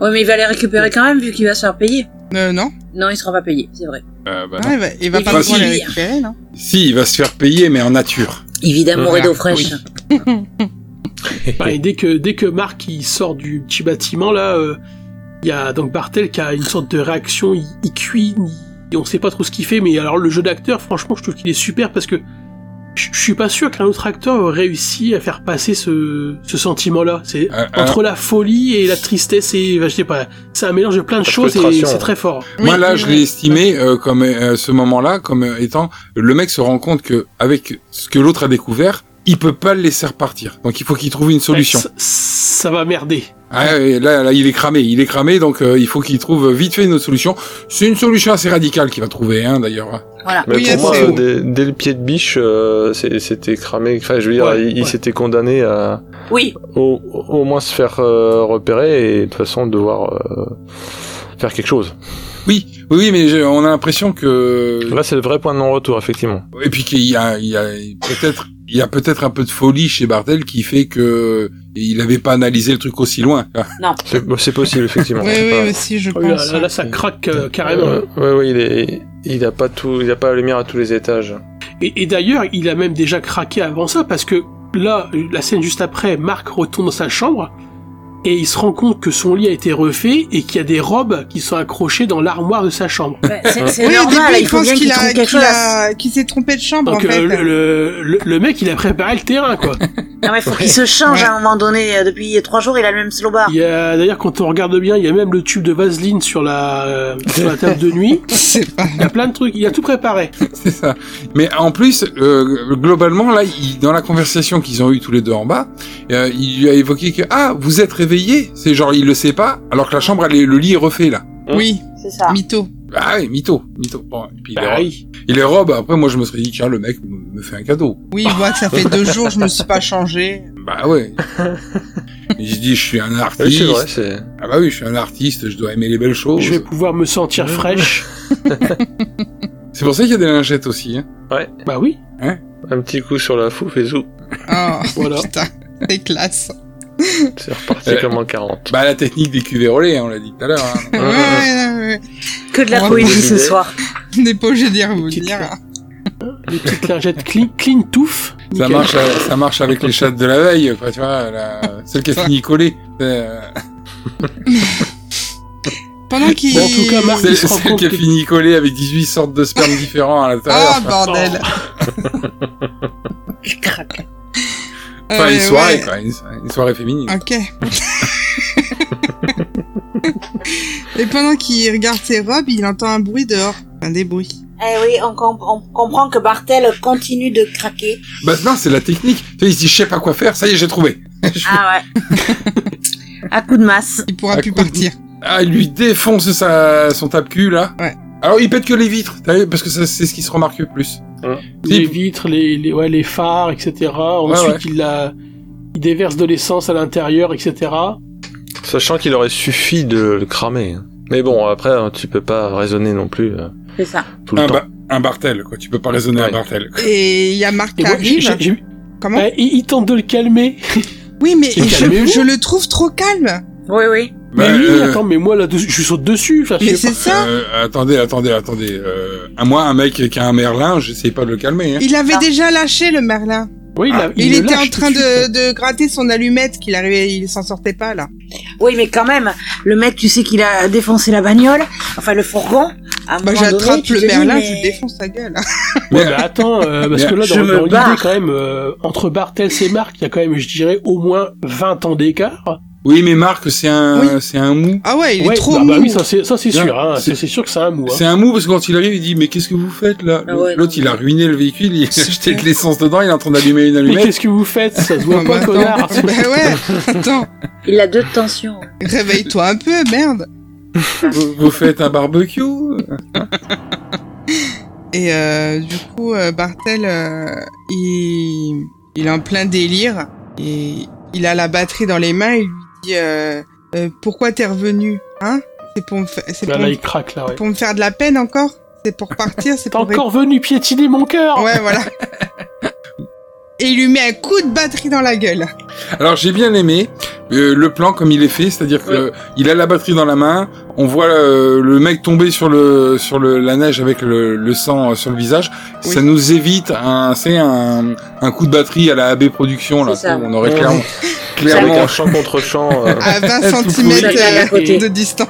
Speaker 4: Ouais, mais il va les récupérer quand même vu qu'il va se faire payer.
Speaker 5: Euh, non.
Speaker 4: Non, il sera pas payé, c'est vrai.
Speaker 8: Euh, bah,
Speaker 5: Ouais,
Speaker 8: non.
Speaker 5: il va, il va
Speaker 4: Il
Speaker 5: pas
Speaker 8: va
Speaker 5: pouvoir
Speaker 8: se
Speaker 5: les
Speaker 4: dire.
Speaker 5: récupérer, non
Speaker 8: Si, il va se faire payer, mais en nature.
Speaker 4: Évidemment,
Speaker 8: Voilà,
Speaker 4: et d'eau fraîche.
Speaker 2: Bah, et dès que dès que Marc il sort du petit bâtiment là, euh, il y a donc Bartel qui a une sorte de réaction, il, il cuine, il- et on sait pas trop ce qu'il fait. Mais alors le jeu d'acteur, franchement, je trouve qu'il est super parce que je je suis pas sûr qu'un autre acteur aurait réussi à faire passer ce, ce sentiment-là. C'est
Speaker 8: Euh,
Speaker 2: entre la folie et la tristesse et bah, je sais pas, c'est un mélange de plein de
Speaker 3: La
Speaker 2: choses et
Speaker 3: frustration.
Speaker 2: c'est très fort.
Speaker 8: Moi
Speaker 5: Oui,
Speaker 8: là,
Speaker 5: oui,
Speaker 8: je
Speaker 5: oui.
Speaker 8: l'ai estimé euh, comme euh, ce moment-là comme euh, étant le mec se rend compte que avec ce que l'autre a découvert, il peut pas le laisser repartir. Donc il faut qu'il trouve une solution.
Speaker 2: Ouais, ça- ça va merder.
Speaker 8: Ah, et là, là, il est cramé, il est cramé, donc euh, il faut qu'il trouve vite fait une autre solution. C'est une solution assez radicale qu'il va trouver, hein, d'ailleurs.
Speaker 4: Voilà.
Speaker 3: Mais
Speaker 5: Oui,
Speaker 3: pour moi,
Speaker 5: c'est-
Speaker 3: euh, dès, dès le pied de biche, euh, c'est- c'était cramé. Enfin, je veux dire,
Speaker 2: Ouais,
Speaker 3: il, il
Speaker 2: ouais.
Speaker 3: s'était condamné à
Speaker 4: Oui,
Speaker 3: au, au moins se faire euh, repérer et de toute façon devoir euh, faire quelque chose.
Speaker 8: Oui, oui, oui, mais j'ai- on a l'impression que
Speaker 3: Là, c'est le vrai point de non-retour, effectivement.
Speaker 8: Et puis qu'il y a, il y a peut-être, il y a peut-être un peu de folie chez Bartel qui fait que il n'avait pas analysé le truc aussi loin.
Speaker 3: C'est bah, c'est possible, effectivement.
Speaker 5: Oui,
Speaker 3: C'est
Speaker 5: oui,
Speaker 3: pas-
Speaker 5: aussi, je
Speaker 2: Oh là,
Speaker 5: pense.
Speaker 2: là, là, ça craque euh, carrément.
Speaker 3: Euh, ouais, ouais, il est, il a pas tout, il a pas la lumière à tous les étages.
Speaker 2: Et, et d'ailleurs, il a même déjà craqué avant ça, parce que là, la scène juste après, Marc retourne dans sa chambre, et il se rend compte que son lit a été refait, et qu'il y a des robes qui sont accrochées dans l'armoire de sa chambre.
Speaker 4: Bah, c'est c'est
Speaker 5: Oui, au
Speaker 4: normal,
Speaker 5: début,
Speaker 4: il faut
Speaker 5: pense
Speaker 4: bien qu'il trouve
Speaker 5: a,
Speaker 4: quelque
Speaker 5: qu'il
Speaker 4: chose. à-
Speaker 5: a- qu'il s'est trompé de chambre, en
Speaker 2: Donc
Speaker 5: fait.
Speaker 2: euh, le, le- le- le mec, il a préparé le terrain, quoi.
Speaker 4: Non, mais faut qu'il se change à un moment donné. Euh, Depuis trois jours, il a le même slow bar.
Speaker 2: Il y a, d'ailleurs, quand on regarde bien, il y a même le tube de vaseline sur la, euh, sur la table de nuit.
Speaker 5: C'est pas.
Speaker 2: Il y a plein de trucs, il a tout préparé.
Speaker 8: C'est ça. Mais en plus, euh, globalement, là, il- dans la conversation qu'ils ont eue tous les deux en bas, euh, il lui a évoqué que ah, vous êtes réveillé. C'est genre, il le sait pas, alors que la chambre, elle est- le lit est refait là.
Speaker 2: Hein
Speaker 5: Oui,
Speaker 4: C'est ça.
Speaker 5: mytho.
Speaker 8: Ah oui, mytho, mytho. Bon, et puis il est
Speaker 2: Bah
Speaker 8: robe.
Speaker 2: oui.
Speaker 8: Il est robe. Après, moi, je me serais dit tiens, le mec me me fait un cadeau.
Speaker 5: Oui, il voit que ça fait deux jours, je me suis pas changé.
Speaker 8: Bah ouais. Il se dit je suis un
Speaker 3: Oui,
Speaker 8: artiste.
Speaker 3: c'est vrai, c'est.
Speaker 8: ah bah oui, je suis un artiste. Je dois aimer les belles choses.
Speaker 2: Je vais pouvoir me sentir fraîche.
Speaker 8: C'est pour ça qu'il y a des lingettes aussi. Hein.
Speaker 2: Bah oui.
Speaker 3: Un petit coup sur la fouf et zou.
Speaker 5: Oh,
Speaker 2: Voilà.
Speaker 5: putain, c'est classe.
Speaker 3: C'est reparti
Speaker 8: Euh.
Speaker 3: comme en 40.
Speaker 8: Bah la technique des cuvées relais, hein, on l'a dit tout à l'heure. hein.
Speaker 5: Ouais, ouais, ouais.
Speaker 4: Que de la
Speaker 5: Moi,
Speaker 4: poésie
Speaker 3: mon
Speaker 4: ce
Speaker 3: idée.
Speaker 4: soir.
Speaker 5: On n'est pas obligé d'y
Speaker 2: Petite
Speaker 5: revenir.
Speaker 2: classe. Des petites lingettes clean, clean touffe.
Speaker 8: ça
Speaker 2: Nickel.
Speaker 8: marche, euh, ça marche avec les chattes de la veille, quoi, tu vois, la... celle qui a fini collée. Euh,
Speaker 5: Pendant qu'il...
Speaker 2: Bon, en tout cas, Marc-
Speaker 8: celle
Speaker 2: se rend
Speaker 8: celle
Speaker 2: compte
Speaker 8: qui a
Speaker 2: que-
Speaker 8: fini collée avec 18 sortes de spermes différents à l'intérieur.
Speaker 2: Oh.
Speaker 5: Ah,
Speaker 2: bah,
Speaker 5: bordel.
Speaker 4: Il craque.
Speaker 8: enfin,
Speaker 5: Euh,
Speaker 2: eh
Speaker 8: une soirée,
Speaker 5: ouais.
Speaker 8: quoi, une, une soirée féminine.
Speaker 2: Ah.
Speaker 5: Ok. Et pendant qu'il regarde ses robes, il entend un bruit dehors. Un des bruits.
Speaker 4: Eh oui, on, com- on comprend que Bartel continue de craquer.
Speaker 8: Bah non, c'est la technique. Tu vois, il se dit, je sais pas quoi faire, ça y est, j'ai trouvé.
Speaker 4: Ah ouais. à coup de masse.
Speaker 5: Il pourra
Speaker 8: À
Speaker 5: plus
Speaker 8: coup de-
Speaker 5: partir.
Speaker 8: Ah, il lui défonce sa... son tape-cul, là. Alors, il pète que les vitres, t'as vu, parce que ça, c'est ce qui se remarque le plus.
Speaker 2: Les vitres, les, les- ouais, les phares, etc. Ensuite,
Speaker 8: ouais.
Speaker 2: Il, la- il déverse de l'essence à l'intérieur, etc.
Speaker 3: Sachant qu'il aurait suffi de le cramer. hein. Mais bon, après, hein, tu peux pas raisonner non plus euh,
Speaker 4: C'est ça.
Speaker 3: tout le
Speaker 8: un,
Speaker 3: temps.
Speaker 8: ba- un Bartel, quoi. Tu peux pas raisonner un Bartel.
Speaker 5: Et il y a Marc
Speaker 2: Et
Speaker 5: qui
Speaker 2: moi, j'ai-
Speaker 5: arrive.
Speaker 2: j'ai- j'ai-
Speaker 5: Comment
Speaker 2: Euh, il, il tente de le calmer.
Speaker 5: Oui, mais
Speaker 2: Et
Speaker 5: je,
Speaker 2: calmez-vous.
Speaker 5: je le trouve trop calme.
Speaker 4: Oui, oui.
Speaker 2: Mais
Speaker 8: Bah,
Speaker 2: lui,
Speaker 8: euh,
Speaker 2: attends, mais moi, là, dessus je saute dessus. enfin, je
Speaker 5: Mais
Speaker 2: sais
Speaker 5: c'est
Speaker 2: pas.
Speaker 5: ça.
Speaker 8: Euh, attendez, attendez, attendez. Euh, à moi, un mec qui a un merlin, j'essaie pas de le calmer. Hein.
Speaker 5: Il avait déjà lâché le Merlin.
Speaker 2: Oui,
Speaker 8: il a-
Speaker 5: Il, était en train de, de gratter son allumette qu'il arrivait, il s'en sortait pas là.
Speaker 4: Oui, mais quand même, le mec, tu sais qu'il a défoncé la bagnole, enfin le fourgon. À un
Speaker 5: Bah
Speaker 4: moment donné,
Speaker 5: j'attrape
Speaker 4: tu
Speaker 5: le
Speaker 4: te dis,
Speaker 5: Merlin,
Speaker 4: mais-
Speaker 5: je défonce sa gueule.
Speaker 2: Ouais, mais attends, euh, parce que là,
Speaker 4: Je
Speaker 2: dans,
Speaker 4: me
Speaker 2: dans l'idée,
Speaker 4: barre.
Speaker 2: quand même, euh, entre Barthes et Marc, il y a quand même, je dirais, au moins 20 ans d'écart.
Speaker 8: Oui, mais Marc, c'est un,
Speaker 2: Oui.
Speaker 8: c'est un mou.
Speaker 5: Ah ouais,
Speaker 2: Ouais, bah, bah oui, ça c'est ça, c'est
Speaker 8: Non,
Speaker 2: sûr, hein,
Speaker 8: c'est-
Speaker 2: c'est c'est sûr que c'est un mou. hein.
Speaker 8: C'est un mou parce que quand il arrive, il dit mais qu'est-ce que vous faites là
Speaker 4: Ah ouais,
Speaker 8: L'autre, il a ruiné le véhicule, il a jeté de l'essence dedans, il est en train d'allumer une
Speaker 2: Mais
Speaker 8: allumette.
Speaker 2: qu'est-ce que vous faites Ça se
Speaker 5: Ah
Speaker 2: voit
Speaker 5: bah
Speaker 2: pas,
Speaker 5: attends.
Speaker 2: connard
Speaker 5: Bah ouais, attends,
Speaker 4: Il a deux tensions.
Speaker 5: réveille-toi un peu, merde.
Speaker 8: vous, vous faites un barbecue
Speaker 5: Et euh, du coup, euh, Bartel, euh, il, il est en plein délire et il a la batterie dans les mains. Il lui dit euh, euh, pourquoi t'es revenu, hein C'est pour me, fa- c'est
Speaker 2: Là,
Speaker 5: pour,
Speaker 2: Bah, là,
Speaker 5: me-
Speaker 2: il craque, là, ouais.
Speaker 5: pour me faire de la peine encore C'est pour partir C'est
Speaker 2: T'es
Speaker 5: pour
Speaker 2: encore venu piétiner mon cœur
Speaker 5: Ouais, voilà. Et il lui met un coup de batterie dans la gueule.
Speaker 8: Alors j'ai bien aimé euh, le plan comme il est fait, c'est-à-dire que euh, il a la batterie dans la main, on voit euh, le mec tomber sur le sur le, la neige avec le, le sang euh, sur le visage. Ça nous évite un c'est un, un coup de batterie à la AB production là,
Speaker 4: C'est ça.
Speaker 8: on aurait
Speaker 3: Ouais.
Speaker 8: clairement
Speaker 3: Avec
Speaker 8: clairement
Speaker 3: un champ contre champ. euh,
Speaker 5: À 20
Speaker 8: Tout
Speaker 5: cm
Speaker 4: pourri. Chacun à côté.
Speaker 5: de distance.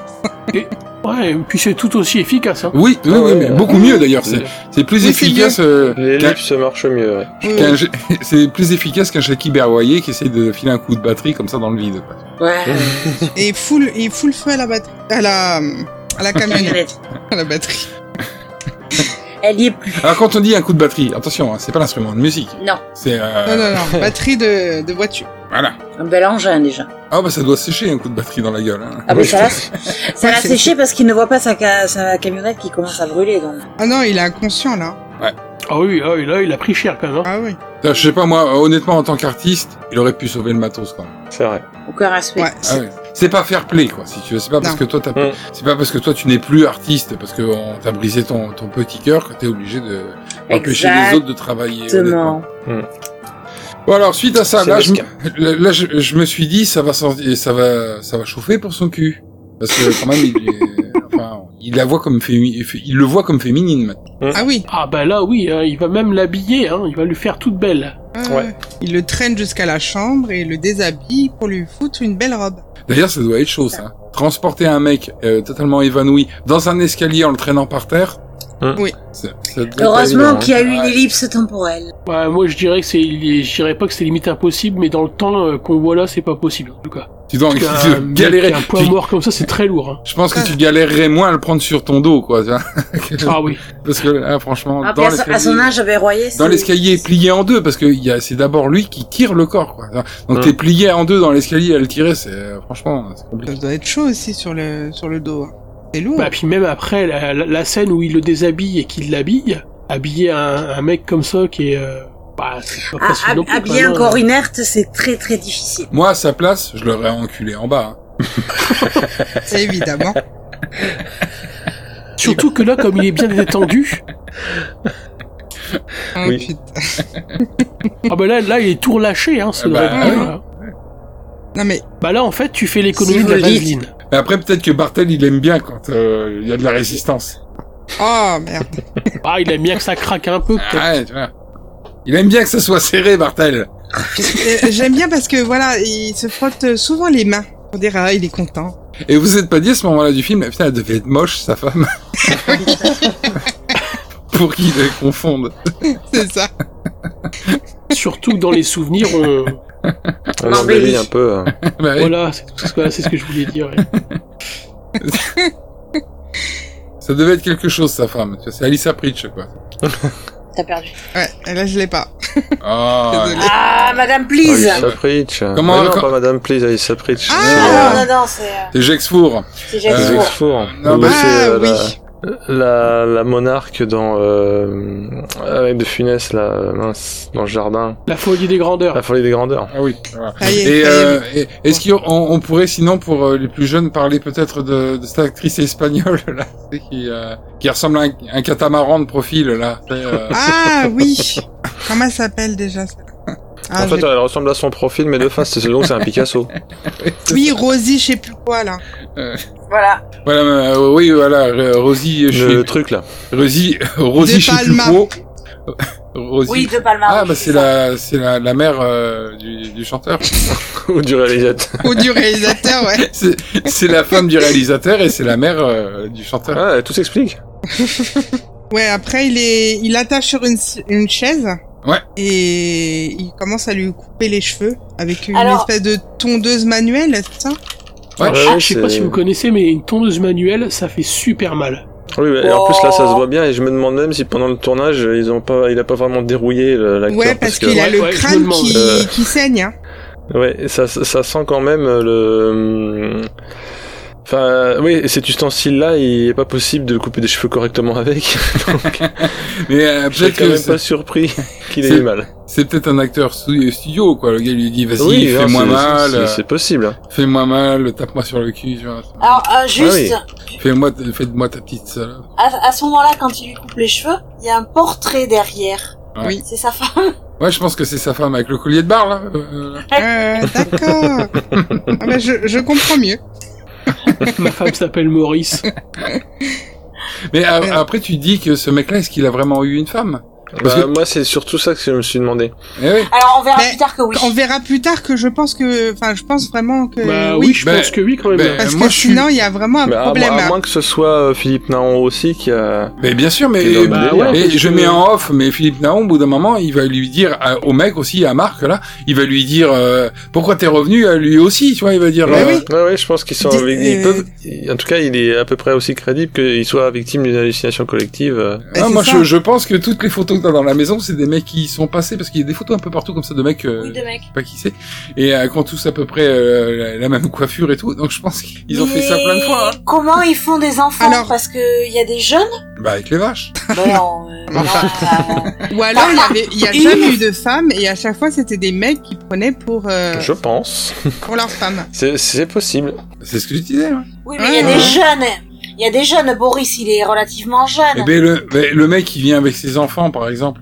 Speaker 2: Ouais, et puis c'est tout aussi efficace, hein.
Speaker 8: oui, oui,
Speaker 3: Ah
Speaker 8: oui,
Speaker 3: ouais,
Speaker 8: mais
Speaker 3: ouais.
Speaker 8: beaucoup mieux d'ailleurs. C'est, c'est plus
Speaker 5: Oui, c'est
Speaker 8: efficace. euh, qu'un-
Speaker 3: L'ellipse marche mieux. ouais.
Speaker 8: qu'un jet- c'est plus efficace qu'un Jackie Berroyer qui essaie de filer un coup de batterie comme ça dans le vide.
Speaker 4: Ouais.
Speaker 5: Et full, il fout le feu à la batterie. À la, à la camionnette. à la batterie.
Speaker 4: Elle y est plus.
Speaker 8: Alors quand on dit un coup de batterie, attention, hein, c'est pas l'instrument de musique.
Speaker 4: Non,
Speaker 8: C'est euh,
Speaker 5: Non, non, non. Batterie de, de voiture.
Speaker 8: voilà.
Speaker 4: un bel engin déjà.
Speaker 8: Ah bah ça doit sécher un coup de batterie dans la gueule. Hein.
Speaker 4: Ah, mais ça l'a, ça l'a
Speaker 5: c'est-
Speaker 4: séché parce qu'il ne voit pas sa, ca- sa camionnette qui commence à brûler. Donc.
Speaker 5: Ah non, il est inconscient là.
Speaker 2: Ah oui, ah oui, là, il a pris cher, quand même. hein.
Speaker 5: Ah oui.
Speaker 8: Putain, Je sais pas moi, euh, honnêtement en tant qu'artiste, il aurait pu sauver le matos quand même.
Speaker 3: C'est vrai.
Speaker 4: Aucun respect.
Speaker 5: Ouais.
Speaker 8: Ah ouais. C'est pas fair play quoi, si tu veux. C'est pas parce
Speaker 5: Non.
Speaker 8: que toi t'as,
Speaker 3: Mm.
Speaker 8: c'est pas parce que toi tu n'es plus artiste, parce que on t'a brisé ton, ton petit cœur que t'es obligé de empêcher les autres de travailler. honnêtement.
Speaker 4: Exactement.
Speaker 8: Bon alors suite à ça,
Speaker 3: C'est
Speaker 8: là,
Speaker 3: le
Speaker 8: je,
Speaker 3: cas.
Speaker 8: me- là, là, je, je me suis dit ça va sortir, ça va, ça va chauffer pour son cul, parce que quand même il, est- enfin, il la voit comme fémi- il le voit comme féminine maintenant.
Speaker 5: Ah oui.
Speaker 2: Ah bah là, oui, hein, il va même l'habiller, hein, il va lui faire toute belle.
Speaker 5: Ah
Speaker 3: Ouais.
Speaker 5: ouais. Il le traîne jusqu'à la chambre et le déshabille pour lui foutre une belle robe.
Speaker 8: D'ailleurs, ça doit être chaud, ça. Transporter un mec euh, totalement évanoui dans un escalier en le traînant par terre.
Speaker 3: Hein.
Speaker 5: Oui.
Speaker 8: ça- ça doit pas
Speaker 4: Heureusement
Speaker 8: évident,
Speaker 4: qu'il y a
Speaker 8: hein.
Speaker 4: eu une
Speaker 8: Ouais.
Speaker 4: ellipse temporelle.
Speaker 2: Ouais, moi, je dirais que c'est, je dirais pas que c'est limite impossible, mais dans le temps euh, qu'on voit là, c'est pas possible, en tout cas.
Speaker 8: Tu dois
Speaker 2: Parce
Speaker 8: tu
Speaker 2: qu'un
Speaker 8: dois
Speaker 2: mec
Speaker 8: galérer.
Speaker 2: qui a Un poids
Speaker 8: Tu-
Speaker 2: mort comme ça, c'est très lourd. hein.
Speaker 8: Je pense que tu galérerais moins à le prendre sur ton dos, quoi. tu vois.
Speaker 2: Ah oui.
Speaker 8: Parce que, là, franchement,
Speaker 4: Ah, puis
Speaker 8: dans
Speaker 4: à, son- à son
Speaker 8: l'escalier,
Speaker 4: âge, Berroyer,
Speaker 8: dans l'escalier plié en deux, parce que il y a- c'est d'abord lui qui tire le corps, quoi. Donc
Speaker 3: Hein.
Speaker 8: t'es plié en deux dans l'escalier à le tirer, c'est euh, franchement, c'est compliqué.
Speaker 5: Ça doit être chaud aussi sur le, sur le dos. hein. C'est lourd.
Speaker 2: Bah, puis même après, la, la- la scène où il le déshabille et qu'il l'habille, habiller un, un mec comme ça qui est... euh, bah, c'est pas
Speaker 4: Ah,
Speaker 2: facile non
Speaker 4: hab-
Speaker 2: plus,
Speaker 4: habiller un
Speaker 2: vraiment.
Speaker 4: corps inerte, c'est très très difficile.
Speaker 8: Moi, à sa place, je l'aurais enculé en bas. hein.
Speaker 5: Évidemment.
Speaker 2: hein. Surtout que là, comme il est bien détendu,
Speaker 5: Ah,
Speaker 3: Oui.
Speaker 5: putain.
Speaker 2: ah bah là, là, il est tout relâché, hein, ça
Speaker 8: Ah bah,
Speaker 2: devrait être
Speaker 8: oui.
Speaker 2: bien, là.
Speaker 5: Non mais
Speaker 2: Bah là, en fait, tu fais l'économie
Speaker 4: Si
Speaker 2: de la
Speaker 4: vous le dites.
Speaker 2: vaseline.
Speaker 8: Mais après, peut-être que Bartel, il aime bien quand euh, il y a de la résistance.
Speaker 5: oh merde.
Speaker 2: Ah, il aime bien que ça craque un peu, peut-être.
Speaker 8: Ouais, tu vois. Il aime bien que ça soit serré, Bartel.
Speaker 5: Euh, J'aime bien parce que voilà, il se frotte souvent les mains pour dire ah il est content.
Speaker 8: Et vous êtes pas dit à ce moment-là du film, putain, elle devait être moche, sa femme. Pour qu'il les confonde.
Speaker 5: C'est ça.
Speaker 2: Surtout que dans les souvenirs, on...
Speaker 3: On
Speaker 4: Non,
Speaker 3: embellit
Speaker 4: mais-
Speaker 3: un peu. hein.
Speaker 8: Bah oui,
Speaker 2: voilà, c'est tout ce que, c'est ce que je voulais dire. ouais.
Speaker 8: Ça devait être quelque chose, sa femme. Tu vois, C'est Alissa Pritch, quoi.
Speaker 4: T'as perdu.
Speaker 5: Ouais, et là je l'ai pas.
Speaker 8: Ah,
Speaker 4: Ah, Madame Please
Speaker 3: Alissa Pritch.
Speaker 8: Comment-
Speaker 3: Bah non,
Speaker 8: co-
Speaker 3: pas Madame Please, Alissa Pritch.
Speaker 4: Ah, non, non, non, c'est... euh,
Speaker 8: c'est Jex Four.
Speaker 4: C'est Jex
Speaker 8: euh,
Speaker 4: Four.
Speaker 3: Jex Four.
Speaker 8: Non,
Speaker 3: Oui,
Speaker 8: bah,
Speaker 3: c'est,
Speaker 5: Ah,
Speaker 3: euh, la, la, la monarque dans euh, avec de Funès là, euh, mince, dans le jardin.
Speaker 2: La folie des grandeurs.
Speaker 3: La folie des grandeurs.
Speaker 8: Ah oui. voilà.
Speaker 5: Ça y est,
Speaker 8: Et,
Speaker 5: ça y est.
Speaker 8: euh, et- est-ce qu'on on pourrait sinon pour euh, les plus jeunes parler peut-être de, de cette actrice espagnole là tu sais, qui, euh, qui ressemble à un, un catamaran de profil là. tu sais, euh,
Speaker 5: Ah oui Comment elle s'appelle déjà ça ah,
Speaker 3: en fait,
Speaker 5: j'ai-
Speaker 3: elle ressemble à son profil, mais de face, c'est donc c'est un Picasso.
Speaker 5: Oui, Rosie, je sais plus quoi là.
Speaker 4: Voilà.
Speaker 8: voilà, euh, oui voilà euh, Rosie je
Speaker 3: Le
Speaker 8: suis
Speaker 3: truc là.
Speaker 8: Rosie Rosie
Speaker 5: De
Speaker 8: je sais plus
Speaker 5: Palma.
Speaker 8: quoi. Rosie.
Speaker 4: Oui, De Palma.
Speaker 8: Ah
Speaker 4: oui,
Speaker 8: bah c'est
Speaker 4: ça.
Speaker 8: la c'est la, la mère euh, du, du chanteur.
Speaker 3: Ou du réalisateur.
Speaker 5: Ou du réalisateur, ouais.
Speaker 8: c'est c'est la femme du réalisateur et c'est la mère euh, du chanteur.
Speaker 3: Ah, tout s'explique.
Speaker 5: Ouais, après il est, il attache sur une, une chaise.
Speaker 8: Ouais.
Speaker 5: Et il commence à lui couper les cheveux avec une
Speaker 4: Alors-
Speaker 5: espèce de tondeuse manuelle, c'est ça
Speaker 8: Ouais.
Speaker 3: Ouais,
Speaker 2: Ah,
Speaker 3: ouais,
Speaker 2: je sais pas
Speaker 3: c'est-
Speaker 2: si vous connaissez, mais une tondeuse manuelle, ça fait super mal.
Speaker 3: Oui, mais- et en
Speaker 4: Oh.
Speaker 3: plus là, ça se voit bien, et je me demande même si pendant le tournage, ils ont pas, il a pas vraiment dérouillé le- l'acteur.
Speaker 5: Ouais, parce qu'il
Speaker 3: que,
Speaker 5: a
Speaker 2: ouais,
Speaker 5: le
Speaker 2: ouais, je me
Speaker 5: crâne
Speaker 2: demande,
Speaker 5: qui,
Speaker 3: euh,
Speaker 5: qui saigne. Hein.
Speaker 3: ouais, ça, ça- ça sent quand même euh, le. hum, Enfin, oui, cet ustensile-là, il est pas possible de le couper des cheveux correctement avec.
Speaker 8: Mais euh,
Speaker 3: Je suis
Speaker 8: peut-être
Speaker 3: quand
Speaker 8: que
Speaker 3: même
Speaker 8: c'est-
Speaker 3: pas surpris qu'il ait
Speaker 8: C'est-
Speaker 3: eu mal.
Speaker 8: c'est peut-être un acteur stu- studio quoi. Le gars lui dit vas-y fais-moi
Speaker 3: hein, c'est-
Speaker 8: mal.
Speaker 3: c'est-
Speaker 8: euh,
Speaker 3: C'est possible.
Speaker 8: Fais-moi mal, tape-moi sur le cul, tu vois.
Speaker 4: Alors, euh, juste,
Speaker 3: Ah
Speaker 8: Fais-moi, fais-moi ta petite salope.
Speaker 4: à, à ce moment-là, quand il lui coupe les cheveux, il y a un portrait derrière.
Speaker 8: Ouais.
Speaker 5: Oui.
Speaker 4: C'est sa femme.
Speaker 8: Ouais, je pense que c'est sa femme avec le collier de barre, là. euh, là.
Speaker 5: Euh, D'accord. ah bah, je, je comprends mieux.
Speaker 2: Ma femme s'appelle Maurice.
Speaker 8: Mais a- après, tu dis que ce mec-là, est-ce qu'il a vraiment eu une femme Parce
Speaker 3: Bah,
Speaker 8: que-
Speaker 3: Moi, c'est surtout ça que je me suis demandé.
Speaker 8: Eh oui.
Speaker 4: Alors, on verra
Speaker 5: Mais-
Speaker 4: plus tard que oui.
Speaker 5: On verra plus tard que je pense que, enfin, je pense vraiment que
Speaker 2: Bah oui,
Speaker 5: oui.
Speaker 2: je
Speaker 8: Ben,
Speaker 2: pense que oui quand même. Ah
Speaker 8: ben,
Speaker 5: Parce
Speaker 8: moi,
Speaker 5: que
Speaker 8: je suis-
Speaker 5: sinon, il y a vraiment un
Speaker 8: Bah,
Speaker 3: Mais à-
Speaker 5: problème.
Speaker 3: à,
Speaker 5: hein.
Speaker 3: moins que ce soit euh, Philippe Naon aussi qui a.
Speaker 8: Mais bien sûr, mais,
Speaker 3: Qui est dans le
Speaker 2: Bah
Speaker 3: délire.
Speaker 2: ouais,
Speaker 8: mais
Speaker 2: parce
Speaker 8: je
Speaker 2: que-
Speaker 8: mets en off, mais Philippe Naon, au bout d'un moment, il va lui dire à- au mec aussi, à Marc, là, il va lui dire euh, pourquoi t'es revenu à lui aussi, tu vois, il va dire...
Speaker 3: ouais,
Speaker 8: euh,
Speaker 3: ouais, ouais, je pense qu'ils sont.
Speaker 5: Dis-
Speaker 3: avec- ils
Speaker 5: euh,
Speaker 3: peuvent... En tout cas, il est à peu près aussi crédible qu'il soit victime d'une hallucination collective. euh.
Speaker 5: Bah,
Speaker 8: ah,
Speaker 5: c'est
Speaker 8: moi,
Speaker 5: ça.
Speaker 8: je, je pense que toutes les photos que t'as dans la maison, c'est des mecs qui y sont passés, parce qu'il y a des photos un peu partout comme ça de mecs... euh,
Speaker 4: Oui, deux mecs.
Speaker 8: sais pas qui c'est, et euh, quand tous à peu près euh, la, la même coiffure et tout, donc je pense qu'ils ont fait ça plein de fois. hein.
Speaker 4: Comment ils font des enfants
Speaker 5: Alors-
Speaker 4: Parce que il y a des jeunes.
Speaker 8: Bah avec les vaches.
Speaker 4: Ben non, euh, non, euh,
Speaker 5: Ou alors, il y avait-
Speaker 4: Ah,
Speaker 5: il y a jamais eu de femme et à chaque fois, c'était des mecs qui prenaient pour euh,
Speaker 3: Je pense.
Speaker 5: pour leur femme.
Speaker 3: C'est- C'est possible.
Speaker 8: C'est ce que je disais. hein.
Speaker 4: oui,
Speaker 8: Ouais.
Speaker 4: mais il y a
Speaker 5: Ouais.
Speaker 4: des jeunes. Il y a des jeunes. Boris, il est relativement
Speaker 8: Et
Speaker 5: Ah,
Speaker 4: jeune.
Speaker 8: ben le, ben, le mec qui vient avec ses enfants par exemple,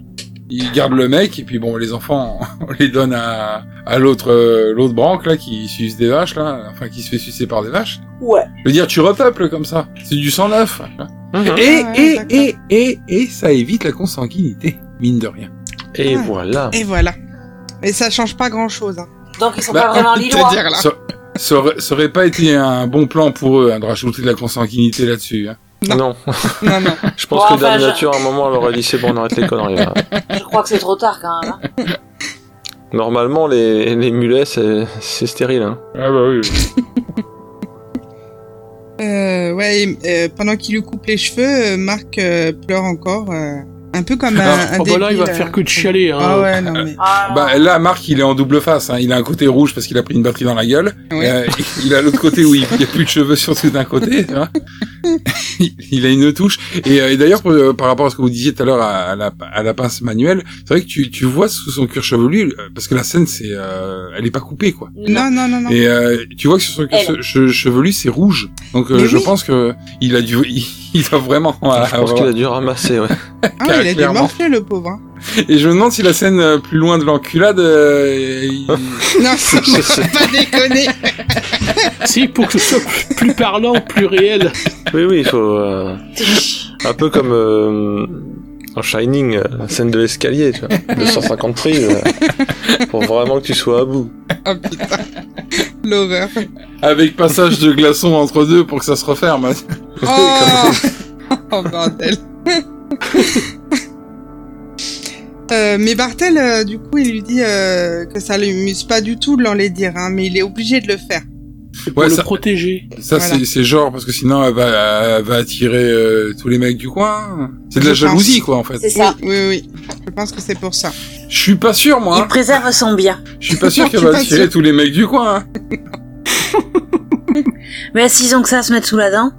Speaker 8: il garde le mec et puis bon les enfants on les donne à, à l'autre euh, l'autre branque là qui suce des vaches là, enfin qui se fait sucer par des vaches.
Speaker 4: Ouais.
Speaker 8: Je veux dire tu repeuples comme ça, c'est du sang neuf. hein.
Speaker 3: Mhm.
Speaker 8: Et,
Speaker 5: Ah ouais,
Speaker 8: et,
Speaker 5: d'accord.
Speaker 8: et, et, et ça évite la consanguinité, mine de rien.
Speaker 3: Et
Speaker 5: Ah.
Speaker 3: voilà.
Speaker 5: Et voilà. Mais ça change pas grand chose. Hein.
Speaker 4: Donc ils sont
Speaker 8: Bah,
Speaker 4: pas vraiment
Speaker 8: on peut
Speaker 4: lillois.
Speaker 5: dire là.
Speaker 8: Ça, ça aurait, ça aurait pas été un bon plan pour eux hein, de rajouter de la consanguinité là-dessus. hein.
Speaker 5: Non.
Speaker 3: Non.
Speaker 5: Non, non.
Speaker 3: Je pense
Speaker 4: Bon,
Speaker 3: que
Speaker 4: enfin,
Speaker 3: Dame
Speaker 4: je-
Speaker 3: Nature, à un moment, elle aurait dit c'est bon, on arrête les conneries. là.
Speaker 4: Je crois que c'est trop tard quand même. hein.
Speaker 3: Normalement, les, les mulets, c'est c'est stérile. Hein.
Speaker 8: Ah bah oui.
Speaker 5: Euh, ouais. et, euh, pendant qu'il lui coupe les cheveux, euh, Marc euh, pleure encore, euh, un peu comme un, un
Speaker 2: oh, bah là, il
Speaker 5: débile,
Speaker 2: va
Speaker 5: euh.
Speaker 2: faire que de chialer. Hein.
Speaker 5: Ah ouais, non mais.
Speaker 4: Ah,
Speaker 8: Bah là, Marc, il est en double face. hein. Il a un côté rouge parce qu'il a pris une batterie dans la gueule.
Speaker 5: Ouais.
Speaker 8: Euh, il a l'autre côté où il n'y a plus de cheveux sur tout d'un côté. tu vois. il, il a une touche. Et, euh, et d'ailleurs, pour- euh, par rapport à ce que vous disiez tout à l'heure à, à la, à la pince manuelle, c'est vrai que tu, tu vois sous son cuir chevelu, euh, parce que la scène, c'est, euh, elle est pas coupée, quoi.
Speaker 5: Non, non, non, non.
Speaker 8: Et euh, tu vois que sur son cuir
Speaker 4: Elle.
Speaker 8: che- chevelu, c'est rouge. Donc euh,
Speaker 5: Mais
Speaker 8: je
Speaker 5: oui.
Speaker 8: pense que il a dû, il, il a vraiment.
Speaker 3: Je pense qu'il a dû ramasser, ouais.
Speaker 5: Ah, il a dû
Speaker 8: clairement.
Speaker 5: morfler le pauvre. Hein.
Speaker 8: Et je me demande si la scène euh, plus loin de l'enculade, euh, il-
Speaker 5: Non, ça
Speaker 3: Je sais.
Speaker 5: va pas déconner.
Speaker 2: Si, pour que ce soit plus parlant, plus réel.
Speaker 3: Oui, oui, il faut. euh, un peu comme euh, en Shining, euh, la scène de l'escalier, tu vois. 250 prises. euh, pour vraiment que tu sois à bout.
Speaker 5: Oh putain. L'horreur.
Speaker 8: avec passage de glaçon entre deux pour que ça se referme.
Speaker 5: Oh, Oh, bordel. Euh, mais Bartel, euh, du coup, il lui dit euh, que ça l'amuse pas du tout de l'en les dire, hein, mais il est obligé de le faire.
Speaker 2: pour le protéger.
Speaker 8: Ça,
Speaker 2: Voilà.
Speaker 8: c'est- c'est genre, parce que sinon, elle va, elle va attirer euh, tous les mecs du coin. C'est de la
Speaker 5: Je pense.
Speaker 8: jalousie, quoi, en fait.
Speaker 5: Oui, oui, oui. Je pense que c'est pour ça.
Speaker 8: Je suis pas sûr, moi. hein.
Speaker 5: Il préserve
Speaker 4: son bien.
Speaker 8: Je suis pas sûr qu'elle va attirer tous les mecs du coin. hein.
Speaker 4: Mais s'ils ont que ça à se mettre sous la dent.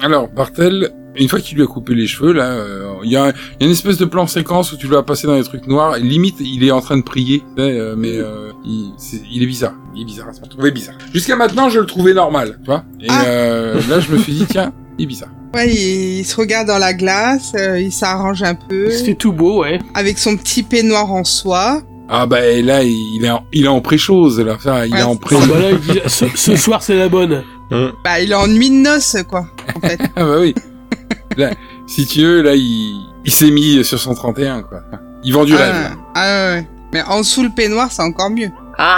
Speaker 8: Alors, Bartel, une fois qu'il lui a coupé les cheveux, là, euh, il y, a, il y a une espèce de plan séquence où tu le vois passer dans les trucs noirs. Et limite, il est en train de prier, tu sais, euh, mais euh, il, c'est- il est bizarre. Il est bizarre, je le trouvais bizarre. Jusqu'à maintenant, je le trouvais normal, tu vois. Et euh, là, je me suis dit, tiens, il est bizarre.
Speaker 5: Ouais, il, il se regarde dans la glace, euh, il s'arrange un peu.
Speaker 8: C'est
Speaker 2: tout beau, ouais.
Speaker 5: Avec son petit peignoir en soie.
Speaker 8: Ah bah et là, il est en, il est en pré-chose, là. Enfin, il est en pré
Speaker 2: Ah, bah là, il dit, ce, ce soir, c'est la bonne.
Speaker 5: Bah, il est en nuit de noces, quoi. En fait.
Speaker 8: Ah bah oui. Là, si tu veux, là, il, il s'est mis sur son 31, quoi. Il vend du
Speaker 5: ah,
Speaker 8: rêve. là.
Speaker 5: ah, ouais, ouais. Mais en dessous le peignoir, c'est encore mieux.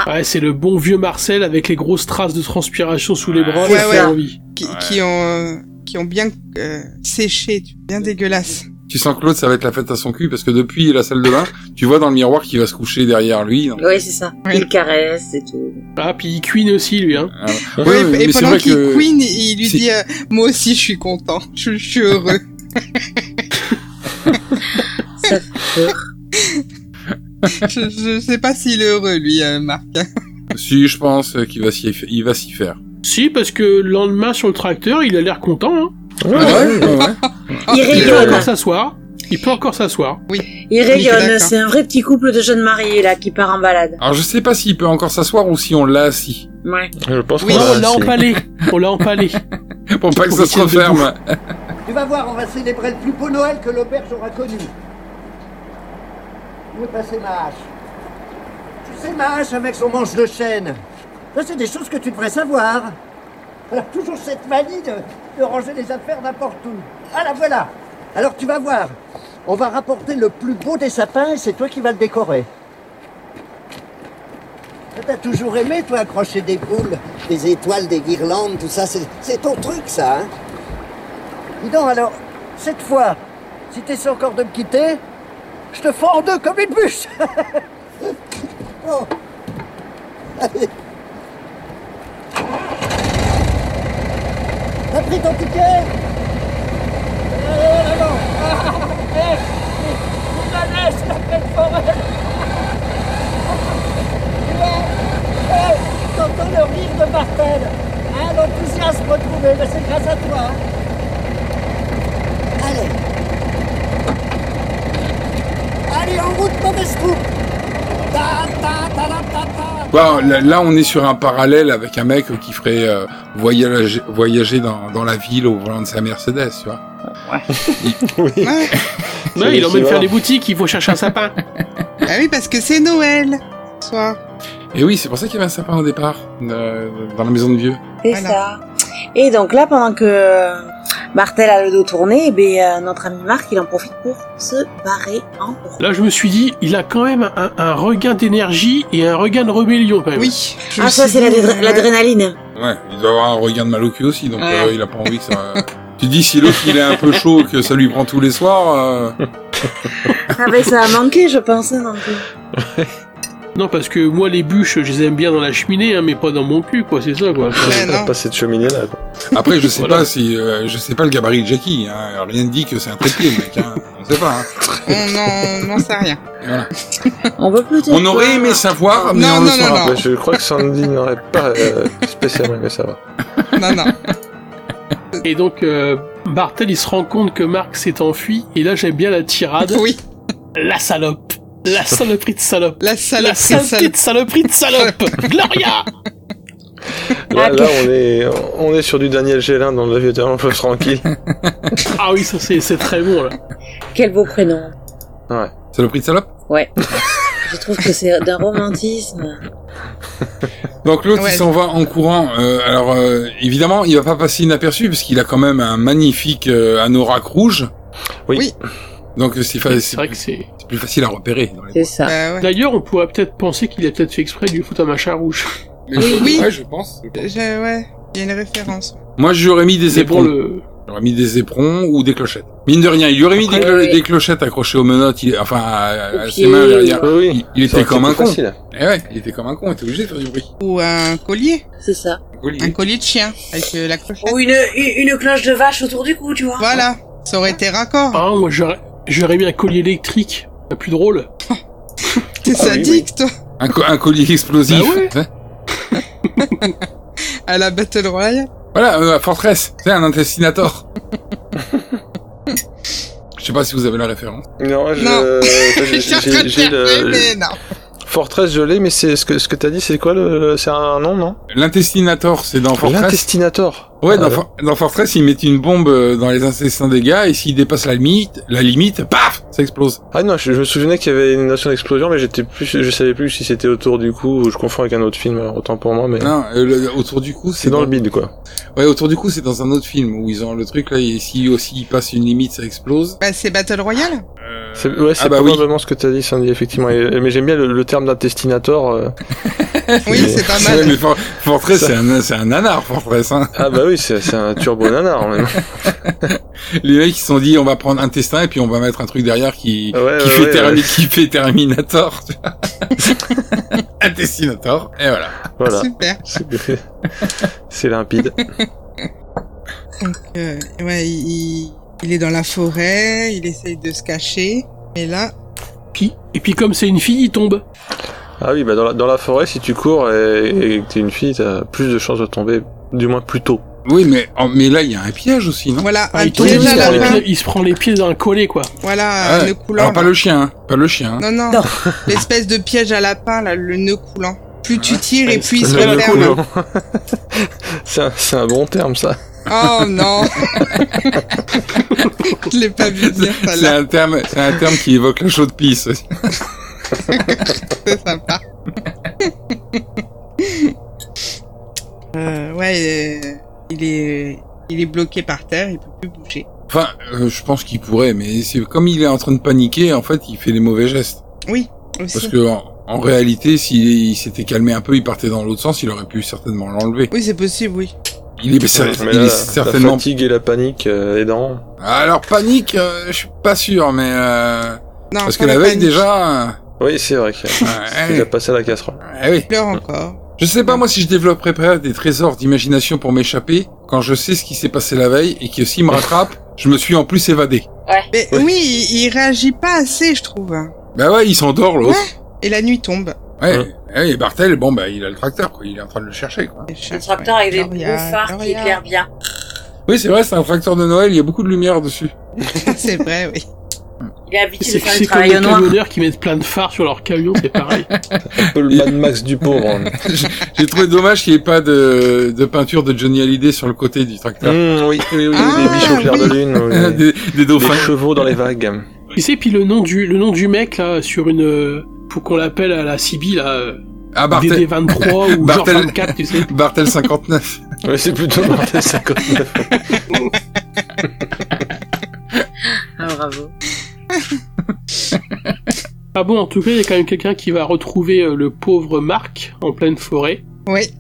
Speaker 2: Ouais, c'est le bon vieux Marcel avec les grosses traces de transpiration sous les bras.
Speaker 5: Ouais,
Speaker 2: ça
Speaker 5: ouais.
Speaker 2: fait envie.
Speaker 5: Qui, qui ont, euh, qui ont bien euh, séché, tu- bien dégueulasse.
Speaker 8: Tu sens que l'autre, ça va être la fête à son cul, parce que depuis la salle de bain, tu vois dans le miroir qu'il va se coucher derrière lui. Oui,
Speaker 4: Oui, c'est ça. Il caresse et tout.
Speaker 2: Ah, puis il queen aussi, lui. Hein.
Speaker 5: Ouais, et pendant qu'il queen, il lui dit euh, Moi aussi, je suis content, je, je suis heureux. je, je sais pas s'il est heureux, lui, euh, Marc.
Speaker 8: Si, je pense euh, qu'il va s'y, il va s'y faire.
Speaker 2: Si, parce que le lendemain, sur le tracteur, il a l'air content. Hein.
Speaker 4: Ah, Il
Speaker 2: Il peut
Speaker 4: rayonne.
Speaker 2: encore s'asseoir. Il peut encore s'asseoir.
Speaker 5: Oui.
Speaker 4: Il rayonne.
Speaker 2: D'accord.
Speaker 4: C'est un vrai petit couple de jeunes mariés là qui part en balade.
Speaker 8: Alors, je sais pas s'il peut encore s'asseoir ou si on l'a assis.
Speaker 4: Ouais.
Speaker 8: Je pense
Speaker 2: Oui, on l'a empalé. On l'a empalé.
Speaker 8: Pour pas que ça se referme.
Speaker 11: Tu vas voir, on va célébrer le plus beau Noël que l'auberge aura connu. Où est passée ma hache Tu sais, ma hache avec son manche de chêne. Ça, c'est des choses que tu devrais savoir. Alors, toujours cette manie de, de ranger les affaires n'importe où. Ah, la voilà Alors, tu vas voir. On va rapporter le plus beau des sapins et c'est toi qui vas le décorer. Ah, T'as toujours aimé, toi, accrocher des boules, des étoiles, des guirlandes, tout ça. C'est- C'est ton truc, ça, hein Dis donc alors, cette fois, si t'essaies encore de me quitter, je te fends en deux comme une bûche Oh. Allez. T'as pris ton ticket Eh, Allez, allons. Ah, eh, eh, la neige, la fête foraine. Tu vois, eh, T'entends le rire de Martel hein, L'enthousiasme retrouvé, mais c'est grâce à toi hein. Allez Allez, en route, mauvaise coupe Ta, ta, ta, ta, ta, ta.
Speaker 8: Bon, Bah, là, là, on est sur un parallèle avec un mec qui ferait euh, voyager, voyager dans, dans la ville au volant de sa Mercedes, tu vois. Ouais.
Speaker 2: Ouais, il emmène faire les boutiques, il faut chercher un sapin.
Speaker 5: Ah oui, parce que c'est Noël, ce soir.
Speaker 8: Et oui, c'est pour ça qu'il y avait un sapin au départ, euh, dans la maison de vieux.
Speaker 4: C'est ça. Et donc là, pendant que euh, Martel a le dos tourné, eh ben, euh, notre ami Marc, il en profite pour se barrer en courant.
Speaker 2: Là, je me suis dit, il a quand même un, un regain d'énergie et un regain de rébellion, quand même.
Speaker 5: Oui.
Speaker 4: Ah, ça, c'est l'adré- l'adrénaline.
Speaker 8: Ouais, il doit avoir un regard de mal au cul aussi, donc
Speaker 4: Ouais.
Speaker 8: euh, il a pas envie que ça... tu dis, si l'autre, il est un peu chaud, que ça lui prend tous les soirs... euh,
Speaker 4: Ah, ben, ça a manqué, je pense. hein, donc, euh.
Speaker 2: Non, parce que moi, les bûches, je les aime bien dans la cheminée, hein, mais pas dans mon cul, quoi, c'est ça, quoi.
Speaker 3: Pas cette cheminée là.
Speaker 8: Après, je sais pas si... euh, je sais pas le gabarit de Jackie, hein. rien ne dit que c'est un trépied, mec, hein. on sait pas. hein.
Speaker 5: On n'en- on n'en sait rien.
Speaker 8: Voilà.
Speaker 4: On veut plus te
Speaker 8: On aurait aimé savoir, mais on le saura pas.
Speaker 3: Ouais, je crois que Sandy n'aurait pas euh, spécialement aimé savoir.
Speaker 2: Et donc, euh, Bartel, il se rend compte que Marc s'est enfui, et là, j'aime bien la tirade.
Speaker 5: Oui.
Speaker 2: La salope. La saloperie de salope.
Speaker 5: La
Speaker 2: La
Speaker 5: saloperie de
Speaker 2: saleté de saloperie de salope. Gloria
Speaker 8: Ah,
Speaker 3: Là, là, on est on est sur du Daniel Gélin dans le vieux terrain, un peu tranquille.
Speaker 2: Ah oui, ça, c'est c'est très bon, là.
Speaker 4: Quel beau prénom.
Speaker 3: Ouais.
Speaker 8: C'est le prix de salope
Speaker 4: Ouais. je trouve que c'est d'un romantisme.
Speaker 8: Donc l'autre
Speaker 4: Ouais.
Speaker 8: il s'en va en courant. Euh, alors euh, évidemment il va pas passer inaperçu parce qu'il a quand même un magnifique euh, anorak rouge.
Speaker 3: Oui.
Speaker 8: Donc c'est fa- c'est
Speaker 2: vrai que c'est
Speaker 8: c'est plus facile à repérer. dans les-
Speaker 4: C'est ça.
Speaker 5: Bah,
Speaker 2: D'ailleurs, on pourrait peut-être penser qu'il a peut-être fait exprès de lui foutre un machin rouge.
Speaker 5: Oui, oui.
Speaker 8: je pense.
Speaker 5: Je- ouais, il y a une référence.
Speaker 8: Moi j'aurais mis des
Speaker 2: Mais bon,
Speaker 8: éperons.
Speaker 2: le-
Speaker 8: Il aurait mis des éperons ou des clochettes. Mine de rien, il lui aurait mis des, clo- des clochettes accrochées aux menottes, il- enfin à, à
Speaker 3: Au
Speaker 8: ses
Speaker 3: pied,
Speaker 8: mains derrière.
Speaker 3: oui, Ah oui.
Speaker 8: Il, il
Speaker 3: Ça
Speaker 8: était
Speaker 3: aurait été
Speaker 8: comme un
Speaker 3: plus
Speaker 8: con.
Speaker 3: facile.
Speaker 8: Eh ouais, il était comme un con, il était obligé de faire du bruit.
Speaker 5: Ou un collier.
Speaker 4: C'est ça.
Speaker 5: Un collier de chien avec euh, la clochette.
Speaker 4: Ou une, une, une cloche de vache autour du cou, tu vois.
Speaker 5: Voilà. Ça aurait été raccord.
Speaker 2: Ah, moi j'aurais, j'aurais mis un collier électrique, c'est plus drôle.
Speaker 5: T'es sadique, toi.
Speaker 8: Un, co- un collier explosif.
Speaker 3: Bah
Speaker 8: Hein.
Speaker 5: À la Battle Royale.
Speaker 8: Voilà, euh, la forteresse, c'est un intestinator. Je sais pas si vous avez la référence.
Speaker 3: Non, je. euh,
Speaker 5: Non.
Speaker 3: j'ai-
Speaker 5: Je suis en train de
Speaker 3: j'ai- j'ai
Speaker 5: chercher,
Speaker 3: le-
Speaker 5: mais non.
Speaker 3: Fortress, je l'ai, mais c'est ce que, ce que t'as dit, c'est quoi le. le- C'est un nom, non
Speaker 8: L'intestinator, c'est dans Fortress.
Speaker 3: L'intestinator.
Speaker 8: Ouais, dans,
Speaker 3: Ah,
Speaker 8: For- dans Fortress, ils mettent une bombe euh, dans les intestins des gars, et s'ils dépassent la limite, la limite, paf, ça explose.
Speaker 3: Ah non, je, je me souvenais qu'il y avait une notion d'explosion, mais j'étais plus, je savais plus si c'était autour du coup ou je confonds avec un autre film, alors autant pour moi, mais.
Speaker 8: Non, euh, le- autour du coup, c'est
Speaker 3: C'est dans le bide, quoi.
Speaker 8: Ouais, autour du coup, c'est dans un autre film où ils ont le truc là, et si aussi ils passent une limite, ça explose.
Speaker 5: Bah, c'est Battle Royale.
Speaker 3: C'est- Ouais, c'est
Speaker 8: bah oui.
Speaker 3: probablement ce que t'as dit, Sandy, effectivement. Et- mais j'aime bien le, le terme d'intestinator. euh.
Speaker 5: Oui, c'est pas
Speaker 8: Ouais,
Speaker 5: mal.
Speaker 8: mais For- Fortress,
Speaker 3: Ça-
Speaker 8: c'est un, c'est un nanar, Fortress. Hein.
Speaker 3: Ah bah oui, c'est c'est un turbo nanar, même.
Speaker 8: Les mecs, ils se sont dit, on va prendre intestin et puis on va mettre un truc derrière qui,
Speaker 3: Ouais,
Speaker 8: qui,
Speaker 3: ouais,
Speaker 8: fait,
Speaker 3: ouais,
Speaker 8: Termi-
Speaker 3: ouais.
Speaker 8: qui fait Terminator. tu vois. Intestinator, et voilà.
Speaker 3: Voilà.
Speaker 5: Super.
Speaker 3: C'est- C'est limpide.
Speaker 5: Donc, euh, ouais, il, il est dans la forêt, il essaye de se cacher. Et là,
Speaker 2: Puis, et puis comme c'est une fille, il tombe.
Speaker 3: Ah oui, bah dans la, dans la forêt, si tu cours et, et que t'es une fille, t'as plus de chances de tomber, du moins plus tôt.
Speaker 8: Oui, mais, oh, mais là, il y a un piège aussi, non
Speaker 5: voilà,
Speaker 2: Ah,
Speaker 5: un
Speaker 2: il, tombe, il,
Speaker 5: piège
Speaker 2: se
Speaker 5: à
Speaker 2: prend les
Speaker 5: la main.
Speaker 2: pieds, il se prend les pieds d'un collet, quoi.
Speaker 5: Voilà,
Speaker 8: Ah,
Speaker 5: le
Speaker 8: Alors
Speaker 5: coulant.
Speaker 8: pas le chien, hein. pas le chien. hein.
Speaker 5: Non, non,
Speaker 4: Non.
Speaker 5: l'espèce de piège à lapin, là, le nœud coulant. Plus tu tires et plus il se
Speaker 3: Le- le
Speaker 5: referme.
Speaker 3: coulant. C'est un, c'est un bon terme, ça.
Speaker 5: Oh non Je l'ai pas vu dire ça
Speaker 8: C'est
Speaker 5: là,
Speaker 8: un terme, c'est un terme qui évoque la chaude pisse.
Speaker 5: c'est sympa. Euh, ouais, euh, il est, il est bloqué par terre, il peut plus bouger.
Speaker 8: Enfin, euh, je pense qu'il pourrait, mais c'est comme il est en train de paniquer, en fait, il fait des mauvais gestes.
Speaker 5: Oui, aussi.
Speaker 8: Parce que en, en réalité, s'il il s'était calmé un peu, il partait dans l'autre sens, il aurait pu certainement l'enlever.
Speaker 5: Oui, c'est possible, oui.
Speaker 8: Il est, cer-
Speaker 3: Mais
Speaker 8: il
Speaker 3: là,
Speaker 8: est
Speaker 3: La
Speaker 8: certainement.
Speaker 3: fatigue et la panique euh, aidant.
Speaker 8: Alors panique, euh, je suis pas sûr, mais euh,
Speaker 5: Non,
Speaker 8: parce
Speaker 5: pas
Speaker 8: que la veille
Speaker 5: panique.
Speaker 8: déjà. euh,
Speaker 3: Oui, c'est vrai qu'il
Speaker 8: ouais,
Speaker 3: a passé à la casserole.
Speaker 8: eh oui.
Speaker 5: Il pleure encore.
Speaker 8: Je sais pas moi si je développerais près des trésors d'imagination pour m'échapper quand je sais ce qui s'est passé la veille et que s'il me rattrape, je me suis en plus évadé.
Speaker 5: Mais
Speaker 3: Ouais.
Speaker 5: oui, il, il réagit pas assez, je trouve. hein.
Speaker 8: Bah ouais, il s'endort l'autre.
Speaker 5: Et la nuit tombe.
Speaker 8: Ouais,
Speaker 3: Ouais.
Speaker 8: ouais, et Bartel, bon, bah, il a le tracteur, quoi. Il est en train de le chercher, quoi.
Speaker 4: Un tracteur avec des beaux
Speaker 5: Gloria,
Speaker 4: phares qui
Speaker 5: Gloria.
Speaker 4: éclairent bien.
Speaker 8: Oui, c'est vrai, c'est un tracteur de Noël, il y a beaucoup de lumière dessus.
Speaker 5: C'est vrai, oui.
Speaker 4: Il est habitué de
Speaker 2: C'est
Speaker 4: faire du
Speaker 2: c'est comme
Speaker 4: travail
Speaker 2: les
Speaker 4: au noir.
Speaker 2: camionneurs qui mettent plein de phares sur leur camion, c'est pareil.
Speaker 3: Un peu le Mad Max du pauvre. hein.
Speaker 8: J'ai trouvé dommage qu'il n'y ait pas de, de peinture de Johnny Hallyday sur le côté du tracteur.
Speaker 3: Mmh, oui, oui, oui,
Speaker 5: Ah,
Speaker 3: des biches au clair de lune. oui.
Speaker 8: des, des
Speaker 3: Des
Speaker 8: dauphins.
Speaker 3: chevaux dans les vagues.
Speaker 2: tu sais, puis le nom du, le nom du mec, là, sur une, euh, pour qu'on l'appelle à la Sibylle, là, euh,
Speaker 8: Ah, Bartel,
Speaker 2: DD23 ou genre
Speaker 8: Barthel-
Speaker 2: 24, tu sais.
Speaker 8: Bartel 59.
Speaker 3: Ouais, c'est plutôt Martel 59.
Speaker 4: Ah, bravo.
Speaker 2: Ah bon, en tout cas, il y a quand même quelqu'un qui va retrouver euh, le pauvre Marc en pleine forêt.
Speaker 5: Oui.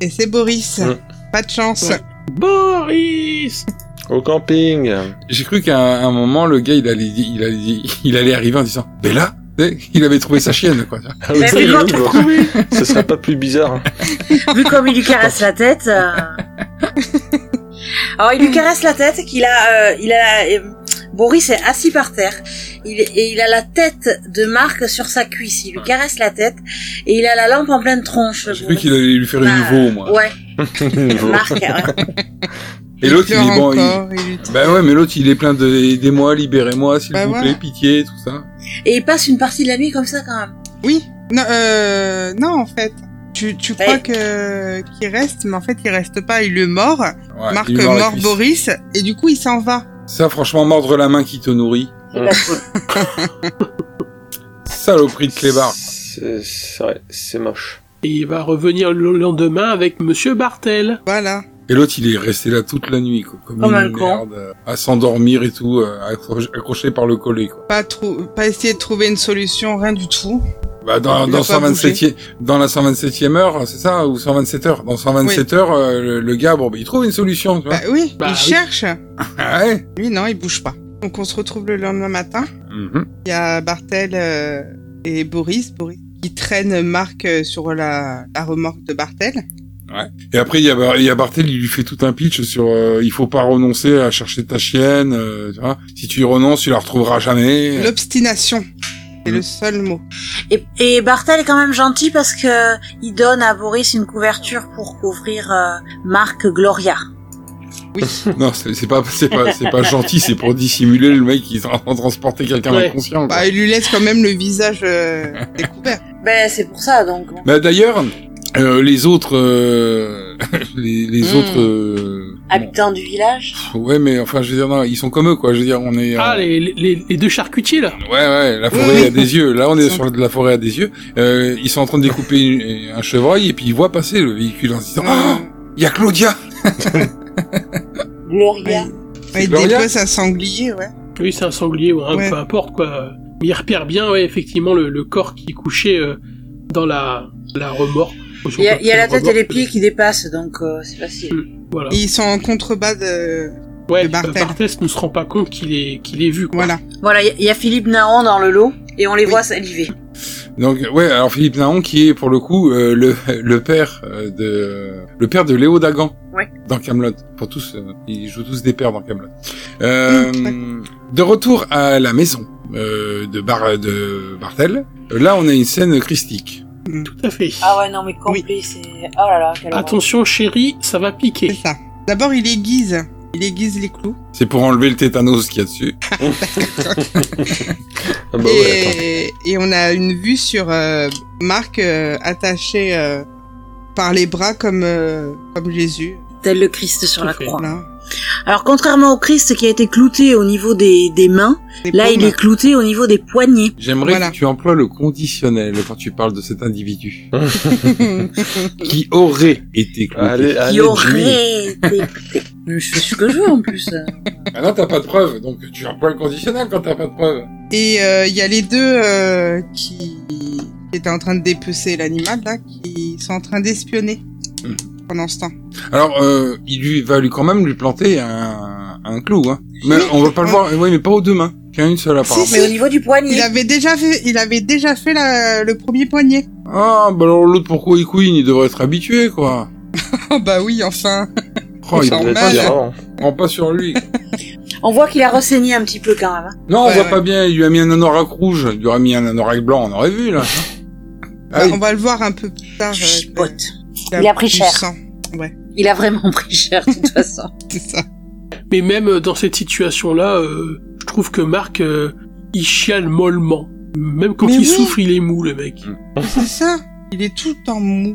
Speaker 5: Et c'est Boris.
Speaker 3: Mm.
Speaker 5: Pas de chance.
Speaker 2: Ouais. Boris
Speaker 3: Au camping.
Speaker 8: J'ai cru qu'à un un moment, le gars, il allait, il allait, il allait arriver en disant, Bella? Tu sais, Il avait trouvé sa chienne, quoi.
Speaker 3: Ah oui,
Speaker 4: Mais
Speaker 3: c'est
Speaker 4: oui,
Speaker 3: rigolo,
Speaker 4: quand tu
Speaker 3: quoi. Ce serait pas plus bizarre. hein.
Speaker 4: Vu comme il lui caresse la tête. euh. Alors il lui caresse la tête, qu'il a, euh, il a, euh, Boris est assis par terre, il, et il a la tête de Marc sur sa cuisse. Il lui caresse la tête et il a la lampe en pleine tronche.
Speaker 8: J'ai cru
Speaker 4: Boris.
Speaker 8: qu'il allait lui faire une
Speaker 4: Bah,
Speaker 8: veau, moi.
Speaker 4: Ouais,
Speaker 3: Niveau.
Speaker 4: Marc. ouais.
Speaker 8: Et l'autre, il
Speaker 5: pleure
Speaker 8: est bon, il...
Speaker 5: encore. il lui dit-
Speaker 8: Bah ouais, mais l'autre, il est plein de, aidez-moi, libérez-moi, s'il
Speaker 5: Bah
Speaker 8: vous
Speaker 5: voilà.
Speaker 8: plaît, pitié, tout ça.
Speaker 4: Et il passe une partie de la nuit comme ça quand même.
Speaker 5: Oui. Non, euh, non, en fait. Tu, tu
Speaker 4: Ouais.
Speaker 5: crois que qu'il reste, mais en fait il reste pas, il le mord.
Speaker 8: Ouais,
Speaker 5: Marc
Speaker 8: il lui mord la
Speaker 5: mord
Speaker 8: cuisse.
Speaker 5: Boris et du coup il s'en va.
Speaker 8: Ça, franchement, mordre la main qui te nourrit.
Speaker 4: C'est pas cool.
Speaker 8: Saloperie de clébard.
Speaker 3: C'est c'est vrai, c'est moche.
Speaker 2: Et il va revenir le lendemain avec Monsieur Bartel.
Speaker 5: Voilà.
Speaker 8: Et l'autre, il est resté là toute la nuit, quoi, comme
Speaker 4: Comme un
Speaker 8: une
Speaker 4: con.
Speaker 8: merde, euh, à s'endormir et tout, euh, accro- accroché par le collet, quoi.
Speaker 5: Pas trou- pas essayer de trouver une solution, rien du tout.
Speaker 8: Bah, dans,
Speaker 12: Il
Speaker 8: dans,
Speaker 12: a pas
Speaker 8: 127e, dans la 127e heure, euh, c'est ça Ou 127 heures Dans 127 heures, euh, le, le gars, bon, bah, il trouve une solution, tu vois.
Speaker 5: Bah oui,
Speaker 8: Bah
Speaker 5: il
Speaker 8: oui.
Speaker 5: cherche.
Speaker 8: Ah ouais
Speaker 5: Lui, non, il bouge pas. Donc on se retrouve le lendemain matin.
Speaker 8: Mhm.
Speaker 5: Il y a Bartel euh, et Boris. Boris qui traîne Marc euh, sur la, la remorque de Bartel.
Speaker 8: Ouais. Et après, il y a, Bar- il y a Bartel, il lui fait tout un pitch sur euh, il faut pas renoncer à chercher ta chienne, euh, tu vois. Si tu y renonces, tu la retrouveras jamais.
Speaker 5: L'obstination. C'est
Speaker 8: Mm.
Speaker 5: le seul mot.
Speaker 4: Et, et Bartel est quand même gentil parce que il donne à Boris une couverture pour couvrir euh, Marc Gloria.
Speaker 8: non, c'est c'est pas, c'est pas, c'est pas gentil, c'est pour dissimuler le mec qui est en train de transporter quelqu'un
Speaker 5: Ouais.
Speaker 8: inconscient. quoi.
Speaker 5: Bah, il lui laisse quand même le visage euh, découvert.
Speaker 4: Ben c'est pour ça donc.
Speaker 8: Bah, d'ailleurs, euh, les autres, euh, les, les
Speaker 4: Mm.
Speaker 8: autres, euh,
Speaker 4: Habitant du village.
Speaker 8: ouais, mais enfin, je veux dire, non, ils sont comme eux, quoi. Je veux dire, on est.
Speaker 2: Ah,
Speaker 8: on-
Speaker 2: les, les, les deux charcutiers, là
Speaker 8: Ouais, ouais, la forêt a des yeux. Là, on est sur de la forêt à des yeux. Euh, ils sont en train de découper une- un chevreuil et puis ils voient passer le véhicule en se disant
Speaker 5: Hmm.
Speaker 8: Ah, il y a Claudia
Speaker 4: Gloria.
Speaker 5: Ouais, il
Speaker 2: Gloria
Speaker 5: dépose un sanglier, ouais.
Speaker 2: Oui, c'est un sanglier, ou un
Speaker 5: Ouais.
Speaker 2: peu importe, quoi. Mais il repère bien, ouais, effectivement, le, le corps qui est couché euh, dans la, la remorque.
Speaker 4: Il y a, il y a la tête et les
Speaker 2: pieds.
Speaker 4: pieds qui dépassent donc euh, c'est facile.
Speaker 8: Ah.
Speaker 2: Voilà.
Speaker 5: Et ils sont en contrebas de,
Speaker 2: Ouais,
Speaker 5: de Bartel.
Speaker 2: Barthès ne se rend pas compte qu'il est, qu'il est vu, quoi.
Speaker 5: Voilà.
Speaker 4: Voilà, il y a- il y, a Philippe Naon dans le lot et on les voit saliver.
Speaker 8: Donc ouais, alors Philippe Naon qui est pour le coup euh, le, le père euh, de le père de Léo Dagan
Speaker 4: Ouais.
Speaker 8: dans Camelot. Pour tous, euh, ils jouent tous des pères dans Camelot. Euh,
Speaker 4: Mm,
Speaker 8: de retour à la maison euh, de Bar de Bartel. euh, Là, on a une scène christique.
Speaker 2: Tout à fait.
Speaker 4: Ah ouais non mais complet c'est oh là là quelle horreur.
Speaker 2: Attention, chérie, ça va piquer.
Speaker 5: C'est ça. D'abord, il aiguise. Il aiguise les clous.
Speaker 8: C'est pour enlever le tétanos qu'il y a dessus.
Speaker 3: Ah bah ouais, attends.
Speaker 5: et, et on a une vue sur euh, Marc euh, attaché euh, par les bras comme, euh, comme Jésus.
Speaker 4: tel le Christ sur
Speaker 5: Tout
Speaker 4: la
Speaker 5: fait.
Speaker 4: croix.
Speaker 5: Voilà.
Speaker 4: Alors contrairement au Christ qui a été clouté au niveau des, des mains, là
Speaker 5: paumes.
Speaker 4: il est clouté au niveau des poignets.
Speaker 8: J'aimerais
Speaker 4: Voilà.
Speaker 8: que tu emploies le conditionnel quand tu parles de cet individu qui aurait été cloué.
Speaker 3: Allez, allez,
Speaker 4: Qui aurait été clouté. Mais je fais ce que je veux en plus.
Speaker 8: Ah non, t'as pas de preuve, donc tu emploies le conditionnel quand t'as pas de preuve.
Speaker 5: Et euh, il y a les deux euh, qui, qui étaient en train de dépecer l'animal, là, qui sont en train d'espionner
Speaker 8: Mhm.
Speaker 3: Hmm.
Speaker 5: pendant ce temps.
Speaker 8: Alors, euh, il lui va lui quand même lui planter un, un clou, hein. Mais on va pas le voir. Oui, mais pas aux deux mains. Qu'à une seule apparemment.
Speaker 4: Mais au niveau du poignet.
Speaker 5: Il avait déjà fait, il avait déjà fait la- le premier poignet.
Speaker 8: Ah, bah alors l'autre pourquoi il couine, il devrait être habitué, quoi.
Speaker 5: Oh bah oui, enfin.
Speaker 8: Oh, il
Speaker 5: Ça
Speaker 8: prend
Speaker 5: devait
Speaker 8: pas,
Speaker 5: être
Speaker 8: sur-
Speaker 3: avant.
Speaker 8: prend pas sur lui.
Speaker 4: On voit qu'il a renseigné un petit peu quand même. hein.
Speaker 8: Non, on voit pas bien. Il lui a mis un anorak rouge, il lui a mis un anorak blanc, on aurait vu là. Ah
Speaker 5: Bah,
Speaker 8: oui.
Speaker 5: On va le voir un peu plus tard. euh,
Speaker 4: Il a pris
Speaker 5: du
Speaker 4: cher.
Speaker 5: sang. Ouais,
Speaker 4: Il a vraiment pris cher de toute façon.
Speaker 5: c'est ça.
Speaker 2: Mais même euh, dans cette situation-là, euh, je trouve que Marc, euh, il chiale mollement. Même quand
Speaker 5: Mais
Speaker 2: il
Speaker 5: oui.
Speaker 2: souffre, il est mou, le mec.
Speaker 5: C'est ça. Il est tout le temps mou.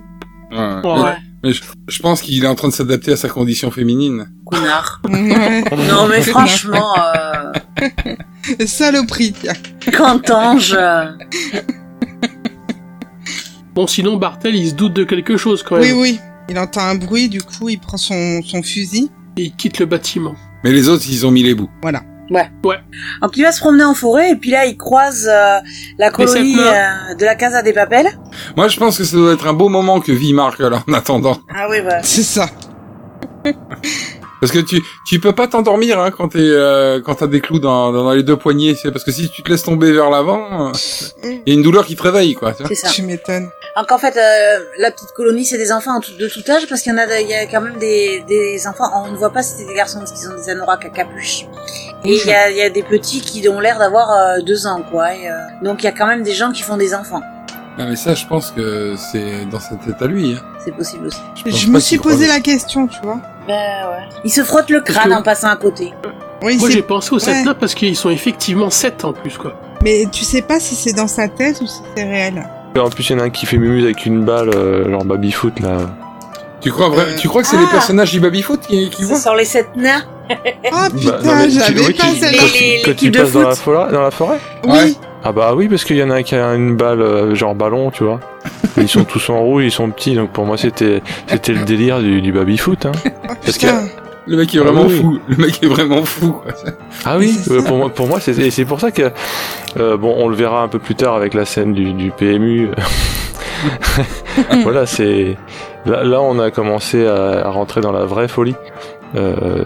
Speaker 8: Ouais, ouais.
Speaker 2: Ouais.
Speaker 8: Mais je, je pense qu'il est en train de s'adapter à sa condition féminine.
Speaker 4: Connard.
Speaker 5: Ouais.
Speaker 4: Non mais franchement, euh,
Speaker 5: Saloperie, tiens.
Speaker 4: qu'entends-je euh,
Speaker 2: Bon, sinon, Bartel, il se doute de quelque chose, quand
Speaker 5: Oui,
Speaker 2: même.
Speaker 5: oui. Il entend un bruit, du coup, il prend son, son fusil.
Speaker 2: Et il quitte le bâtiment.
Speaker 8: Mais les autres, ils ont mis les bouts.
Speaker 5: Voilà.
Speaker 4: Ouais.
Speaker 2: Ouais.
Speaker 4: Donc il va se promener en forêt et puis là il croise euh, la colonie
Speaker 2: cette
Speaker 4: euh, de la Casa des Papels.
Speaker 8: Moi, je pense que ça doit être un beau moment que vit Marc là, en attendant.
Speaker 4: Ah oui bah.
Speaker 5: C'est ça.
Speaker 8: Parce que tu tu peux pas t'endormir hein, quand t'es euh, quand t'as des clous dans, dans, dans les deux poignets, c'est parce que si tu te laisses tomber vers l'avant, il y a une douleur qui te réveille quoi. tu vois.
Speaker 4: C'est ça.
Speaker 5: Tu m'étonnes.
Speaker 4: Donc en fait, euh, la petite colonie, c'est des enfants en tout- de tout âge, parce qu'il y en a, de- il y a quand même des, des enfants, on ne voit pas si c'est des garçons, parce qu'ils ont des anoraks à capuche. Et il y a, il y a des petits qui ont l'air d'avoir euh, deux ans, quoi. et, euh, donc il y a quand même des gens qui font des enfants.
Speaker 8: Ah, mais ça, je pense que c'est dans sa tête à lui. Hein.
Speaker 4: C'est possible aussi.
Speaker 5: Je,
Speaker 8: pense
Speaker 5: me
Speaker 8: pas
Speaker 5: suis
Speaker 8: qu'il croit
Speaker 5: posé
Speaker 8: le-
Speaker 5: la question, tu vois.
Speaker 4: Ben ouais. Ils se frottent le
Speaker 2: Parce
Speaker 4: crâne
Speaker 2: que-
Speaker 4: en passant à côté.
Speaker 5: Oui,
Speaker 2: Moi,
Speaker 5: c'est-
Speaker 2: j'ai pensé aux sept
Speaker 5: Ouais.
Speaker 2: nains parce qu'ils sont effectivement sept, en plus, quoi.
Speaker 5: Mais tu sais pas si c'est dans sa tête ou si c'est réel.
Speaker 3: Et en plus, il y en a un qui fait mumuse avec une balle, euh, genre baby-foot là.
Speaker 8: Tu crois vrai... tu crois que c'est
Speaker 4: Ah.
Speaker 8: les personnages du baby foot qui, qui
Speaker 4: Ce
Speaker 8: voient
Speaker 4: sont les sept nains.
Speaker 5: Ah putain,
Speaker 3: Bah, non, mais tu-
Speaker 5: j'avais
Speaker 3: oui,
Speaker 5: pas
Speaker 3: tu-
Speaker 5: celle-là.
Speaker 3: quand
Speaker 4: Les- les-
Speaker 3: tu- Quand tu
Speaker 4: l'équipe de
Speaker 3: passes dans la
Speaker 4: foot.
Speaker 3: fola- dans la forêt
Speaker 5: Oui.
Speaker 3: Ah bah oui, parce qu'il y en a un qui a une balle euh, genre ballon, tu vois. Mais ils sont tous en rouge, ils sont petits, donc pour moi c'était c'était le délire du, du baby foot. Hein.
Speaker 5: Oh,
Speaker 3: Parce
Speaker 5: putain.
Speaker 8: Le mec est
Speaker 3: Ah
Speaker 8: vraiment
Speaker 3: oui.
Speaker 8: fou. Le mec est vraiment fou. quoi.
Speaker 3: Ah oui, euh, pour moi, pour moi c'est, et c'est pour ça que euh, bon, on le verra un peu plus tard avec la scène du, du PMU. voilà, c'est là, là, on a commencé à, à rentrer dans la vraie folie. Euh,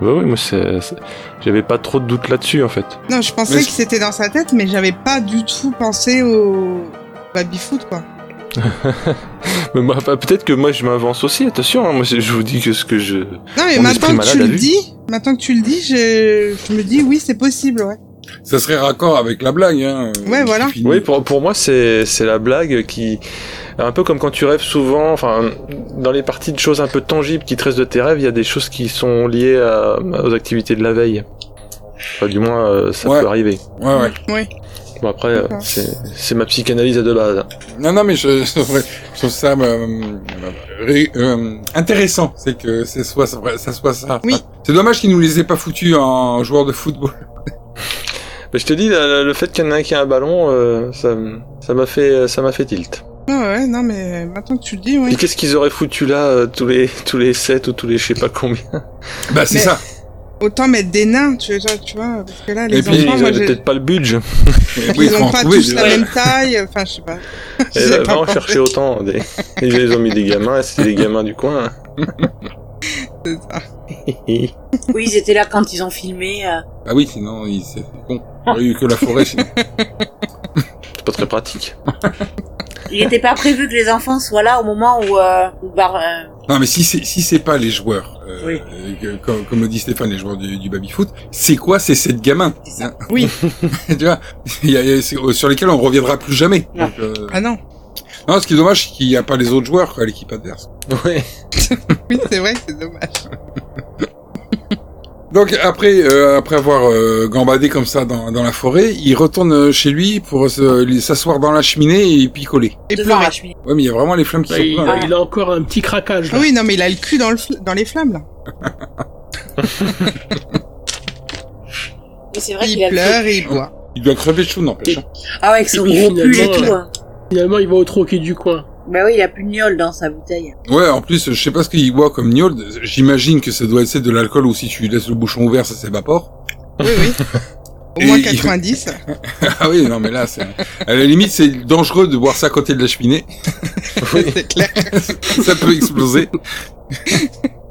Speaker 3: ouais, ouais, moi, c'est, c'est- j'avais pas trop de doutes là-dessus en fait.
Speaker 5: Non, je pensais
Speaker 3: Mais
Speaker 5: que c'était dans sa tête, mais j'avais pas du tout pensé au baby-foot, quoi.
Speaker 3: Mais moi, bah, peut-être que moi, je m'avance aussi. Attention, hein, moi, c'est- je vous dis que ce que je.
Speaker 5: Non, mais
Speaker 3: mon esprit
Speaker 5: maintenant que
Speaker 3: malade
Speaker 5: tu
Speaker 3: a
Speaker 5: le
Speaker 3: vu.
Speaker 5: dis, maintenant que tu le dis, je, je me dis oui, c'est possible, ouais.
Speaker 8: Ça serait raccord avec la blague. Hein.
Speaker 5: Ouais, voilà.
Speaker 3: Oui, pour, pour moi, c'est c'est la blague qui. Un peu comme quand tu rêves souvent, enfin, dans les parties de choses un peu tangibles qui te restent de tes rêves, il y a des choses qui sont liées à- aux activités de la veille. Enfin, du moins, euh, ça peut arriver.
Speaker 8: Ouais, ouais.
Speaker 5: Oui.
Speaker 3: Bon, après, euh,
Speaker 8: D'accord.
Speaker 3: c'est c'est ma psychanalyse à deux bases.
Speaker 8: Non, non, mais je, c'est vrai, je trouve ça euh, ré- euh, intéressant, c'est que ce soit ça, ça soit ça. C'est dommage qu'ils nous les aient pas foutus en joueurs de football.
Speaker 3: Mais je te dis, la- la- le fait qu'il y en ait un qui a un ballon, euh, ça m- ça m'a fait, ça m'a fait tilt.
Speaker 5: Ouais, ouais, non, mais maintenant que tu le dis,
Speaker 3: Et
Speaker 5: oui.
Speaker 3: qu'est-ce qu'ils auraient foutu là, euh, tous les tous les 7 ou tous les je sais pas combien
Speaker 8: Bah,
Speaker 5: c'est Mais- ça. Autant mettre des nains, tu vois, tu vois parce que là, les
Speaker 3: Et puis, ils
Speaker 5: enfants, moi,
Speaker 3: avaient
Speaker 5: j'ai-
Speaker 3: peut-être pas le budget.
Speaker 5: ils ont pas tous la même taille, enfin, je sais pas.
Speaker 3: Et
Speaker 5: J'ai
Speaker 3: là,
Speaker 5: pas
Speaker 3: vraiment
Speaker 5: compris.
Speaker 3: chercher autant. Des... Ils les ont mis des gamins, et c'était des gamins du coin. hein.
Speaker 4: Oui, ils étaient là quand ils ont filmé. euh.
Speaker 8: Ah oui, sinon il c'est con. Il aurait eu que la forêt. sinon.
Speaker 3: C'est pas très pratique.
Speaker 4: Il n'était pas prévu que les enfants soient là au moment où, euh, où Bar- euh,
Speaker 8: Non, mais si c'est si c'est pas les joueurs, euh, que- comme, comme le dit Stéphane, les joueurs du, du baby foot, c'est quoi C'est sept gamins.
Speaker 5: Oui.
Speaker 8: tu vois, il y a- il y a- c'est- euh, sur lesquels on reviendra plus jamais.
Speaker 5: Non.
Speaker 8: Donc, euh,
Speaker 5: Ah non.
Speaker 8: Non, ce qui est dommage, c'est qu'il n'y a pas les autres joueurs quoi, à l'équipe adverse.
Speaker 3: Ouais.
Speaker 5: Oui, c'est vrai, c'est dommage.
Speaker 8: Donc après, euh, après avoir euh, gambadé comme ça dans, dans la forêt, il retourne euh, chez lui pour se- lui- s'asseoir dans la cheminée et picoler.
Speaker 5: Et pleurer.
Speaker 8: Ouais, mais il y a vraiment les flammes qui
Speaker 2: Bah,
Speaker 8: sont
Speaker 2: il,
Speaker 8: pleines, hein. là.
Speaker 2: il a encore un petit craquage.
Speaker 5: Ah
Speaker 2: Là.
Speaker 5: oui, non, mais il a le cul dans, le fl- dans les flammes, là.
Speaker 4: Oui, c'est vrai
Speaker 5: il
Speaker 4: qu'il a le
Speaker 5: pleure
Speaker 4: feu.
Speaker 5: et il boit.
Speaker 8: Il doit crever de chaud, n'empêche. hein.
Speaker 4: Ah ouais, avec son
Speaker 2: puis
Speaker 4: gros pull et
Speaker 2: finalement,
Speaker 4: tout.
Speaker 2: euh,
Speaker 4: hein.
Speaker 2: Finalement, il va au troquet du coin.
Speaker 4: Bah oui, il a plus de gnôle dans sa bouteille.
Speaker 8: Ouais, en plus, je sais pas ce qu'il boit comme gnôle. J'imagine que ça doit être de l'alcool ou si tu laisses le bouchon ouvert, ça s'évapore.
Speaker 5: Oui, oui. Au
Speaker 8: Et
Speaker 5: moins
Speaker 8: il-
Speaker 5: 90.
Speaker 8: ah oui, non, mais là, c'est... à la limite, c'est dangereux de boire ça à côté de la cheminée.
Speaker 5: c'est clair.
Speaker 8: ça peut exploser.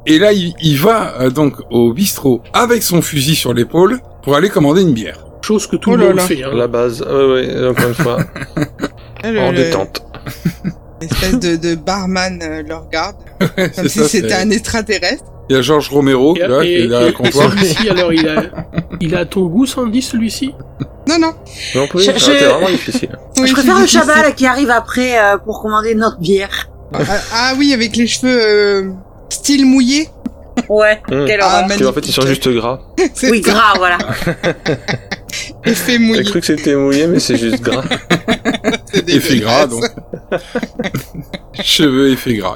Speaker 8: Et là, il, il va euh, donc au bistrot avec son fusil sur l'épaule pour aller commander une bière.
Speaker 2: Chose que tout
Speaker 5: Oh
Speaker 2: le
Speaker 5: là
Speaker 2: monde
Speaker 5: là.
Speaker 2: fait. Hein.
Speaker 3: La base, ouais, ouais, encore une fois.
Speaker 5: Ah, le-
Speaker 3: en
Speaker 5: le-
Speaker 3: détente.
Speaker 5: L'espèce de, de barman euh, le regarde. comme
Speaker 8: c'est
Speaker 5: si
Speaker 8: ça,
Speaker 5: c'était
Speaker 8: c'est-
Speaker 5: un extraterrestre.
Speaker 8: Il y a Georges Romero,
Speaker 2: Et-
Speaker 8: là, qui
Speaker 2: et-
Speaker 8: est derrière
Speaker 2: et-
Speaker 8: le comptoir.
Speaker 2: Celui-ci, alors, il a, il a ton goût, Sandy, celui-ci
Speaker 5: Non, non.
Speaker 3: Mais on peut
Speaker 4: Je-
Speaker 3: ah,
Speaker 4: je-
Speaker 3: t'es vraiment difficile.
Speaker 5: Oui,
Speaker 4: je préfère
Speaker 5: c'est
Speaker 4: le
Speaker 5: difficile.
Speaker 4: chaval qui arrive après euh, pour commander notre bière.
Speaker 5: Ah, ah oui, avec les cheveux euh, style mouillé.
Speaker 4: Ouais,
Speaker 3: Mmh.
Speaker 4: quelle
Speaker 5: Ah,
Speaker 4: horreur.
Speaker 3: Parce
Speaker 5: magnifique.
Speaker 3: qu'en fait, ils sont juste gras.
Speaker 5: C'est
Speaker 4: Oui,
Speaker 5: ça,
Speaker 4: gras, voilà.
Speaker 5: effet
Speaker 3: J'ai
Speaker 5: mouillé.
Speaker 3: cru que c'était mouillé, mais c'est juste gras.
Speaker 8: Effet gras, donc. Cheveux effet gras.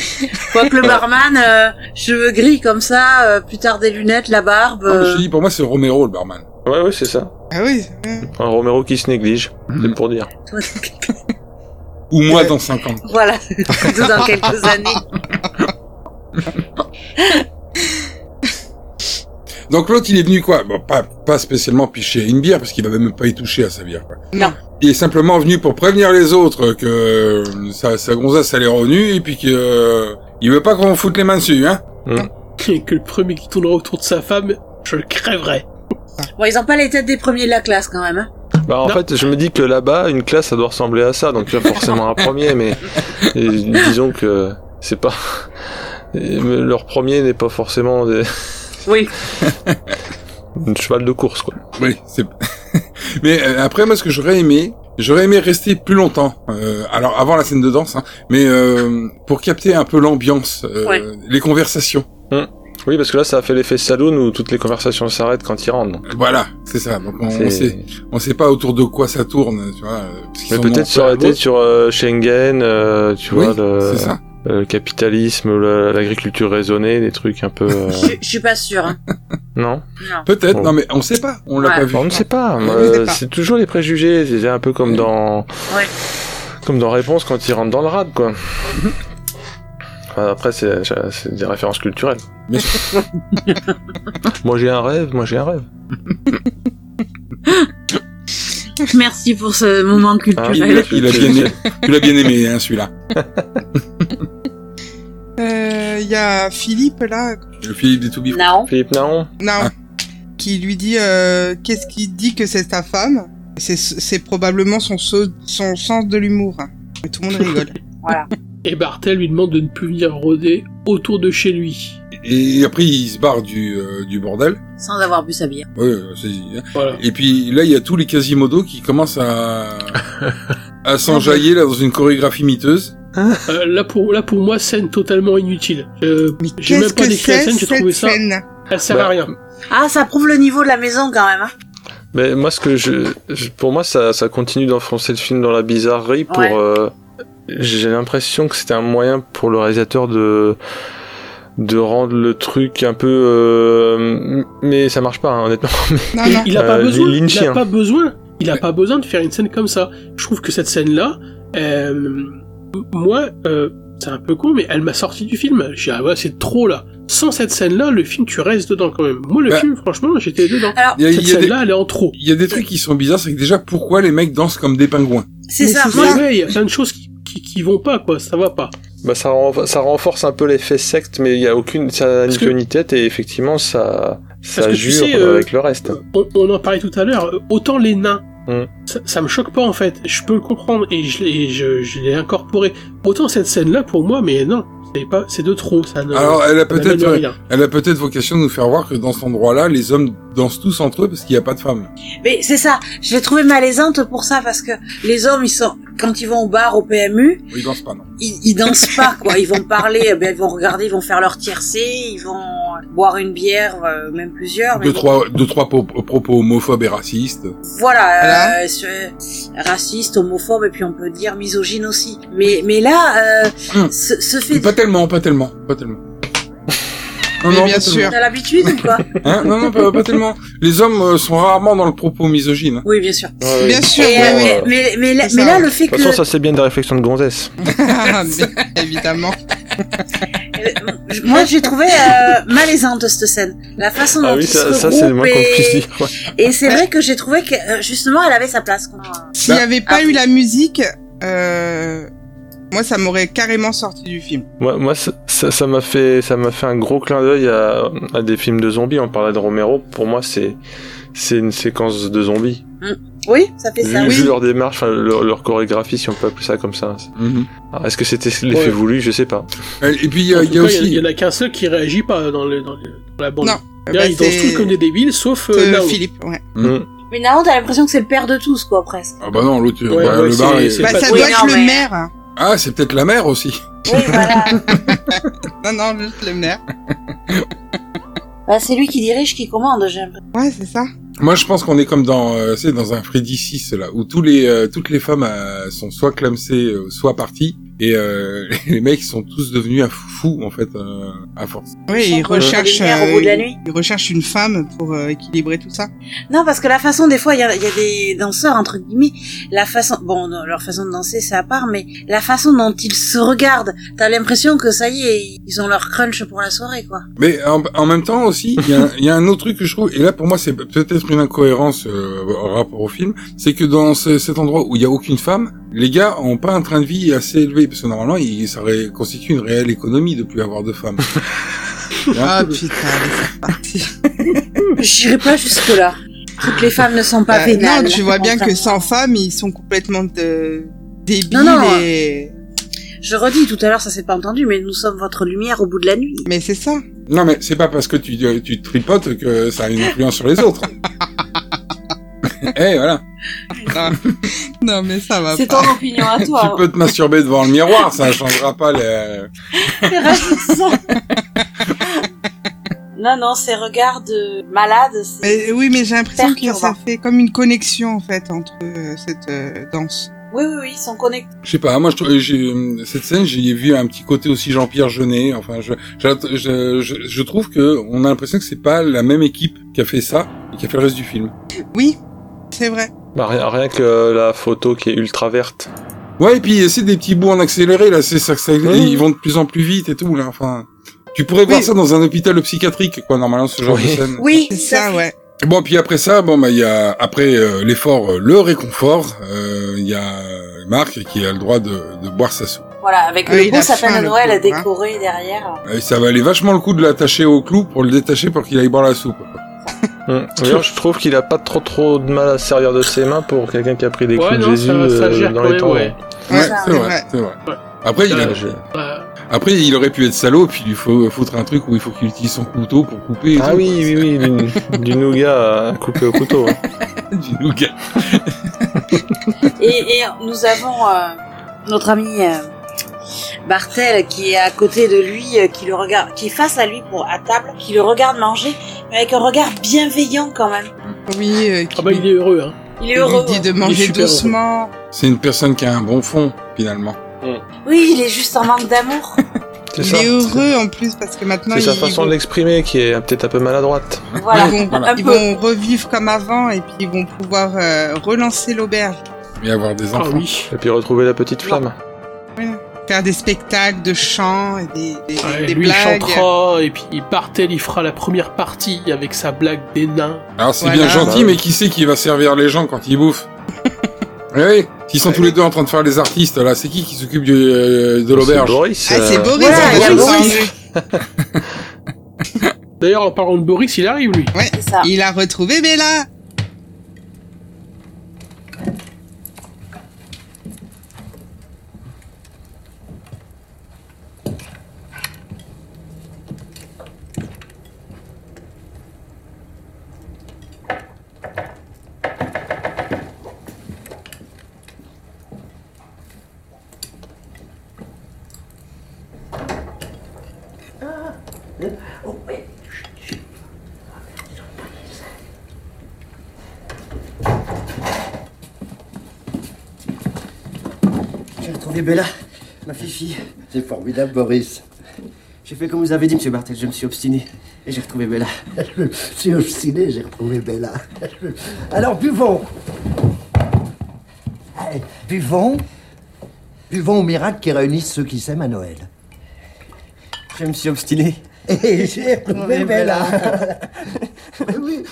Speaker 4: Quoique le barman, euh, cheveux gris comme ça, euh, plus tard des lunettes, la barbe.
Speaker 8: Non, mais
Speaker 4: euh,
Speaker 8: Je te dis, pour moi, c'est Romero, le barman.
Speaker 3: Ouais, ouais, c'est ça.
Speaker 5: Ah oui. ouais.
Speaker 3: Un Romero qui se néglige. C'est pour dire.
Speaker 4: toi,
Speaker 8: Ou moi, dans 5 ans.
Speaker 4: voilà, plutôt dans quelques années.
Speaker 8: Donc l'autre, il est venu quoi Bon, pas, pas spécialement picher une bière, parce qu'il va même pas y toucher à sa bière. Quoi.
Speaker 4: Non.
Speaker 8: Il est simplement venu pour prévenir les autres que euh, sa, sa gonzasse allait revenue, et puis que euh, il veut pas qu'on foute les mains dessus, hein
Speaker 2: Et que le premier qui tournera autour de sa femme, je le crèverai.
Speaker 4: Bon, ils ont pas les têtes des premiers de la classe quand même. Hein.
Speaker 3: Bah, en fait, je me dis que là-bas, une classe, ça doit ressembler à ça. Donc, il y a forcément un premier, mais et disons que c'est pas. et Leur premier n'est pas forcément des...
Speaker 4: Oui.
Speaker 3: un cheval de course, quoi.
Speaker 8: Oui, c'est. mais euh, après, moi, ce que j'aurais aimé, j'aurais aimé rester plus longtemps. euh, alors, avant la scène de danse, hein, mais euh, pour capter un peu l'ambiance, euh,
Speaker 4: Ouais.
Speaker 8: les conversations.
Speaker 3: Oui, parce que là, ça a fait l'effet saloon où toutes les conversations s'arrêtent quand ils rentrent. donc.
Speaker 8: Voilà, c'est ça. Donc, on, on
Speaker 3: C'est-
Speaker 8: sait, on sait pas autour de quoi ça tourne, tu vois. euh, parce qu'ils
Speaker 3: Mais
Speaker 8: sont
Speaker 3: peut-être
Speaker 8: en-
Speaker 3: ça aurait
Speaker 5: Bah,
Speaker 3: été sur euh, Schengen, euh, tu
Speaker 8: Oui,
Speaker 3: vois, le, euh,
Speaker 8: c'est ça.
Speaker 3: le capitalisme, le- l'agriculture raisonnée, des trucs un peu. euh,
Speaker 4: Je je suis pas sûre. Hein.
Speaker 3: non
Speaker 4: Non.
Speaker 8: Peut-être,
Speaker 3: Bon.
Speaker 8: non mais on sait pas, on l'a
Speaker 4: Ouais.
Speaker 8: pas vu.
Speaker 3: On ne sait pas.
Speaker 5: On
Speaker 3: euh,
Speaker 5: ne sait pas.
Speaker 3: c'est toujours les préjugés. C'est un peu comme dans.
Speaker 4: Ouais.
Speaker 8: Mhm.
Speaker 3: Comme dans Réponse quand ils rentrent dans le rad, quoi. Enfin, Euh, après, c'est c'est des références culturelles. moi, j'ai un rêve, moi, j'ai un rêve.
Speaker 4: Merci pour ce moment culturel.
Speaker 8: il a bien, tu l'as bien aimé, hein, celui-là.
Speaker 5: Euh, Il y a Philippe là.
Speaker 8: Philippe des Toubifs.
Speaker 4: Non.
Speaker 3: Philippe Naon.
Speaker 5: Non.
Speaker 2: Ah.
Speaker 5: Qui lui dit euh, qu'est-ce qui dit que c'est sa femme C'est- C'est probablement son, so- son sens de l'humour. Et tout le monde rigole.
Speaker 4: voilà.
Speaker 2: Et Bartel lui demande de ne plus venir rôder autour de chez lui.
Speaker 8: Et après, il se barre du, euh, du bordel.
Speaker 4: Sans avoir bu sa bière.
Speaker 8: Ouais, euh, c'est... hein. Et puis là, il y a tous les Quasimodo qui commencent à, à s'enjailler là, dans une chorégraphie miteuse.
Speaker 2: Euh, là, pour, là, pour moi, scène totalement inutile. Euh, J'ai
Speaker 5: qu'est-ce
Speaker 2: même pas
Speaker 5: que
Speaker 2: décrit la
Speaker 5: c'est,
Speaker 2: scène, j'ai
Speaker 5: cette
Speaker 2: trouvé ça.
Speaker 5: scène
Speaker 2: Elle sert
Speaker 3: Bah,
Speaker 2: à rien.
Speaker 4: Ah, ça prouve le niveau de la maison quand même. Hein.
Speaker 3: Mais moi, ce que je, je- pour moi, ça, ça continue d'enfoncer le film dans la bizarrerie. Pour,
Speaker 4: Ouais.
Speaker 3: euh, j'ai l'impression que c'était un moyen pour le réalisateur de de rendre le truc un peu, euh, mais ça marche pas hein, honnêtement.
Speaker 8: ah
Speaker 2: Et Il a pas
Speaker 3: Euh,
Speaker 2: besoin. Il
Speaker 3: Lynchien.
Speaker 2: a pas besoin. Il a pas besoin de faire une scène comme ça. Je trouve que cette scène-là, euh, moi, euh, c'est un peu con, mais elle m'a sorti du film. J'ai dit, ah ouais, c'est trop là. Sans cette scène-là, le film, tu restes dedans quand même. Moi, le
Speaker 8: Bah.
Speaker 2: film, franchement, j'étais dedans.
Speaker 4: Alors-
Speaker 8: Il y a-
Speaker 2: cette
Speaker 8: il y a des-
Speaker 2: scène-là, elle est en trop.
Speaker 8: Il y a des trucs qui sont bizarres, c'est que déjà, pourquoi les mecs dansent comme des pingouins
Speaker 4: C'est
Speaker 2: Mais
Speaker 4: ça,
Speaker 2: c'est
Speaker 4: moi-
Speaker 2: vrai, il y a plein de choses qui, qui, qui vont pas, quoi. Ça va pas.
Speaker 3: Bah, ça, renf- ça renforce un peu l'effet secte, mais il y a aucune, ça n'a ni
Speaker 2: que-
Speaker 3: queue ni tête et effectivement, ça,
Speaker 2: Parce
Speaker 3: ça
Speaker 2: que tu
Speaker 3: jure
Speaker 2: sais,
Speaker 3: euh,
Speaker 2: euh,
Speaker 3: avec le reste.
Speaker 2: On, on en parlait tout à l'heure. euh, Autant les nains,
Speaker 3: Mm.
Speaker 2: ça, ça me choque pas en fait. Je peux le comprendre et je, l'ai- et je, je l'ai incorporé. Autant cette scène-là, pour moi, mais non, c'est pas, c'est de trop. Ça ne,
Speaker 8: Alors, elle a
Speaker 2: ça
Speaker 8: peut-être, euh,
Speaker 2: n'amène rien.
Speaker 8: elle a peut-être vocation de nous faire voir que dans cet endroit-là, les hommes dansent tous entre eux parce qu'il n'y a pas de femmes.
Speaker 4: Mais c'est ça, je l'ai trouvé malaisante pour ça parce que les hommes, ils sont quand ils vont au bar, au PMU,
Speaker 8: Ils dansent pas, non.
Speaker 4: ils, ils dansent pas quoi. Ils vont parler, euh, ben, ils vont regarder, ils vont faire leur tiercé, ils vont boire une bière, euh, même plusieurs.
Speaker 8: Deux,
Speaker 4: mais-
Speaker 8: trois, deux, trois po- euh, propos homophobes et racistes.
Speaker 4: Voilà, euh, ce- raciste, homophobe et puis on peut dire misogyne aussi. Mais mais là, euh,
Speaker 8: Hum.
Speaker 4: ce, ce fait,
Speaker 8: Pas tellement, pas tellement, pas tellement. Non, non, pas tellement.
Speaker 4: t'as l'habitude ou quoi
Speaker 8: Hein non, non, pas, pas tellement. Les hommes euh, sont rarement dans le propos misogyne. hein.
Speaker 4: Oui, bien sûr.
Speaker 3: Ouais,
Speaker 5: Bien
Speaker 3: de toute
Speaker 5: sûr,
Speaker 3: façon,
Speaker 5: oui,
Speaker 3: euh,
Speaker 4: Mais mais mais là,
Speaker 5: C'est ça.
Speaker 4: mais là, le fait
Speaker 3: De toute
Speaker 4: que
Speaker 3: façon, ça c'est bien des réflexions de gonzesse.
Speaker 5: Bien évidemment.
Speaker 4: euh, moi j'ai trouvé euh, malaisante cette scène, la façon dont
Speaker 3: Ah oui,
Speaker 4: ils
Speaker 3: ça,
Speaker 4: se
Speaker 3: ça, c'est le moins qu'on
Speaker 4: regroupent
Speaker 3: puisse
Speaker 4: et-
Speaker 3: dire. ouais.
Speaker 4: Et c'est vrai que j'ai trouvé que euh, justement elle avait sa place. quoi.
Speaker 5: S'il n'y
Speaker 8: Bah.
Speaker 5: avait
Speaker 2: ah.
Speaker 5: pas eu la musique, euh, moi ça m'aurait carrément sorti du film.
Speaker 3: Moi, moi, ça- ça ça m'a fait, ça m'a fait un gros clin d'œil à, à des films de zombies. On parlait de Romero. Pour moi, c'est, c'est une séquence de zombies.
Speaker 4: Oui, ça fait
Speaker 3: Vu,
Speaker 4: ça.
Speaker 3: vu
Speaker 4: Oui.
Speaker 3: leur démarche, enfin, leur, leur chorégraphie, si on peut appeler ça comme ça.
Speaker 2: Mm-hmm.
Speaker 8: Mhm.
Speaker 3: Alors, Est-ce que c'était l'effet
Speaker 2: Ouais.
Speaker 3: voulu Je sais pas.
Speaker 8: Et puis il y a,
Speaker 2: En
Speaker 8: il
Speaker 2: tout
Speaker 8: y a
Speaker 2: cas, Il
Speaker 8: aussi.
Speaker 2: y en a qu'un seul qui réagit pas dans, le, dans, le- dans la bande.
Speaker 5: Non.
Speaker 2: D'ailleurs,
Speaker 5: Bah,
Speaker 2: ils dansent
Speaker 5: c'est-
Speaker 2: tous comme des débiles, sauf
Speaker 5: Euh,
Speaker 2: euh, Nao.
Speaker 5: Philippe, ouais.
Speaker 3: Mm.
Speaker 8: Mhm.
Speaker 4: Mais Naon, t'as l'impression que c'est le père de tous, quoi, presque.
Speaker 8: Ah bah non, l'autre.
Speaker 2: Ouais,
Speaker 8: bah,
Speaker 2: ouais,
Speaker 8: le
Speaker 2: c'est-
Speaker 8: bar est-
Speaker 2: c'est
Speaker 5: Bah,
Speaker 2: pas
Speaker 5: ça
Speaker 2: cool.
Speaker 5: doit
Speaker 4: Oui,
Speaker 5: être
Speaker 4: non,
Speaker 5: le
Speaker 4: mais-
Speaker 5: maire.
Speaker 8: Ah, c'est peut-être la mère aussi.
Speaker 4: Oui, voilà.
Speaker 5: Non, non, juste le maire.
Speaker 4: bah, c'est lui qui dirige, qui commande, j'aime.
Speaker 5: Ouais, c'est ça.
Speaker 8: Moi, je pense qu'on est comme dans, euh, c'est dans un Freddy 6 là, où tous les, euh, toutes les femmes euh, sont soit clamsées, euh, soit parties, et euh, les mecs sont tous devenus un fou en fait euh, à force.
Speaker 5: Oui, il
Speaker 4: Ils
Speaker 5: recherche, euh,
Speaker 4: lumières au bout de la nuit.
Speaker 5: il recherche une femme pour euh, équilibrer tout ça.
Speaker 4: Non, parce que la façon, des fois, il y a, il y a des danseurs, entre guillemets, la façon, bon, non, leur façon de danser, c'est à part, mais la façon dont ils se regardent, t'as l'impression que ça y est, ils ont leur crunch pour la soirée, quoi.
Speaker 8: Mais en, en même temps aussi, il y, a un- il y a un autre truc que je trouve, et là pour moi c'est peut-être une incohérence euh, en rapport au film, c'est que dans ce- cet endroit où il y a aucune femme, les gars ont pas un train de vie assez élevé, parce que normalement il, ça ré- constitue une réelle économie de plus avoir de femmes.
Speaker 5: Ah putain, allez, c'est parti.
Speaker 4: J'irai pas jusque là. Toutes les femmes ne sont pas
Speaker 5: Euh,
Speaker 4: vénales.
Speaker 5: non, tu vois bien que
Speaker 4: contrairement-
Speaker 5: sans femme, ils sont complètement de... débiles
Speaker 4: Non, non.
Speaker 5: et...
Speaker 4: Je redis tout à l'heure, ça s'est pas entendu, mais nous sommes votre lumière au bout de la nuit.
Speaker 5: Mais c'est ça.
Speaker 8: Non mais c'est pas parce que tu, euh, tu tripotes que ça a une influence sur les autres. Eh voilà,
Speaker 5: Non, mais ça va
Speaker 13: C'est
Speaker 5: pas.
Speaker 13: ton opinion à
Speaker 8: tu
Speaker 13: toi.
Speaker 8: peux te masturber devant le miroir, ça changera pas les...
Speaker 13: C'est rafraîchissant. non, non, ces regards de malade. c'est-
Speaker 5: Mais oui, mais j'ai l'impression que ça
Speaker 13: Perturbant.
Speaker 5: fait comme une connexion en fait entre euh, cette euh, danse.
Speaker 13: Oui, oui, oui, ils sont connectés.
Speaker 8: Je sais pas, moi je trouve- j'ai- cette scène, j'y ai vu un petit côté aussi Jean-Pierre Jeunet. Enfin, je, je, je, je- je trouve que on a l'impression que c'est pas la même équipe qui a fait ça et qui a fait le reste du film.
Speaker 5: Oui, c'est vrai.
Speaker 3: Bah, rien, rien que la photo qui est ultra verte.
Speaker 8: Ouais, et puis c'est des petits bouts en accéléré, là, c'est ça, ça- ils vont de plus en plus vite et tout, là, enfin. Tu pourrais voir ça dans un hôpital psychiatrique, quoi, normalement, ce genre de scène.
Speaker 4: Oui,
Speaker 5: ça, ouais.
Speaker 8: Bon, puis après ça, bon, bah, il y a, après euh, l'effort, euh, le réconfort, euh, il y a euh, Marc qui a le droit de, de boire sa soupe.
Speaker 13: Voilà, avec
Speaker 8: Ah,
Speaker 13: le
Speaker 8: il
Speaker 13: beau
Speaker 8: a
Speaker 13: sapin
Speaker 8: faim,
Speaker 13: de
Speaker 8: le
Speaker 13: Noël
Speaker 8: pauvre, hein.
Speaker 13: décoré derrière.
Speaker 8: Et ça valait vachement le coup de l'attacher au clou pour le détacher pour qu'il aille boire la soupe.
Speaker 3: Hum. D'ailleurs, je trouve qu'il a pas trop trop de mal à se servir de ses mains pour quelqu'un qui a pris des
Speaker 2: Ouais,
Speaker 3: coups de
Speaker 2: non, ça-
Speaker 3: Jésus
Speaker 2: ça
Speaker 3: euh,
Speaker 2: gère quand
Speaker 3: dans les
Speaker 2: même,
Speaker 3: temps.
Speaker 2: ouais. ça,
Speaker 8: Ouais, c'est
Speaker 2: c'est
Speaker 8: vrai,
Speaker 2: vrai.
Speaker 8: c'est vrai. Après, il a-
Speaker 3: Ouais, je-
Speaker 8: après, il aurait pu être salaud, puis il lui faut foutre un truc où il faut qu'il utilise son couteau pour couper. et
Speaker 3: Ah
Speaker 8: tout,
Speaker 3: oui,
Speaker 8: quoi.
Speaker 3: oui, oui, du, du nougat à couper au couteau. hein. ouais.
Speaker 8: Du nougat.
Speaker 4: Et, et nous avons euh, notre ami euh, Bartel qui est à côté de lui, euh, qui le regarde, qui est face à lui pour à table, qui le regarde manger, mais avec un regard bienveillant quand même.
Speaker 5: Oui, euh,
Speaker 2: Ah bah, il est heureux, hein.
Speaker 4: Il est heureux.
Speaker 5: dit de
Speaker 4: ouais.
Speaker 5: manger
Speaker 2: super heureux.
Speaker 5: doucement.
Speaker 8: C'est une personne qui a un bon fond, finalement.
Speaker 4: Oui, il est juste en manque d'amour.
Speaker 3: C'est
Speaker 5: Il
Speaker 3: ça.
Speaker 5: est heureux en plus parce que maintenant
Speaker 3: C'est sa
Speaker 5: ils,
Speaker 3: façon de l'exprimer qui est peut-être un peu maladroite.
Speaker 4: Voilà.
Speaker 5: ils vont,
Speaker 4: Voilà.
Speaker 5: ils
Speaker 4: Un peu.
Speaker 5: vont revivre comme avant et puis ils vont pouvoir euh, relancer l'auberge.
Speaker 8: Et avoir des
Speaker 3: Ah
Speaker 2: Ah,
Speaker 8: enfants.
Speaker 3: Et puis retrouver la petite flamme.
Speaker 5: Faire des spectacles de chants et des, des-
Speaker 2: Ouais,
Speaker 5: des
Speaker 2: lui il
Speaker 5: blagues.
Speaker 2: chantera et puis Bartel il fera la première partie avec sa blague des nains.
Speaker 8: Alors c'est
Speaker 5: Voilà.
Speaker 8: bien gentil, mais qui sait qui va servir les gens quand ils bouffent Eh oui, s'ils sont tous les deux en train de faire les artistes, là, c'est qui qui s'occupe du, euh, de l'auberge
Speaker 3: C'est Boris.
Speaker 5: Ah, c'est
Speaker 3: euh,
Speaker 5: Boris,
Speaker 2: voilà,
Speaker 5: on
Speaker 2: il y a
Speaker 5: vient de
Speaker 2: Boris.
Speaker 5: s'enlever.
Speaker 2: D'ailleurs en parlant de Boris, il arrive lui.
Speaker 5: Ouais,
Speaker 4: C'est ça.
Speaker 5: il a retrouvé Bella.
Speaker 14: J'ai retrouvé Bella, ma fifi.
Speaker 11: C'est formidable, Boris.
Speaker 14: J'ai fait comme vous avez dit, monsieur Bartel, je me suis obstiné. Et j'ai retrouvé Bella.
Speaker 11: Je suis obstiné, j'ai retrouvé Bella. Alors, buvons. Allez, buvons. Buvons au miracle qui réunisse ceux qui s'aiment à Noël.
Speaker 14: Je me suis obstiné.
Speaker 11: Et j'ai retrouvé
Speaker 14: Oui,
Speaker 11: Bella.
Speaker 14: oui.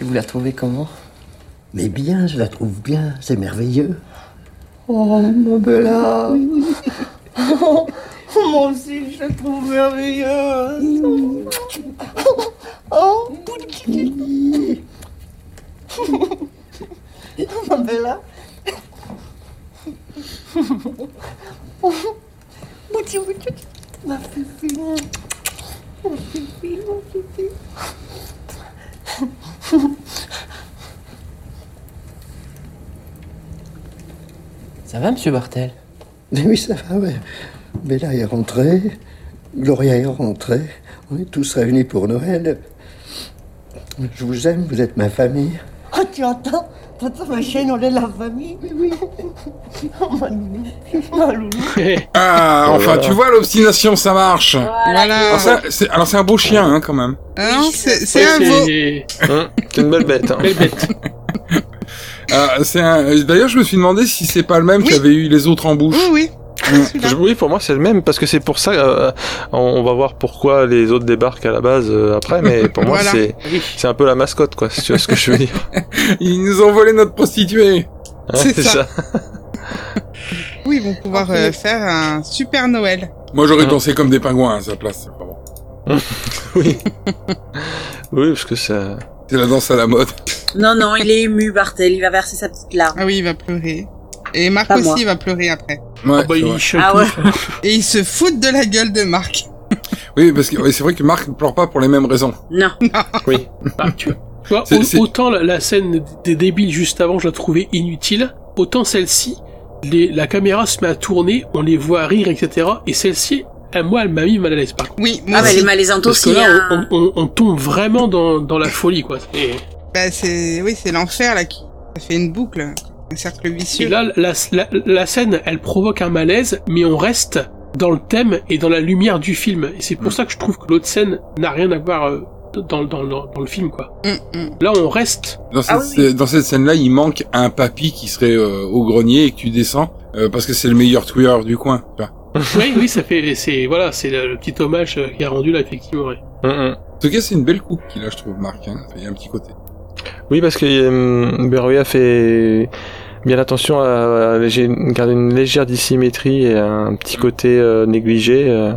Speaker 14: Et vous la trouvez comment
Speaker 11: Mais bien, je la trouve bien, c'est merveilleux. Oh, mon Bella.
Speaker 14: Moi aussi, je la trouve merveilleuse. Oh, Ma Bella. Bouti, bouti, ma fifi. Ma fifi, ma fifi.
Speaker 11: Ça va, monsieur Bartel Oui, ça va, ouais. Bella est rentrée, Gloria est rentrée, on est tous réunis pour Noël. Je vous aime, vous êtes ma famille.
Speaker 14: Oh, tu entends T'entends ma chaîne, on est la famille Oui, oui. Oh, ma loulou. Ma loulou.
Speaker 8: Ah, enfin,
Speaker 3: Voilà.
Speaker 8: tu vois, l'obstination, ça marche. Alors, ça, c'est, alors c'est un beau chien, hein, quand même.
Speaker 5: Ah non, c'est c'est un veau.
Speaker 2: Ah,
Speaker 3: Hum, C'est une belle bête. hein.
Speaker 8: Ah, c'est un... D'ailleurs, je me suis demandé si c'est pas le même qu'avaient eu les autres en bouche.
Speaker 5: Oui, oui.
Speaker 3: Je- Oui, pour moi c'est le même parce que c'est pour ça. euh, on- on va voir pourquoi les autres débarquent à la base euh, après, mais pour moi
Speaker 8: Voilà.
Speaker 3: c'est c'est un peu la mascotte quoi. Si tu vois ce que je veux dire.
Speaker 8: Ils nous ont volé notre prostituée.
Speaker 3: Hein,
Speaker 5: C'est ça.
Speaker 3: ça.
Speaker 5: Oui, ils vont pouvoir euh, faire un super Noël.
Speaker 8: Moi,
Speaker 2: Ah.
Speaker 8: j'aurais dansé comme des pingouins à sa place. C'est pas bon.
Speaker 3: oui. Oui, parce que euh, ça.
Speaker 8: C'est la danse à la mode.
Speaker 4: Non, non, il est ému, Bartel. Il va verser sa petite larme.
Speaker 5: Ah oui, il va pleurer. Et Marc
Speaker 4: Pas
Speaker 5: aussi
Speaker 4: moi.
Speaker 5: il va pleurer après.
Speaker 8: Ouais,
Speaker 2: Ah bah,
Speaker 8: c'est
Speaker 2: il
Speaker 8: vrai.
Speaker 2: chante
Speaker 4: Ah ouais.
Speaker 5: Et ils se foutent de la gueule de Marc.
Speaker 8: Oui, parce que ouais, c'est vrai que Marc ne pleure pas pour les mêmes raisons.
Speaker 4: Non.
Speaker 3: Oui.
Speaker 2: Ah, tu vois,
Speaker 8: C'est-
Speaker 2: au-
Speaker 8: c'est-
Speaker 2: autant la, la scène des débiles juste avant, je la trouvais inutile, autant celle-ci, les- la caméra se met à tourner, on les voit rire, etc. Et celle-ci, elle- moi, elle m'a mis mal à l'aise. Par contre.
Speaker 5: Oui, moi
Speaker 4: Ah, bah,
Speaker 5: aussi.
Speaker 4: les malaisante
Speaker 2: Parce que
Speaker 4: aussi.
Speaker 2: là,
Speaker 4: hein.
Speaker 2: on, on- on tombe vraiment dans, dans la folie, quoi. Et,
Speaker 5: Bah, c'est oui, c'est l'enfer là qui ça fait une boucle, un cercle
Speaker 2: et
Speaker 5: vicieux.
Speaker 2: là, la, la- la scène, elle provoque un malaise, mais on reste
Speaker 8: Mm.
Speaker 2: dans le thème et dans la lumière du film. Et c'est pour ça que je trouve que l'autre scène n'a rien à voir euh, dans, dans, dans, dans le film, quoi.
Speaker 5: Mm,
Speaker 2: Là, on reste.
Speaker 8: Dans
Speaker 4: Ah
Speaker 8: cette, dans cette scène-là, il manque un papy qui serait euh, au grenier et que tu descends euh, parce que c'est le meilleur tueur du coin. tu vois.
Speaker 2: oui, oui, ça fait, c'est voilà, c'est le, le petit hommage euh, qui a rendu là effectivement. ouais.
Speaker 3: mm,
Speaker 8: En tout cas, c'est une belle coupe qu'il a, je trouve, Marc. hein. Il y a un petit côté.
Speaker 3: Oui, parce que euh, Beroya fait bien attention à, à- j'ai gardé une légère dissymétrie et un petit côté euh, négligé euh,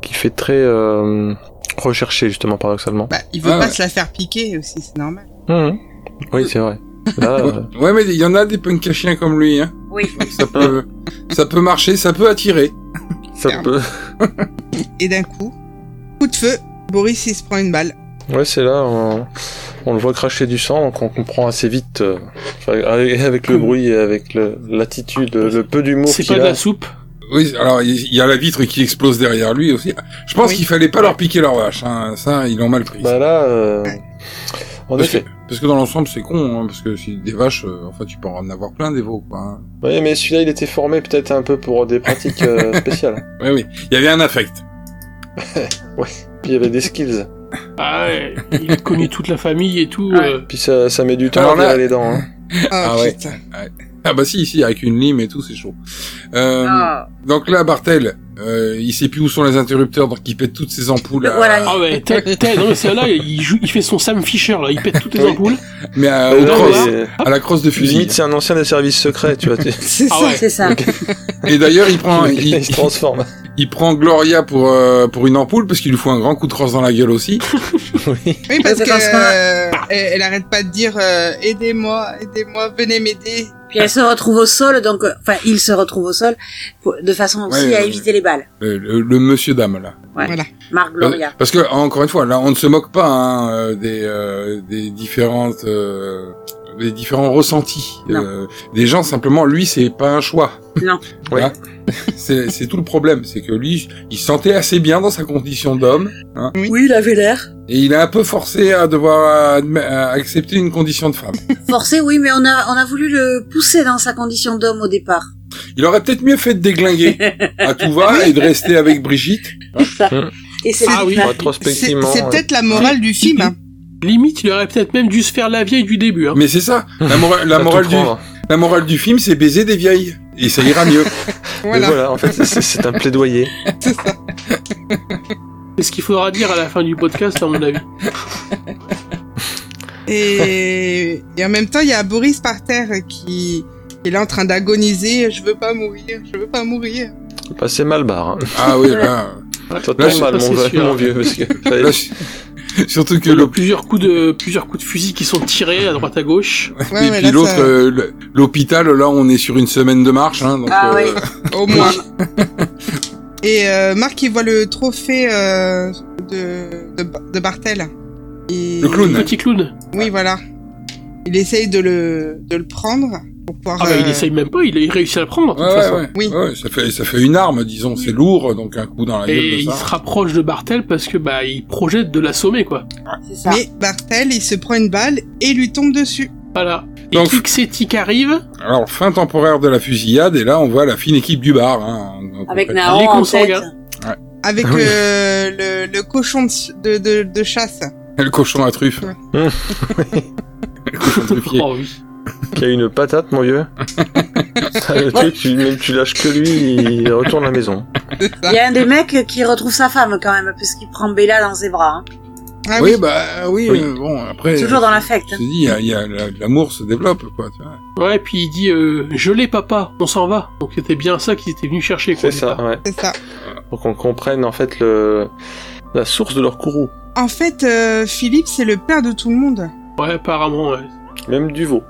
Speaker 3: qui fait très euh, recherché justement paradoxalement.
Speaker 5: Bah, Il veut pas se la faire piquer aussi, c'est normal.
Speaker 3: Mhm. Oui, c'est vrai. Là, euh,
Speaker 8: Ouais, mais il y en a des punks à chiens comme lui. Hein.
Speaker 4: Oui.
Speaker 8: Ça peut, ça peut marcher, ça peut attirer.
Speaker 3: Ça peut.
Speaker 5: Et d'un coup, coup de feu, Boris il se prend une balle.
Speaker 3: Ouais, c'est là, on, on le voit cracher du sang, donc on comprend assez vite, euh, enfin, avec avec le bruit et avec le- l'attitude, le, peu d'humour qu'il a.
Speaker 2: soupe.
Speaker 8: Oui, alors il il y a la vitre qui explose derrière lui aussi. Je pense qu'il fallait pas leur piquer leur vache. Hein. Ça, ils l'ont mal pris.
Speaker 3: Bah là, euh, en
Speaker 8: parce
Speaker 3: effet.
Speaker 8: Que, parce que dans l'ensemble, c'est con, hein, parce que si des vaches, euh, enfin, tu peux en avoir plein des veaux, quoi. hein.
Speaker 3: Ouais, mais celui-là, il était formé peut-être un peu pour des pratiques euh, spéciales.
Speaker 8: Oui, oui. Il y avait un affect.
Speaker 3: ouais. Puis il y avait des skills.
Speaker 2: Ah ouais, il a connu toute la famille et tout. euh,
Speaker 3: Puis ça, ça met du temps
Speaker 8: Alors
Speaker 3: à
Speaker 8: là-
Speaker 3: virer les dents. Hein.
Speaker 5: Oh,
Speaker 8: Ah, ouais. Ouais. Ah bah si, ici, avec une lime et tout, c'est chaud. Euh,
Speaker 4: Ah.
Speaker 8: Donc là, Bartel, euh, il sait plus où sont les interrupteurs, donc il pète toutes ses ampoules. à-
Speaker 2: Ah ouais, tel, tel, non, mais c'est là, il, joue, il fait son Sam Fisher, là, il pète toutes les ampoules.
Speaker 8: Mais à,
Speaker 3: Euh,
Speaker 8: au
Speaker 3: non,
Speaker 8: cross,
Speaker 3: mais-
Speaker 8: à la crosse de fusil.
Speaker 3: Limite, c'est un ancien des services secrets, tu vois. tu-
Speaker 2: Ah ouais.
Speaker 8: Et d'ailleurs, il prend, il,
Speaker 3: Il se transforme.
Speaker 8: il prend Gloria pour euh, pour une ampoule parce qu'il lui faut un grand coup de crosse dans la gueule aussi.
Speaker 5: Oui, parce
Speaker 4: parce
Speaker 5: que
Speaker 4: qu'en ce moment-
Speaker 5: euh, elle, elle arrête pas de dire euh, aidez-moi, aidez-moi, venez m'aider.
Speaker 4: Puis elle se retrouve au sol, donc euh, enfin il se retrouve au sol pour- de façon aussi
Speaker 8: Ouais,
Speaker 4: à
Speaker 8: ouais,
Speaker 4: éviter les balles.
Speaker 8: Le, le- le monsieur dame là.
Speaker 4: Ouais.
Speaker 5: Voilà.
Speaker 2: Euh,
Speaker 4: Marc Gloria.
Speaker 8: Parce que encore une fois, là, on ne se moque pas hein, euh, des euh, des différentes euh, des différents ressentis euh, des gens. Simplement, lui, c'est pas un choix.
Speaker 4: Non.
Speaker 8: Voilà. c'est c'est tout le problème, c'est que lui, il se sentait assez bien dans sa condition d'homme. hein.
Speaker 4: Oui, il avait l'air.
Speaker 8: Et il est un peu forcé à devoir adm- à accepter une condition de femme.
Speaker 4: Forcé, oui, mais on a on a voulu le pousser dans sa condition d'homme au départ.
Speaker 8: Il aurait peut-être mieux fait de déglinguer à tout va et de rester avec Brigitte.
Speaker 4: Et c'est
Speaker 2: Ah oui.
Speaker 3: Rétrospectivement.
Speaker 5: Bah, C'est peut-être la morale du film. hein.
Speaker 2: Limite, il aurait peut-être même dû se faire la vieille du début. Hein.
Speaker 8: Mais c'est ça. La, mora- la
Speaker 3: tout
Speaker 8: morale du,
Speaker 3: prendre.
Speaker 8: la morale du film, c'est baiser des vieilles. Et ça ira mieux.
Speaker 3: Voilà.
Speaker 5: Voilà.
Speaker 3: voilà, en fait, c'est- c'est un plaidoyer.
Speaker 2: C'est ce qu'il faudra dire à la fin du podcast, à mon avis.
Speaker 5: Et... et en même temps, il y a Boris par terre qui qui est là en train d'agoniser. Je veux pas mourir, je veux pas mourir.
Speaker 3: Passer mal hein. barre.
Speaker 8: Ah oui, là.
Speaker 3: Toi,
Speaker 8: Là,
Speaker 3: tombe
Speaker 8: je-
Speaker 3: mal,
Speaker 2: ça,
Speaker 3: mon,
Speaker 2: c'est sûr.
Speaker 3: mon vieux. Parce que,
Speaker 8: là, Surtout que
Speaker 2: Il y a
Speaker 8: le
Speaker 2: plusieurs coups de plusieurs coups de fusil qui sont tirés à droite à gauche.
Speaker 5: Ouais,
Speaker 8: et
Speaker 5: ouais,
Speaker 8: puis
Speaker 5: là,
Speaker 8: l'autre,
Speaker 5: ça-
Speaker 8: euh, le- l'hôpital, là, on est sur une semaine de marche. Hein, donc,
Speaker 4: Ah
Speaker 8: euh,
Speaker 5: Au moins. Et euh, Marc, il voit le trophée euh, de, de, de Bartel. Et-
Speaker 8: Le clown.
Speaker 2: Petit clown.
Speaker 5: Oui, voilà. Il essaye de le, de le prendre pour pouvoir.
Speaker 2: Ah bah il
Speaker 5: euh,
Speaker 2: essaye même pas, il, il réussit à le prendre. de toute
Speaker 8: ouais, ouais,
Speaker 2: façon.
Speaker 8: ouais. Ouais, ça, fait, ça fait une arme, disons. C'est lourd, donc un coup dans la gueule
Speaker 2: Et
Speaker 8: de
Speaker 2: il
Speaker 8: ça.
Speaker 2: se rapproche de Bartel parce que bah il projette de l'assommer quoi.
Speaker 4: C'est ça.
Speaker 5: Mais Bartel, il se prend une balle et lui tombe dessus.
Speaker 2: Voilà. Et
Speaker 8: Donc-
Speaker 2: Kixetic arrive,
Speaker 8: Alors, fin temporaire de la fusillade, et là, on voit la fine équipe du bar. Hein, donc,
Speaker 4: Avec
Speaker 8: en fait,
Speaker 4: Nao
Speaker 2: les
Speaker 4: en tête.
Speaker 2: consanguins.
Speaker 5: Avec
Speaker 8: Ah Oui.
Speaker 5: euh, le, le cochon de, de, de- de chasse.
Speaker 8: Le cochon à truffe.
Speaker 5: Ouais.
Speaker 8: Le cochon truffier.
Speaker 2: Mmh. Oh oui.
Speaker 3: Qui a une patate, mon vieux. Ça, le truc, tu, même tu lâches que lui, il retourne à la maison.
Speaker 4: Il y a un des mecs qui retrouve sa femme quand même parce qu'il prend Bella dans ses bras. hein.
Speaker 5: Ah
Speaker 8: oui,
Speaker 5: oui.
Speaker 8: bah oui,
Speaker 3: Oui.
Speaker 8: euh, bon, après...
Speaker 4: Toujours dans l'affect.
Speaker 8: Je te dis, il y a- il y a la- l'amour se développe, quoi. Tu vois.
Speaker 2: Ouais, puis il dit euh, je l'ai papa, on s'en va. Donc c'était bien ça qu'ils étaient venus chercher quoi.
Speaker 3: C'est ça, ouais.
Speaker 5: C'est ça.
Speaker 3: Pour qu'on comprenne, en fait, le... la source de leur courroux.
Speaker 5: En fait, euh, Philippe, c'est le père de tout le monde.
Speaker 2: Ouais, apparemment. ouais.
Speaker 3: Même du veau.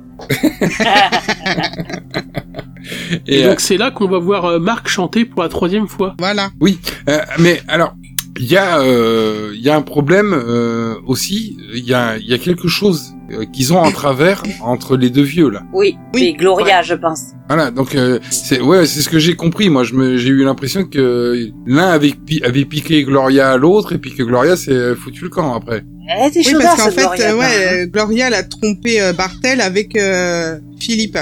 Speaker 2: Et,
Speaker 8: Et, euh,
Speaker 2: donc c'est là qu'on va voir euh, Marc chanter pour la troisième fois.
Speaker 5: Voilà.
Speaker 8: oui, euh, mais alors, il y a, euh, il y a un problème euh, aussi. Il y a, il y a quelque chose euh, qu'ils ont en travers entre les deux vieux là.
Speaker 4: Oui,
Speaker 5: Oui.
Speaker 4: et Gloria, je pense.
Speaker 8: Voilà, donc euh, c'est ouais, c'est ce que j'ai compris. Moi, je me, j'ai eu l'impression que l'un avait, pi- avait piqué Gloria à l'autre, et puis que Gloria s'est foutu le camp après.
Speaker 4: Elle était
Speaker 5: Oui,
Speaker 4: chaudasse,
Speaker 5: parce qu'en fait,
Speaker 4: Gloria,
Speaker 5: euh,
Speaker 4: quand même, hein.
Speaker 5: ouais, euh, Gloria elle a trompé euh, Bartel avec euh, Philippe.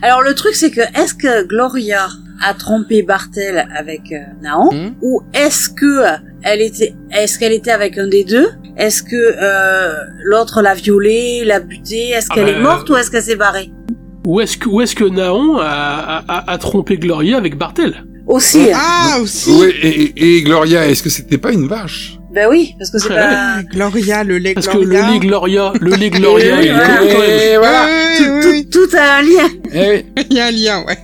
Speaker 4: Alors le truc c'est que est-ce que Gloria a trompé Bartel avec euh, Naon
Speaker 5: Hmm
Speaker 4: ou est-ce que elle était est-ce qu'elle était avec un des deux Est-ce que euh, l'autre l'a violée, l'a butée Est-ce
Speaker 2: Ah
Speaker 4: qu'elle
Speaker 2: bah,
Speaker 4: est morte ou est-ce qu'elle s'est barrée
Speaker 2: Où est-ce que, où est-ce que Naon a, a- a- a trompé Gloria avec Bartel
Speaker 5: Hmm
Speaker 4: Aussi. hein.
Speaker 5: Ah,
Speaker 8: Ouais, et, et Gloria, est-ce que c'était pas une vache
Speaker 4: Ben oui, parce que c'est pas
Speaker 5: Gloria le lait
Speaker 2: Parce
Speaker 5: Gloria.
Speaker 2: que le lait Gloria, le lait
Speaker 8: Eh
Speaker 2: Gloria, il est
Speaker 5: voilà.
Speaker 2: Eh quand même. Eh
Speaker 8: Et voilà. Eh
Speaker 5: Tout,
Speaker 4: tout a un lien.
Speaker 5: Il y a un lien, ouais.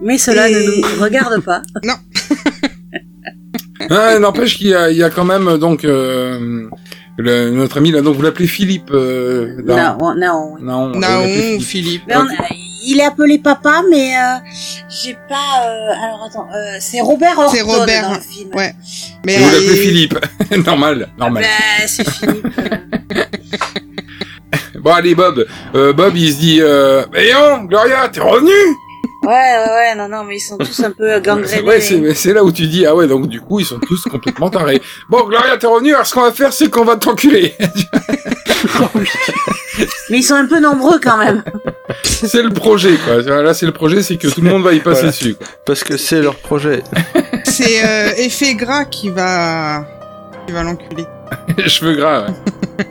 Speaker 4: mais cela ne nous regarde pas.
Speaker 5: Non.
Speaker 8: Ah, N'empêche qu'il y, a- il y a quand même donc euh, le- notre ami là, donc vous l'appelez Philippe. Euh,
Speaker 5: Ben.
Speaker 8: là.
Speaker 4: Naon, Naon, oui.
Speaker 8: Naon, vous
Speaker 5: Naon
Speaker 8: l'appelez
Speaker 5: ou Philippe.
Speaker 4: Mais on- euh, il est appelé papa, mais euh, j'ai pas. euh, alors attends, euh, c'est Robert Horton
Speaker 5: C'est Robert,
Speaker 4: dans le film.
Speaker 5: Ouais.
Speaker 8: Vous l'appelez Philippe. normal, normal.
Speaker 4: Ben, c'est Philippe.
Speaker 8: Bon allez Bob. Euh, Bob il se dit euh, Eh oh, Gloria, t'es revenu
Speaker 4: ouais, ouais, ouais, non, non, mais ils sont tous un peu gangrénés.
Speaker 8: Ouais, c'est c'est là où tu dis ah ouais donc du coup ils sont tous complètement tarés. Bon Gloria, t'es revenu. Alors ce qu'on va faire c'est qu'on va t'enculer.
Speaker 4: Mais ils sont un peu nombreux quand même.
Speaker 8: c'est le projet quoi. Là c'est le projet c'est que tout le monde va y passer
Speaker 3: Voilà.
Speaker 8: dessus. quoi.
Speaker 3: Parce que c'est leur projet.
Speaker 5: C'est euh, Effet Gras qui va, qui va l'enculer.
Speaker 8: Cheveux gras. ouais.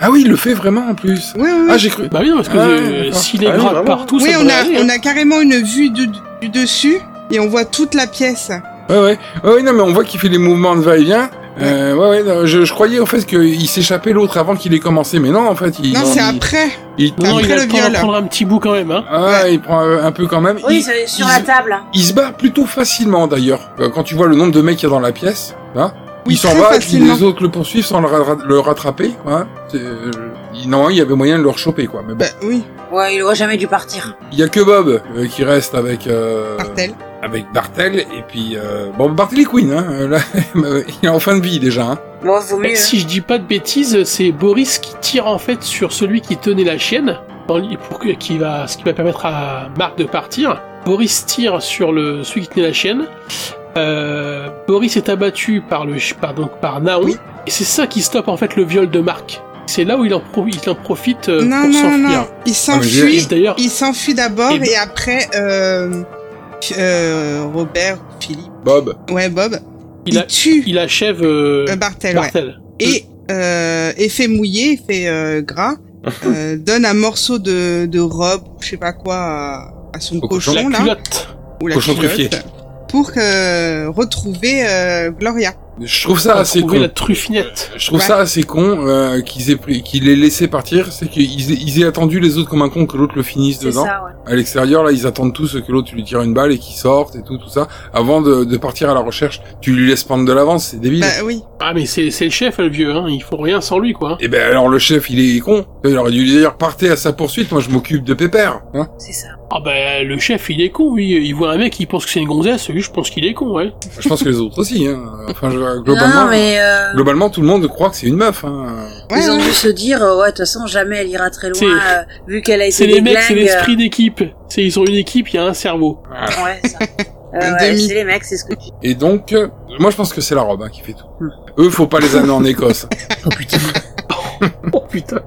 Speaker 8: ah oui il le fait vraiment en plus. Ah j'ai cru.
Speaker 2: Bah oui, non, parce que
Speaker 8: Ah,
Speaker 2: euh,
Speaker 8: d'accord.
Speaker 2: s'il est
Speaker 8: Ah oui,
Speaker 2: gras
Speaker 8: vraiment.
Speaker 2: partout,
Speaker 5: oui,
Speaker 2: ça
Speaker 5: on
Speaker 2: devrait
Speaker 5: a,
Speaker 2: aller,
Speaker 5: on
Speaker 2: hein.
Speaker 5: a carrément une vue du, du dessus et on voit toute la pièce.
Speaker 8: Ouais, ouais. Ouais, ouais, non, mais on voit qu'il fait les mouvements de va-et-vient. Euh, ouais, ouais, non, je, je croyais en fait qu'il s'échappait l'autre avant qu'il ait commencé, mais non, en fait, il.
Speaker 5: non, c'est
Speaker 8: il-
Speaker 5: après.
Speaker 8: Il,
Speaker 2: Non, non,
Speaker 8: il-
Speaker 2: il a le temps d'en prendre un petit bout quand même. Hein.
Speaker 8: Ah, il prend euh, un peu quand même.
Speaker 4: Oui,
Speaker 8: il,
Speaker 4: c'est sur la table. hein.
Speaker 8: il se barre plutôt facilement d'ailleurs. Euh, Quand tu vois le nombre de mecs qu'il y a dans la pièce, hein,
Speaker 5: Oui,
Speaker 8: il s'en
Speaker 5: très
Speaker 8: va, et puis
Speaker 5: facilement.
Speaker 8: les autres le poursuivent sans le, ra- le rattraper. Hein. C'est, euh, il- non, il y avait moyen de le rechoper, quoi. Mais bon.
Speaker 5: Bah
Speaker 2: Ben,
Speaker 5: oui,
Speaker 4: Ouais, il aurait jamais dû partir.
Speaker 8: Il y a que Bob euh, qui reste avec. euh,
Speaker 5: Bartel.
Speaker 8: Avec Bartel, et puis. euh, bon, Bartel est queen, hein. euh, Là, il est en fin de vie déjà, hein.
Speaker 4: Bon, vaut mieux.
Speaker 2: Si je dis pas de bêtises, c'est Boris qui tire en fait sur celui qui tenait la chienne, dans l- pour que- qui va, ce qui va permettre à Marc de partir. Boris tire sur le, celui qui tenait la chienne. Euh, Boris est abattu par le ch- par, donc, par Naon, et c'est ça qui stoppe en fait le viol de Marc. C'est là où il en, pro- il en profite euh,
Speaker 5: non,
Speaker 2: pour
Speaker 5: non, non,
Speaker 8: Ah,
Speaker 2: s'enfuir.
Speaker 5: non. Il
Speaker 2: Et
Speaker 5: s'enfuit.
Speaker 2: D'ailleurs,
Speaker 5: Il s'enfuit d'abord
Speaker 2: Et-
Speaker 5: et après euh, euh, Robert, Philippe,
Speaker 8: Bob.
Speaker 5: ouais Bob,
Speaker 2: il, a- il achève euh,
Speaker 5: euh, Bartel, ouais.
Speaker 2: Bartel.
Speaker 5: Et euh, effet mouillé, effet euh, gras, euh, donne un morceau de, de robe, je sais pas quoi, à, à son
Speaker 8: Au
Speaker 5: cochon,
Speaker 8: cochon.
Speaker 2: La
Speaker 5: là,
Speaker 2: culotte.
Speaker 5: ou la
Speaker 8: Cochon
Speaker 5: culotte,
Speaker 8: truffier.
Speaker 5: pour que, retrouver euh, Gloria.
Speaker 8: Je trouve ça
Speaker 2: Pour
Speaker 8: assez
Speaker 2: trouver
Speaker 8: con.
Speaker 2: la truffinette.
Speaker 8: Je trouve
Speaker 5: Ouais.
Speaker 8: ça assez con euh, qu'ils aient pris- qu'ils l'aient laissé partir. C'est qu'ils aient- ils aient attendu les autres comme un con que l'autre le finisse
Speaker 4: C'est
Speaker 8: dedans.
Speaker 4: ça, ouais.
Speaker 8: À l'extérieur, là, ils attendent tous que l'autre lui tire une balle et qu'il sorte et tout, tout ça. Avant de, de partir à la recherche, tu lui laisses prendre de l'avance, c'est débile.
Speaker 5: Bah oui.
Speaker 2: Ah mais c'est c'est le chef le vieux, hein. ils font rien sans lui quoi.
Speaker 8: Et ben alors le chef, il est con. Il aurait dû lui dire partez à sa poursuite. Moi, je m'occupe de Pépère. Hein
Speaker 4: C'est ça.
Speaker 2: Ah bah le chef il est con, oui, il voit un mec, il pense que c'est une gonzesse, lui je pense qu'il est con, ouais.
Speaker 8: je pense que les autres aussi. Hein. Enfin, je, globalement,
Speaker 4: Non, mais euh,
Speaker 8: globalement, tout le monde croit que c'est une meuf. Hein.
Speaker 5: Ouais,
Speaker 4: ils ont
Speaker 5: ouais.
Speaker 4: dû se dire, euh, ouais, de toute façon, jamais elle ira très loin,
Speaker 2: C'est-
Speaker 4: euh, vu qu'elle a été
Speaker 2: C'est les mecs, c'est
Speaker 4: déglingue,
Speaker 2: l'esprit d'équipe. C'est ils ont une équipe, il y a un cerveau.
Speaker 4: euh, Ouais, ça. Euh, ouais,
Speaker 5: demi.
Speaker 4: c'est les mecs, c'est ce que tu
Speaker 8: Et donc, euh, moi, je pense que c'est la robe hein, qui fait tout. Eux, faut pas les amener en Écosse.
Speaker 2: Oh putain. oh putain.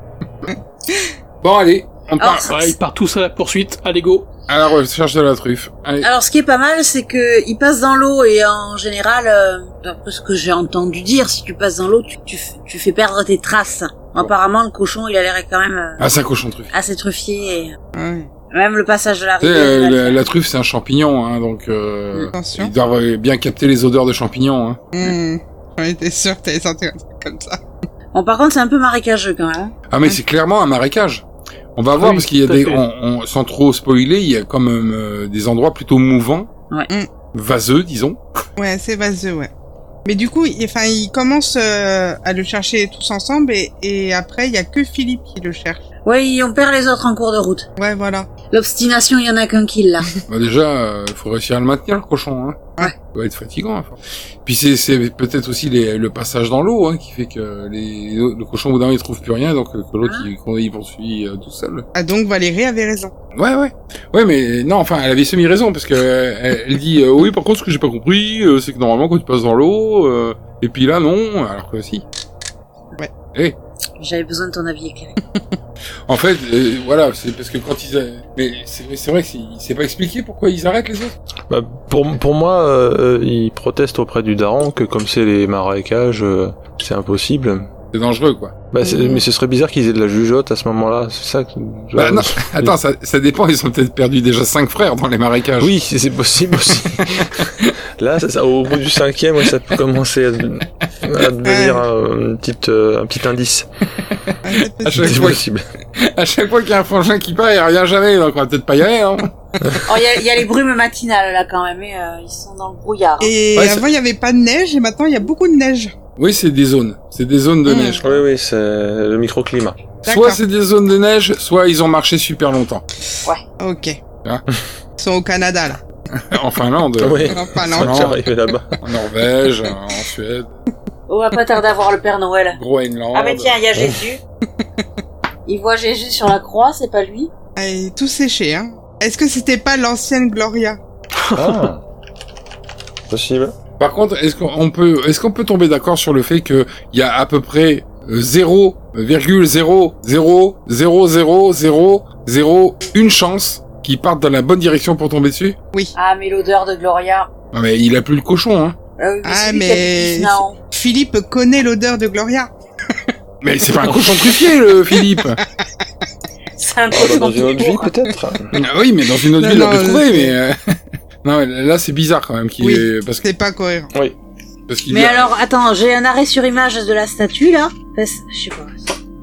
Speaker 8: Bon, allez, on part
Speaker 4: Alors,
Speaker 2: Ouais, ils partent tous à la poursuite. Allez go.
Speaker 8: à la recherche de la truffe. Allez.
Speaker 4: Alors, ce qui est pas mal, c'est que il passe dans l'eau et en général, euh, d'après ce que j'ai entendu dire, si tu passes dans l'eau, tu, tu, f- tu fais perdre tes traces. Apparemment, le cochon, il a l'air quand même euh,
Speaker 8: Ah, c'est un cochon truffe.
Speaker 4: assez truffier. Et...
Speaker 5: Ah Ouais.
Speaker 4: Même le passage de la
Speaker 8: Tu
Speaker 4: rivière.
Speaker 8: sais, euh,
Speaker 4: il va le
Speaker 8: la,
Speaker 4: faire.
Speaker 8: la truffe, c'est un champignon, hein, donc euh,
Speaker 5: Attention.
Speaker 8: ils doivent euh, bien capter les odeurs de champignons. Hein.
Speaker 5: Mmh. J'en étais sûr que t'allais sortir un truc comme ça.
Speaker 4: Bon, par contre, c'est un peu marécageux quand même.
Speaker 8: Ah, mais c'est clairement un marécage. On va voir
Speaker 2: Oui,
Speaker 8: parce qu'il y a
Speaker 2: tout à
Speaker 8: des,
Speaker 2: fait.
Speaker 8: on- on- sans trop spoiler, il y a quand même euh, des endroits plutôt mouvants,
Speaker 4: Ouais.
Speaker 5: Mm.
Speaker 8: vaseux, disons.
Speaker 5: Ouais, c'est vaseux, ouais. Mais du coup, il- enfin, ils commencent euh, à le chercher tous ensemble et, et après, il y a que Philippe qui le cherche.
Speaker 4: Oui, on perd les autres en cours de route.
Speaker 5: Ouais, voilà.
Speaker 4: L'obstination, il y en a qu'un qui l'a.
Speaker 8: Bah, déjà, il faut réussir à le maintenir le cochon. Hein.
Speaker 5: Ouais.
Speaker 8: Ça va être fatigant. hein. Puis c'est, c'est peut-être aussi les- le passage dans l'eau hein, qui fait que les, le cochon au bout d'un moment, il trouve plus rien, donc euh, que l'autre il, qu'on- il poursuit euh, tout seul.
Speaker 5: Ah, donc Valérie avait raison.
Speaker 8: Ouais, ouais. Ouais, mais non, enfin, elle avait semi-raison, parce que euh, elle, elle dit, euh, oui, par contre, ce que j'ai pas compris, euh, c'est que normalement, quand tu passes dans l'eau, euh, et puis là, non, alors que si.
Speaker 5: Ouais.
Speaker 8: Eh,
Speaker 4: J'avais besoin de ton avis éclairé.
Speaker 8: En fait, euh, voilà, c'est parce que quand ils, a- mais c'est mais c'est vrai que c'est c'est pas expliqué pourquoi ils arrêtent les autres.
Speaker 3: Bah, pour, pour moi, euh, euh, ils protestent auprès du daron que comme c'est les marécages, euh, c'est impossible.
Speaker 8: C'est dangereux, quoi.
Speaker 3: Bah, c'est- mais ce serait bizarre qu'ils aient de la jugeote à ce moment-là, c'est ça euh, que...
Speaker 8: Bah, non, attends, ça, ça dépend. Ils ont peut-être perdu déjà cinq frères dans les marécages.
Speaker 3: Oui, c'est possible aussi. Là, ça, ça- au bout du cinquième, ouais, ça peut commencer à, à devenir euh, une petite, euh, un petit indice.
Speaker 8: À chaque
Speaker 3: C'est
Speaker 8: fois-
Speaker 3: possible.
Speaker 8: À chaque fois qu'il y a un frangin qui part, il revient jamais. Donc on va peut-être pas y aller. Hein.
Speaker 4: Oh, il y, a- il y a les brumes matinales là quand même, et, euh, ils sont dans le brouillard. hein.
Speaker 5: Et
Speaker 8: Ouais,
Speaker 5: avant, il n'y avait pas de neige et maintenant, il y a beaucoup de neige.
Speaker 8: Oui, c'est des zones. C'est des zones
Speaker 4: Mm,
Speaker 8: de neige.
Speaker 3: Oui, oui, c'est le microclimat.
Speaker 8: Soit c'est des zones de neige, soit ils ont marché super longtemps.
Speaker 5: Ouais. Ok.
Speaker 8: Hein
Speaker 5: Ils sont au Canada, là.
Speaker 8: en Finlande.
Speaker 3: Oui,
Speaker 5: En
Speaker 8: Ah,
Speaker 5: Finlande.
Speaker 3: quand tu arrives là-bas.
Speaker 8: En Norvège, en Suède,
Speaker 4: On va pas tarder Oh, à voir le Père Noël.
Speaker 8: Groenland.
Speaker 4: Ah mais tiens, il y a Jésus. Il voit Jésus sur la croix, c'est pas lui
Speaker 5: Ah, Il est tout séché, hein. Est-ce que c'était pas l'ancienne Gloria
Speaker 3: Ah. Possible.
Speaker 8: Par contre, est-ce qu'on peut, est-ce qu'on peut tomber d'accord sur le fait que il y a à peu près euh, 0,0000001 une chance qu'ils partent dans la bonne direction pour tomber dessus
Speaker 5: Oui.
Speaker 4: Ah mais l'odeur de Gloria.
Speaker 8: Non mais il a plus le cochon, hein.
Speaker 4: Ah, oui, mais
Speaker 5: Ah,
Speaker 4: c'est lui qui a
Speaker 5: mais-
Speaker 4: dit Naon.
Speaker 5: Philippe connaît l'odeur de Gloria.
Speaker 8: Mais c'est pas un cochon truffier, le Philippe.
Speaker 4: C'est un
Speaker 3: Ah, bah,
Speaker 4: cochon
Speaker 3: dans une
Speaker 4: tout
Speaker 3: autre vie,
Speaker 4: court.
Speaker 3: peut-être.
Speaker 8: Ah oui, mais dans une autre
Speaker 5: Non,
Speaker 8: ville, on
Speaker 5: non,
Speaker 8: peut
Speaker 5: je
Speaker 8: trouver,
Speaker 5: sais.
Speaker 8: mais euh, non, mais là c'est bizarre quand même qu'il
Speaker 5: Oui.
Speaker 8: est- parce que
Speaker 5: C'est pas cohérent.
Speaker 3: Oui.
Speaker 8: parce qu'il
Speaker 4: Mais
Speaker 8: a-
Speaker 4: alors, attends, j'ai un arrêt sur image de la statue là. Parce- Je sais pas.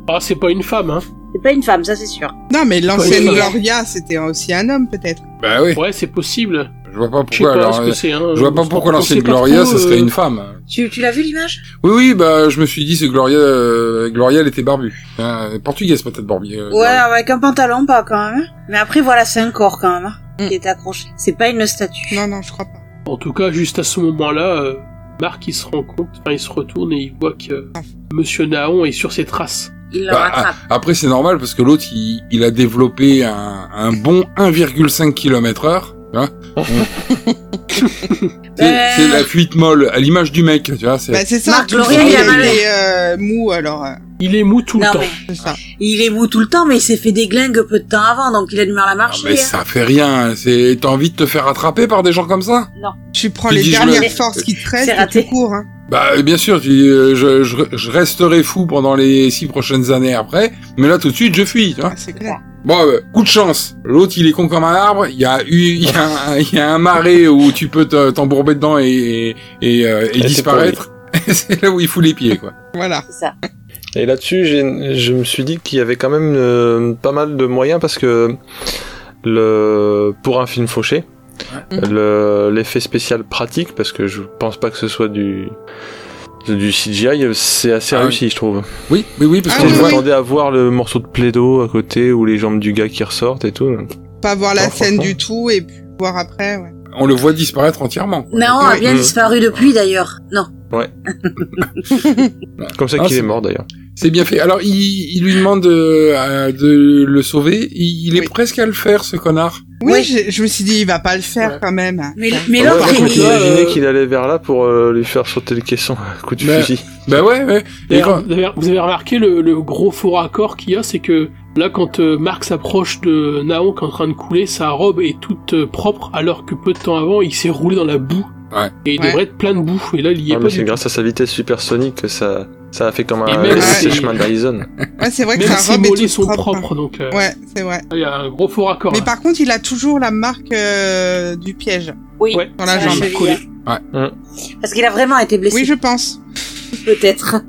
Speaker 2: Ah, c'est pas une femme, hein.
Speaker 4: C'est pas une femme, ça c'est sûr.
Speaker 5: Non, mais l'ancienne
Speaker 2: Ouais.
Speaker 5: Gloria, c'était aussi un homme, peut-être.
Speaker 8: bah oui,
Speaker 2: Ouais, c'est possible.
Speaker 8: je vois pas
Speaker 2: Je sais pas
Speaker 8: pourquoi alors, euh,
Speaker 2: ce que c'est, hein.
Speaker 8: je vois pas
Speaker 2: On-
Speaker 8: pourquoi
Speaker 2: on
Speaker 8: l'ancienne
Speaker 2: sait pas
Speaker 8: Gloria,
Speaker 2: trop,
Speaker 8: ce serait
Speaker 2: euh,
Speaker 8: une femme.
Speaker 4: Tu, tu l'as vu l'image
Speaker 8: Oui, oui, bah, je me suis dit, c'est Gloria, euh, Gloria, elle était barbue. Euh, portugaise, peut-être, barbue. euh,
Speaker 4: Ouais,
Speaker 8: Gloria.
Speaker 4: avec un pantalon pas quand même. hein. Mais après voilà, c'est un corps quand même hein, qui est accroché. C'est pas une statue.
Speaker 5: Non, non, je crois pas.
Speaker 2: euh, En tout cas, juste à ce moment-là, euh, Marc il se rend compte, enfin il se retourne et il voit que euh, Monsieur Naon est sur ses traces.
Speaker 4: Il le
Speaker 8: Bah,
Speaker 4: rattrape.
Speaker 8: a- après, c'est normal, parce que l'autre, il, il a développé un, un bon 1,5 km heure. Tu vois hein. c'est, c'est la fuite molle, à l'image du mec, tu vois. C'est...
Speaker 5: Bah, c'est ça.
Speaker 4: Marc
Speaker 5: tout
Speaker 4: Gloria,
Speaker 5: le
Speaker 4: il a
Speaker 5: temps,
Speaker 4: mal-
Speaker 5: est euh, mou, alors. euh,
Speaker 2: Il est mou tout le
Speaker 4: Non,
Speaker 2: temps.
Speaker 4: mais-
Speaker 5: c'est ça.
Speaker 4: Il est mou tout le temps, mais il s'est fait des glingues peu de temps avant, donc il a du mal à
Speaker 8: Ah,
Speaker 4: marcher.
Speaker 8: mais
Speaker 4: hein.
Speaker 8: ça fait rien. C'est... T'as envie de te faire attraper par des gens comme ça
Speaker 5: Tu prends
Speaker 8: Tu
Speaker 5: les
Speaker 8: dis, je
Speaker 5: dernières
Speaker 8: me-
Speaker 5: forces qui te restent
Speaker 4: C'est
Speaker 5: et
Speaker 4: raté.
Speaker 5: tu cours, hein.
Speaker 8: Bah, euh, bien sûr, tu dis, euh, je, je, je resterai fou pendant les six prochaines années après, mais là, tout de suite, je fuis, tu vois.
Speaker 5: Ah, c'est clair.
Speaker 8: Bon, euh, coup de chance. L'autre, il est con comme un arbre. Il y a eu, il y a, un- il y a un marais où tu peux te- t'embourber dedans et et, euh, et
Speaker 3: Et c'est
Speaker 8: disparaître. C'est là où il fout les pieds, quoi.
Speaker 5: Voilà.
Speaker 4: C'est ça.
Speaker 3: Et là-dessus, j'ai- je me suis dit qu'il y avait quand même euh, pas mal de moyens parce que le pour un film fauché, le- l'effet spécial pratique, parce que je pense pas que ce soit du du CGI, c'est assez
Speaker 8: Ah oui.
Speaker 3: réussi, je trouve.
Speaker 8: Oui, oui, oui, parce
Speaker 5: Ah
Speaker 8: qu'on
Speaker 3: je
Speaker 8: le voit.
Speaker 5: oui.
Speaker 3: m'attendais à voir le morceau de plaido à côté ou les jambes du gars qui ressortent et tout.
Speaker 5: Pas voir la
Speaker 3: Non,
Speaker 5: scène
Speaker 3: franchement.
Speaker 5: du tout et puis voir après, ouais.
Speaker 8: On le voit disparaître entièrement. quoi.
Speaker 4: Naon a bien
Speaker 3: Mhm.
Speaker 4: disparu depuis d'ailleurs. Non.
Speaker 3: Comme ça
Speaker 8: Ah,
Speaker 3: qu'il
Speaker 8: c'est-
Speaker 3: est mort d'ailleurs.
Speaker 8: C'est bien fait. Alors, il, il lui demande euh, euh, de le sauver. Il, il est presque à le faire, ce connard.
Speaker 5: Oui,
Speaker 4: Oui.
Speaker 5: Je, je me suis dit, il va pas le faire
Speaker 2: Ouais.
Speaker 5: quand même.
Speaker 4: Mais, mais
Speaker 8: Ah,
Speaker 3: Moi,
Speaker 4: l'autre,
Speaker 3: je
Speaker 4: il- il-
Speaker 3: m'imaginais
Speaker 2: euh,
Speaker 3: qu'il allait vers là pour euh, lui faire sauter le caisson à coup de
Speaker 8: Mais-
Speaker 3: fusil.
Speaker 8: Bah ouais, ouais. Et
Speaker 2: D'ailleurs,
Speaker 8: quand-
Speaker 2: vous, avez, vous avez remarqué le, le gros faux raccord qu'il y a, c'est que là, quand euh, Marc s'approche de Naon qui est en train de couler, sa robe est toute euh, propre, alors que peu de temps avant, il s'est roulé dans la boue.
Speaker 8: Ouais.
Speaker 2: Et il
Speaker 5: Ouais.
Speaker 2: devrait être plein de boue. Et là, il y est
Speaker 3: Ah,
Speaker 2: pas
Speaker 3: mais
Speaker 2: du
Speaker 3: c'est
Speaker 2: tout.
Speaker 3: grâce à sa vitesse supersonique que ça, ça a fait comme
Speaker 2: Et
Speaker 3: un
Speaker 2: même
Speaker 3: euh,
Speaker 5: si-
Speaker 3: chemin d'Horizon.
Speaker 5: Ouais, c'est vrai que
Speaker 2: Même
Speaker 5: sa
Speaker 2: ses
Speaker 5: robe est
Speaker 2: mollets
Speaker 5: toute
Speaker 2: sont
Speaker 5: propre. hein.
Speaker 2: propres, donc euh,
Speaker 5: Ouais, c'est vrai.
Speaker 2: il y a un gros faux raccord.
Speaker 5: Mais
Speaker 2: là.
Speaker 5: par contre, il a toujours la marque euh, du piège.
Speaker 4: oui,
Speaker 2: Ouais.
Speaker 5: Dans la
Speaker 4: sur
Speaker 5: jambe.
Speaker 4: cheville,
Speaker 2: Collé.
Speaker 8: Ouais.
Speaker 4: hein. Parce qu'il a vraiment été blessé,
Speaker 5: Oui, je pense.
Speaker 4: peut-être.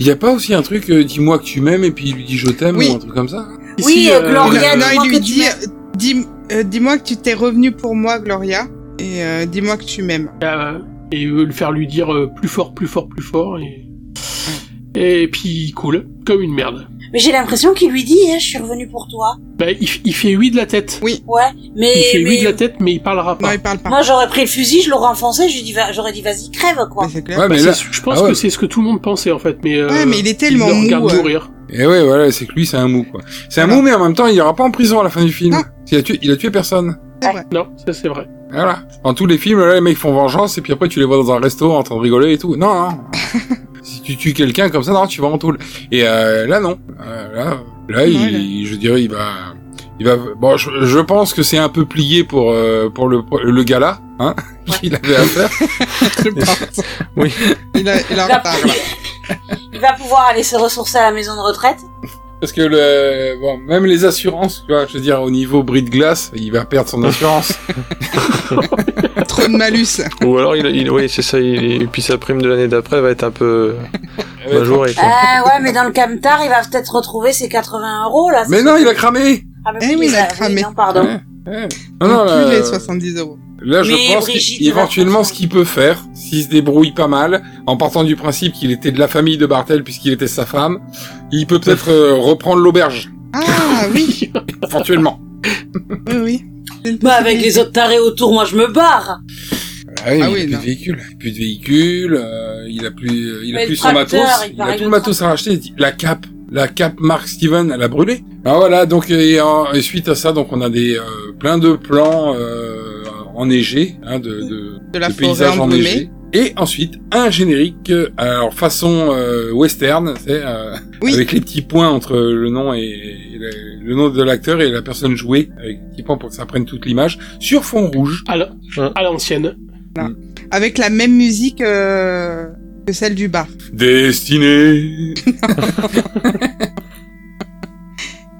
Speaker 8: Il y a pas aussi un truc, euh, dis-moi que tu m'aimes, et puis il lui dit je t'aime,
Speaker 5: Oui.
Speaker 8: ou un truc comme ça
Speaker 4: Oui, euh,
Speaker 5: Non,
Speaker 4: Gloria,
Speaker 5: non,
Speaker 4: dis-moi
Speaker 5: il
Speaker 4: que
Speaker 5: lui
Speaker 4: tu
Speaker 5: dit,
Speaker 4: m'aimes.
Speaker 5: euh, dis, euh, dis-moi que tu t'es revenu pour moi, Gloria, et euh, dis-moi que tu m'aimes.
Speaker 2: Euh, et il veut le faire lui dire euh, plus fort, plus fort, plus fort. Et, et puis il coule, comme une merde.
Speaker 4: Mais j'ai l'impression qu'il lui dit, hein, je suis revenu pour toi.
Speaker 2: Bah, il, f- il fait oui de la tête.
Speaker 4: Ouais, mais,
Speaker 2: Il fait oui
Speaker 4: mais
Speaker 2: de la tête, mais il parlera
Speaker 5: Non,
Speaker 2: pas.
Speaker 5: il parle pas.
Speaker 4: moi j'aurais pris le fusil, je l'aurais enfoncé, je lui dis, va- j'aurais dit vas-y crève quoi.
Speaker 5: Mais c'est clair.
Speaker 8: Ouais,
Speaker 2: Bah,
Speaker 8: mais
Speaker 2: c'est
Speaker 8: là...
Speaker 2: ce- je pense
Speaker 8: Ah ouais.
Speaker 2: que c'est ce que tout le monde pensait en fait, mais, euh,
Speaker 5: Ouais, mais il est tellement
Speaker 2: le regarde
Speaker 5: mou, euh.
Speaker 2: mourir.
Speaker 8: Et eh ouais, voilà, c'est que lui, c'est un mou, quoi. C'est un
Speaker 5: Voilà.
Speaker 8: mou, mais en même temps, il ira pas en prison à la fin du film.
Speaker 5: Non.
Speaker 8: Il a tué, il a tué personne.
Speaker 2: Non, ça c'est vrai.
Speaker 8: Voilà. Dans tous les films, là, les mecs font vengeance et puis après tu les vois dans un resto en train de rigoler et tout. Non, non. Si tu tues quelqu'un comme ça, non, tu vas en tôle. Et euh, là, non. Euh, là, là, il- je dirais, il va, il va. Bon, je, je pense que c'est un peu plié pour euh, pour le le gala, hein, qu'il avait à faire. oui.
Speaker 5: Il a, il a
Speaker 4: va, il va pouvoir aller se ressourcer à la maison de retraite.
Speaker 8: Parce que le, bon, même les assurances, tu vois, je veux dire, au niveau bris de glace, il va perdre son assurance.
Speaker 5: Trop de malus.
Speaker 3: Ou alors, il, il- oui, c'est ça. il- et puis sa prime de l'année d'après va être un peu majorée.
Speaker 4: Euh,
Speaker 3: quoi.
Speaker 4: ouais, mais dans le camtar, il va peut-être retrouver ses 80 euros là.
Speaker 8: Mais non, il Eh, a cramé.
Speaker 4: Ah, mais oui, il a cramé. non, pardon.
Speaker 2: Ah
Speaker 8: Non, non,
Speaker 5: Plus
Speaker 2: euh,
Speaker 8: là,
Speaker 5: les 70 euros.
Speaker 8: Là, je
Speaker 5: Mais
Speaker 8: pense
Speaker 5: Brigitte,
Speaker 8: qu'éventuellement, ce qu'il peut faire, s'il se débrouille pas mal, en partant du principe qu'il était de la famille de Bartel puisqu'il était sa femme, il peut peut-être euh, reprendre l'auberge.
Speaker 5: Ah oui.
Speaker 8: Éventuellement.
Speaker 5: Oui, oui.
Speaker 4: Bah, avec les autres tarés autour, moi je me barre.
Speaker 8: Ah oui,
Speaker 4: Ah
Speaker 8: il
Speaker 4: oui,
Speaker 8: a plus
Speaker 4: non.
Speaker 8: de véhicule, il a plus de véhicule, euh, il a plus, euh, il a
Speaker 4: Mais le
Speaker 8: plus son
Speaker 4: tracteur,
Speaker 8: matos,
Speaker 4: il
Speaker 8: il, a
Speaker 4: paraît
Speaker 8: tout
Speaker 4: le
Speaker 8: le matos à racheter. La cape, la cape Mark Steven, elle a brûlé. Ah voilà, donc et, en- et suite à ça, donc on a des euh, plein de plans euh, enneigés, hein, de, de,
Speaker 5: De la
Speaker 8: de
Speaker 5: forêt
Speaker 8: paysages
Speaker 5: embrumée.
Speaker 8: enneigés. Et ensuite un générique, euh, alors façon euh, western, c'est euh, avec les petits points entre le nom et, et le, le nom de l'acteur et la personne jouée, avec des petits points pour que ça prenne toute l'image, sur fond rouge. Hein.
Speaker 2: À l'ancienne.
Speaker 5: Avec la même musique euh, que celle du bar.
Speaker 8: Destiné.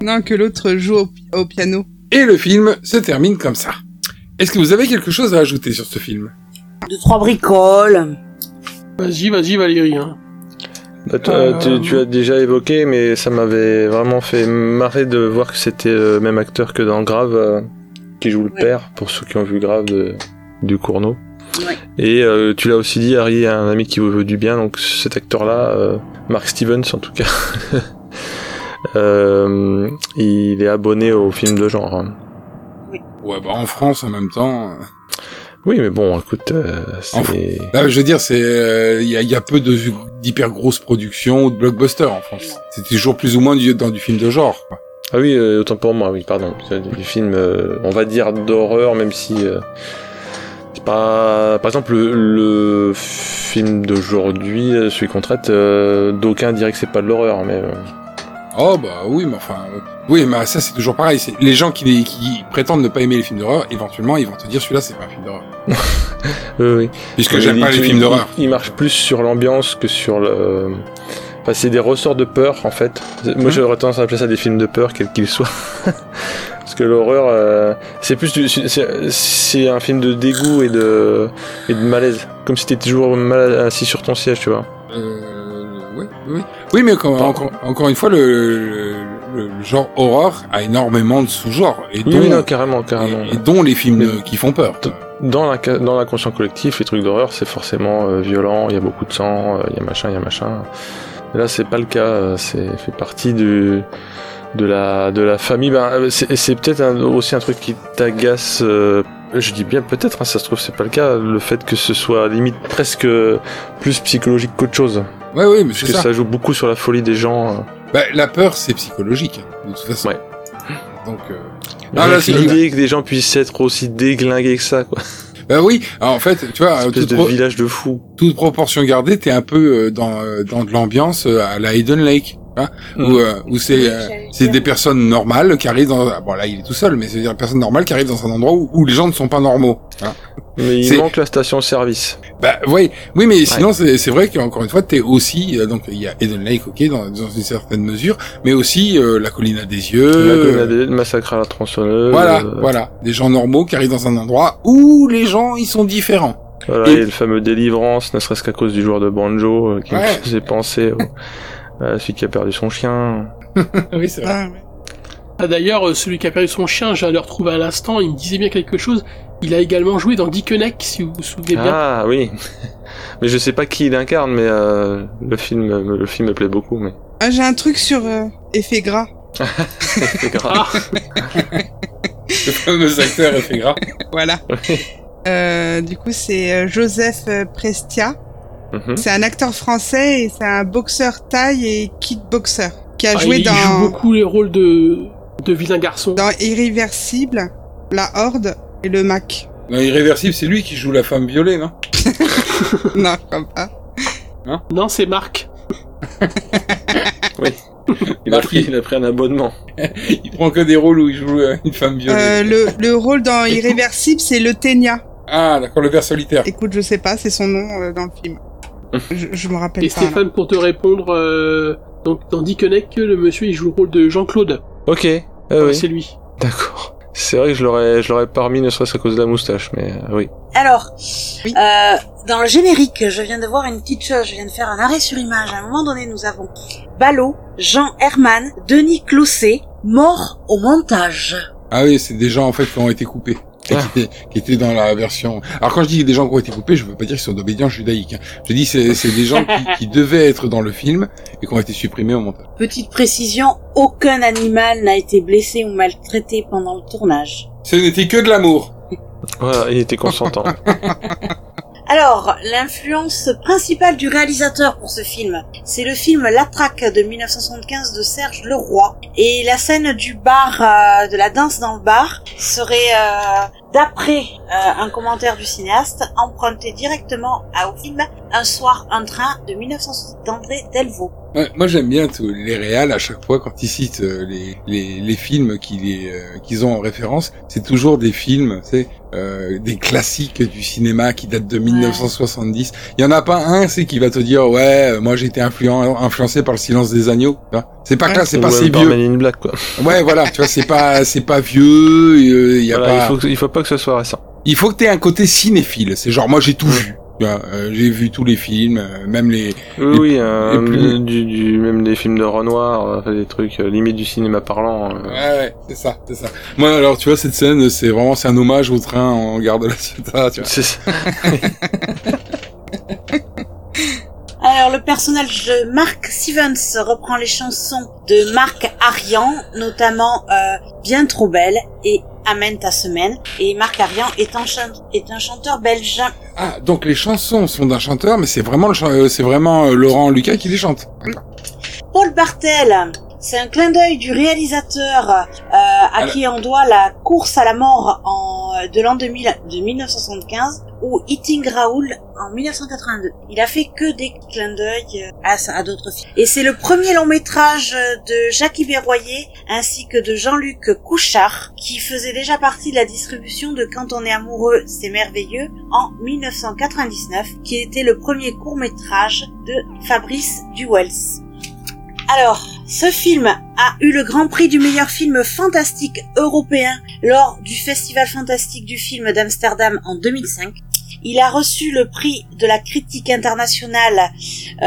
Speaker 5: Non, que l'autre joue au, pi- au piano.
Speaker 8: Et le film se termine comme ça. Est-ce que vous avez quelque chose à ajouter sur ce film
Speaker 4: Deux, trois bricoles.
Speaker 2: Vas-y, vas-y, Valérie. hein.
Speaker 3: Bah, toi, euh, tu, tu as déjà évoqué, mais ça m'avait vraiment fait marrer de voir que c'était le même acteur que dans Grave, euh, qui joue le père, pour ceux qui ont vu Grave de, du Cournot. Et euh, tu l'as aussi dit, Harry a un ami qui vous veut du bien, donc cet acteur-là, euh, Mark Stevens en tout cas, euh, il est abonné aux films de genre. hein.
Speaker 8: Ouais, bah en France en même temps. euh,
Speaker 3: Oui, mais bon, écoute, euh,
Speaker 8: en Fr-
Speaker 3: c'est...
Speaker 8: Bah, je veux dire, c'est euh, il y, a- il y a peu de d'hyper grosses productions ou de blockbusters en France. C'est toujours plus ou moins du- dans du film de genre. quoi.
Speaker 3: Ah oui, euh, autant pour moi, oui, pardon. C'est Du film, euh, on va dire d'horreur, même si. euh, c'est pas... Par exemple, le, le film d'aujourd'hui, euh, celui qu'on traite, euh, d'aucuns diraient que c'est pas de l'horreur, mais. euh,
Speaker 8: Oh bah oui, mais enfin euh, oui, mais ça c'est toujours pareil. C'est les gens qui, qui prétendent ne pas aimer les films d'horreur, éventuellement ils vont te dire celui-là c'est pas un film d'horreur.
Speaker 3: Oui, oui.
Speaker 8: Puisque
Speaker 3: Mais
Speaker 8: j'aime
Speaker 3: il-
Speaker 8: pas les
Speaker 3: il-
Speaker 8: films d'horreur.
Speaker 3: Il, il marche plus sur l'ambiance que sur le. Enfin, c'est des ressorts de peur en fait. Moi, j'aurais tendance à appeler ça des films de peur, quels qu'ils soient. Parce que l'horreur, euh, c'est plus, du- c'est- c'est c'est un film de dégoût et de et de malaise, comme si t'étais toujours mal assis sur ton siège, tu vois.
Speaker 8: Euh, Oui, oui. Oui, mais encore, encore, encore une fois, le, le- le- le genre horreur a énormément de sous-genres. Et
Speaker 3: Oui,
Speaker 8: dont-
Speaker 3: oui, non, carrément, carrément.
Speaker 8: Et, et dont les films euh, qui font peur.
Speaker 3: Dans la ca- dans l'inconscient collectif, les trucs d'horreur, c'est forcément euh, violent. Il y a beaucoup de sang, euh, il y a machin, il y a machin. Là, c'est pas le cas. euh, C'est fait partie du de la de la famille. Ben, euh, c'est c'est peut-être un- aussi un truc qui t'agace. euh, je dis bien peut-être. hein, ça se trouve, c'est pas le cas. Le fait que ce soit limite presque plus psychologique qu'autre chose.
Speaker 8: Ouais, oui, mais
Speaker 3: parce
Speaker 8: c'est
Speaker 3: que
Speaker 8: ça.
Speaker 3: ça. joue beaucoup sur la folie des gens. euh.
Speaker 8: Bah, la peur, c'est psychologique, hein, de toute façon. Donc, euh, ah,
Speaker 3: Rien
Speaker 8: là,
Speaker 3: que
Speaker 8: c'est
Speaker 3: l'idée que des gens puissent être aussi déglingués que ça, quoi.
Speaker 8: Bah oui, alors, en fait, tu vois,
Speaker 3: Espèce
Speaker 8: toute,
Speaker 3: de
Speaker 8: Ah, pro-
Speaker 3: village de fous.
Speaker 8: toute proportion gardée, t'es un peu euh, dans, euh, dans de l'ambiance euh, à la Hidden Lake, hein, où, euh, où c'est euh, c'est des personnes normales qui arrivent dans... ah, Bon, là, il est tout seul, mais c'est des personnes normales qui arrivent dans un endroit où, où les gens ne sont pas normaux. hein.
Speaker 3: Mais il
Speaker 8: C'est-
Speaker 3: manque la station-service.
Speaker 8: Bah oui, oui, mais sinon c'est c'est vrai qu'encore une fois t'es aussi euh, donc il y a Eden Lake ok dans, dans une certaine mesure, mais aussi euh, la colline à des yeux.
Speaker 3: La colline à
Speaker 8: euh,
Speaker 3: des yeux, le massacre à la tronçonneuse.
Speaker 8: Voilà,
Speaker 3: euh,
Speaker 8: voilà, des gens normaux qui arrivent dans un endroit où les gens ils sont différents.
Speaker 3: Voilà, et... le fameux délivrance, ne serait-ce qu'à cause du joueur de banjo, euh, qui me
Speaker 8: Ouais.
Speaker 3: faisait penser au- à celui qui a perdu son chien.
Speaker 8: Ah oui, c'est
Speaker 2: vrai. Ah, D'ailleurs, euh, celui qui a perdu son chien, j'allais le retrouver à l'instant, il me disait bien quelque chose. Il a également joué dans Dickeneck, si vous vous
Speaker 8: Eh
Speaker 2: souvenez bien.
Speaker 3: Ah oui. mais je sais pas qui il incarne, mais euh, le film, euh, le film me plaît beaucoup, mais.
Speaker 5: Ah, j'ai un truc sur euh, effet gras.
Speaker 3: C'est grave.
Speaker 8: Le fameux acteur effet gras.
Speaker 5: Voilà. Euh, du coup, c'est euh, Joseph euh, Prestia.
Speaker 2: Hmm.
Speaker 8: Ah.
Speaker 3: Mhm.
Speaker 5: C'est un acteur français et c'est un boxeur taille et kickboxer qui a
Speaker 2: Ah,
Speaker 5: joué
Speaker 2: il
Speaker 5: dans
Speaker 2: joue beaucoup les rôles de, de vilain garçon.
Speaker 5: dans Irréversible, La Horde et Le Mac.
Speaker 8: Dans Irréversible c'est lui qui joue la femme violée non
Speaker 5: non, je crois pas.
Speaker 2: Non, c'est Marc.
Speaker 3: Oui. Il a, pris, il a pris un abonnement.
Speaker 8: il prend que des rôles où il joue euh, une femme violente.
Speaker 5: Euh, le, le rôle dans Irréversible, c'est le Ténia.
Speaker 8: Ah, d'accord, le verre solitaire.
Speaker 5: Écoute, je sais pas, c'est son nom euh, dans le film. Je, je me rappelle
Speaker 2: Hmm. Et
Speaker 5: pas. là.
Speaker 2: Stéphane, pour te répondre, euh, donc dans Dickeneck, le monsieur il joue le rôle de Jean-Claude.
Speaker 3: Ok. euh,
Speaker 8: Ah
Speaker 3: oui.
Speaker 2: C'est lui.
Speaker 3: D'accord. C'est vrai que je l'aurais, je l'aurais pas remis, ne serait-ce qu'à cause de la moustache, mais euh, oui.
Speaker 4: Alors, euh, dans le générique, je viens de voir une petite chose, je viens de faire un arrêt sur image. À un moment donné, nous avons Ballot, Jean Herman, Denis Clousset, mort au montage.
Speaker 8: Ah oui, c'est des gens en fait qui ont été coupés. et Qui, étaient, qui étaient dans la version. Alors quand je dis des gens qui ont été coupés, je veux pas dire qu'ils sont d'obédience judaïque. hein. Je dis c'est c'est des gens qui, qui devaient être dans le film et qui ont été supprimés au montage.
Speaker 4: Petite précision, aucun animal n'a été blessé ou maltraité pendant le tournage.
Speaker 8: Ce n'était que de l'amour.
Speaker 3: Voilà, il était consentant.
Speaker 4: Alors, l'influence principale du réalisateur pour ce film, c'est le film La Traque de 1975 de Serge Leroy. Et la scène du bar, euh, de la danse dans le bar, serait, euh, d'après euh, un commentaire du cinéaste, empruntée directement à- au film Un soir, un train de 1960 d'André Delvaux.
Speaker 8: Ouais, moi j'aime bien tous les réals à chaque fois quand ils citent euh, les, les, les films qu'ils euh, qu'ils ont en référence, c'est toujours des films, c'est euh, des classiques du cinéma qui datent de 1970. Il y en a pas un c'est qui va te dire ouais euh, moi j'ai été influen- influencé par le Silence des agneaux. tu vois. C'est pas
Speaker 3: Ouais.
Speaker 8: classe, c'est
Speaker 3: Ou
Speaker 8: pas
Speaker 3: même
Speaker 8: c'est
Speaker 3: par
Speaker 8: vieux.
Speaker 3: Men in Black, quoi.
Speaker 8: Ouais voilà, tu vois c'est pas c'est pas vieux, euh, il y a
Speaker 3: Voilà,
Speaker 8: pas.
Speaker 3: il, faut, que- il faut pas que ce soit récent.
Speaker 8: Il faut que t'aies un côté cinéphile. C'est genre moi j'ai tout vu. Tu vois, euh, j'ai vu tous les films, euh, même les.
Speaker 3: Oui,
Speaker 8: les-
Speaker 3: oui, euh,
Speaker 8: les plus-
Speaker 3: euh, du, du- même des films de Renoir, euh, enfin, des trucs euh, limite du cinéma parlant. euh.
Speaker 8: Ouais, ouais, c'est ça, c'est ça. Moi, alors, tu vois, cette scène, c'est vraiment, c'est un hommage au train en gare de la Ciotat, tu vois.
Speaker 3: C'est ça.
Speaker 4: Alors, le personnage de Mark Stevens reprend les chansons de Marc Arian, notamment euh, Bien trop belle et Amène ta semaine. Et Marc Arian est un, chan- est un chanteur belge.
Speaker 8: Ah, donc les chansons sont d'un chanteur, mais c'est vraiment le, chan- euh, c'est vraiment euh, Laurent Lucas qui les chante.
Speaker 4: Paul Bartel, c'est un clin d'œil du réalisateur euh, à
Speaker 8: Alors-
Speaker 4: qui on doit la course à la mort en, euh, de l'an 2000, de 1975 ou Eating Raoul en 1982. Il a fait que des clins d'œil euh, à, sa- à d'autres films. Et c'est le premier long métrage de Jacques Berroyer ainsi que de Jean-Luc Couchard qui faisait déjà partie de la distribution de Quand on est amoureux, c'est merveilleux en 1999 qui était le premier court métrage de Fabrice Duwels. Alors, ce film a eu le grand prix du meilleur film fantastique européen lors du Festival fantastique du film d'Amsterdam en 2005. Il a reçu le prix de la critique internationale, euh,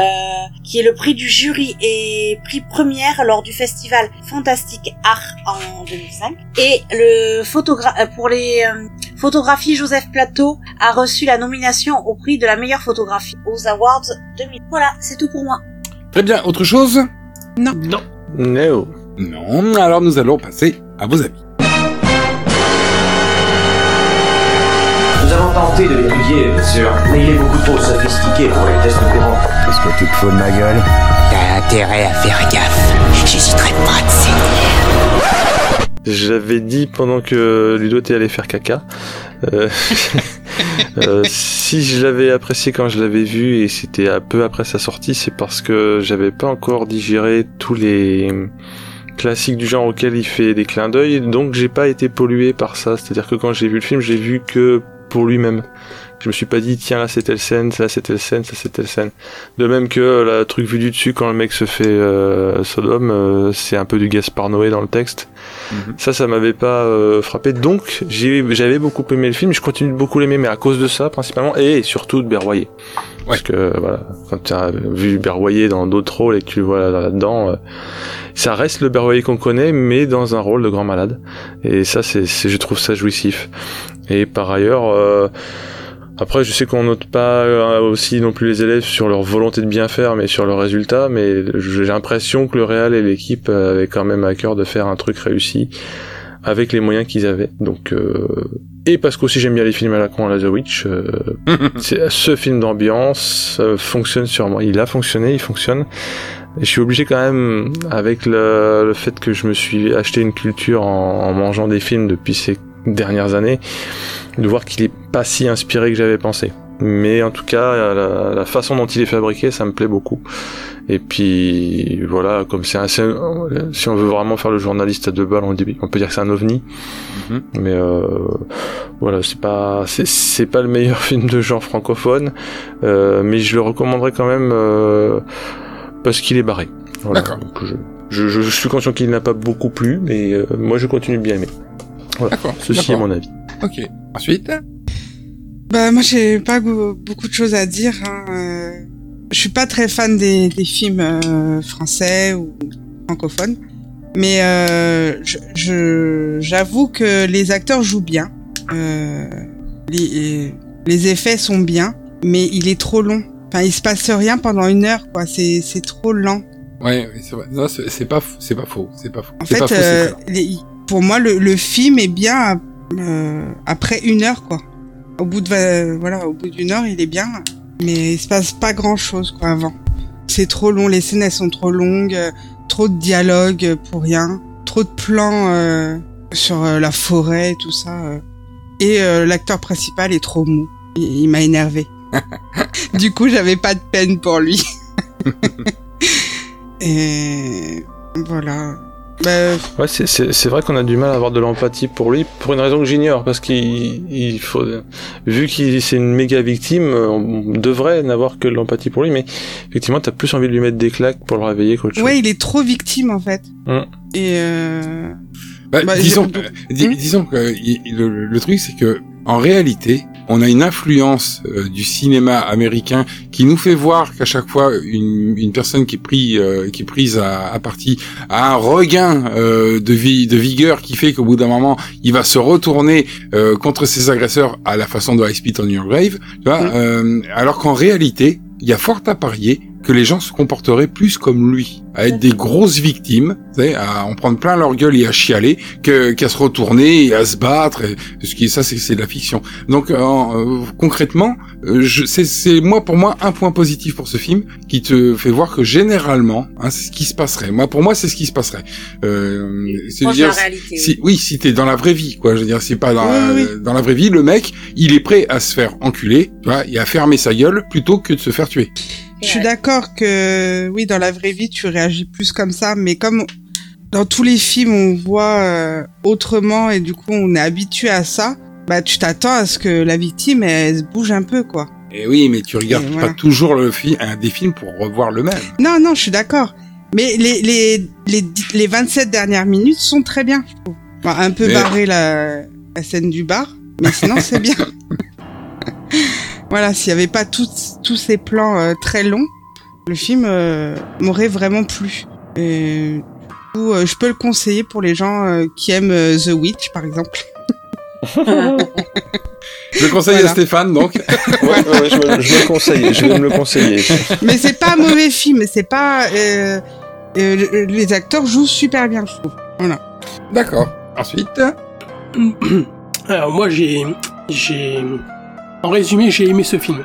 Speaker 4: qui est le prix du jury et prix première lors du festival Fantastique Art en 2005. Et le photogra- euh, pour les euh, photographies, Joseph Plateau a reçu la nomination au prix de la meilleure photographie aux Awards 2000. Voilà, c'est tout pour moi.
Speaker 8: Très bien, autre chose?
Speaker 5: Non.
Speaker 2: Non.
Speaker 3: No.
Speaker 8: Non, alors nous allons passer à vos avis.
Speaker 15: Nous avons tenté de l'étudier, bien sûr, mais il est beaucoup trop sophistiqué pour les tests courants. Qu'est-ce que tu te fous de ma gueule
Speaker 6: T'as intérêt à faire gaffe. J'hésiterai pas de
Speaker 3: J'avais dit pendant que Ludo était allé faire caca. euh, euh, si je l'avais apprécié quand je l'avais vu et c'était un peu après sa sortie, c'est parce que j'avais pas encore digéré tous les classiques du genre auquel il fait des clins d'œil, donc j'ai pas été pollué par ça. C'est-à-dire que quand j'ai vu le film, j'ai vu que pour lui-même. Je me suis pas dit tiens là c'est telle scène, ça c'est telle scène, ça c'est telle scène. De même que euh, le truc vu du dessus quand le mec se fait euh, Sodome, euh, c'est un peu du Gaspard Noé dans le texte. Ça ça m'avait pas euh, frappé. Donc j'ai- j'avais beaucoup aimé le film, je continue de beaucoup l'aimer mais à cause de ça principalement et surtout de Berroyer. Parce que euh, voilà, quand tu as vu Berroyer dans d'autres rôles et que tu le vois là-dedans, euh, ça reste le Berroyer qu'on connaît, mais dans un rôle de grand malade. Et ça, c'est, c'est- je trouve ça jouissif. Et par ailleurs, euh, après, je sais qu'on note pas euh, aussi non plus les élèves sur leur volonté de bien faire, mais sur leur résultat. Mais j'ai l'impression que le Real et l'équipe euh, avaient quand même à cœur de faire un truc réussi avec les moyens qu'ils avaient. Donc, euh, et parce qu'aussi j'aime bien les films à la con à la The Witch, euh, c'est- ce film d'ambiance euh, fonctionne sur moi. Il a fonctionné, il fonctionne. Et je suis obligé quand même, avec le, le fait que je me suis acheté une culture en, en mangeant des films depuis ces dernières années, de voir qu'il est pas si inspiré que j'avais pensé. Mais en tout cas, la, la façon dont il est fabriqué, ça me plaît beaucoup. Et puis voilà, comme c'est assez, si on veut vraiment faire le journaliste à deux balles, on, dit, on peut dire que c'est un ovni. Mm -hmm. Mais euh, voilà, c'est pas c'est pas le meilleur film de genre francophone, euh, mais je le recommanderais quand même euh, parce qu'il est barré. Voilà. Donc je, je, je, suis conscient qu'il n'a pas beaucoup plu, mais euh, moi je continue de bien aimer. Voilà. Ceci est mon avis.
Speaker 8: Ok. Ensuite.
Speaker 5: Bah moi j'ai pas beaucoup de choses à dire. Hein je suis pas très fan des, des films euh, français ou francophones, mais euh, je j'avoue que les acteurs jouent bien, euh, les, les effets sont bien, mais il est trop long. Enfin, il se passe rien pendant une heure, quoi. C'est c'est trop lent.
Speaker 8: Ouais, c'est vrai. Non, c'est pas c'est pas faux, c'est pas faux.
Speaker 5: En euh,
Speaker 8: fait,
Speaker 5: pas
Speaker 8: faux,
Speaker 5: les, pour moi, le, le film est bien euh, après une heure, quoi. Au bout de euh, voilà, au bout d'une heure, il est bien mais il se passe pas grand chose quoi avant. C'est trop long, les scènes elles sont trop longues, euh, trop de dialogues euh, pour rien, trop de plans euh, sur euh, la forêt et tout ça. euh. Et euh, l'acteur principal est trop mou. Il, il m'a énervé. du coup, j'avais pas de peine pour lui. et voilà.
Speaker 3: Bah... Ouais, c'est vrai qu'on a du mal à avoir de l'empathie pour lui, pour une raison que j'ignore, parce qu'il il faut, vu qu'il c'est une méga victime, euh, on devrait n'avoir que de l'empathie pour lui, mais effectivement, t'as plus envie de lui mettre des claques pour le réveiller qu'autre chose.
Speaker 5: Ouais, il est trop victime en fait. Hum. Et euh...
Speaker 8: bah, bah, disons, euh, dis, hum? disons que il, le, le truc c'est que en réalité, on a une influence euh, du cinéma américain qui nous fait voir qu'à chaque fois une, une, personne qui est, pris, euh, qui est prise à, à, partie a un regain euh, de, vie, de vigueur qui fait qu'au bout d'un moment, il va se retourner euh, contre ses agresseurs à la façon de High Speed on Your Grave. Tu vois, mm. alors qu'en réalité, il y a fort à parier que les gens se comporteraient plus comme lui, à être des grosses victimes, à en prendre plein leur gueule et à chialer, qu'à qu se retourner et à se battre. Et, ce qui ça, c'est de la fiction. Donc en, euh, concrètement, euh, c'est moi pour moi un point positif pour ce film qui te fait voir que généralement, hein, c'est ce qui se passerait. Moi pour moi, c'est ce qui se passerait.
Speaker 4: Euh, c'est dire, la réalité,
Speaker 8: si, oui. oui, si t'es dans la vraie vie, quoi. Je veux dire, c'est pas dans, oui, la, oui. dans la vraie vie, le mec, il est prêt à se faire enculer, tu vois, et à fermer sa gueule plutôt que de se faire tuer.
Speaker 5: Je suis d'accord que oui, dans la vraie vie, tu réagis plus comme ça, mais comme dans tous les films, on voit euh, autrement et du coup, on est habitué à ça. Bah, tu t'attends à ce que la victime elle, elle, se bouge un peu, quoi.
Speaker 8: Et oui, mais tu regardes et pas voilà. toujours le film, un des films pour revoir le même.
Speaker 5: Non, non, je suis d'accord. Mais les, les, les, les 27 dernières minutes sont très bien, je trouve. Enfin, un peu mais... barré la, la scène du bar, mais sinon, c'est bien. voilà, s'il n'y avait pas tous tous ces plans euh, très longs, le film euh, m'aurait vraiment plu. Et, du coup, euh, je peux le conseiller pour les gens euh, qui aiment The Witch, par exemple.
Speaker 8: je le conseille voilà. à Stéphane, donc.
Speaker 3: ouais, ouais, ouais, je, me, je me conseille, je vais me le conseiller.
Speaker 5: Mais c'est pas un mauvais film, c'est pas. euh, les acteurs jouent super bien, je trouve. Voilà.
Speaker 8: D'accord. Ensuite.
Speaker 2: Alors, moi, j'ai. J'ai. En résumé, j'ai aimé ce film.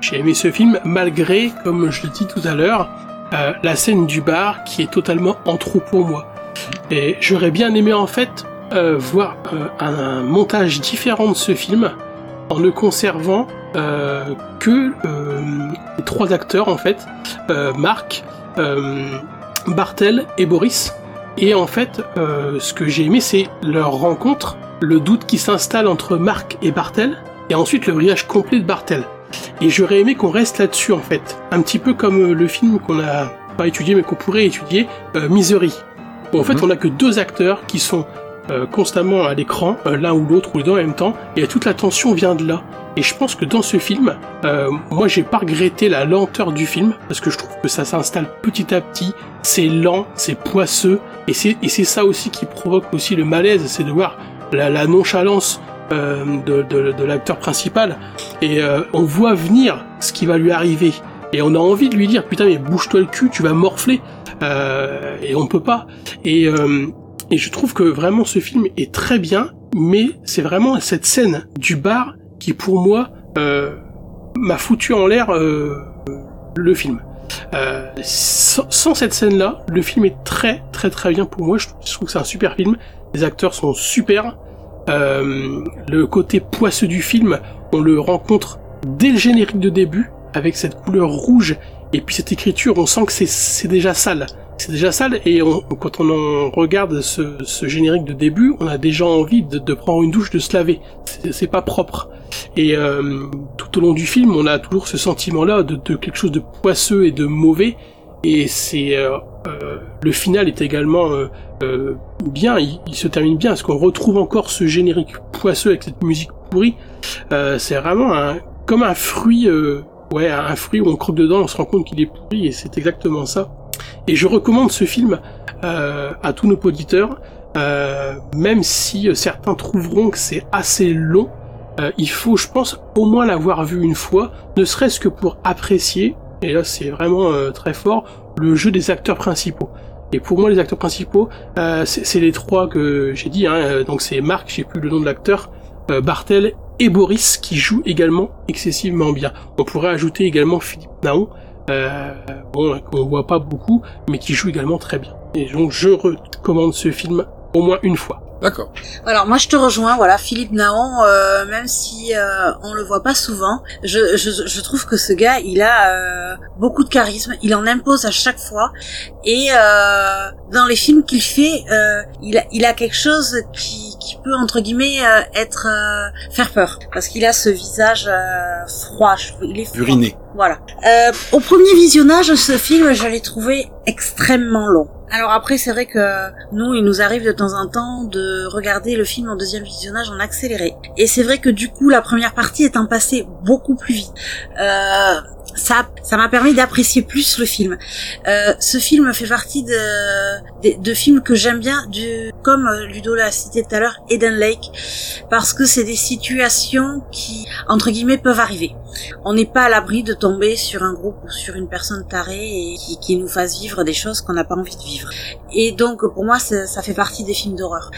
Speaker 2: J'ai aimé ce film malgré, comme je le dis tout à l'heure, euh, la scène du bar qui est totalement en trou pour moi. Et j'aurais bien aimé en fait euh, voir euh, un, un, montage différent de ce film en ne conservant euh, que les trois acteurs en fait, euh, Marc, euh, Bartel et Boris. Et en fait, euh, ce que j'ai aimé, c'est leur rencontre, le doute qui s'installe entre Marc et Bartel, et ensuite le brillage complet de Bartel. Et j'aurais aimé qu'on reste là-dessus en fait, un petit peu comme euh, le film qu'on a pas étudié mais qu'on pourrait étudier, euh, Misery. Bon, en mm -hmm. fait, on a que deux acteurs qui sont euh, constamment à l'écran, euh, l'un ou l'autre ou les deux en même temps, et toute la tension vient de là. Et je pense que dans ce film, euh, moi j'ai pas regretté la lenteur du film parce que je trouve que ça s'installe petit à petit, c'est lent, c'est poisseux, et c'est ça aussi qui provoque aussi le malaise, c'est de voir la, la nonchalance euh, de, de, de l'acteur principal et euh, on voit venir ce qui va lui arriver et on a envie de lui dire putain mais bouge-toi le cul tu vas morfler euh, et on peut pas et, euh, et je trouve que vraiment ce film est très bien mais c'est vraiment cette scène du bar qui pour moi euh, m'a foutu en l'air euh, le film Euh, sans, sans, cette scène là le film est très très très bien pour moi je, je trouve que c'est un super film les acteurs sont super euh, le côté poisseux du film, on le rencontre dès le générique de début, avec cette couleur rouge et puis cette écriture, on sent que c'est- c'est déjà sale. C'est déjà sale et on- quand on en regarde ce, ce générique de début, on a déjà envie de, de prendre une douche, de se laver. C'est c'est pas propre. Et euh, tout au long du film, on a toujours ce sentiment-là de, de quelque chose de poisseux et de mauvais. Et c'est euh, euh, le final est également euh, euh, bien. Il, il se termine bien parce qu'on retrouve encore ce générique poisseux avec cette musique pourrie. Euh, c'est vraiment un, comme un fruit. euh, Ouais, un fruit où on croque dedans, on se rend compte qu'il est pourri, et c'est exactement ça. Et je recommande ce film euh, à tous nos auditeurs, euh, même si euh, certains trouveront que c'est assez long, euh, il faut, je pense, au moins l'avoir vu une fois, ne serait-ce que pour apprécier, et là c'est vraiment euh, très fort, le jeu des acteurs principaux. Et pour moi, les acteurs principaux, euh, c'est c'est les trois que j'ai dit, hein, euh, donc c'est Marc, j'ai plus le nom de l'acteur, euh, Bartel et Boris qui jouent également excessivement bien. On pourrait ajouter également Philippe Naon, euh, bon, qu'on voit pas beaucoup, mais qui joue également très bien. Et donc je recommande ce film au moins une fois.
Speaker 8: D'accord.
Speaker 4: Alors moi je te rejoins, voilà Philippe Naon, euh, même si euh, on le voit pas souvent, je, je, je trouve que ce gars il a euh, beaucoup de charisme, il en impose à chaque fois et euh, dans les films qu'il fait, euh, il, a, il a quelque chose qui, qui peut entre guillemets euh, être euh, faire peur parce qu'il a ce visage euh, froid, je trouve, il est froid.
Speaker 8: Uriné.
Speaker 4: Voilà. Euh, au premier visionnage, ce film, je l'ai trouvé extrêmement long. Alors après, c'est vrai que nous, il nous arrive de temps en temps de regarder le film en deuxième visionnage en accéléré. Et c'est vrai que du coup, la première partie étant passée beaucoup plus vite, euh, ça, ça m'a permis d'apprécier plus le film. Euh, ce film fait partie de, de, de films que j'aime bien, du, comme euh, Ludo l'a cité tout à l'heure, Eden Lake, parce que c'est des situations qui, entre guillemets, peuvent arriver. On n'est pas à l'abri de tomber sur un groupe ou sur une personne tarée et qui, qui nous fasse vivre des choses qu'on n'a pas envie de vivre. Et donc, pour moi, ça, ça fait partie des films d'horreur.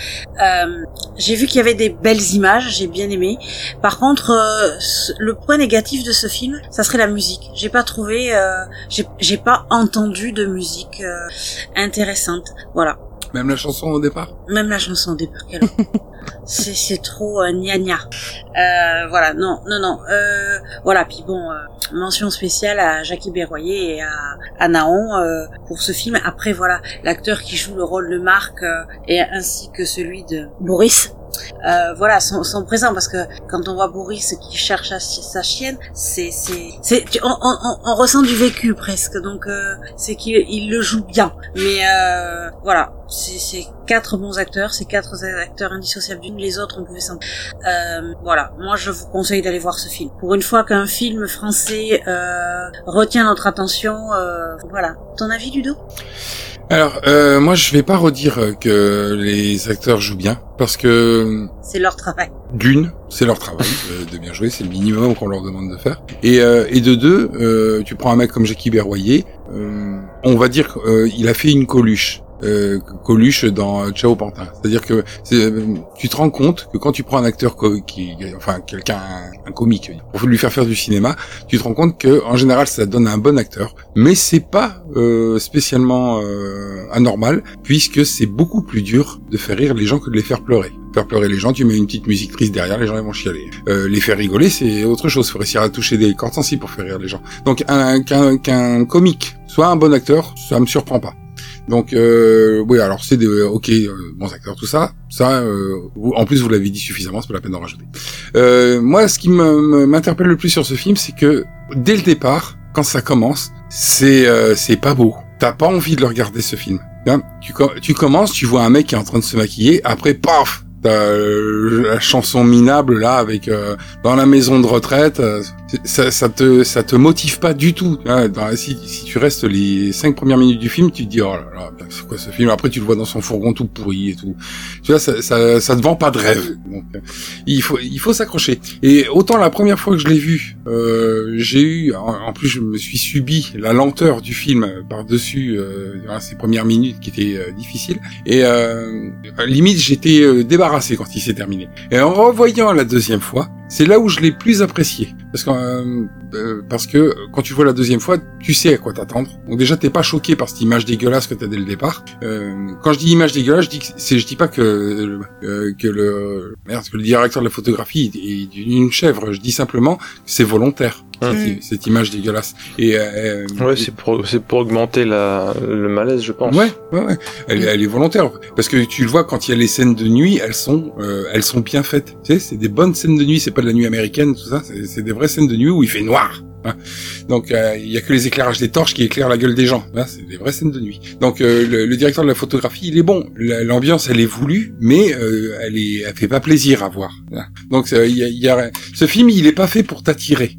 Speaker 4: Euh, j'ai vu qu'il y avait des belles images, j'ai bien aimé. Par contre, euh, ce- le point négatif de ce film, ça serait la musique. J'ai pas trouvé, euh, j'ai- j'ai pas entendu de musique euh, intéressante. Voilà.
Speaker 8: Même la chanson au départ.
Speaker 4: Même la chanson au départ, quelle horreur. c'est c'est trop euh, gna gna. Euh, voilà, non, non, non. Euh, voilà, puis bon, euh, mention spéciale à Jackie Berroyer et à, à Naon euh, pour ce film. Après, voilà, l'acteur qui joue le rôle de Marc euh, et ainsi que celui de Boris. Euh, voilà, sont, sont présents parce que quand on voit Boris qui cherche à chi- sa chienne, c'est c'est c'est tu- on, on, on- on ressent du vécu presque, donc euh, c'est qu'il il le joue bien. Mais euh, voilà, c'est c'est quatre bons acteurs, c'est quatre acteurs indissociables d'une les autres on pouvait s'en. Euh, voilà, moi je vous conseille d'aller voir ce film. Pour une fois qu'un film français euh, retient notre attention, euh, voilà. Ton avis, Ludo
Speaker 8: Alors, euh, moi, je vais pas redire euh, que les acteurs jouent bien, parce que
Speaker 4: C'est leur travail.
Speaker 8: d'une, c'est leur travail euh, de bien jouer, c'est le minimum qu'on leur demande de faire. Et, euh, et de deux, euh, tu prends un mec comme Jackie Berroyer, euh, on va dire qu'il a fait une coluche. euh, Coluche dans euh, Ciao Pantin, c'est-à-dire que c'est, euh, tu te rends compte que quand tu prends un acteur co- qui, enfin quelqu'un, un comique, pour lui faire faire du cinéma, tu te rends compte que en général ça donne un bon acteur, mais c'est pas euh, spécialement euh, anormal puisque c'est beaucoup plus dur de faire rire les gens que de les faire pleurer. Faire pleurer les gens, tu mets une petite musique triste derrière, les gens ils vont chialer. Euh, les faire rigoler, c'est autre chose. Faut réussir à toucher des cordes sensibles pour faire rire les gens. Donc un qu'un qu'un comique soit un bon acteur, ça me surprend pas. Donc euh, oui, alors c'est des ok euh, bons acteurs tout ça, ça euh, vous- en plus vous l'avez dit suffisamment, c'est pas la peine d'en rajouter. Euh, moi, ce qui me- me- m'interpelle le plus sur ce film, c'est que dès le départ, quand ça commence, c'est euh, c'est pas beau. T'as pas envie de le regarder ce film. Hein tu, com- tu commences, tu vois un mec qui est en train de se maquiller, après paf, t'as euh, la chanson minable là avec euh, dans la maison de retraite. euh, c'est- ça, ça te ça te motive pas du tout. hein. Dans- si, si tu restes les cinq premières minutes du film, tu te dis oh là là, putain, c'est quoi ce film Après, tu le vois dans son fourgon tout pourri et tout. Tu vois, ça ça, ça te vend pas de rêve. Donc, euh, il faut il faut s'accrocher. Et autant la première fois que je l'ai vu, euh, j'ai eu en, en plus je me suis subi la lenteur du film euh, par dessus ces premières minutes qui étaient euh, difficiles. Et euh, limite j'étais euh, débarrassé quand il s'est terminé. Et en revoyant la deuxième fois, c'est là où je l'ai plus apprécié. Parce que, euh, euh, parce que quand tu le vois la deuxième fois, tu sais à quoi t'attendre. Donc déjà, t'es pas choqué par cette image dégueulasse que t'as dès le départ. Euh, quand je dis image dégueulasse, je dis que c'est, je dis pas que le- euh, que le merde, que le directeur de la photographie est est une chèvre. Je dis simplement que c'est volontaire.
Speaker 3: Hum.
Speaker 8: Cette, cette image dégueulasse. Et euh,
Speaker 3: Ouais, c'est pour, c'est pour augmenter la, le malaise, je pense.
Speaker 8: Ouais, ouais, ouais. Elle, elle est volontaire parce que tu le vois quand il y a les scènes de nuit, elles sont, euh, elles sont bien faites. Tu sais, c'est des bonnes scènes de nuit, c'est pas de la nuit américaine, tout ça. C'est c'est des vraies scènes de nuit où il fait noir. hein. Donc euh, il y a que les éclairages des torches qui éclairent la gueule des gens. hein. c'est des vraies scènes de nuit. Donc euh, le, le directeur de la photographie, il est bon. La- L'ambiance, elle est voulue, mais euh, elle est, elle fait pas plaisir à voir. hein. Donc euh, il y a- il y a, ce film, il est pas fait pour t'attirer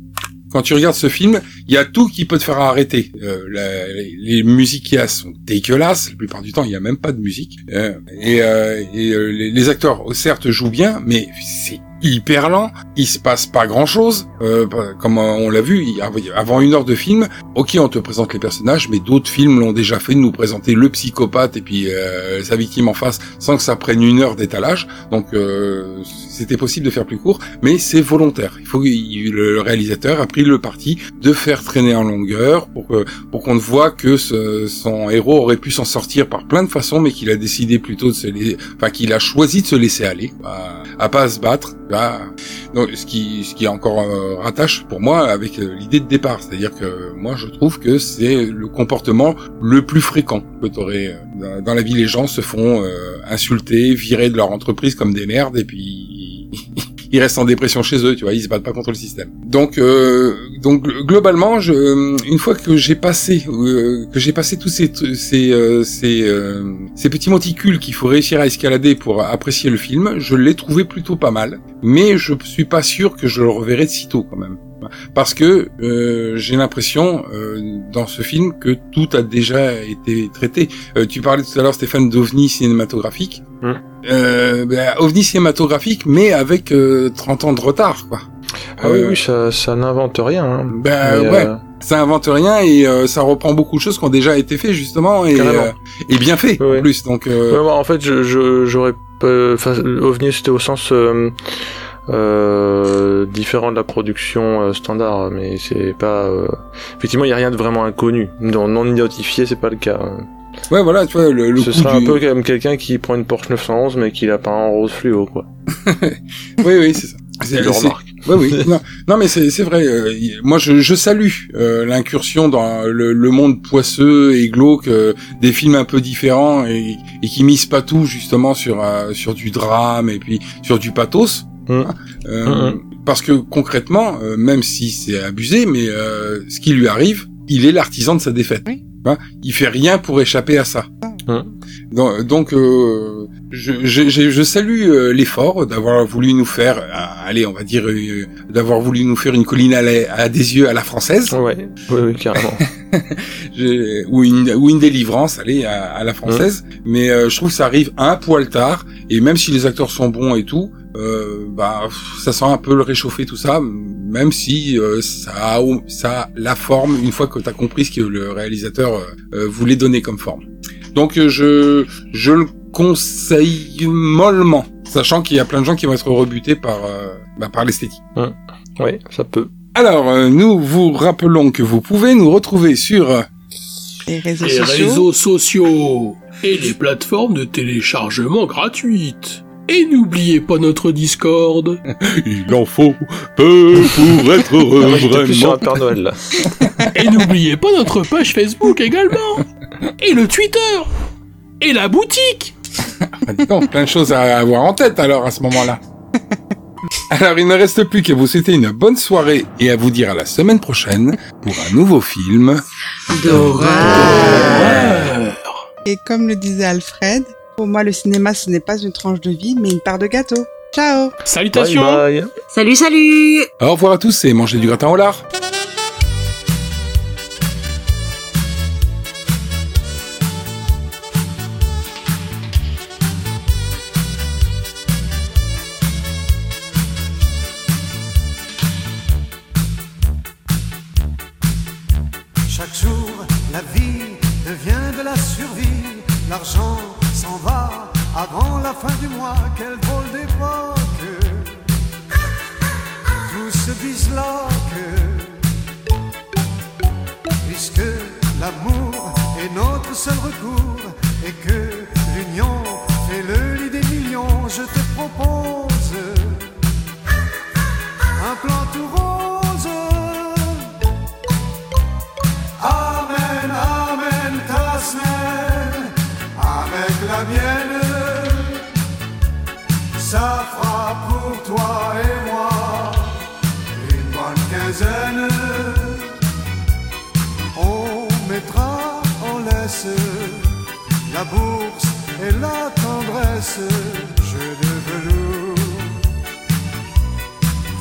Speaker 8: quand tu regardes ce film, il y a tout qui peut te faire arrêter. Euh, la- les, les musiques qu'il y a sont dégueulasses. La plupart du temps, il n'y a même pas de musique. Euh, et euh, et, euh, les, les acteurs, oh, certes, jouent bien, mais c'est hyper lent. Il se passe pas grand-chose. Euh, bah, comme euh, on l'a vu, il- av- avant une heure de film, ok, on te présente les personnages, mais d'autres films l'ont déjà fait, de nous présenter le psychopathe et puis euh, sa victime en face, sans que ça prenne une heure d'étalage. Donc, euh, c'était possible de faire plus court, mais c'est volontaire. Il faut il- le le réalisateur a pris le parti de faire traîner en longueur pour que- pour qu'on ne voit que ce- son héros aurait pu s'en sortir par plein de façons, mais qu'il a décidé plutôt de se laisser, enfin qu'il a choisi de se laisser aller, à, à pas se battre. à- donc, ce qui ce qui encore euh, rattache pour moi avec euh, l'idée de départ, c'est-à-dire que moi je trouve que c'est le comportement le plus fréquent que t'aurais euh, dans, dans la vie. Les gens se font euh, insulter, virer de leur entreprise comme des merdes, et puis ils restent en dépression chez eux, tu vois, ils se battent pas contre le système. Donc, euh, donc gl- globalement, je, une fois que j'ai passé, euh, que j'ai passé tous ces, tru- ces, euh, ces, euh, ces petits monticules qu'il faut réussir à escalader pour apprécier le film, je l'ai trouvé plutôt pas mal, mais je suis pas sûr que je le reverrai de sitôt quand même. Parce que euh, j'ai l'impression euh, dans ce film que tout a déjà été traité. Euh, tu parlais tout à l'heure, Stéphane, d'OVNI cinématographique euh, bah, ovni cinématographique, mais avec euh, 30 ans de retard, quoi.
Speaker 3: Ah oui, oui, ça, ça n'invente rien. hein.
Speaker 8: Ben
Speaker 3: Mais,
Speaker 8: ouais,
Speaker 3: euh,
Speaker 8: ça invente rien et euh, ça reprend beaucoup de choses qui ont déjà été faites justement et,
Speaker 3: Carrément.
Speaker 8: euh, et bien fait en plus. Donc euh,
Speaker 3: Ouais, moi, en fait, je- je- j'aurais pas- enfin, OVNI, c'était au sens euh, euh, différent de la production euh, standard, mais c'est pas. euh, Effectivement, il y a rien de vraiment inconnu. Dans non identifié, c'est pas le cas. hein.
Speaker 8: ouais, voilà, tu vois le, le
Speaker 3: Ce
Speaker 8: coup
Speaker 3: serait
Speaker 8: du-
Speaker 3: un peu comme quelqu'un qui prend une Porsche 911 mais qui la peint en rose fluo, quoi.
Speaker 8: Oui, oui, c'est ça.
Speaker 3: Je le remarque.
Speaker 8: Oui, oui. Non, non, mais c'est c'est vrai. euh, y- moi, je, je salue euh, l'incursion dans le, le monde poisseux et glauque euh, des films un peu différents et, et qui misent pas tout justement sur euh, sur du drame et puis sur du pathos. hein, euh,
Speaker 3: Mm, mm.
Speaker 8: Parce que concrètement, euh, même si c'est abusé, mais euh, ce qui lui arrive, il est l'artisan de sa défaite. Hein, il fait rien pour échapper à ça. Donc, donc, euh, je, je- je- je salue euh, l'effort d'avoir voulu nous faire, euh, allez, on va dire, euh, d'avoir voulu nous faire une colline à, la- à des yeux à la française.
Speaker 3: Ouais, oui, oui, carrément.
Speaker 8: Je- ou une ou une délivrance, allez, à, à la française. Mais euh, je trouve que ça arrive un poil tard. Et même si les acteurs sont bons et tout, euh, bah, pff, ça sent un peu le réchauffer tout ça. Même si euh, ça a, au- ça a la forme une fois que t'as compris ce que le réalisateur euh, euh, voulait donner comme forme. Donc euh, je je le conseille mollement, sachant qu'il y a plein de gens qui vont être rebutés par euh, bah, par l'esthétique.
Speaker 3: Ouais, ça peut.
Speaker 8: Alors euh, nous vous rappelons que vous pouvez nous retrouver sur euh,
Speaker 5: Les réseaux
Speaker 2: Les
Speaker 5: sociaux.
Speaker 2: réseaux sociaux et les plateformes de téléchargement gratuites. Et n'oubliez pas notre Discord.
Speaker 8: Il en faut peu pour être
Speaker 3: Ah ouais, j'étais plus sur un Père Noël, là.
Speaker 2: Et n'oubliez pas notre page Facebook également. Et le Twitter. Et la boutique.
Speaker 8: Ah, dis donc, plein de choses à avoir en tête alors à ce moment-là. Alors il ne reste plus qu'à vous souhaiter une bonne soirée et à vous dire à la semaine prochaine pour un nouveau film.
Speaker 5: Et comme le disait Alfred, pour moi le cinéma ce n'est pas une tranche de vie mais une part de gâteau. Ciao
Speaker 2: Salutations.
Speaker 3: Bye
Speaker 4: Salut, salut
Speaker 8: Au revoir à tous et mangez du gratin au lard.
Speaker 7: Chaque jour, la vie devient de la survie. L'argent s'en va avant la fin du mois. Quel drôle d'époque! se disloque. Puisque l'amour est notre seul recours et que l'union fait le lit des millions, je te propose un plan tout rose. Amen, amen, ta semaine avec la mienne, ça fera pour toi et moi une bonne quinzaine. On mettra en laisse la bourse et la tendresse, jeu de velours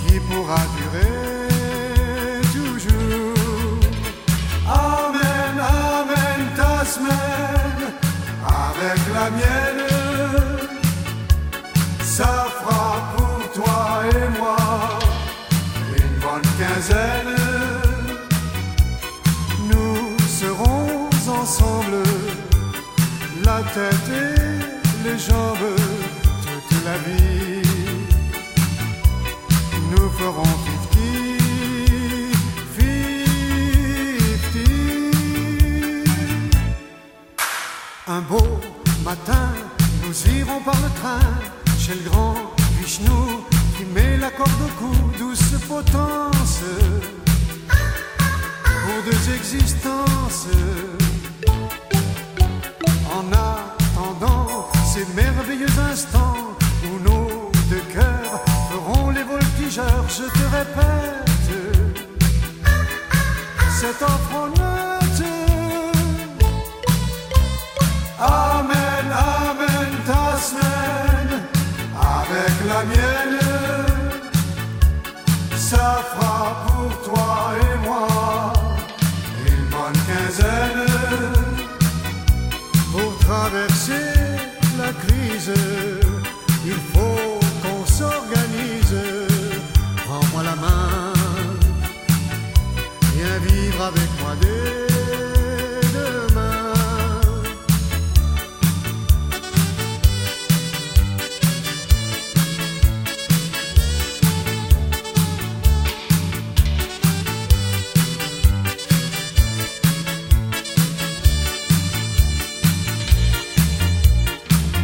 Speaker 7: qui pourra durer toujours. Amen, amen, ta semaine avec la mienne, ça fera pour toi et moi une bonne quinzaine. Nous serons ensemble, la tête et les jambes, toute la vie. Nous ferons 50-50. Un beau matin, nous irons par le train chez le grand Vishnu qui met la corde au cou, douce potence pour deux existences. En attendant ces merveilleux instants où nos deux cœurs feront les voltigeurs, je te répète, cette offre honnête. Amen, amen, ta semaine avec la mienne, ça fera pour toi et moi une bonne quinzaine pour traverser la crise. Il faut qu'on s'organise. Prends-moi la main, viens vivre avec moi dès demain.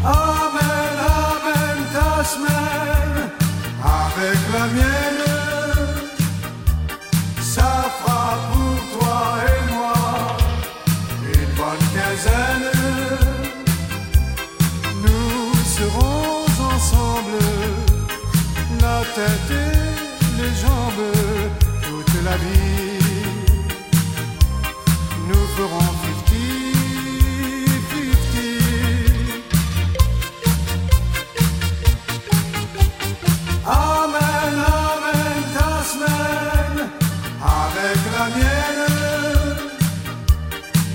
Speaker 7: Amen, amen, ta semaine avec la mienne. Ça fera pour toi et moi une bonne quinzaine. Nous serons ensemble, la tête et les jambes, toute la vie. Nous ferons 50-50. Amen, amen, ta semaine avec la mienne.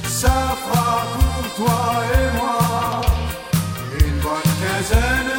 Speaker 7: Ça fera pour toi et moi une bonne quinzaine.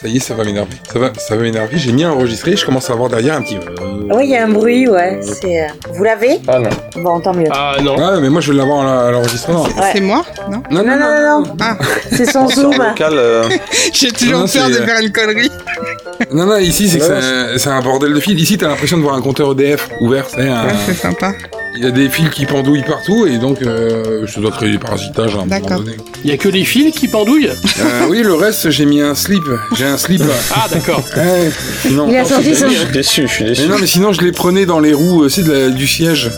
Speaker 8: Ça y est, ça va m'énerver. Ça va, ça va m'énerver. J'ai mis à enregistrer. Je commence à avoir derrière un petit. euh,
Speaker 4: Ah Oui, il y a un bruit, ouais. C'est. euh, Vous l'avez
Speaker 8: Ah non.
Speaker 4: Bon, tant mieux.
Speaker 2: Ah non.
Speaker 8: Ah mais moi je vais l'avoir à l'enregistrement.
Speaker 4: C'est
Speaker 5: moi Non
Speaker 8: Non, non, Ah.
Speaker 4: non, non. C'est son zoom.
Speaker 3: euh,
Speaker 5: J'ai toujours
Speaker 8: Non,
Speaker 5: peur
Speaker 8: c'est- euh,
Speaker 5: de faire une connerie.
Speaker 8: Non, non, ici, c'est que c'est un- c'est un, bordel de fils. Ici, t'as l'impression de voir un compteur EDF ouvert, c'est un...
Speaker 5: Ouais, c'est sympa.
Speaker 8: Il y a des fils qui pendouillent partout, et donc, euh, je dois créer du parasitage à un moment donné.
Speaker 2: Il y a que les fils qui pendouillent
Speaker 8: Euh, oui, le reste, j'ai mis un slip. J'ai un slip.
Speaker 2: Ah, d'accord.
Speaker 8: Ouais, sinon-
Speaker 4: Il a sorti son-
Speaker 3: Je suis déçu, je suis déçu.
Speaker 8: Mais non, mais sinon, je les prenais dans les roues, euh, c'est de la- du siège.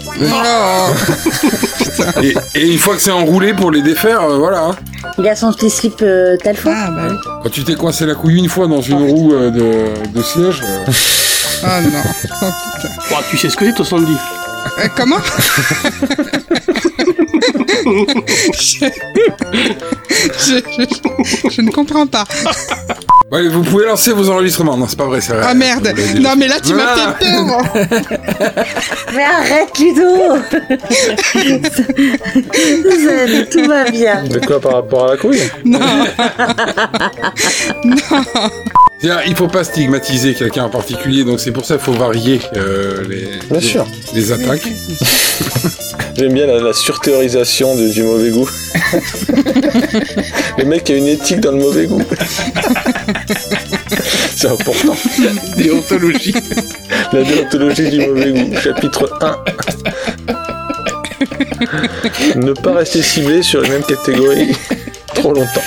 Speaker 8: et, et une fois que c'est enroulé pour les défaire, euh, voilà. hein.
Speaker 4: Il a son petit slip euh, talfon.
Speaker 5: Ah, bah
Speaker 8: Quand tu t'es coincé la couille une fois dans une roue euh, de, de siège. euh.
Speaker 5: Ah non.
Speaker 2: Oh, tu sais ce que c'est, ton Sandy
Speaker 5: Euh, comment je... je- je- je ne comprends pas.
Speaker 8: Ouais, vous pouvez lancer vos enregistrements. Non, c'est pas vrai, c'est vrai.
Speaker 5: Ah merde Non mais là tu m'as
Speaker 8: Ah.
Speaker 5: fait peur moi.
Speaker 4: Mais arrête, Ludo Ça- Tout va bien.
Speaker 3: De quoi par rapport à la couille
Speaker 8: Tiens, il faut pas stigmatiser quelqu'un en particulier, donc c'est pour ça qu'il faut varier euh, les, les-
Speaker 3: sûr.
Speaker 8: les attaques.
Speaker 3: J'aime bien la, la surthéorisation du, du mauvais goût. le mec a une éthique dans le mauvais goût. C'est important.
Speaker 8: Déontologie.
Speaker 3: La déontologie du mauvais goût, chapitre 1. ne pas rester ciblé sur les mêmes catégories trop longtemps.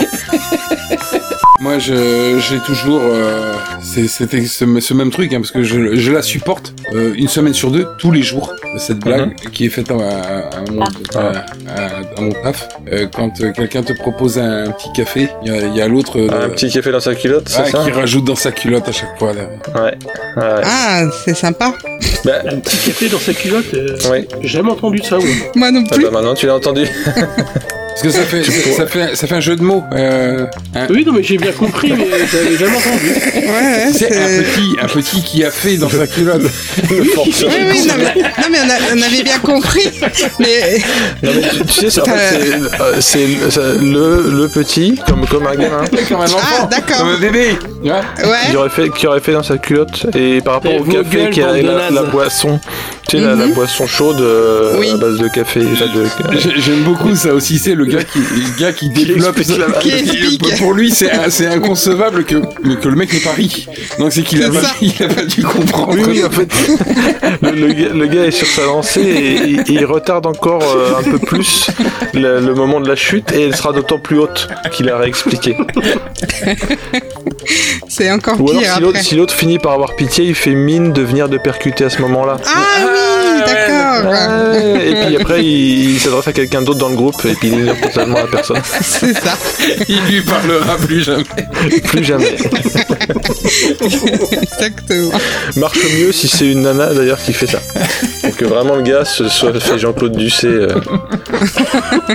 Speaker 8: Moi, je- j'ai toujours euh, c'est- c'était ce, ce même truc, hein, parce que je, je la supporte euh, une semaine sur deux, tous les jours, cette blague
Speaker 3: Mhm.
Speaker 8: qui est faite à, à- à mon, à- à- à mon taf. Euh, quand euh, quelqu'un te propose un petit café, il y a, il y a l'autre euh,
Speaker 3: Ah, Un petit café dans sa culotte, c'est
Speaker 8: ah,
Speaker 3: ça
Speaker 8: qui rajoute dans sa culotte à chaque fois. là.
Speaker 3: Ouais. Bah,
Speaker 5: Ah, c'est sympa.
Speaker 3: un petit
Speaker 2: café dans sa culotte. euh, J'ai jamais entendu ça. oui.
Speaker 5: Moi non
Speaker 3: Ah bah maintenant tu l'as entendu.
Speaker 8: Parce que ça fait,
Speaker 3: Tu
Speaker 8: ça,
Speaker 3: pourras-
Speaker 8: ça fait, ça fait un jeu de mots. euh, un-
Speaker 2: Oui, non, mais j'ai bien compris, mais j'avais jamais entendu.
Speaker 5: Eh,
Speaker 8: c'est un petit, un petit qui a fait dans sa culotte.
Speaker 5: Oui, oui, non, mais, non, mais on, a- on avait bien compris. Mais
Speaker 3: Non, mais tu, tu sais, c'est- en fait, c'est- euh, c'est le- ça- le, le petit, comme, comme un gamin.
Speaker 8: Comme un
Speaker 5: ah,
Speaker 8: enfant, comme un bébé. tu vois.
Speaker 3: Qui, aurait fait, qui aurait fait dans sa culotte. Et par rapport
Speaker 8: Eh,
Speaker 3: au
Speaker 8: vos
Speaker 3: café
Speaker 8: gueules,
Speaker 3: qui a
Speaker 8: bande de
Speaker 3: la, la
Speaker 8: nazes.
Speaker 3: boisson. Tu sais, la- la, boisson chaude euh, à base de café. enfin, de-
Speaker 8: J'ai- J'aime beaucoup ça aussi, c'est le gars qui, le gars qui développe.
Speaker 3: explique la- Qui explique.
Speaker 8: Pour lui, c'est un- c'est inconcevable que, mais que le mec n'ait pas ri. Donc c'est qu'il a,
Speaker 3: C'est
Speaker 8: pas-
Speaker 3: ça.
Speaker 8: il a pas dû comprendre.
Speaker 3: Oui, oui, en fait, le, le gars, le gars est sur sa lancée et, il- il retarde encore euh, un peu plus le, le moment de la chute et elle sera d'autant plus haute qu'il a réexpliqué.
Speaker 5: c'est encore
Speaker 3: Ou alors,
Speaker 5: pire
Speaker 3: si l'autre-
Speaker 5: après.
Speaker 3: si l'autre finit par avoir pitié, il fait mine de venir de percuter à ce moment-là.
Speaker 5: Ah oui, d'accord.
Speaker 3: Ouais, Et puis après, il, il s'adresse à quelqu'un d'autre dans le groupe et puis il ignore totalement la personne.
Speaker 5: C'est ça.
Speaker 8: Il lui parlera plus jamais.
Speaker 3: Plus jamais.
Speaker 5: Exactement.
Speaker 3: Marche mieux si c'est une nana d'ailleurs qui fait ça. Pour que vraiment le gars se soit fait Jean-Claude Ducé. euh,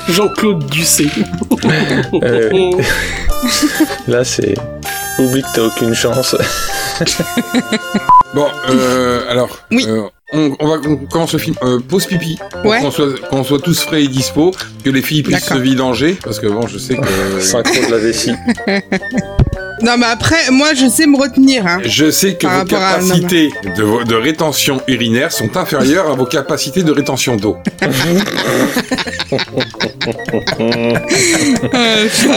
Speaker 2: Jean-Claude Oh, Ducé.
Speaker 3: euh, là, c'est. Oublie que t'as aucune chance.
Speaker 8: Bon, euh, alors. euh, on, on va on commence le film. Euh, pause pipi. Pour
Speaker 5: Ouais.
Speaker 8: Qu'on soit, qu'on soit tous frais et dispo, que les filles puissent se vidanger, parce que bon, je sais que.
Speaker 3: Synchro de la vessie.
Speaker 5: Non, mais après, moi, je sais me retenir. hein.
Speaker 8: Je sais que
Speaker 5: Par
Speaker 8: vos
Speaker 5: rapport à un homme.
Speaker 8: capacités de, vo- de rétention urinaire sont inférieures à vos capacités de rétention d'eau.
Speaker 5: Euh,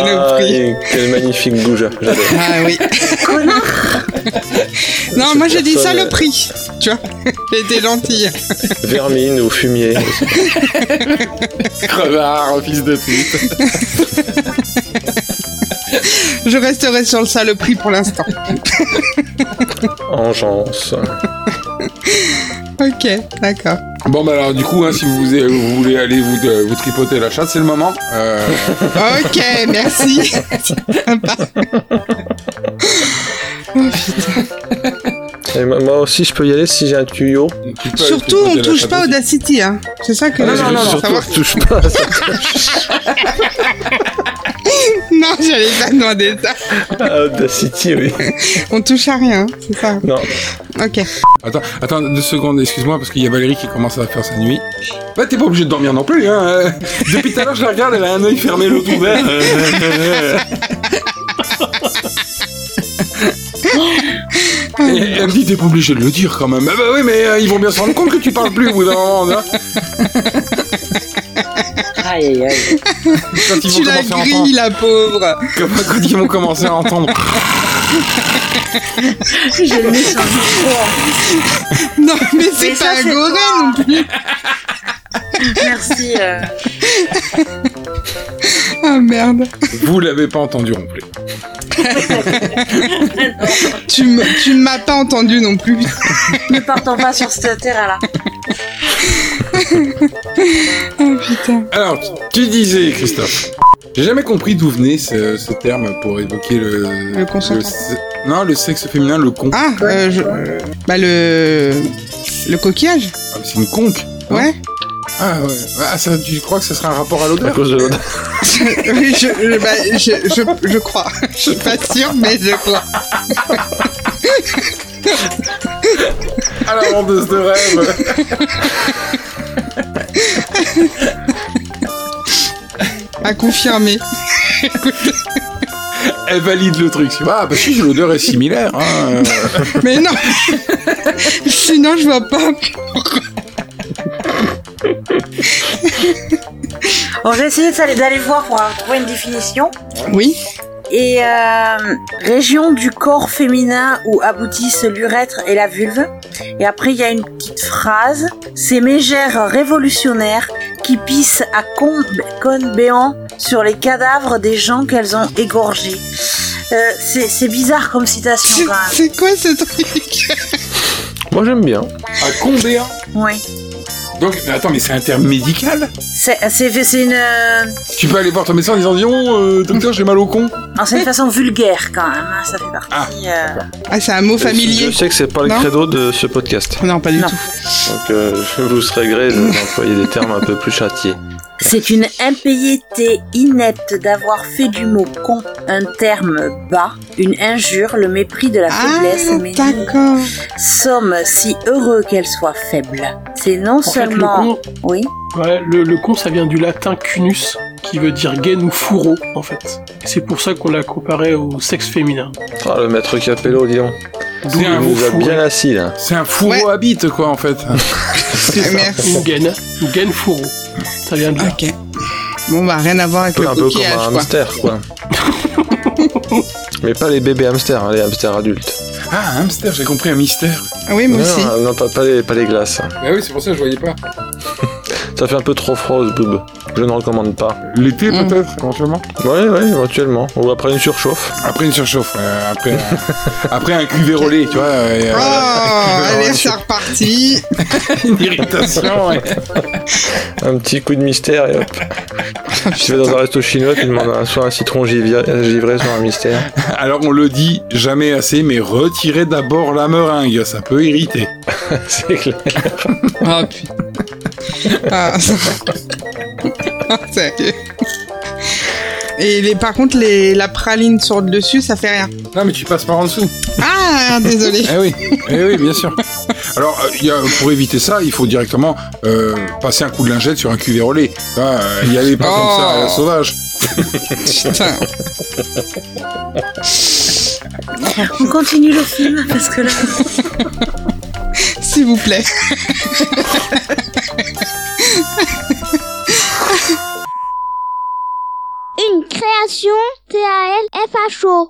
Speaker 3: Ah, et quel magnifique goujat, j'adore.
Speaker 5: Ah oui. Non,
Speaker 3: Cette
Speaker 5: moi, j'ai dit
Speaker 3: personne,
Speaker 5: saloperie. Tu vois, j'ai été gentille.
Speaker 3: Vermine ou fumier.
Speaker 8: Crevard, fils de pute.
Speaker 5: Je resterai sur le saloperie pour l'instant.
Speaker 3: Engeance.
Speaker 5: ok, d'accord.
Speaker 8: Bon, bah alors, du coup, hein, si vous, vous voulez aller vous, euh, vous tripoter la chatte, c'est le moment. Euh,
Speaker 5: Ok, merci. Sympa. Oh, putain.
Speaker 3: Et moi- moi aussi, je peux y aller si j'ai un tuyau.
Speaker 5: Surtout, on touche pas Audacity, hein. C'est ça que.
Speaker 3: Non, non, non, non.
Speaker 5: Ça va
Speaker 3: Surtout, on touche pas à ça.
Speaker 5: non, j'allais pas demander ça.
Speaker 3: Ah, Audacity, oui.
Speaker 5: On touche à rien, c'est ça
Speaker 3: Non.
Speaker 5: Ok.
Speaker 8: Attends, attends deux secondes, excuse-moi, parce qu'il y a Valérie qui commence à faire sa nuit. Bah, t'es pas obligé de dormir non plus, hein. euh. Depuis tout à l'heure, je la regarde, elle a un œil fermé, l'autre ouvert. Euh, Et elle me dit, t'es pas obligé de le dire quand même. Ah bah oui, mais euh, ils vont bien se rendre compte que tu parles plus au bout d'un moment, hein. là.
Speaker 4: Aïe, aïe, aï.
Speaker 8: Quand ils vont
Speaker 5: tu la
Speaker 8: commencer à entendre-
Speaker 5: grilles, la pauvre.
Speaker 8: Quand, quand ils vont commencer à entendre.
Speaker 4: J'ai le nez sur le
Speaker 5: Non, mais c'est
Speaker 4: Mais ça,
Speaker 5: pas un
Speaker 4: c'est
Speaker 5: goré non plus.
Speaker 4: Merci. euh.
Speaker 5: Ah merde.
Speaker 8: Vous l'avez pas entendu rompre.
Speaker 5: Tu me- tu ne m'as pas entendu non plus.
Speaker 4: Ne partons pas sur ce terrain-là.
Speaker 5: Oh putain.
Speaker 8: Alors, tu disais, Christophe, j'ai jamais compris d'où venait ce, ce terme pour évoquer le.
Speaker 5: Le consentement.
Speaker 8: se- non, le sexe féminin, le con.
Speaker 5: Ah, euh, je- bah le. Le coquillage.
Speaker 8: Ah, mais C'est une conque.
Speaker 5: Ouais.
Speaker 8: Ah ouais. Ah, ça, tu crois que ça sera un rapport à l'odeur
Speaker 3: À cause de l'odeur.
Speaker 5: oui, je, je- bah, je, je- je crois. Je suis pas sûr, mais je crois.
Speaker 8: À la vendeuse de rêve
Speaker 5: À confirmer.
Speaker 8: Elle valide le truc. c'est- Ah bah si, l'odeur est similaire. Hein.
Speaker 5: Mais non Sinon, je vois pas.
Speaker 4: Bon, j'ai essayé de ça- d'aller voir pour euh, trouver une définition.
Speaker 5: Oui.
Speaker 4: Et euh, région du corps féminin où aboutissent l'urètre et la vulve. Et après, il y a une petite phrase. Ces mégères révolutionnaires qui pissent à con- cône béant sur les cadavres des gens qu'elles ont égorgés. Euh, c'est c'est bizarre comme citation quand même.
Speaker 5: C'est quoi ce truc
Speaker 3: Moi j'aime bien.
Speaker 8: À Combéen
Speaker 4: Oui.
Speaker 8: Donc, mais attends, mais c'est un terme médical
Speaker 4: C'est c'est- c'est une, euh,
Speaker 8: Tu peux aller voir ton médecin en disant Disons, euh, docteur, j'ai mal au con.
Speaker 4: non, c'est une façon vulgaire quand même. hein, Ça fait partie. euh,
Speaker 5: Ah, c'est un mot familier.
Speaker 3: Je sais que c'est pas le
Speaker 5: Non
Speaker 3: credo de ce podcast.
Speaker 5: Non, pas du
Speaker 4: Non.
Speaker 5: tout.
Speaker 3: Donc euh, je vous serais gré de- d'employer des termes un peu plus châtiés.
Speaker 4: C'est une impayété inepte d'avoir fait du mot con un terme bas, une injure, le mépris de la faiblesse. mais
Speaker 5: Ah, d'accord.
Speaker 4: Sommes si heureux qu'elle soit faible. C'est non
Speaker 2: En fait, le
Speaker 4: seulement.
Speaker 2: con-
Speaker 4: oui.
Speaker 2: Ouais, le, le con, ça vient du latin cunus, qui veut dire gaine ou fourreau, en fait. Et c'est pour ça qu'on l'a comparé au sexe féminin.
Speaker 3: Ah, le maître Capello, dis donc.
Speaker 2: D'où
Speaker 3: Il
Speaker 2: le mot
Speaker 3: nous a
Speaker 2: fourreau.
Speaker 3: bien assis là.
Speaker 8: C'est un fourreau à bite, quoi, en fait.
Speaker 2: C'est ça. Une gaine. Une gaine fourreau. Ça vient de là.
Speaker 5: Ok. Bon, bah, rien à voir avec
Speaker 3: Oui,
Speaker 5: le
Speaker 3: un peu comme
Speaker 5: coquillage,
Speaker 3: un
Speaker 5: quoi.
Speaker 3: hamster, quoi. Mais pas les bébés hamsters, hein, les hamsters adultes.
Speaker 8: Ah, un hamster, j'ai compris, un mystère.
Speaker 5: Ah oui,
Speaker 3: non, Non, pas, pas les, pas les glaces. hein.
Speaker 8: Ah oui, c'est pour ça que je voyais pas.
Speaker 3: Ça fait un peu trop froid aux boobs. Je ne recommande pas.
Speaker 8: L'été, peut-être, éventuellement
Speaker 3: Ouais, ouais, éventuellement. Ou après une surchauffe.
Speaker 8: Après une surchauffe, euh, après, un- après un cuvée relais, tu vois. euh, et, euh,
Speaker 5: Oh,
Speaker 8: un
Speaker 5: allez,
Speaker 8: cuvée
Speaker 5: c'est
Speaker 8: relais.
Speaker 5: reparti.
Speaker 8: Une irritation, ouais.
Speaker 3: Un petit coup de mystère et hop. tu vas dans un resto chinois, tu demandes un- soit un citron givré, givré soit un mystère.
Speaker 8: Alors on le dit jamais assez, mais retirez d'abord la meringue, ça peut irriter.
Speaker 3: c'est clair.
Speaker 5: Ah, putain. Ah, sérieux. Et les, par contre, les, la praline sur le dessus, ça fait rien.
Speaker 8: Non, mais tu passes par en dessous.
Speaker 5: Ah, désolé.
Speaker 8: Eh oui, eh oui, bien sûr. Alors, euh, il y a- pour éviter ça, il faut directement euh, passer un coup de lingette sur un cuvée relais. Ah, euh, y aller pas comme ça à la
Speaker 5: Oh.
Speaker 8: sauvage.
Speaker 5: Putain.
Speaker 4: On continue le film parce que là.
Speaker 5: S'il vous plaît.
Speaker 16: Une création T-A-L-F-H-O.